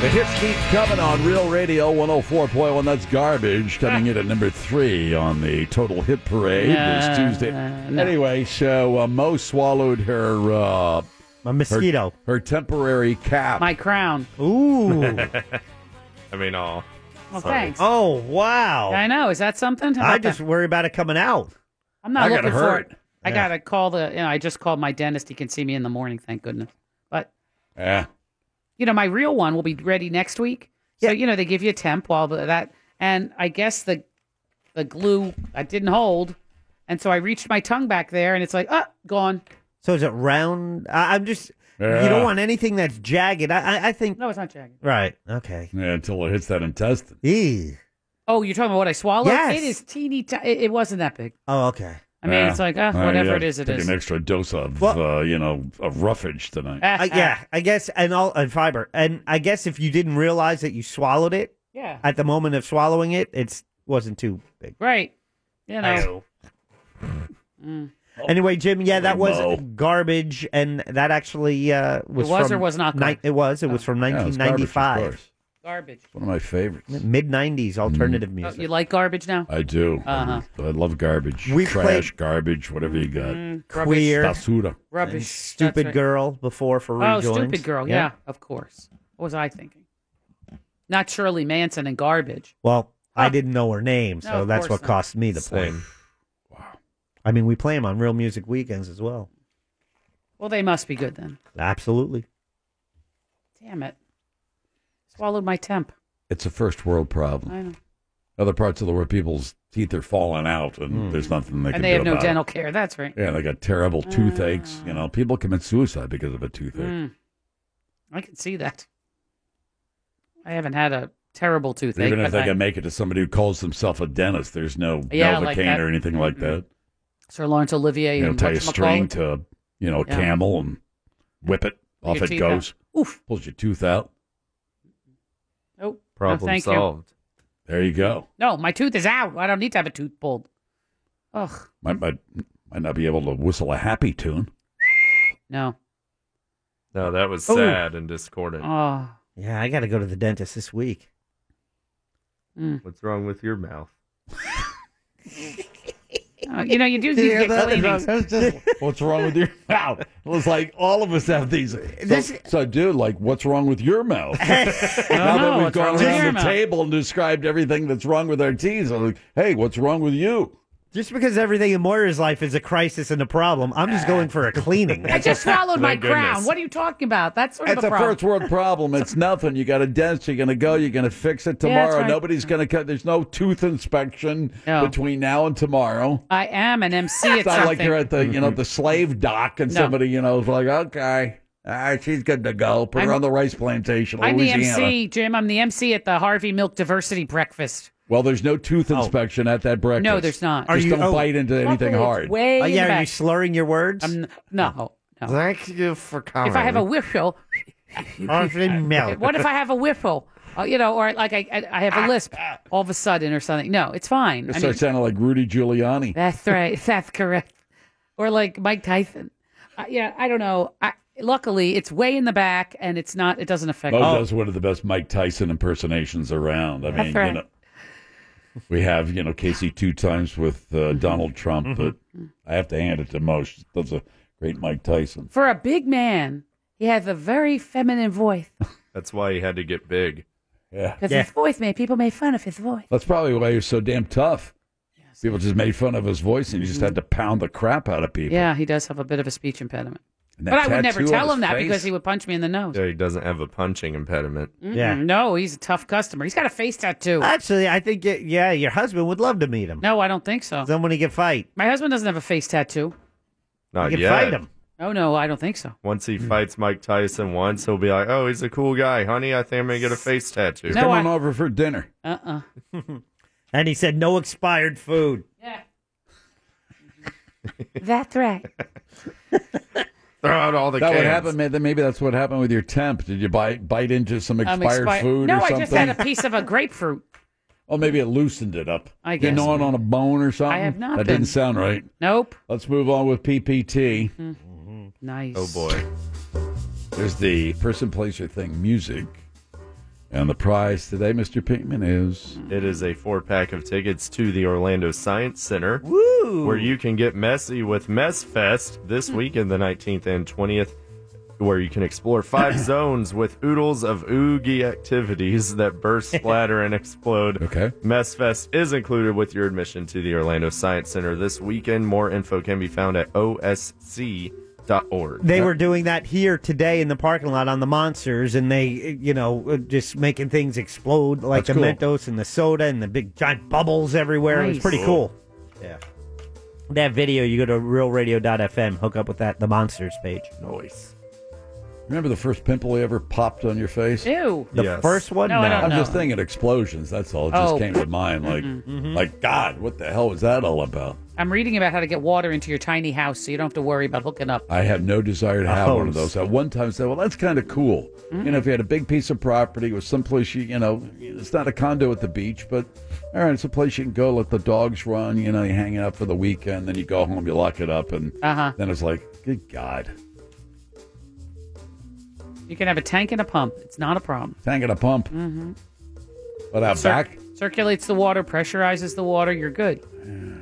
Speaker 5: The hits keep coming on Real Radio 104.1. That's garbage coming in at number three on the total hit parade
Speaker 8: Uh,
Speaker 5: this Tuesday.
Speaker 8: no.
Speaker 5: Anyway, so uh, Mo swallowed her uh,
Speaker 8: a mosquito,
Speaker 5: her, temporary cap.
Speaker 6: My crown.
Speaker 8: Ooh.
Speaker 9: I mean, all.
Speaker 6: Well, thanks.
Speaker 8: Oh, wow.
Speaker 6: I know. Is that something? How
Speaker 8: I
Speaker 6: about
Speaker 8: just worry about it coming out.
Speaker 6: I'm not
Speaker 8: I got
Speaker 6: looking for
Speaker 8: hurt.
Speaker 6: it. I
Speaker 8: Yeah.
Speaker 6: gotta call the. You know, I just called my dentist. He can see me in the morning. Thank goodness. But
Speaker 5: yeah,
Speaker 6: you know, my real one will be ready next week. So you know, they give you a temp while the- that, and I guess the the glue I didn't hold, and so I reached my tongue back there, and it's like, ah, gone.
Speaker 8: So is it round? I, I'm just. You
Speaker 5: Yeah.
Speaker 8: don't want anything that's jagged. I, I, I think.
Speaker 6: No, it's not jagged.
Speaker 8: Right. Okay.
Speaker 5: Yeah, until it hits that intestine.
Speaker 6: Oh, you're talking about what I swallowed?
Speaker 8: Yes.
Speaker 6: It is teeny. T- it, it wasn't that big.
Speaker 8: Oh, okay.
Speaker 6: I mean, it's like, ah, whatever it is, it
Speaker 5: Uh, take
Speaker 6: is.
Speaker 5: an extra dose of, uh, you know, of roughage tonight.
Speaker 6: Ah.
Speaker 8: Uh, yeah, I guess, and all and fiber, and I guess if you didn't realize that you swallowed it,
Speaker 6: Yeah.
Speaker 8: at the moment of swallowing it, it's wasn't too big.
Speaker 6: Right. You know. Mm.
Speaker 8: Anyway, Jim, yeah, that was
Speaker 6: Mo.
Speaker 8: garbage, and that actually uh, was
Speaker 6: It was
Speaker 8: from
Speaker 6: or was not Oh.
Speaker 8: ni-
Speaker 6: good?
Speaker 8: it was. It was from
Speaker 5: Yeah, it's garbage, of
Speaker 8: 1995.
Speaker 5: course.
Speaker 6: Garbage.
Speaker 5: One of my favorites. Mm.
Speaker 8: Mid 90s alternative
Speaker 6: Oh,
Speaker 8: music.
Speaker 6: you like garbage now?
Speaker 5: I do.
Speaker 6: Uh-huh.
Speaker 5: I love garbage.
Speaker 8: We
Speaker 5: Trash, garbage, whatever you got.
Speaker 6: Mm, rubbish. Queer.
Speaker 5: Basura.
Speaker 6: Rubbish.
Speaker 8: And
Speaker 6: That's
Speaker 8: Stupid
Speaker 6: right.
Speaker 8: girl before for
Speaker 6: Oh,
Speaker 8: rejoins.
Speaker 6: stupid girl. Yeah. of course. What was I thinking? Not Shirley Manson and garbage.
Speaker 8: Well, I didn't know her name,
Speaker 6: No,
Speaker 8: so
Speaker 6: of
Speaker 8: that's
Speaker 6: course
Speaker 8: what
Speaker 6: not.
Speaker 8: cost me the point. Wow. I mean, we play them on Real Music Weekends as well.
Speaker 6: Well, they must be good then.
Speaker 8: Absolutely.
Speaker 6: Damn it. Swallowed my temp.
Speaker 5: It's a first world problem.
Speaker 6: I know.
Speaker 5: Other parts of the world, people's teeth are falling out, and there's nothing they can
Speaker 6: and they have
Speaker 5: do
Speaker 6: no
Speaker 5: about
Speaker 6: dental care. That's right. Uh.
Speaker 5: It. Yeah, they got terrible toothaches. You know, people commit suicide because of a toothache.
Speaker 6: Mm. I can see that. I haven't had a terrible toothache.
Speaker 5: Even if
Speaker 6: but
Speaker 5: they
Speaker 6: I-
Speaker 5: can make it to somebody who calls himself a dentist, there's no
Speaker 6: Yeah,
Speaker 5: Novocaine
Speaker 6: like that.
Speaker 5: or anything like that.
Speaker 6: Sir Lawrence Olivier
Speaker 5: You know,
Speaker 6: and
Speaker 5: tie a
Speaker 6: whatchamacallit.
Speaker 5: string to, you know, a
Speaker 6: Yeah.
Speaker 5: camel and whip it.
Speaker 6: Pull
Speaker 5: Off
Speaker 6: your
Speaker 5: it
Speaker 6: teeth out.
Speaker 5: goes.
Speaker 6: Oof.
Speaker 5: Pulls your tooth out.
Speaker 6: Nope. No,
Speaker 9: Problem
Speaker 6: thank you.
Speaker 9: solved.
Speaker 5: There you go.
Speaker 6: No, my tooth is out. I don't need to have a tooth pulled. Ugh,
Speaker 5: Might, might might not be able to whistle a happy tune.
Speaker 6: no.
Speaker 9: No, that was
Speaker 5: Oh.
Speaker 9: sad and discordant.
Speaker 6: Oh.
Speaker 8: Yeah, I got to go to the dentist this week.
Speaker 6: Hmm.
Speaker 9: What's wrong with your mouth?
Speaker 6: Uh, you know, you do these get cleanings.
Speaker 5: what's wrong with your mouth? It was like all of us have these. So,
Speaker 6: This-
Speaker 5: so, dude, like, what's wrong with your mouth? now
Speaker 6: know,
Speaker 5: that we've
Speaker 6: what's wrong
Speaker 5: gone
Speaker 6: with your
Speaker 5: around the
Speaker 6: mouth?
Speaker 5: table and described everything that's wrong with our teeth, I'm like, hey, what's wrong with you?
Speaker 8: Just because everything in Moira's life is a crisis and a problem, I'm just going for a cleaning.
Speaker 6: I just swallowed my crown. What are you talking about? That's sort
Speaker 5: It's
Speaker 6: of a
Speaker 5: a
Speaker 6: problem.
Speaker 5: first world problem. It's nothing. You got a dentist. You're going to go. You're going to fix it
Speaker 6: Yeah, that's
Speaker 5: tomorrow.
Speaker 6: right.
Speaker 5: Nobody's going to cut. There's no tooth inspection
Speaker 6: No.
Speaker 5: between now and tomorrow.
Speaker 6: I am an MC at
Speaker 5: It's not
Speaker 6: something.
Speaker 5: like you're at the
Speaker 9: Mm-hmm.
Speaker 5: you know the slave dock and
Speaker 6: No.
Speaker 5: somebody you know is like okay, all right, she's good to go. Put her
Speaker 6: I'm-
Speaker 5: on the rice plantation,
Speaker 6: I'm the
Speaker 5: Louisiana.
Speaker 6: MC, Jim. I'm the MC at the Harvey Milk Diversity Breakfast.
Speaker 5: Well, there's no tooth
Speaker 9: Oh.
Speaker 5: inspection at that breakfast.
Speaker 6: No, there's not.
Speaker 5: Just don't
Speaker 19: oh,
Speaker 5: bite into anything hard.
Speaker 6: Way in the back.
Speaker 8: slurring your words?
Speaker 6: I'm, no.
Speaker 19: Thank you for coming.
Speaker 6: If I have a whistle,
Speaker 19: Harvey Milk.
Speaker 6: what if I have a whiffle? Uh, you know, or like I, I, I have a lisp all of a sudden or something. No, it's fine.
Speaker 5: It
Speaker 6: I
Speaker 5: starts
Speaker 6: mean,
Speaker 5: sounding like Rudy Giuliani.
Speaker 6: that's right. That's correct. Or like Mike Tyson. Uh, yeah, I don't know. I, luckily, it's way in the back and it's not. It doesn't affect.
Speaker 5: Mo
Speaker 6: me.
Speaker 5: does one of the best Mike Tyson impersonations around. I
Speaker 6: That's
Speaker 5: mean, you
Speaker 6: right.
Speaker 5: know, we have you know Casey two times with uh,
Speaker 6: Mm-hmm.
Speaker 5: Donald Trump,
Speaker 9: Mm-hmm.
Speaker 5: but I have to hand it to Mo. She does a great Mike Tyson.
Speaker 6: For a big man, he has a very feminine voice
Speaker 9: That's why he had to get big.
Speaker 5: Yeah.
Speaker 6: because his voice made people made fun of his voice.
Speaker 5: That's probably why you're so damn tough. People just made fun of his voice, and he just had to pound the crap out of people.
Speaker 6: Yeah, he does have a bit of a speech impediment.
Speaker 5: And that
Speaker 6: But I would never
Speaker 5: tattoo on
Speaker 6: tell
Speaker 5: his
Speaker 6: him that
Speaker 5: face.
Speaker 6: because he would punch me in the nose.
Speaker 9: Yeah, he doesn't have a punching impediment.
Speaker 6: Mm-mm. No, he's a tough customer. He's got a face tattoo.
Speaker 8: Actually, I think, y- yeah, your husband would love to meet him.
Speaker 6: No, I don't think so.
Speaker 8: Someone he could fight.
Speaker 6: My husband doesn't have a face tattoo.
Speaker 9: Not
Speaker 8: You can
Speaker 9: yet.
Speaker 8: fight him. Hmm.
Speaker 6: Oh no, I don't think so.
Speaker 9: Once he fights Mike Tyson once, he'll be like, "Oh, he's a cool guy, honey. I think I'm gonna get a face tattoo."
Speaker 6: No, Come I- on
Speaker 5: over for dinner.
Speaker 6: Uh uh
Speaker 8: And he said, no expired food.
Speaker 6: That's right.
Speaker 9: Throw out all the
Speaker 5: that would
Speaker 9: cans.
Speaker 5: happen. Maybe, maybe that's what happened with your temp. Did you bite bite into some
Speaker 6: Um,
Speaker 5: expired
Speaker 6: expi-
Speaker 5: food or
Speaker 6: No, I
Speaker 5: something?
Speaker 6: just had a piece of a grapefruit.
Speaker 5: Oh, maybe it loosened it up.
Speaker 6: I
Speaker 5: You
Speaker 6: guess.
Speaker 5: gnawing on a bone or something.
Speaker 6: have not
Speaker 5: That
Speaker 6: been.
Speaker 5: didn't sound right.
Speaker 6: Nope. Mm-hmm.
Speaker 5: Let's move on with PPT.
Speaker 8: Mm.
Speaker 6: Nice.
Speaker 5: Oh boy. There's the person, place, or thing music, and the prize today, Mr. Pinkman, is
Speaker 9: It is a four pack of tickets to the Orlando Science Center,
Speaker 8: Woo! Hmm.
Speaker 9: where you can get messy with Mess Fest this weekend, the 19th and 20th, where you can explore five zones with oodles of oogie activities that burst, splatter, and explode.
Speaker 5: Okay.
Speaker 9: Mess Fest is included with your admission to the Orlando Science Center this weekend. More info can be found at osc.org.
Speaker 8: They were doing that here today in the parking lot on the monsters, and they, you know, just making things explode like
Speaker 5: That's
Speaker 8: the
Speaker 5: cool.
Speaker 8: Mentos and the soda and the big giant bubbles everywhere. It was
Speaker 5: Nice.
Speaker 8: pretty
Speaker 5: Cool.
Speaker 8: cool. Yeah. That video, you go to realradio.fm, hook up with that, the monsters page. Noise.
Speaker 5: remember the first pimple he ever popped on your face?
Speaker 6: Ew.
Speaker 8: The first one? No, I don't
Speaker 5: am
Speaker 8: know.
Speaker 5: just thinking explosions. That's all. It just
Speaker 6: Oh.
Speaker 5: came to mind. Like,
Speaker 6: Mhm.
Speaker 5: like God, what the hell was that all about?
Speaker 6: I'm reading about how to get water into your tiny house so you don't have to worry about hooking up.
Speaker 5: I have no desire to
Speaker 6: A
Speaker 5: have one of
Speaker 6: hose.
Speaker 5: those. At one time, I said, "Well, that's kind of cool." You know, if you had a big piece of property with someplace you, you know, it's not a condo at the beach, but all right, it's a place you can go, let the dogs run. You know, you hang it up for the weekend, then you go home, you lock it up, and
Speaker 6: Uh-huh.
Speaker 5: then it's like, good God,
Speaker 6: You can have a tank and a pump. It's not a problem.
Speaker 5: tank and a pump.
Speaker 6: Mm-hmm.
Speaker 5: But out back,
Speaker 6: Circulates the water, pressurizes the water. You're good.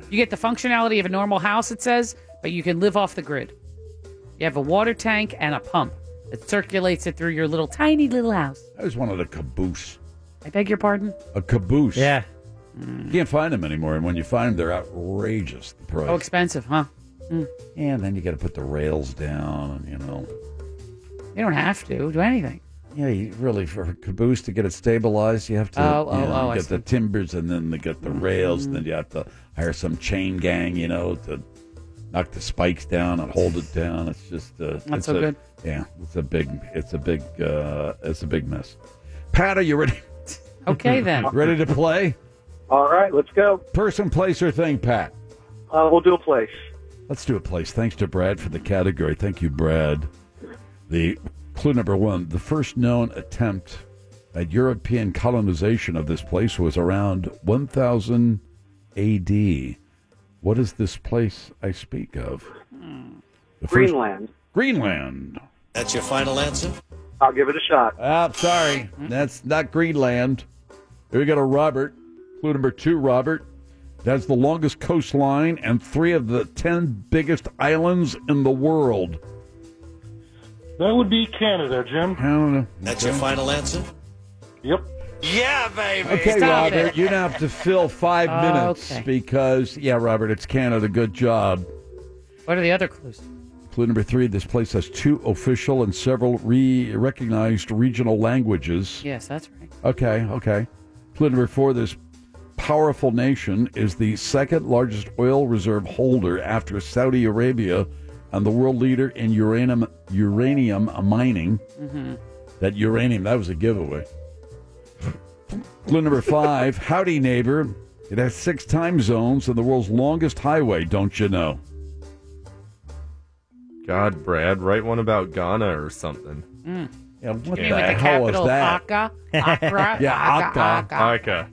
Speaker 6: You get the functionality of a normal house, it says, but you can live off the grid. You have a water tank and a pump that circulates it through your little tiny little house.
Speaker 5: I always wanted a caboose.
Speaker 6: I beg your pardon?
Speaker 5: A caboose.
Speaker 8: Yeah.
Speaker 5: You can't find them anymore, and when you find them, they're outrageous. The price.
Speaker 6: Oh, expensive, huh? Hmm.
Speaker 5: Yeah, and then you got to put the rails down, and you know.
Speaker 6: You don't have to do anything.
Speaker 5: Yeah, you really for a caboose to get it stabilized, you have to
Speaker 6: Oh,
Speaker 5: you
Speaker 6: oh, oh,
Speaker 5: you
Speaker 6: I
Speaker 5: get the
Speaker 6: see. Mm.
Speaker 5: timbers and then they get the rails, and then you have to hire some chain gang, you know, to knock the spikes down and hold it down. It's just uh,
Speaker 6: Not
Speaker 5: it's
Speaker 6: so
Speaker 5: a-
Speaker 6: good.
Speaker 5: Yeah, it's a big, it's a big, uh, it's a big mess. Pat, are you ready?
Speaker 6: Okay, then.
Speaker 5: ready to play?
Speaker 11: All right, let's go.
Speaker 5: Person, place, or thing, Pat.
Speaker 11: Uh, we'll do a place.
Speaker 5: Let's do a place. Thanks to Brad for the category. Thank you, Brad. The clue number one: the first known attempt at European colonization of this place was around 1000 A.D. What is this place I speak of? The first-
Speaker 11: Greenland.
Speaker 5: Greenland.
Speaker 11: That's your final answer? I'll give it a shot.
Speaker 5: Ah, sorry, that's not Greenland. Here we go to Robert. Clue number two, Robert. It has the longest coastline and three of the ten biggest islands in the world.
Speaker 12: That would be Canada, Jim.
Speaker 5: I don't know.
Speaker 11: That's your final answer?
Speaker 12: Yep.
Speaker 25: Yeah, baby.
Speaker 5: Okay, Robert, you're gonna have to fill five
Speaker 6: Oh,
Speaker 5: minutes
Speaker 6: okay.
Speaker 5: because yeah, Robert, it's Canada. Good job.
Speaker 6: What are the other clues?
Speaker 5: Clue number three: This place has two official and several re- recognized regional languages.
Speaker 6: Yes, that's right.
Speaker 5: Okay, okay. Clue number four: This powerful nation is the second largest oil reserve holder after Saudi Arabia, and the world leader in uranium uranium mining.
Speaker 17: Mm-hmm.
Speaker 5: That uranium, that was a giveaway. Clue number five Howdy Neighbor. It has six time zones and the world's longest highway, don't you know?
Speaker 9: God, Brad, write one about Ghana or something.
Speaker 6: Mm.
Speaker 5: Yeah, what
Speaker 6: You mean with the capital Akka, Accra,
Speaker 9: yeah,
Speaker 6: Akka, Akka.
Speaker 9: Akka.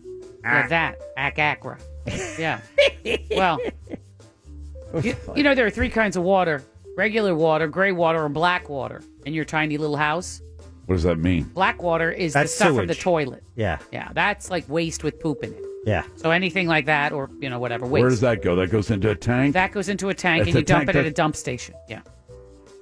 Speaker 5: Ah.
Speaker 6: Yeah, that Ak Accra. Yeah. well,
Speaker 5: Oh,
Speaker 6: you, you know there are three kinds of water: regular water, gray water, and black water. In your tiny little house,
Speaker 5: What does that mean?
Speaker 6: black water is
Speaker 5: That's
Speaker 6: the stuff from the
Speaker 5: sewage.
Speaker 6: toilet.
Speaker 5: Yeah.
Speaker 6: Yeah, that's like waste with poop in it.
Speaker 5: Yeah.
Speaker 6: So anything like that, or you know whatever waste.
Speaker 5: Where does that go? That goes into a tank?
Speaker 6: That goes into a tank,
Speaker 5: That's
Speaker 6: and you
Speaker 5: a
Speaker 6: dump
Speaker 5: tank
Speaker 6: it at
Speaker 5: that-
Speaker 6: a dump station. Yeah.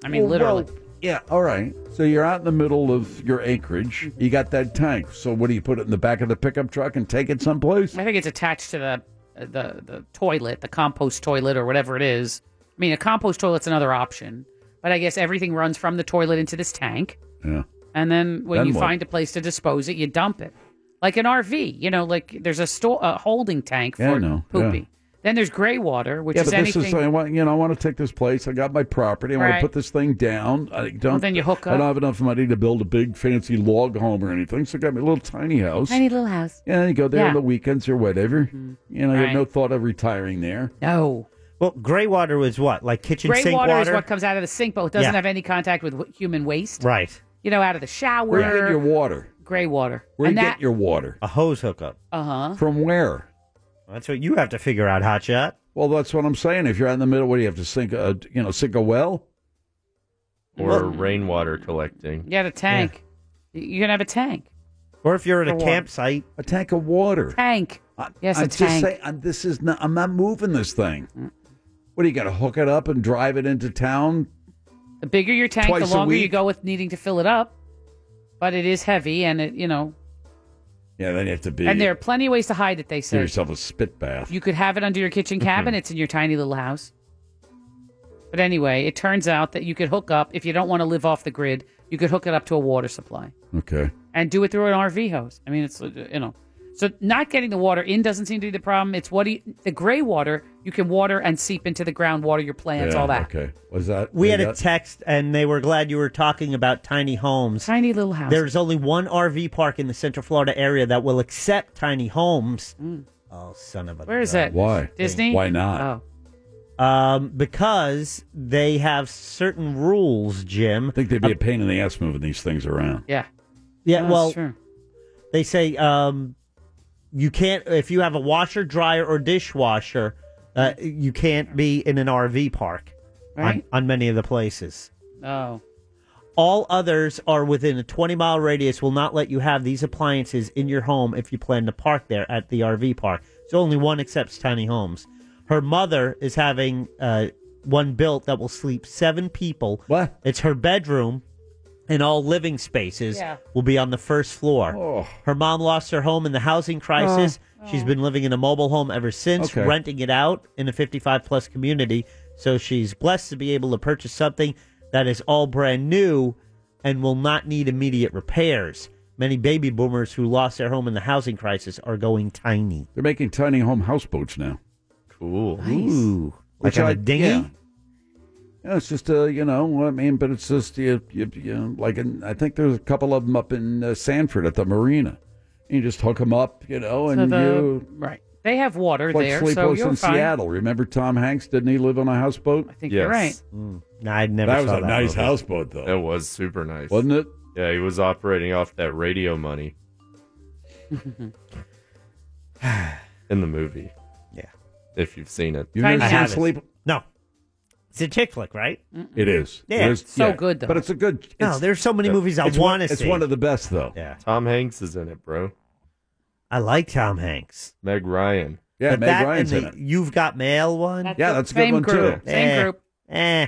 Speaker 6: I mean,
Speaker 5: Well,
Speaker 6: literally.
Speaker 5: well, yeah, all right. Mm-hmm. So you're out in the middle of your acreage. You got that tank. So what do you put it in the back of the pickup truck and take it someplace?
Speaker 6: I think it's attached to the the the toilet, the compost toilet or whatever it is. I mean, a compost toilet's another option, but I guess everything runs from the toilet into this tank,
Speaker 5: Yeah.
Speaker 6: and then when
Speaker 5: Then
Speaker 6: you
Speaker 5: what?
Speaker 6: find a place to dispose it, you dump it, like an RV. You know, like there's a store a holding tank for
Speaker 5: Yeah, I know. Yeah.
Speaker 6: poopy. Then there's gray water, which
Speaker 5: yeah,
Speaker 6: is
Speaker 5: but
Speaker 6: anything.
Speaker 5: this is I want you know I want to take this place. I got my property. I want
Speaker 6: Right.
Speaker 5: to put this thing down. I don't.
Speaker 6: Well, then you hook
Speaker 5: I
Speaker 6: up.
Speaker 5: don't have enough money to build a big fancy log home or anything. So I got my little tiny house.
Speaker 6: Tiny little house.
Speaker 5: yeah, you go there
Speaker 6: Yeah. Mm-hmm.
Speaker 5: on the weekends or whatever. You know, you
Speaker 6: Right.
Speaker 5: have no thought of retiring there.
Speaker 6: No.
Speaker 5: Well, gray water was what like kitchen
Speaker 6: Gray water, is what comes out of the sink, but it doesn't
Speaker 5: Yeah.
Speaker 6: have any contact with w- human waste.
Speaker 5: right.
Speaker 6: You know, out of the shower.
Speaker 5: Where you get your water?
Speaker 6: Gray water.
Speaker 5: Where
Speaker 6: and
Speaker 5: you
Speaker 6: that,
Speaker 5: get your water? A hose hookup.
Speaker 6: Uh huh.
Speaker 5: From where?
Speaker 8: That's what you have to figure out, Hotshot.
Speaker 5: Well, that's what I'm saying. If you're out in the middle, what do you have to sink a you know sink a well?
Speaker 9: Or rainwater collecting.
Speaker 6: You got a tank. Y- You're gonna have a tank.
Speaker 5: Or if you're
Speaker 6: at a For what?
Speaker 5: campsite, a tank of water.
Speaker 6: Tank. yes,
Speaker 5: I'm
Speaker 6: a
Speaker 5: just
Speaker 6: tank.
Speaker 5: saying, I'm, this is not, I'm not moving this thing. What do you got to hook it up and drive it into town?
Speaker 6: the bigger your tank, the
Speaker 5: twice a
Speaker 6: longer you
Speaker 5: week?
Speaker 6: go with needing to fill it up. But it is heavy, and it you know,
Speaker 5: Yeah, then you have to be.
Speaker 6: and there are plenty of ways to hide it. They
Speaker 5: give
Speaker 6: say
Speaker 5: yourself a Mm-hmm. spit bath.
Speaker 6: you could have it under your kitchen cabinets in your tiny little house. But anyway, it turns out that you could hook up if you don't want to live off the grid. You could hook it up to a water supply
Speaker 5: Okay.
Speaker 6: and do it through an RV hose. I mean, it's uh, you know, so not getting the water in doesn't seem to be the problem. It's what do you, the gray water you can water and seep into the ground, water your plants,
Speaker 8: Yeah,
Speaker 6: all that.
Speaker 5: Okay. Was that
Speaker 8: We had a
Speaker 6: got-
Speaker 8: text, and they were glad you were talking about tiny homes.
Speaker 6: Tiny little houses.
Speaker 8: There's only one RV park in the Central Florida area that will accept tiny homes. Oh, son of a.
Speaker 6: Where is
Speaker 8: gun.
Speaker 6: it? Disney. Oh,
Speaker 8: Um, because they have certain rules, Jim. I
Speaker 5: think they'd be a pain in the ass moving these things around.
Speaker 6: yeah.
Speaker 8: Yeah,
Speaker 6: That's
Speaker 8: well,
Speaker 6: true.
Speaker 8: they say um, you can't if you have a washer, dryer, or dishwasher, uh, you can't be in an RV park on-
Speaker 6: Right.
Speaker 8: on, many of the places.
Speaker 6: Oh.
Speaker 8: All others are within a 20 mile radius. Will not let you have these appliances in your home if you plan to park there at the RV park. So only one accepts tiny homes. Her mother is having uh, one built that will sleep seven people.
Speaker 5: What?
Speaker 8: It's her bedroom and all living spaces
Speaker 6: Yeah.
Speaker 8: will be on the first floor. Her mom lost her home in the housing crisis. She's been living in a mobile home ever since,
Speaker 5: Okay.
Speaker 8: renting it out in a 55 plus community. So she's blessed to be able to purchase something that is all brand new and will not need immediate repairs. Many baby boomers who lost their home in the housing crisis are going tiny.
Speaker 5: They're making tiny home houseboats now.
Speaker 9: Cool.
Speaker 8: Ooh. Like
Speaker 5: Which
Speaker 8: on a
Speaker 5: I-
Speaker 8: dinghy?
Speaker 5: yeah. Yeah, it's just uh, you know, I mean, but it's just you, you, you know, like in, I think there's a couple of them up in uh, Sanford at the marina. And you just hook them up, you know,
Speaker 6: So
Speaker 5: and
Speaker 6: the-
Speaker 5: you
Speaker 6: right. They have water
Speaker 5: It's like
Speaker 6: there, so
Speaker 5: Sleepos
Speaker 6: you're
Speaker 5: in
Speaker 6: fine.
Speaker 5: Seattle. Remember Tom Hanks? Didn't he live on a houseboat? I
Speaker 6: think you're Yes.
Speaker 8: No, Mm. I'd never
Speaker 5: That was
Speaker 8: saw
Speaker 5: a
Speaker 8: that
Speaker 5: nice
Speaker 8: movie.
Speaker 5: houseboat, though.
Speaker 9: That was super nice.
Speaker 5: Wasn't it?
Speaker 9: Yeah, he was operating off that radio money in the movie.
Speaker 8: Yeah.
Speaker 9: If you've seen it.
Speaker 5: You've never
Speaker 8: I
Speaker 5: seen
Speaker 8: haven't.
Speaker 5: Sleep?
Speaker 8: No. It's a chick flick, right?
Speaker 5: It is.
Speaker 8: Yeah.
Speaker 5: It is- yeah. But it's a good.
Speaker 8: No,
Speaker 5: it's-
Speaker 8: there's so many movies I
Speaker 5: it's one-
Speaker 8: wanna
Speaker 5: It's
Speaker 8: see.
Speaker 5: one of the best, though.
Speaker 8: Yeah.
Speaker 9: Tom Hanks is in it, bro.
Speaker 8: I like Tom Hanks.
Speaker 9: Meg Ryan.
Speaker 5: Yeah,
Speaker 8: but that and the You've Got Mail one.
Speaker 6: That's Yeah, the that's a good same one, group. too. Same
Speaker 8: Eh,
Speaker 6: group.
Speaker 8: Eh.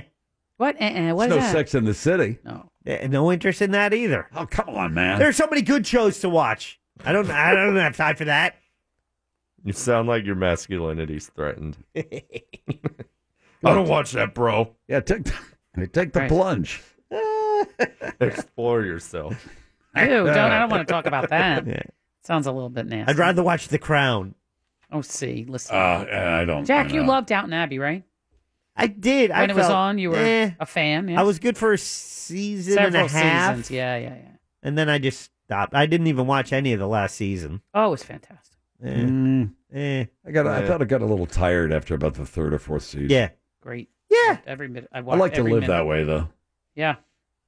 Speaker 6: What? Uh-uh. What is that?
Speaker 5: in the City.
Speaker 6: No.
Speaker 8: Eh, no interest in that either.
Speaker 5: Oh, come on, man.
Speaker 8: There's so many good shows to watch. I don't. I don't have time for that.
Speaker 9: You sound like your masculinity's threatened.
Speaker 5: Oh,
Speaker 9: I don't watch that, bro.
Speaker 5: Yeah, take the, take the plunge.
Speaker 9: Explore yourself.
Speaker 6: Ew, don't, I don't want to talk about that.
Speaker 9: Yeah.
Speaker 6: Sounds a little bit nasty.
Speaker 8: I'd rather watch The Crown.
Speaker 6: Oh, see, listen.
Speaker 5: Uh, I don't.
Speaker 6: Jack, you loved Downton Abbey, right?
Speaker 8: I did.
Speaker 6: When
Speaker 8: I
Speaker 6: it was
Speaker 8: felt-
Speaker 6: on, you were
Speaker 8: eh.
Speaker 6: a fan. yes?
Speaker 8: I was good for a season
Speaker 6: Several
Speaker 8: and a half.
Speaker 6: seasons. Yeah, yeah, yeah.
Speaker 8: And then I just stopped. I didn't even watch any of the last season.
Speaker 6: Oh, it was fantastic.
Speaker 8: Eh.
Speaker 5: Mm.
Speaker 8: Eh.
Speaker 5: I got. I
Speaker 8: Yeah.
Speaker 5: thought I got a little tired after about the third or fourth season.
Speaker 8: Yeah.
Speaker 6: Great.
Speaker 8: Yeah.
Speaker 6: Every minute. I,
Speaker 5: I
Speaker 6: watched
Speaker 5: like to
Speaker 6: every
Speaker 5: live
Speaker 6: minute.
Speaker 5: that way though.
Speaker 6: Yeah.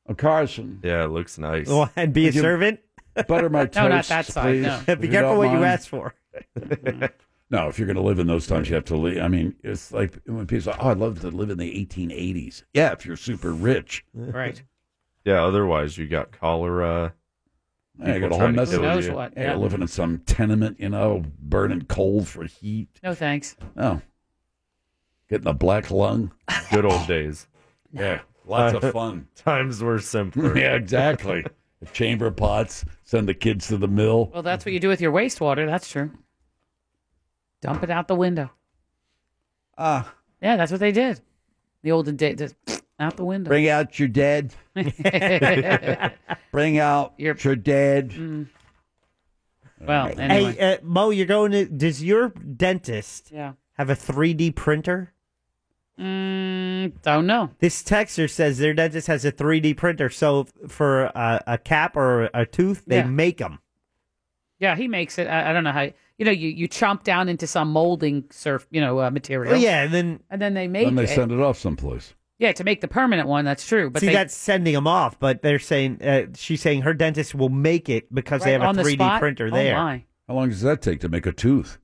Speaker 5: A Carson.
Speaker 9: Yeah, it looks nice.
Speaker 6: Oh,
Speaker 8: Well, and be a
Speaker 5: Would you
Speaker 8: servant.
Speaker 5: Butter my toast.
Speaker 6: No, not that side,
Speaker 5: please,
Speaker 6: no.
Speaker 5: if
Speaker 8: Be
Speaker 5: you
Speaker 8: careful
Speaker 5: don't
Speaker 8: what you
Speaker 5: mind.
Speaker 8: ask for.
Speaker 5: No, if you're going to live in those times, you have to live. I mean, it's like when people say, "Oh, I'd love to live in the 1880s." Yeah, if you're super rich,
Speaker 6: Right.
Speaker 9: Yeah, otherwise you got cholera.
Speaker 5: I
Speaker 9: people
Speaker 5: got a whole
Speaker 9: trying to
Speaker 5: mess
Speaker 9: kill
Speaker 5: of
Speaker 9: you.
Speaker 5: Yeah, you're living in some tenement, you know, burning coal for heat.
Speaker 6: No thanks.
Speaker 5: Oh, getting a black lung.
Speaker 9: Good old days.
Speaker 5: Yeah, lots of fun.
Speaker 9: Times were simpler.
Speaker 5: yeah, exactly. Chamber pots. Send the kids to the mill.
Speaker 6: Well,
Speaker 8: Mm-hmm.
Speaker 6: that's what you do with your wastewater. That's true. Dump it out the window.
Speaker 5: Ah.
Speaker 6: yeah, that's what they did. The olden days, just out the window.
Speaker 5: Bring out your dead. Bring out your, dead.
Speaker 6: Mm. Well, anyway.
Speaker 8: Hey, uh, Mo, you're going to. Does your dentist
Speaker 6: Yeah.
Speaker 8: have a 3D printer?
Speaker 6: Mm, don't know.
Speaker 8: This texter says their dentist has a 3D printer, so for uh, a cap or a tooth, they
Speaker 6: Yeah.
Speaker 8: make 'em. make them.
Speaker 6: Yeah, he makes it. I, I don't know how. You know, you, you chomp down into some molding surf, you know, uh, material.
Speaker 8: and then
Speaker 6: and then they make
Speaker 5: Then they
Speaker 6: it.
Speaker 5: send it off someplace.
Speaker 6: Yeah, to make the permanent one. That's true. But
Speaker 8: See,
Speaker 6: they,
Speaker 8: that's sending them off, but they're saying uh, she's saying her dentist will make it because they
Speaker 6: Right,
Speaker 8: have
Speaker 6: on
Speaker 8: a
Speaker 6: the
Speaker 8: 3D
Speaker 6: spot?
Speaker 8: printer
Speaker 6: Oh,
Speaker 8: there.
Speaker 6: my.
Speaker 5: How long does that take to make a tooth?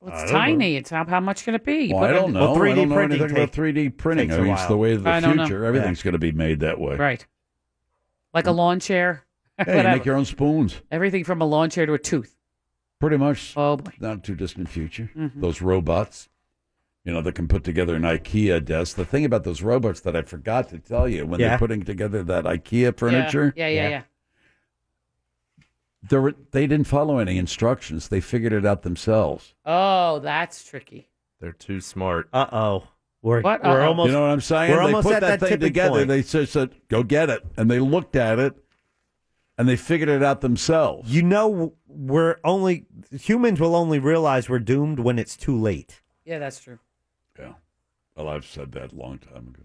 Speaker 6: well, it's tiny. It's how, how much can it be? You
Speaker 5: Well, I
Speaker 6: put it
Speaker 5: don't
Speaker 6: in-
Speaker 5: know. I don't know anything
Speaker 6: take-
Speaker 5: about 3D printing.
Speaker 6: takes
Speaker 5: I
Speaker 6: a
Speaker 5: mean, it's
Speaker 6: while.
Speaker 5: the way of the
Speaker 6: I don't know.
Speaker 5: future. Everything's going to be made that way.
Speaker 6: Right. Like a lawn chair.
Speaker 5: Mm. Yeah, you
Speaker 6: Whatever.
Speaker 5: make your own spoons.
Speaker 6: Everything from a lawn chair to a tooth.
Speaker 5: Pretty much.
Speaker 6: Oh boy.
Speaker 5: Not too distant future.
Speaker 6: Mhm.
Speaker 5: Those robots, you know, that can put together an IKEA desk. The thing about those robots that I forgot to tell you when
Speaker 13: Yeah.
Speaker 5: they're putting together that IKEA furniture,
Speaker 6: Yeah, yeah, yeah. yeah.
Speaker 5: There were, they didn't follow any instructions. They figured it out themselves.
Speaker 6: Oh, that's tricky.
Speaker 9: They're too smart.
Speaker 8: Uh oh. We're,
Speaker 6: What? we're Uh-oh. almost-
Speaker 5: You know what I'm saying?
Speaker 8: we're
Speaker 5: they
Speaker 8: almost
Speaker 5: put
Speaker 8: at that
Speaker 5: that, thing
Speaker 8: tipping
Speaker 5: together.
Speaker 8: point.
Speaker 5: They said, said, "Go get it," and they looked at it, and they figured it out themselves.
Speaker 8: You know, we're only humans will only realize we're doomed when it's too late.
Speaker 6: Yeah, that's true.
Speaker 5: Yeah. Well, I've said that a long time ago.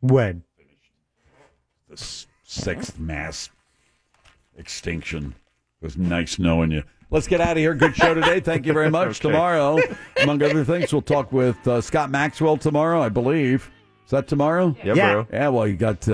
Speaker 8: When?
Speaker 5: The s- sixth mass extinction. It was nice knowing you. Let's get out of here. Good show today. Thank you very much.
Speaker 13: Okay.
Speaker 5: Tomorrow, among other things, we'll talk with uh, Scott Maxwell tomorrow, I believe. Is that tomorrow?
Speaker 9: Yeah, Yeah. bro.
Speaker 5: Yeah, well, you got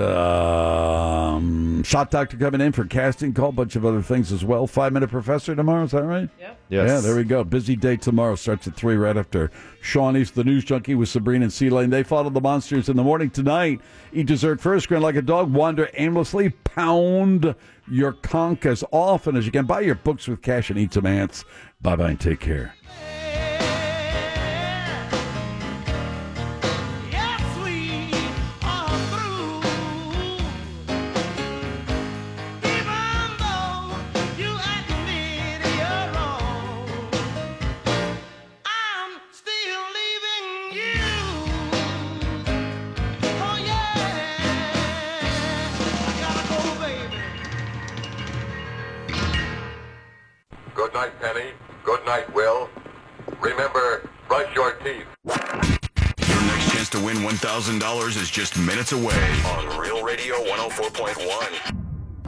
Speaker 5: um, Shot Doctor coming in for casting call, bunch of other things as well. Five Minute Professor tomorrow, is that right? Yeah.
Speaker 9: Yes.
Speaker 5: Yeah, there we go. Busy day tomorrow. Starts at 3 right after Shawnee's The News Junkie with Sabrina and C-Lane. They follow the monsters in the morning tonight. Eat dessert first, grin like a dog, wander aimlessly, pound your conch as often as you can. Buy your books with cash and eat some ants. Bye-bye and take care.
Speaker 4: Good night, Penny. Good night, Will. Remember, brush your teeth.
Speaker 12: Your next
Speaker 4: oh
Speaker 12: chance to win $1,000 is just minutes away on Real Radio 104.1.